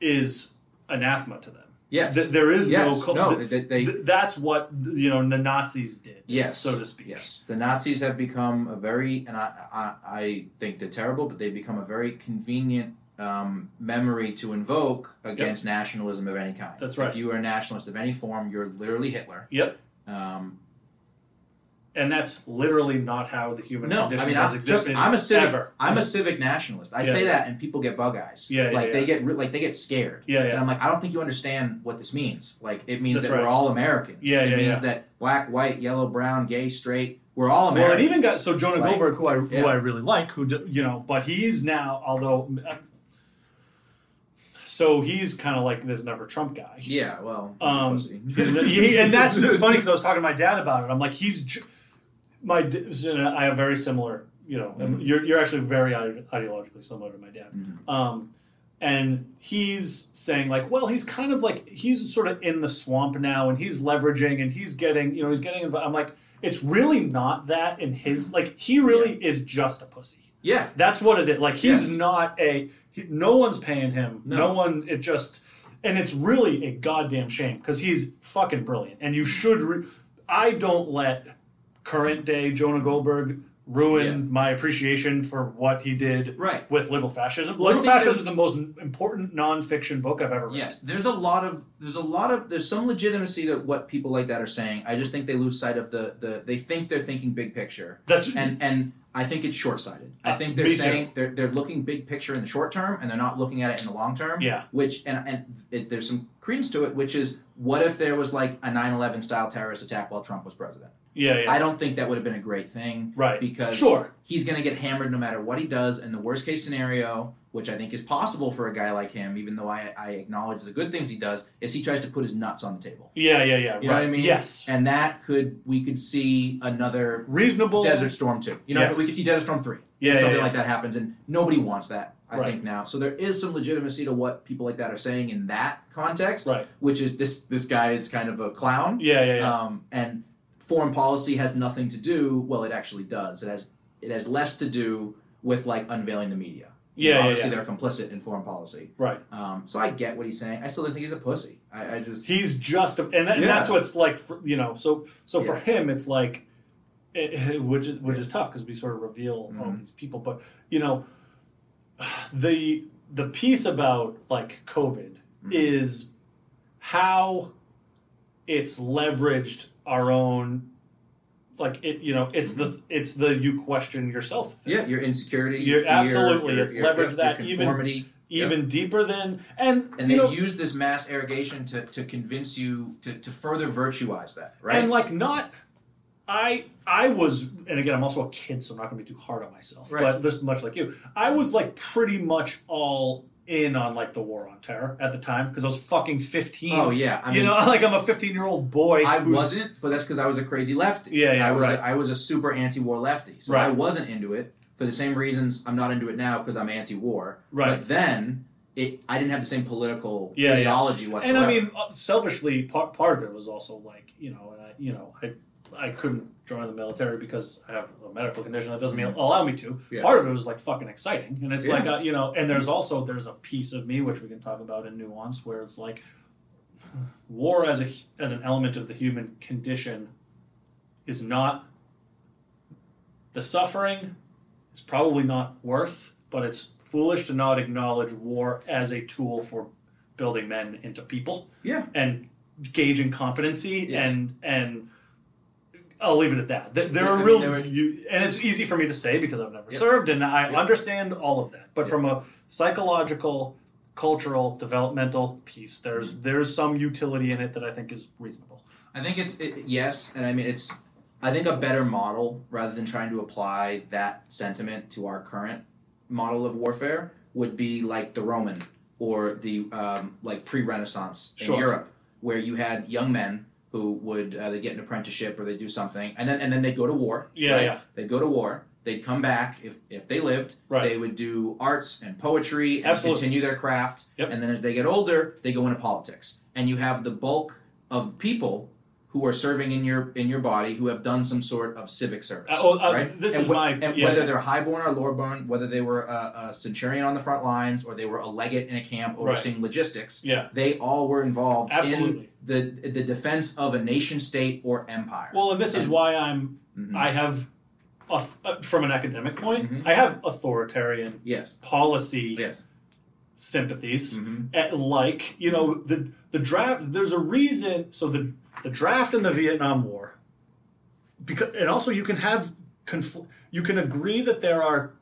Speaker 2: is anathema to them.
Speaker 1: Yes.
Speaker 2: Th- there is
Speaker 1: yes.
Speaker 2: no, co- th-
Speaker 1: they, they-
Speaker 2: th- that's what you know the Nazis did,
Speaker 1: Yes.
Speaker 2: so to speak.
Speaker 1: Yes, the Nazis have become a very, and I, I, I think they're terrible, but they've become a very convenient um, memory to invoke against nationalism of any kind.
Speaker 2: That's right.
Speaker 1: If you are a nationalist of any form, you're literally Hitler.
Speaker 2: Yep.
Speaker 1: Um,
Speaker 2: And that's literally not how the human
Speaker 1: no,
Speaker 2: condition
Speaker 1: I mean,
Speaker 2: has
Speaker 1: I'm,
Speaker 2: existed
Speaker 1: I'm a civic,
Speaker 2: ever.
Speaker 1: I'm a civic nationalist. I
Speaker 2: Yeah.
Speaker 1: say that, and people get bug eyes.
Speaker 2: Yeah, yeah,
Speaker 1: like they
Speaker 2: yeah.
Speaker 1: get, re- like they get scared.
Speaker 2: yeah,
Speaker 1: And
Speaker 2: yeah,
Speaker 1: I'm like, I don't think you understand what this means. Like, it means
Speaker 2: That's
Speaker 1: that we're
Speaker 2: right.
Speaker 1: all Americans.
Speaker 2: Yeah,
Speaker 1: it
Speaker 2: yeah,
Speaker 1: means
Speaker 2: yeah.
Speaker 1: that black, white, yellow, brown, gay, straight, we're all
Speaker 2: Well,
Speaker 1: Americans.
Speaker 2: it even got so Jonah
Speaker 1: Like,
Speaker 2: Goldberg, who I
Speaker 1: yeah.
Speaker 2: who I really like, who d- you know, but he's now although, uh, so he's kind of like this never Trump guy.
Speaker 1: Yeah, well,
Speaker 2: Um,
Speaker 1: pussy.
Speaker 2: <laughs>
Speaker 1: <laughs>
Speaker 2: He- and that's <laughs> it's funny because I was talking to my dad about it. I'm like, he's j- my. d- so, you know, I have very similar. You know, and you're you're actually very ide- ideologically similar to my dad. Um, and he's saying like, well, he's kind of like he's sort of in the swamp now, and he's leveraging, and he's getting, you know, he's getting. inv- I'm like, it's really not that in his like. He really is just a pussy.
Speaker 1: Yeah,
Speaker 2: That's what it is. Like he's not a. He, no one's paying him. No.
Speaker 1: No.
Speaker 2: one. It just. And it's really a goddamn shame because he's fucking brilliant, and you should. Re- I don't let current day Jonah Goldberg ruin
Speaker 1: Yeah.
Speaker 2: my appreciation for what he did
Speaker 1: right.
Speaker 2: with liberal fascism.
Speaker 1: Well, I
Speaker 2: liberal
Speaker 1: think
Speaker 2: fascism
Speaker 1: there's-
Speaker 2: is the most important nonfiction book I've ever read.
Speaker 1: Yes, there's a lot of there's a lot of there's some legitimacy to what people like that are saying. I just think they lose sight of the the they think they're thinking big picture,
Speaker 2: That's
Speaker 1: and and I think it's short sighted. I
Speaker 2: Uh,
Speaker 1: think they're
Speaker 2: me too.
Speaker 1: saying they're they're looking big picture in the short term, and they're not looking at it in the long term.
Speaker 2: Yeah.
Speaker 1: which and and it, there's some credence to it, which is what if there was like a 9/11 style terrorist attack while Trump was president?
Speaker 2: yeah, yeah,
Speaker 1: I don't think that would have been a great thing.
Speaker 2: right.
Speaker 1: because
Speaker 2: Sure.
Speaker 1: he's going to get hammered no matter what he does. And the worst case scenario, which I think is possible for a guy like him, even though I, I acknowledge the good things he does, is he tries to put his nuts on the table.
Speaker 2: Yeah, yeah, yeah.
Speaker 1: You know
Speaker 2: right.
Speaker 1: what I mean?
Speaker 2: Yes.
Speaker 1: And that could we could see another
Speaker 2: Reasonable.
Speaker 1: Desert Storm two. You know,
Speaker 2: Yes.
Speaker 1: we could see Desert Storm three.
Speaker 2: Yeah, yeah,
Speaker 1: something
Speaker 2: yeah.
Speaker 1: like that happens, and nobody wants that. I
Speaker 2: Right.
Speaker 1: think now, so there is some legitimacy to what people like that are saying in that context,
Speaker 2: Right.
Speaker 1: which is this this guy is kind of a clown.
Speaker 2: Yeah, yeah, yeah.
Speaker 1: Um, and foreign policy has nothing to do. Well, it actually does. It has it has less to do with like unveiling the media. You know,
Speaker 2: Yeah, yeah,
Speaker 1: obviously
Speaker 2: yeah.
Speaker 1: they're complicit in foreign policy.
Speaker 2: Right.
Speaker 1: Um, so I get what he's saying. I still think he's a pussy. I, I just
Speaker 2: He's just, a, and, that, and
Speaker 1: Yeah.
Speaker 2: that's what's like, for, you know. So, so for
Speaker 1: Yeah.
Speaker 2: him, it's like, it- it- which is, which is tough because we sort of reveal all
Speaker 1: Mm-hmm.
Speaker 2: these people. But you know, the the piece about like COVID
Speaker 1: Mm-hmm.
Speaker 2: is how it's leveraged our own, like it, you know, it's the it's the you question yourself thing.
Speaker 1: Mm-hmm. yeah, your insecurity,
Speaker 2: You're-
Speaker 1: fear,
Speaker 2: absolutely,
Speaker 1: your-
Speaker 2: it's
Speaker 1: your-
Speaker 2: leveraged
Speaker 1: your,
Speaker 2: that
Speaker 1: your
Speaker 2: even-
Speaker 1: conformity.
Speaker 2: even deeper than and
Speaker 1: and they
Speaker 2: you know,
Speaker 1: use this mass irrigation to, to convince you to, to further virtuize that, right?
Speaker 2: and like not i i was and again i'm also a kid so i'm not going to be too hard on myself
Speaker 1: Right.
Speaker 2: but this much like you i was like pretty much all in on like the war on terror at the time because i was fucking 15
Speaker 1: oh yeah, I mean,
Speaker 2: you know <laughs> like i'm a 15 year old boy
Speaker 1: I
Speaker 2: who's-
Speaker 1: wasn't, but that's because I was a crazy lefty.
Speaker 2: Yeah, yeah,
Speaker 1: I was
Speaker 2: right.
Speaker 1: a, I was a super anti-war lefty, so
Speaker 2: Right.
Speaker 1: I wasn't into it for the same reasons I'm not into it now because I'm anti-war.
Speaker 2: Right.
Speaker 1: But then it, I didn't have the same political
Speaker 2: Yeah, yeah.
Speaker 1: ideology whatsoever.
Speaker 2: and i mean uh, selfishly part, part of it was also like you know and i you know i I couldn't join the military because I have a medical condition that doesn't allow me to.
Speaker 1: Mm-hmm. Yeah.
Speaker 2: Part of it was like fucking exciting, and it's
Speaker 1: Yeah.
Speaker 2: like uh, you know. And there's also there's a piece of me which we can talk about in nuance where it's like war as a as an element of the human condition is not the suffering is probably not worth, but it's foolish to not acknowledge war as a tool for building men into people
Speaker 1: yeah,
Speaker 2: and gauging competency
Speaker 1: Yes.
Speaker 2: and and I'll leave it at that. There, there
Speaker 1: Yeah, I
Speaker 2: are
Speaker 1: mean,
Speaker 2: real,
Speaker 1: there were-
Speaker 2: you, and it's easy for me to say because I've never
Speaker 1: Yep.
Speaker 2: served, and I
Speaker 1: Yep.
Speaker 2: understand all of that. But
Speaker 1: Yep.
Speaker 2: from a psychological, cultural, developmental piece, there's there's some utility in it that I think is reasonable.
Speaker 1: I think it's it, yes, and I mean it's. I think a better model, rather than trying to apply that sentiment to our current model of warfare, would be like the Roman or the um, like pre-Renaissance in
Speaker 2: Sure.
Speaker 1: Europe, where you had young men who would uh, they get an apprenticeship or they do something, and then and then they would go to war.
Speaker 2: Yeah,
Speaker 1: right?
Speaker 2: yeah.
Speaker 1: They go to war. They'd come back if if they lived.
Speaker 2: Right.
Speaker 1: They would do arts and poetry and
Speaker 2: Absolutely.
Speaker 1: continue their craft.
Speaker 2: Yep.
Speaker 1: And then as they get older, they go into politics, and you have the bulk of people who are serving in your in your body who have done some sort of civic service.
Speaker 2: Uh, oh, uh,
Speaker 1: right?
Speaker 2: this
Speaker 1: and
Speaker 2: is
Speaker 1: wh-
Speaker 2: my-
Speaker 1: and
Speaker 2: yeah,
Speaker 1: whether
Speaker 2: yeah.
Speaker 1: they're highborn or lowborn, whether they were a, a centurion on the front lines or they were a legate in a camp
Speaker 2: Right.
Speaker 1: overseeing logistics,
Speaker 2: Yeah.
Speaker 1: they all were involved
Speaker 2: Absolutely.
Speaker 1: in the the defense of a nation state or empire.
Speaker 2: Well, and this is
Speaker 1: And-
Speaker 2: why I'm
Speaker 1: Mhm.
Speaker 2: I have, auth- uh, from an academic point,
Speaker 1: Mhm.
Speaker 2: I have authoritarian
Speaker 1: yes.
Speaker 2: policy
Speaker 1: Yes.
Speaker 2: sympathies.
Speaker 1: Mhm.
Speaker 2: at like you know the the draft there's a reason so the the draft in the Vietnam War because and also you can have confl- you can agree that there are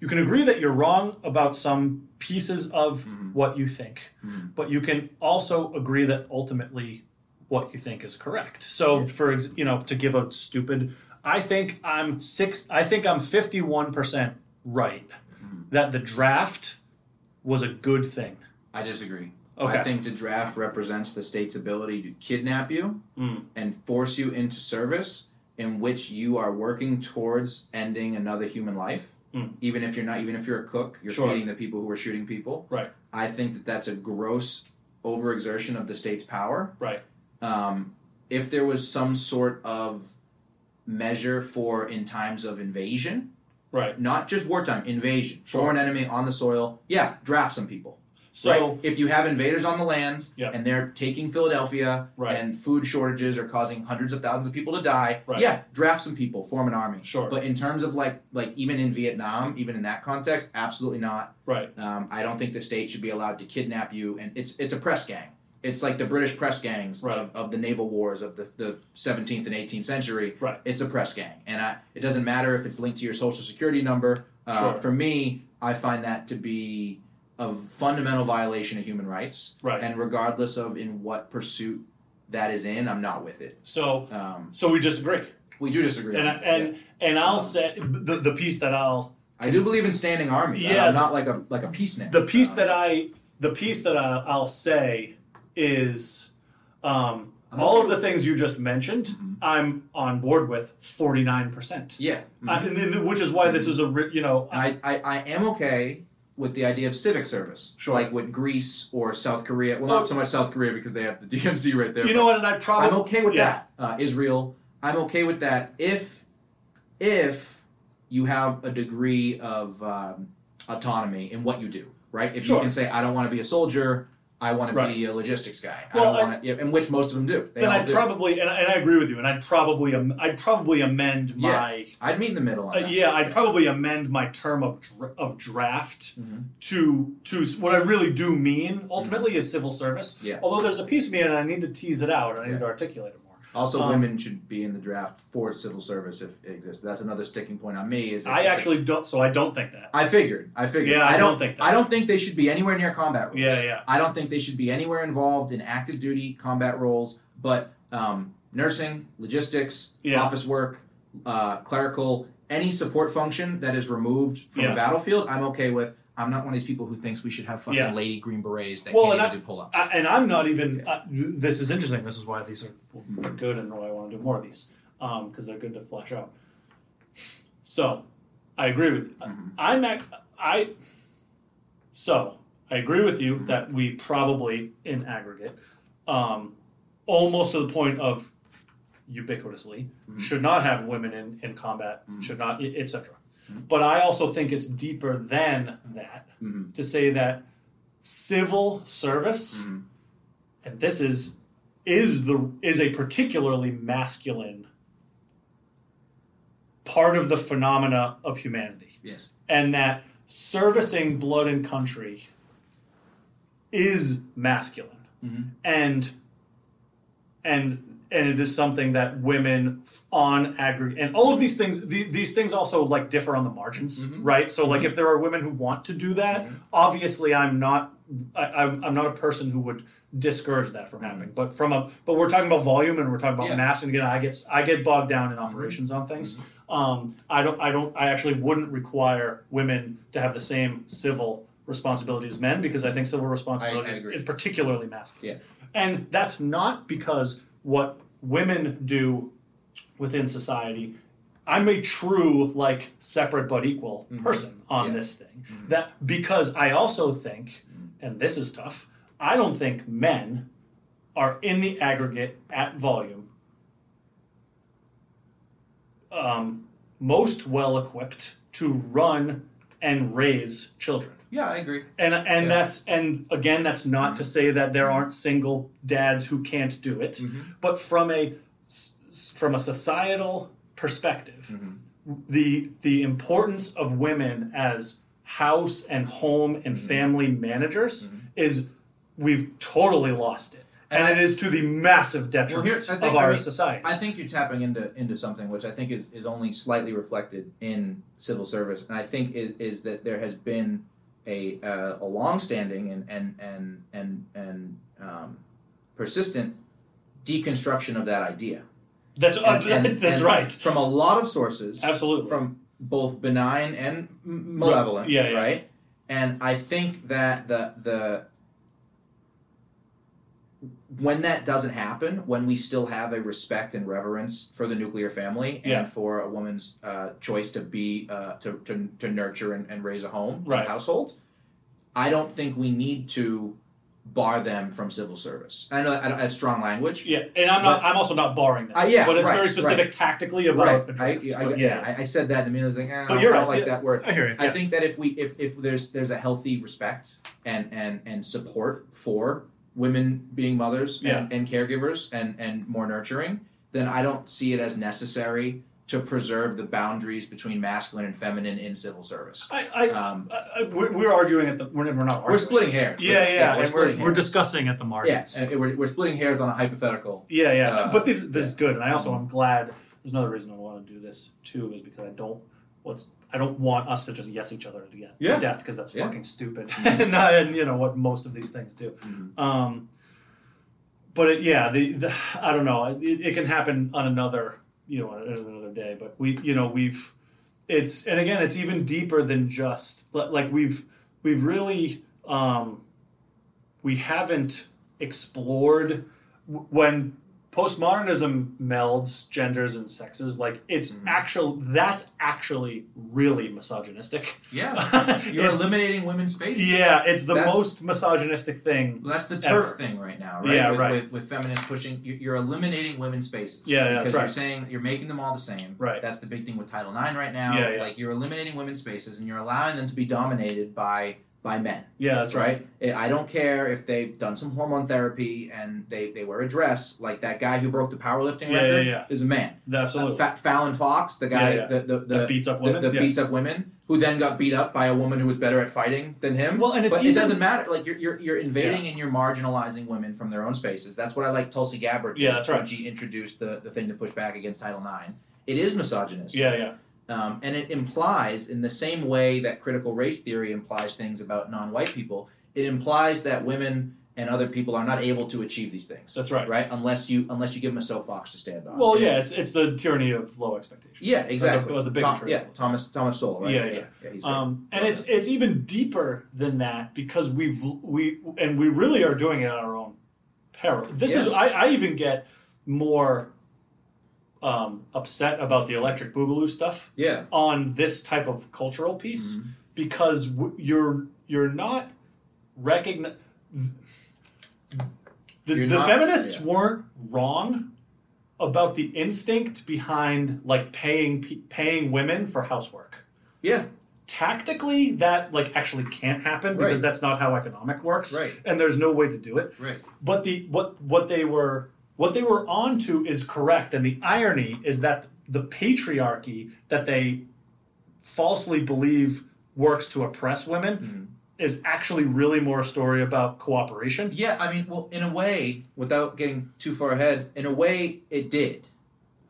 Speaker 2: you can agree that you're wrong about some pieces of what you think but you can also agree that ultimately what you think is correct so for ex- you know to give a stupid I think I'm 6 I think I'm 51% right that the draft was a good thing
Speaker 1: I disagree.
Speaker 2: Okay.
Speaker 1: I think the draft represents the state's ability to kidnap you
Speaker 2: Mm.
Speaker 1: and force you into service in which you are working towards ending another human life.
Speaker 2: Mm.
Speaker 1: Even if you're not, even if you're a cook, you're
Speaker 2: Sure.
Speaker 1: feeding the people who are shooting people.
Speaker 2: Right.
Speaker 1: I think that that's a gross overexertion of the state's power.
Speaker 2: Right.
Speaker 1: Um, if there was some sort of measure for in times of invasion,
Speaker 2: Right.
Speaker 1: not just wartime, invasion,
Speaker 2: Sure.
Speaker 1: foreign enemy on the soil, yeah, draft some people.
Speaker 2: So
Speaker 1: Right. if you have invaders on the lands
Speaker 2: Yeah.
Speaker 1: and they're taking Philadelphia
Speaker 2: Right.
Speaker 1: and food shortages are causing hundreds of thousands of people to die,
Speaker 2: Right.
Speaker 1: yeah, draft some people, form an army.
Speaker 2: Sure.
Speaker 1: But in terms of like like even in Vietnam, even in that context, absolutely not.
Speaker 2: right.
Speaker 1: Um, I don't think the state should be allowed to kidnap you and it's it's a press gang. It's like the British press gangs
Speaker 2: Right.
Speaker 1: of, of the naval wars of the, the 17th and 18th century.
Speaker 2: Right.
Speaker 1: It's a press gang. And I, it doesn't matter if it's linked to your social security number. Uh,
Speaker 2: Sure.
Speaker 1: For me, I find that to be a fundamental violation of human rights.
Speaker 2: Right.
Speaker 1: And regardless of in what pursuit that is in, I'm not with it.
Speaker 2: So
Speaker 1: Um,
Speaker 2: so we disagree.
Speaker 1: we do disagree.
Speaker 2: And
Speaker 1: on that,
Speaker 2: and
Speaker 1: yeah.
Speaker 2: and I'll say the, the piece that I'll
Speaker 1: I do believe in standing armies.
Speaker 2: Yeah.
Speaker 1: I'm not like a like a peace man.
Speaker 2: the piece
Speaker 1: Um,
Speaker 2: that I the piece that I, I'll say is um,
Speaker 1: I'm
Speaker 2: all
Speaker 1: okay Mm-hmm.
Speaker 2: of the things you just mentioned. I'm on board with forty nine percent.
Speaker 1: yeah.
Speaker 2: Which is why this is a ri- you know I-
Speaker 1: Mm-hmm. I, I, I am okay with the idea of civic service,
Speaker 2: Sure.
Speaker 1: like with Greece or South Korea. Well, not so much South Korea because they have the <laughs> DMZ right there.
Speaker 2: you
Speaker 1: but
Speaker 2: know what and I probably
Speaker 1: I'm okay with
Speaker 2: yeah.
Speaker 1: that. Uh, Israel, I'm okay with that if if you have a degree of um, autonomy in what you do, right? If
Speaker 2: Sure.
Speaker 1: you can say, I don't want to be a soldier, I want
Speaker 2: Right.
Speaker 1: to be a logistics guy.
Speaker 2: Well,
Speaker 1: I
Speaker 2: I-
Speaker 1: don't want to, and which most of them do. They
Speaker 2: then
Speaker 1: all
Speaker 2: I'd
Speaker 1: do.
Speaker 2: probably and I, and I agree with you, and I'd probably am, I'd probably amend
Speaker 1: Yeah.
Speaker 2: my
Speaker 1: I'd meet in the middle on
Speaker 2: uh,
Speaker 1: that.
Speaker 2: yeah I'd probably amend my term of dra- of draft
Speaker 1: Mm-hmm.
Speaker 2: to to s- what I really do mean ultimately is civil service.
Speaker 1: Yeah.
Speaker 2: Although there's a piece of me and I need to tease it out and I need
Speaker 1: Yeah.
Speaker 2: to articulate it more.
Speaker 1: Also,
Speaker 2: Um,
Speaker 1: women should be in the draft for civil service if it exists. That's another sticking point on me. Is
Speaker 2: I
Speaker 1: it's a-
Speaker 2: actually don't, so I don't think that.
Speaker 1: I figured. I figured.
Speaker 2: Yeah, I
Speaker 1: I
Speaker 2: don't
Speaker 1: don't,
Speaker 2: think that.
Speaker 1: I don't think they should be anywhere near combat roles.
Speaker 2: Yeah, yeah.
Speaker 1: I don't think they should be anywhere involved in active duty combat roles. But um, nursing, logistics,
Speaker 2: Yeah.
Speaker 1: office work, uh, clerical, any support function that is removed from
Speaker 2: Yeah.
Speaker 1: a battlefield, I'm okay with. I'm not one of these people who thinks we should have fucking
Speaker 2: Yeah.
Speaker 1: lady green berets that
Speaker 2: Well,
Speaker 1: can't
Speaker 2: and
Speaker 1: even
Speaker 2: I-
Speaker 1: do pull-ups.
Speaker 2: I, and I'm not even. Uh, this is interesting. This is why these are good, and why I want to do more of these because they're good to flesh out. So, I agree with you. I'm at, I. So I agree with you that we probably, in aggregate, um, almost to the point of ubiquitously, should not have women in in combat. Should not, etc. But I also think it's deeper than that
Speaker 1: Mhm.
Speaker 2: to say that civil service and this is is the is a particularly masculine part of the phenomena of humanity
Speaker 1: yes.
Speaker 2: and that servicing blood and country is masculine and and and it is something that women f- on aggregate and all of these things the, these things also like differ on the margins right so like if there are women who want to do that obviously i'm not I, I'm, I'm not a person who would discourage that from happening but from a but we're talking about volume and we're talking about
Speaker 1: Yeah.
Speaker 2: mass and again i get i get bogged down in operations on things um, i don't i don't i actually wouldn't require women to have the same civil responsibility as men because i think civil responsibility is,
Speaker 1: agree.
Speaker 2: is particularly masculine
Speaker 1: Yeah.
Speaker 2: and that's not because what women do within society. I'm a true, like, separate but equal person on
Speaker 1: Yeah.
Speaker 2: this thing. That because I also think, and this is tough, I don't think men are in the aggregate at volume um, most well equipped to run and raise children
Speaker 1: Yeah, I agree.
Speaker 2: and and
Speaker 1: Yeah. Mm-hmm.
Speaker 2: that's and again that's not to say that there aren't single dads who can't do it
Speaker 1: Mm-hmm.
Speaker 2: but from a s- s- from a societal perspective
Speaker 1: Mm-hmm.
Speaker 2: the the importance of women as house and home and
Speaker 1: Mm-hmm.
Speaker 2: family managers is we've totally lost it and, it is to the massive detriment
Speaker 1: here's- I
Speaker 2: of
Speaker 1: think-
Speaker 2: our
Speaker 1: I mean,
Speaker 2: society
Speaker 1: I think you're tapping into into something which I think is, is only slightly reflected in civil service, and I think is is that there has been a uh, a longstanding and and and and and um, persistent deconstruction of that idea.
Speaker 2: that's
Speaker 1: And-
Speaker 2: uh,
Speaker 1: and-
Speaker 2: <laughs> that's
Speaker 1: and
Speaker 2: right
Speaker 1: From a lot of sources,
Speaker 2: absolutely
Speaker 1: from both benign and m- malevolent,
Speaker 2: Yeah, yeah.
Speaker 1: right? And I think that the the when that doesn't happen, when we still have a respect and reverence for the nuclear family and
Speaker 2: Yeah.
Speaker 1: for a woman's uh, choice to be uh, to, to to nurture and, and raise a home
Speaker 2: Right.
Speaker 1: and household, I don't think we need to bar them from civil service. I know that- I don't- that's strong language.
Speaker 2: yeah and i'm not i'm also not barring that
Speaker 1: Uh, yeah,
Speaker 2: but it's
Speaker 1: right,
Speaker 2: very
Speaker 1: right.
Speaker 2: specific tactically about
Speaker 1: Right.
Speaker 2: a
Speaker 1: I,
Speaker 2: draft,
Speaker 1: I,
Speaker 2: but
Speaker 1: yeah, I, I said that, and Amina's was like, eh, I
Speaker 2: But
Speaker 1: don't-
Speaker 2: you're
Speaker 1: I don't
Speaker 2: right,
Speaker 1: like
Speaker 2: yeah.
Speaker 1: that word.
Speaker 2: I hear it.
Speaker 1: I think that if we if, if there's there's a healthy respect and and and support for women being mothers and,
Speaker 2: Yeah.
Speaker 1: and caregivers and and more nurturing, then I don't see it as necessary to preserve the boundaries between masculine and feminine in civil service.
Speaker 2: I, I,
Speaker 1: Um,
Speaker 2: I, I- we're, we're arguing at the we're, we're not arguing.
Speaker 1: We're splitting hairs.
Speaker 2: Yeah, yeah,
Speaker 1: yeah we're
Speaker 2: and we're,
Speaker 1: splitting
Speaker 2: we're
Speaker 1: hairs.
Speaker 2: discussing at the
Speaker 1: yeah,
Speaker 2: margins.
Speaker 1: and we're, we're splitting hairs on a hypothetical.
Speaker 2: yeah, yeah.
Speaker 1: Uh,
Speaker 2: but this this is good, and I also am glad. There's another reason I want to do this too, is because I don't what's I don't want us to just yes each other to, get,
Speaker 1: Yeah.
Speaker 2: to death because that's
Speaker 1: Yeah.
Speaker 2: fucking stupid,
Speaker 1: <laughs>
Speaker 2: and, I- and you know what most of these things do.
Speaker 1: Mm-hmm.
Speaker 2: Um, but it, yeah, the, the I don't know. It, it can happen on another you know on another day, but we you know we've it's and again it's even deeper than just li- like we've we've really um, we haven't explored w- when postmodernism melds genders and sexes. Like it's
Speaker 1: Mm-hmm.
Speaker 2: actual. That's actually really misogynistic. <laughs>
Speaker 1: Yeah, you're
Speaker 2: It's-
Speaker 1: eliminating women's spaces.
Speaker 2: Yeah, it's the
Speaker 1: That's-
Speaker 2: most misogynistic thing.
Speaker 1: Well, that's the
Speaker 2: Ever.
Speaker 1: turf thing right now, right?
Speaker 2: Yeah,
Speaker 1: with,
Speaker 2: right.
Speaker 1: With, with feminists pushing, you- you're eliminating women's spaces.
Speaker 2: Yeah, yeah, that's
Speaker 1: because
Speaker 2: right.
Speaker 1: you're saying you're making them all the same.
Speaker 2: Right.
Speaker 1: That's the big thing with Title IX right now.
Speaker 2: Yeah, yeah.
Speaker 1: Like you're eliminating women's spaces and you're allowing them to be dominated by by men.
Speaker 2: Yeah, that's right.
Speaker 1: right. I I don't care if they've done some hormone therapy and they they wear a dress. Like that guy who broke the powerlifting
Speaker 2: Yeah,
Speaker 1: record
Speaker 2: yeah, yeah.
Speaker 1: is a man.
Speaker 2: Absolutely.
Speaker 1: Fa- Fallon Fox, the guy
Speaker 2: Yeah, yeah.
Speaker 1: The, the, the,
Speaker 2: that beats up
Speaker 1: the-
Speaker 2: women.
Speaker 1: the
Speaker 2: yeah.
Speaker 1: beats up women who then got beat up by a woman who was better at fighting than him.
Speaker 2: Well, and it's
Speaker 1: but
Speaker 2: even-
Speaker 1: it doesn't matter. Like you're you're, you're invading and you're marginalizing women from their own spaces. That's what I like Tulsi Gabbard. did
Speaker 2: Yeah, that's right.
Speaker 1: When she introduced the the thing to push back against Title IX, it is misogynist.
Speaker 2: yeah, yeah,
Speaker 1: Um, and it implies, in the same way that critical race theory implies things about non-white people, it implies that women and other people are not able to achieve these things.
Speaker 2: that's right.
Speaker 1: Right, unless you unless you give them a soapbox to stand on.
Speaker 2: Well,
Speaker 1: And-
Speaker 2: yeah, it's it's the tyranny of low expectations.
Speaker 1: yeah, exactly.
Speaker 2: Or the- or the
Speaker 1: Tom-
Speaker 2: bigotry.
Speaker 1: yeah, Thomas Thomas Sowell, right?
Speaker 2: Yeah, yeah.
Speaker 1: he's great.
Speaker 2: Um, and
Speaker 1: Love
Speaker 2: it's it's even deeper than that because we've we and we really are doing it at our own peril. This is
Speaker 1: Yes.
Speaker 2: I, I even get more um, upset about the electric boogaloo stuff
Speaker 1: yeah. Mm-hmm.
Speaker 2: on this type of cultural piece because w- you're you're not recognize the,
Speaker 1: You're
Speaker 2: the
Speaker 1: not-
Speaker 2: feminists
Speaker 1: yeah.
Speaker 2: weren't wrong about the instinct behind like paying pe- paying women for housework
Speaker 1: Yeah,
Speaker 2: tactically that like actually can't happen because
Speaker 1: Right.
Speaker 2: that's not how economic works
Speaker 1: Right.
Speaker 2: and there's no way to do it
Speaker 1: right.
Speaker 2: but the what what they were what they were on to is correct and the irony is that the patriarchy that they falsely believe works to oppress women
Speaker 1: Mm-hmm.
Speaker 2: is actually really more a story about cooperation
Speaker 1: Yeah, I mean, well, in a way, without getting too far ahead, in a way, it did.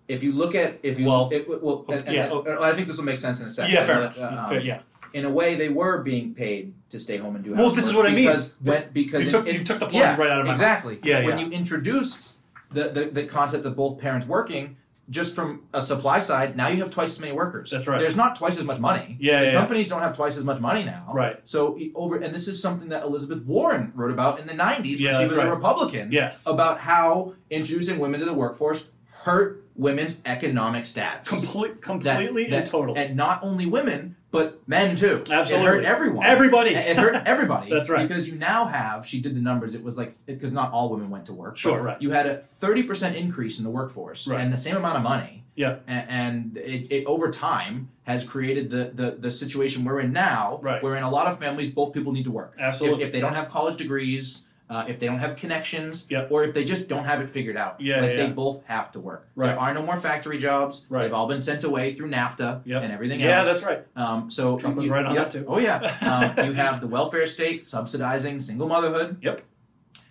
Speaker 1: If you look at if you
Speaker 2: Well,
Speaker 1: it, well, and, and-
Speaker 2: yeah.
Speaker 1: and I think this will make sense in a second.
Speaker 2: yeah fair
Speaker 1: Uh,
Speaker 2: enough
Speaker 1: um,
Speaker 2: Fair- yeah
Speaker 1: In a way, they were being paid to stay home and do.
Speaker 2: Well, this is
Speaker 1: housework
Speaker 2: what I mean.
Speaker 1: Because when because
Speaker 2: you
Speaker 1: it-
Speaker 2: took,
Speaker 1: it-
Speaker 2: you took the plug
Speaker 1: yeah,
Speaker 2: right out of my
Speaker 1: exactly.
Speaker 2: mouth. yeah
Speaker 1: when
Speaker 2: yeah
Speaker 1: you introduced the, the the concept of both parents working. Just from a supply side, now you have twice as many workers.
Speaker 2: That's right.
Speaker 1: There's not twice as much money.
Speaker 2: Yeah,
Speaker 1: the
Speaker 2: yeah, yeah.
Speaker 1: companies don't have twice as much money now.
Speaker 2: Right.
Speaker 1: So e- over, and this is something that Elizabeth Warren wrote about in the '90s
Speaker 2: Yeah,
Speaker 1: when she
Speaker 2: that's
Speaker 1: was
Speaker 2: right.
Speaker 1: a Republican.
Speaker 2: yes
Speaker 1: About how introducing women to the workforce hurt women's economic status.
Speaker 2: complete
Speaker 1: That-
Speaker 2: completely
Speaker 1: that-
Speaker 2: and total
Speaker 1: And not only women, but men too.
Speaker 2: Absolutely.
Speaker 1: It hurt everyone.
Speaker 2: Everybody.
Speaker 1: It it hurt everybody.
Speaker 2: <laughs> That's right.
Speaker 1: Because you now have, she did the numbers, it was like, because not all women went to work.
Speaker 2: Sure,
Speaker 1: but
Speaker 2: right.
Speaker 1: You had a 30% increase in the workforce
Speaker 2: Right.
Speaker 1: and the same amount of money.
Speaker 2: Yeah.
Speaker 1: A- And, it, it over time has created the, the, the situation we're in now,
Speaker 2: Right.
Speaker 1: where in a lot of families, both people need to work.
Speaker 2: Absolutely.
Speaker 1: If, if they don't have college degrees, uh, if they don't have connections,
Speaker 2: Yep.
Speaker 1: or if they just don't have it figured out,
Speaker 2: Yeah,
Speaker 1: like
Speaker 2: yeah,
Speaker 1: they
Speaker 2: yeah.
Speaker 1: both have to work.
Speaker 2: Right.
Speaker 1: There are no more factory jobs.
Speaker 2: Right.
Speaker 1: They've all been sent away through NAFTA
Speaker 2: Yep.
Speaker 1: and everything
Speaker 2: yeah
Speaker 1: else.
Speaker 2: that's right
Speaker 1: Um, so you-
Speaker 2: Trump was
Speaker 1: you-
Speaker 2: right on
Speaker 1: yep.
Speaker 2: that, too.
Speaker 1: Oh
Speaker 2: <laughs>
Speaker 1: yeah, um, you have the welfare state subsidizing single motherhood.
Speaker 2: Yep.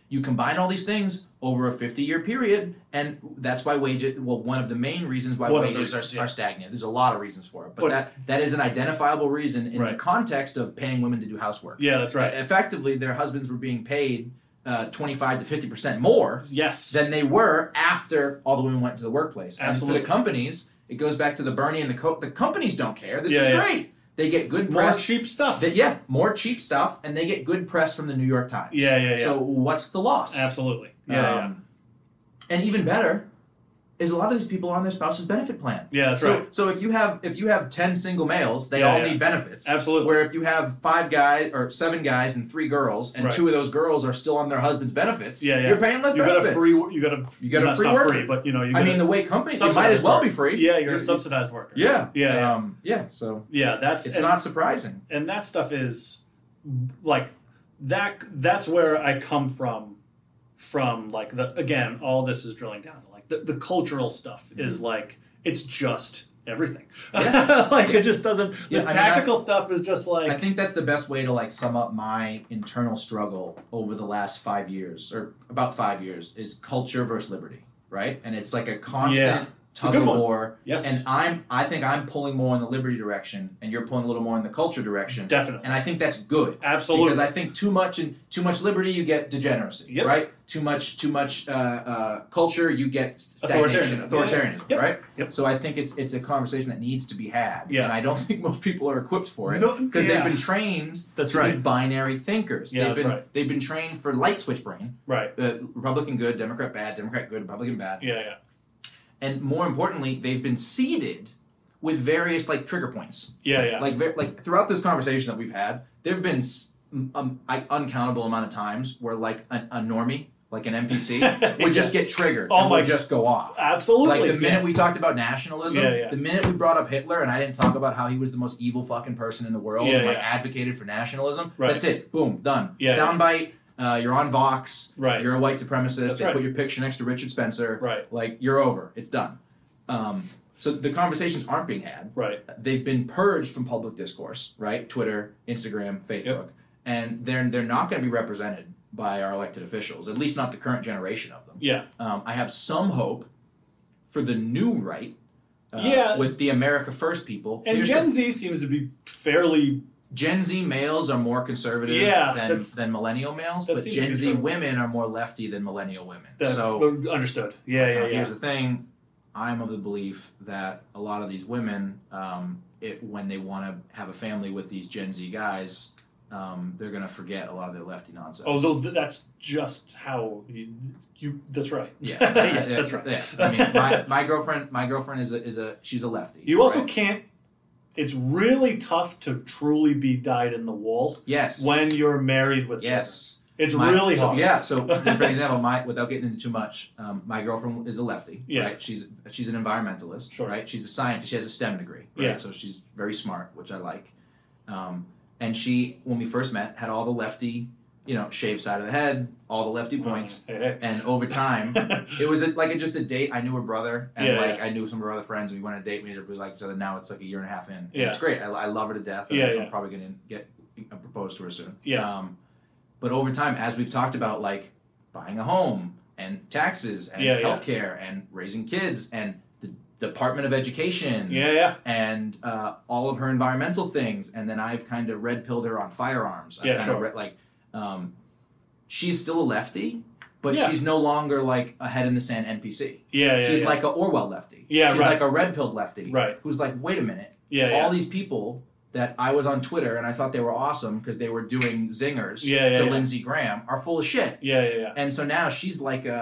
Speaker 1: You combine all these things over a 50-year period, and that's why wages. Well, one of the main reasons why
Speaker 2: One of the
Speaker 1: wages
Speaker 2: reasons,
Speaker 1: are,
Speaker 2: yeah.
Speaker 1: are stagnant. There's a lot of reasons for it, but,
Speaker 2: But-
Speaker 1: that that is an identifiable reason in
Speaker 2: Right.
Speaker 1: the context of paying women to do housework. E-,
Speaker 2: yeah that's right
Speaker 1: Effectively, their husbands were being paid uh, 25 to 50 percent more
Speaker 2: yes
Speaker 1: than they were after all the women went to the workplace.
Speaker 2: Absolutely.
Speaker 1: And for the companies, it goes back to the Bernie and the Co- the companies don't care. This
Speaker 2: Yeah,
Speaker 1: is
Speaker 2: yeah.
Speaker 1: great. They get good
Speaker 2: more
Speaker 1: press.
Speaker 2: cheap stuff
Speaker 1: They- yeah, more cheap stuff, and they get good press from the New York Times.
Speaker 2: Yeah, yeah, yeah.
Speaker 1: So what's the loss?
Speaker 2: Absolutely. Yeah,
Speaker 1: Um, And even better is a lot of these people are on their spouse's benefit plan.
Speaker 2: yeah. Yeah, that's
Speaker 1: so,
Speaker 2: right.
Speaker 1: so if you have if you have ten single males, they
Speaker 2: Yeah,
Speaker 1: all
Speaker 2: yeah.
Speaker 1: need benefits.
Speaker 2: Absolutely.
Speaker 1: Where if you have five guys or seven guys and three girls, and
Speaker 2: Right.
Speaker 1: two of those girls are still on their husband's benefits,
Speaker 2: Yeah, yeah.
Speaker 1: you're paying less
Speaker 2: You got
Speaker 1: benefits.
Speaker 2: a free. You got a.
Speaker 1: You got a
Speaker 2: that's
Speaker 1: free
Speaker 2: not
Speaker 1: worker.
Speaker 2: free, but you know you.
Speaker 1: I
Speaker 2: got
Speaker 1: mean,
Speaker 2: a,
Speaker 1: the way companies it might
Speaker 2: subsidized
Speaker 1: as well
Speaker 2: work.
Speaker 1: be free.
Speaker 2: yeah, you're a subsidized worker.
Speaker 1: Yeah,
Speaker 2: Yeah, yeah.
Speaker 1: um, yeah. So
Speaker 2: yeah. That's
Speaker 1: it's
Speaker 2: and,
Speaker 1: not surprising.
Speaker 2: and that stuff is like that. That's where I come from. From like the again, all this is drilling down to like the, the cultural stuff
Speaker 1: Mm-hmm.
Speaker 2: is like it's just everything. <laughs> like
Speaker 1: Yeah.
Speaker 2: it just doesn't.
Speaker 1: Yeah, I
Speaker 2: the
Speaker 1: mean,
Speaker 2: tactical stuff is just like
Speaker 1: I think that's the best way to like sum up my internal struggle over the last five years, or about five years, is culture versus liberty, right? And it's like a constant tug
Speaker 3: good
Speaker 1: of
Speaker 3: one.
Speaker 1: war.
Speaker 2: Yes.
Speaker 1: And I'm I think I'm pulling more in the liberty direction, and you're pulling a little more in the culture direction.
Speaker 2: Definitely.
Speaker 1: And I think that's good.
Speaker 2: Absolutely.
Speaker 1: Because I think too much and too much liberty, you get degeneracy,
Speaker 2: Yep.
Speaker 1: right? Too much, too much uh, uh, culture, you get stagnation,
Speaker 2: Authoritarianism.
Speaker 1: authoritarianism,
Speaker 2: Yep.
Speaker 1: right?
Speaker 2: Yep.
Speaker 1: So I think it's it's a conversation that needs to be had,
Speaker 2: Yeah.
Speaker 1: and I don't <laughs> think most people are equipped for it
Speaker 3: No,
Speaker 1: because
Speaker 3: yeah.
Speaker 1: they've been trained
Speaker 2: That's
Speaker 1: to be
Speaker 2: right.
Speaker 1: binary thinkers.
Speaker 2: Yeah,
Speaker 1: they've
Speaker 2: that's
Speaker 1: been
Speaker 2: right.
Speaker 1: they've been trained for light switch brain,
Speaker 2: Right.
Speaker 1: uh, Republican good, Democrat bad, Democrat good, Republican bad
Speaker 2: Yeah, yeah.
Speaker 1: and more importantly, they've been seeded with various like trigger points.
Speaker 2: Yeah, yeah.
Speaker 1: Like ver- like throughout this conversation that we've had, there have been s- um, I, uncountable amount of times where like a, a normie, like an
Speaker 2: <laughs>
Speaker 1: NPC, would just
Speaker 2: Yes.
Speaker 1: get triggered
Speaker 2: Oh
Speaker 1: and would
Speaker 2: my-
Speaker 1: just go off.
Speaker 2: Absolutely.
Speaker 1: Like the minute
Speaker 2: yes.
Speaker 1: we talked about nationalism,
Speaker 2: Yeah, yeah.
Speaker 1: the minute we brought up Hitler, and I didn't talk about how he was the most evil fucking person in the world,
Speaker 2: Yeah,
Speaker 1: and like
Speaker 2: yeah.
Speaker 1: advocated for nationalism.
Speaker 2: Right.
Speaker 1: That's it. Boom, done.
Speaker 2: Yeah, yeah.
Speaker 1: Soundbite. Uh, you're on Vox.
Speaker 2: Right.
Speaker 1: You're a white supremacist.
Speaker 2: That's
Speaker 1: they
Speaker 2: right.
Speaker 1: put your picture next to Richard Spencer.
Speaker 2: Right.
Speaker 1: Like you're over. It's done. Um, so the conversations aren't being had.
Speaker 2: Right.
Speaker 1: They've been purged from public discourse. Right. Twitter, Instagram, Facebook, and they're they're not going to be represented by our elected officials. At least not the current generation of them.
Speaker 2: Yeah.
Speaker 1: Um, I have some hope for the new right. Uh,
Speaker 2: Yeah.
Speaker 1: With the America First people.
Speaker 2: And
Speaker 1: Here's
Speaker 2: Gen
Speaker 1: the-
Speaker 2: Z seems to be fairly
Speaker 1: Gen Z males are more conservative
Speaker 2: Yeah,
Speaker 1: than,
Speaker 2: that's-
Speaker 1: than millennial males,
Speaker 2: that
Speaker 1: but
Speaker 2: seems to
Speaker 1: Gen
Speaker 2: be
Speaker 1: Z
Speaker 2: true.
Speaker 1: women are more lefty than millennial women.
Speaker 2: that,
Speaker 1: so
Speaker 2: but understood. Yeah,
Speaker 1: now,
Speaker 2: yeah, yeah.
Speaker 1: here's the thing I'm of the belief that a lot of these women, um, it, when they want to have a family with these Gen Z guys, um, they're going to forget a lot of their lefty nonsense.
Speaker 2: Although th- that's just how you, you that's right.
Speaker 1: Yeah,
Speaker 2: <laughs> yes,
Speaker 1: I- I-
Speaker 2: that's right.
Speaker 1: Yeah. I
Speaker 2: <laughs>
Speaker 1: mean, my, my girlfriend, my girlfriend is a, is a she's a lefty.
Speaker 2: you also
Speaker 1: right?
Speaker 2: can't it's really tough to truly be dyed in the wool
Speaker 1: yes
Speaker 2: when you're married with
Speaker 1: yes
Speaker 2: children. It's
Speaker 1: My-
Speaker 2: really
Speaker 1: so-
Speaker 2: hard.
Speaker 1: yeah. So
Speaker 2: <laughs>
Speaker 1: for example, my without getting into too much, um, my girlfriend is a lefty.
Speaker 2: Yeah.
Speaker 1: Right. She's she's an environmentalist.
Speaker 2: Sure.
Speaker 1: Right. She's a scientist. She has a STEM degree. Right.
Speaker 2: Yeah.
Speaker 1: So she's very smart, which I like. Um, and she, when we first met, had all the lefty, you know, shaved side of the head, all the lefty points.
Speaker 2: Hey, hey.
Speaker 1: And over time, it was a, like a, just a date. I knew her brother, and
Speaker 2: Yeah,
Speaker 1: like
Speaker 2: yeah.
Speaker 1: I knew some of her other friends. We went on a date. We ended up really like each other. Now it's like a year and a half in. and
Speaker 2: Yeah.
Speaker 1: It's great. I, I love her to death. and
Speaker 2: Yeah,
Speaker 1: I'm
Speaker 2: yeah.
Speaker 1: probably gonna get uh, proposed to her soon.
Speaker 2: Yeah.
Speaker 1: Um, but over time, as we've talked about, like buying a home and taxes and
Speaker 2: Yeah, yeah.
Speaker 1: healthcare and raising kids and the Department of Education
Speaker 2: <laughs> yeah, yeah.
Speaker 1: and uh, all of her environmental things, and then I've kind of red pilled her on firearms. I've
Speaker 2: Yeah,
Speaker 1: kind
Speaker 2: sure.
Speaker 1: of re- like um, she's still a lefty, but
Speaker 2: Yeah.
Speaker 1: she's no longer like a head in the sand NPC.
Speaker 2: Yeah, yeah.
Speaker 1: she's
Speaker 2: yeah.
Speaker 1: like a Orwell lefty.
Speaker 2: Yeah,
Speaker 1: she's
Speaker 2: right.
Speaker 1: like a red pilled lefty.
Speaker 2: Right.
Speaker 1: Who's like, wait a minute,
Speaker 2: yeah, yeah.
Speaker 1: all these people that I was on Twitter and I thought they were awesome because they were doing zingers
Speaker 2: Yeah, yeah,
Speaker 1: to
Speaker 2: yeah.
Speaker 1: Lindsey Graham are full of shit.
Speaker 2: yeah, yeah, yeah.
Speaker 1: And so now she's like a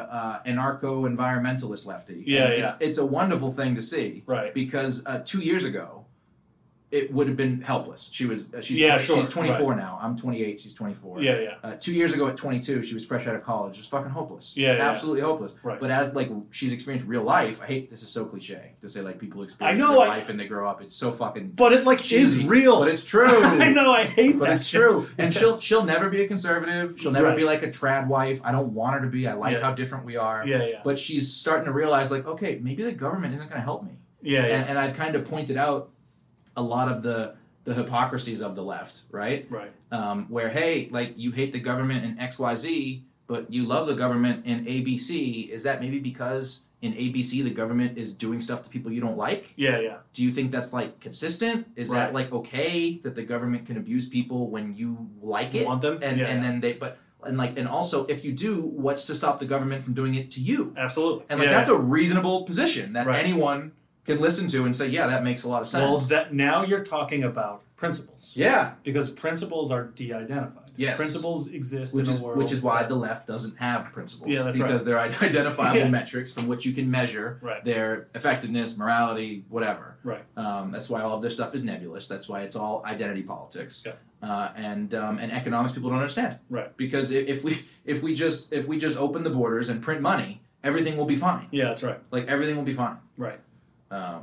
Speaker 1: uh, anarcho environmentalist lefty.
Speaker 2: Yeah,
Speaker 1: And It's, it's a wonderful thing to see
Speaker 2: Right.
Speaker 1: because uh, two years ago, it would have been helpless. She was uh, she's
Speaker 2: Yeah,
Speaker 1: tw-
Speaker 2: sure,
Speaker 1: she's 24 now. I'm 28. She's 24.
Speaker 2: Yeah, yeah.
Speaker 1: Uh, two years ago at 22, she was fresh out of college. Just fucking hopeless.
Speaker 2: Yeah, yeah.
Speaker 1: absolutely hopeless.
Speaker 2: Right.
Speaker 1: But as like she's experienced real life, I hate this is so cliche to say like people experience
Speaker 2: know,
Speaker 1: real
Speaker 2: I-
Speaker 1: life and they grow up. It's so fucking
Speaker 2: But it like
Speaker 1: cheesy,
Speaker 2: is real.
Speaker 1: but it's true.
Speaker 2: <laughs> I know I hate
Speaker 1: But
Speaker 2: that.
Speaker 1: it's
Speaker 2: shit.
Speaker 1: true. And she'll
Speaker 2: Yes.
Speaker 1: she'll never be a conservative. She'll never
Speaker 2: Right.
Speaker 1: be like a trad wife. I don't want her to be. I like
Speaker 2: Yeah.
Speaker 1: how different we are.
Speaker 2: Yeah, yeah.
Speaker 1: But she's starting to realize like, okay, maybe the government isn't going to help me.
Speaker 2: Yeah, yeah.
Speaker 1: And, and I've kind of pointed out a lot of the the hypocrisies of the left, right?
Speaker 2: Right.
Speaker 1: Um, where hey, like you hate the government in X Y Z, but you love the government in A B C. Is that maybe because in A B C the government is doing stuff to people you don't like?
Speaker 2: Yeah, yeah.
Speaker 1: do you think that's like consistent? Is
Speaker 2: Right.
Speaker 1: that like okay that the government can abuse people when you like
Speaker 2: You
Speaker 1: it
Speaker 2: want them?
Speaker 1: and
Speaker 2: Yeah,
Speaker 1: and
Speaker 2: yeah.
Speaker 1: then they but and like and also if you do, what's to stop the government from doing it to you?
Speaker 2: Absolutely.
Speaker 1: And like
Speaker 2: yeah,
Speaker 1: that's a reasonable position that
Speaker 2: Right.
Speaker 1: anyone can listen to and say, yeah, that makes a lot of
Speaker 2: yeah. well
Speaker 1: sense.
Speaker 2: that now you're talking about principles.
Speaker 1: yeah,
Speaker 2: Because principles are de-identified.
Speaker 1: Yes.
Speaker 2: Principles exist
Speaker 1: which
Speaker 2: in
Speaker 1: is
Speaker 2: a world.
Speaker 1: which is why the left doesn't have principles.
Speaker 2: Yeah, that's right.
Speaker 1: because they're ide- identifiable
Speaker 2: <laughs> Yeah.
Speaker 1: metrics from which you can measure
Speaker 2: Right.
Speaker 1: their effectiveness, morality, whatever.
Speaker 2: Right.
Speaker 1: Um, that's why all of this stuff is nebulous. That's why it's all identity politics.
Speaker 2: Yeah.
Speaker 1: Uh, and um, and economics people don't understand.
Speaker 2: Right.
Speaker 1: Because i- if we if we just if we just open the borders and print money, everything will be fine.
Speaker 2: Yeah, that's right.
Speaker 1: Like everything will be fine.
Speaker 2: Right.
Speaker 1: Um,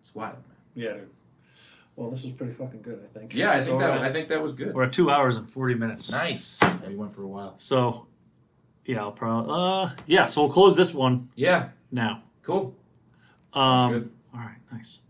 Speaker 1: it's wild, man.
Speaker 2: Yeah, dude. Well, this was pretty fucking good, I think.
Speaker 1: Yeah, I
Speaker 2: So
Speaker 1: think
Speaker 2: we're
Speaker 1: that
Speaker 2: at-
Speaker 1: I think that was good.
Speaker 3: We're at two hours and forty minutes.
Speaker 1: Nice. Yeah, we went for a while.
Speaker 3: So, yeah, I'll probably. Uh, yeah, so we'll close this one
Speaker 1: Yeah.
Speaker 3: now.
Speaker 1: Cool.
Speaker 3: Um,
Speaker 1: good.
Speaker 3: All right, nice.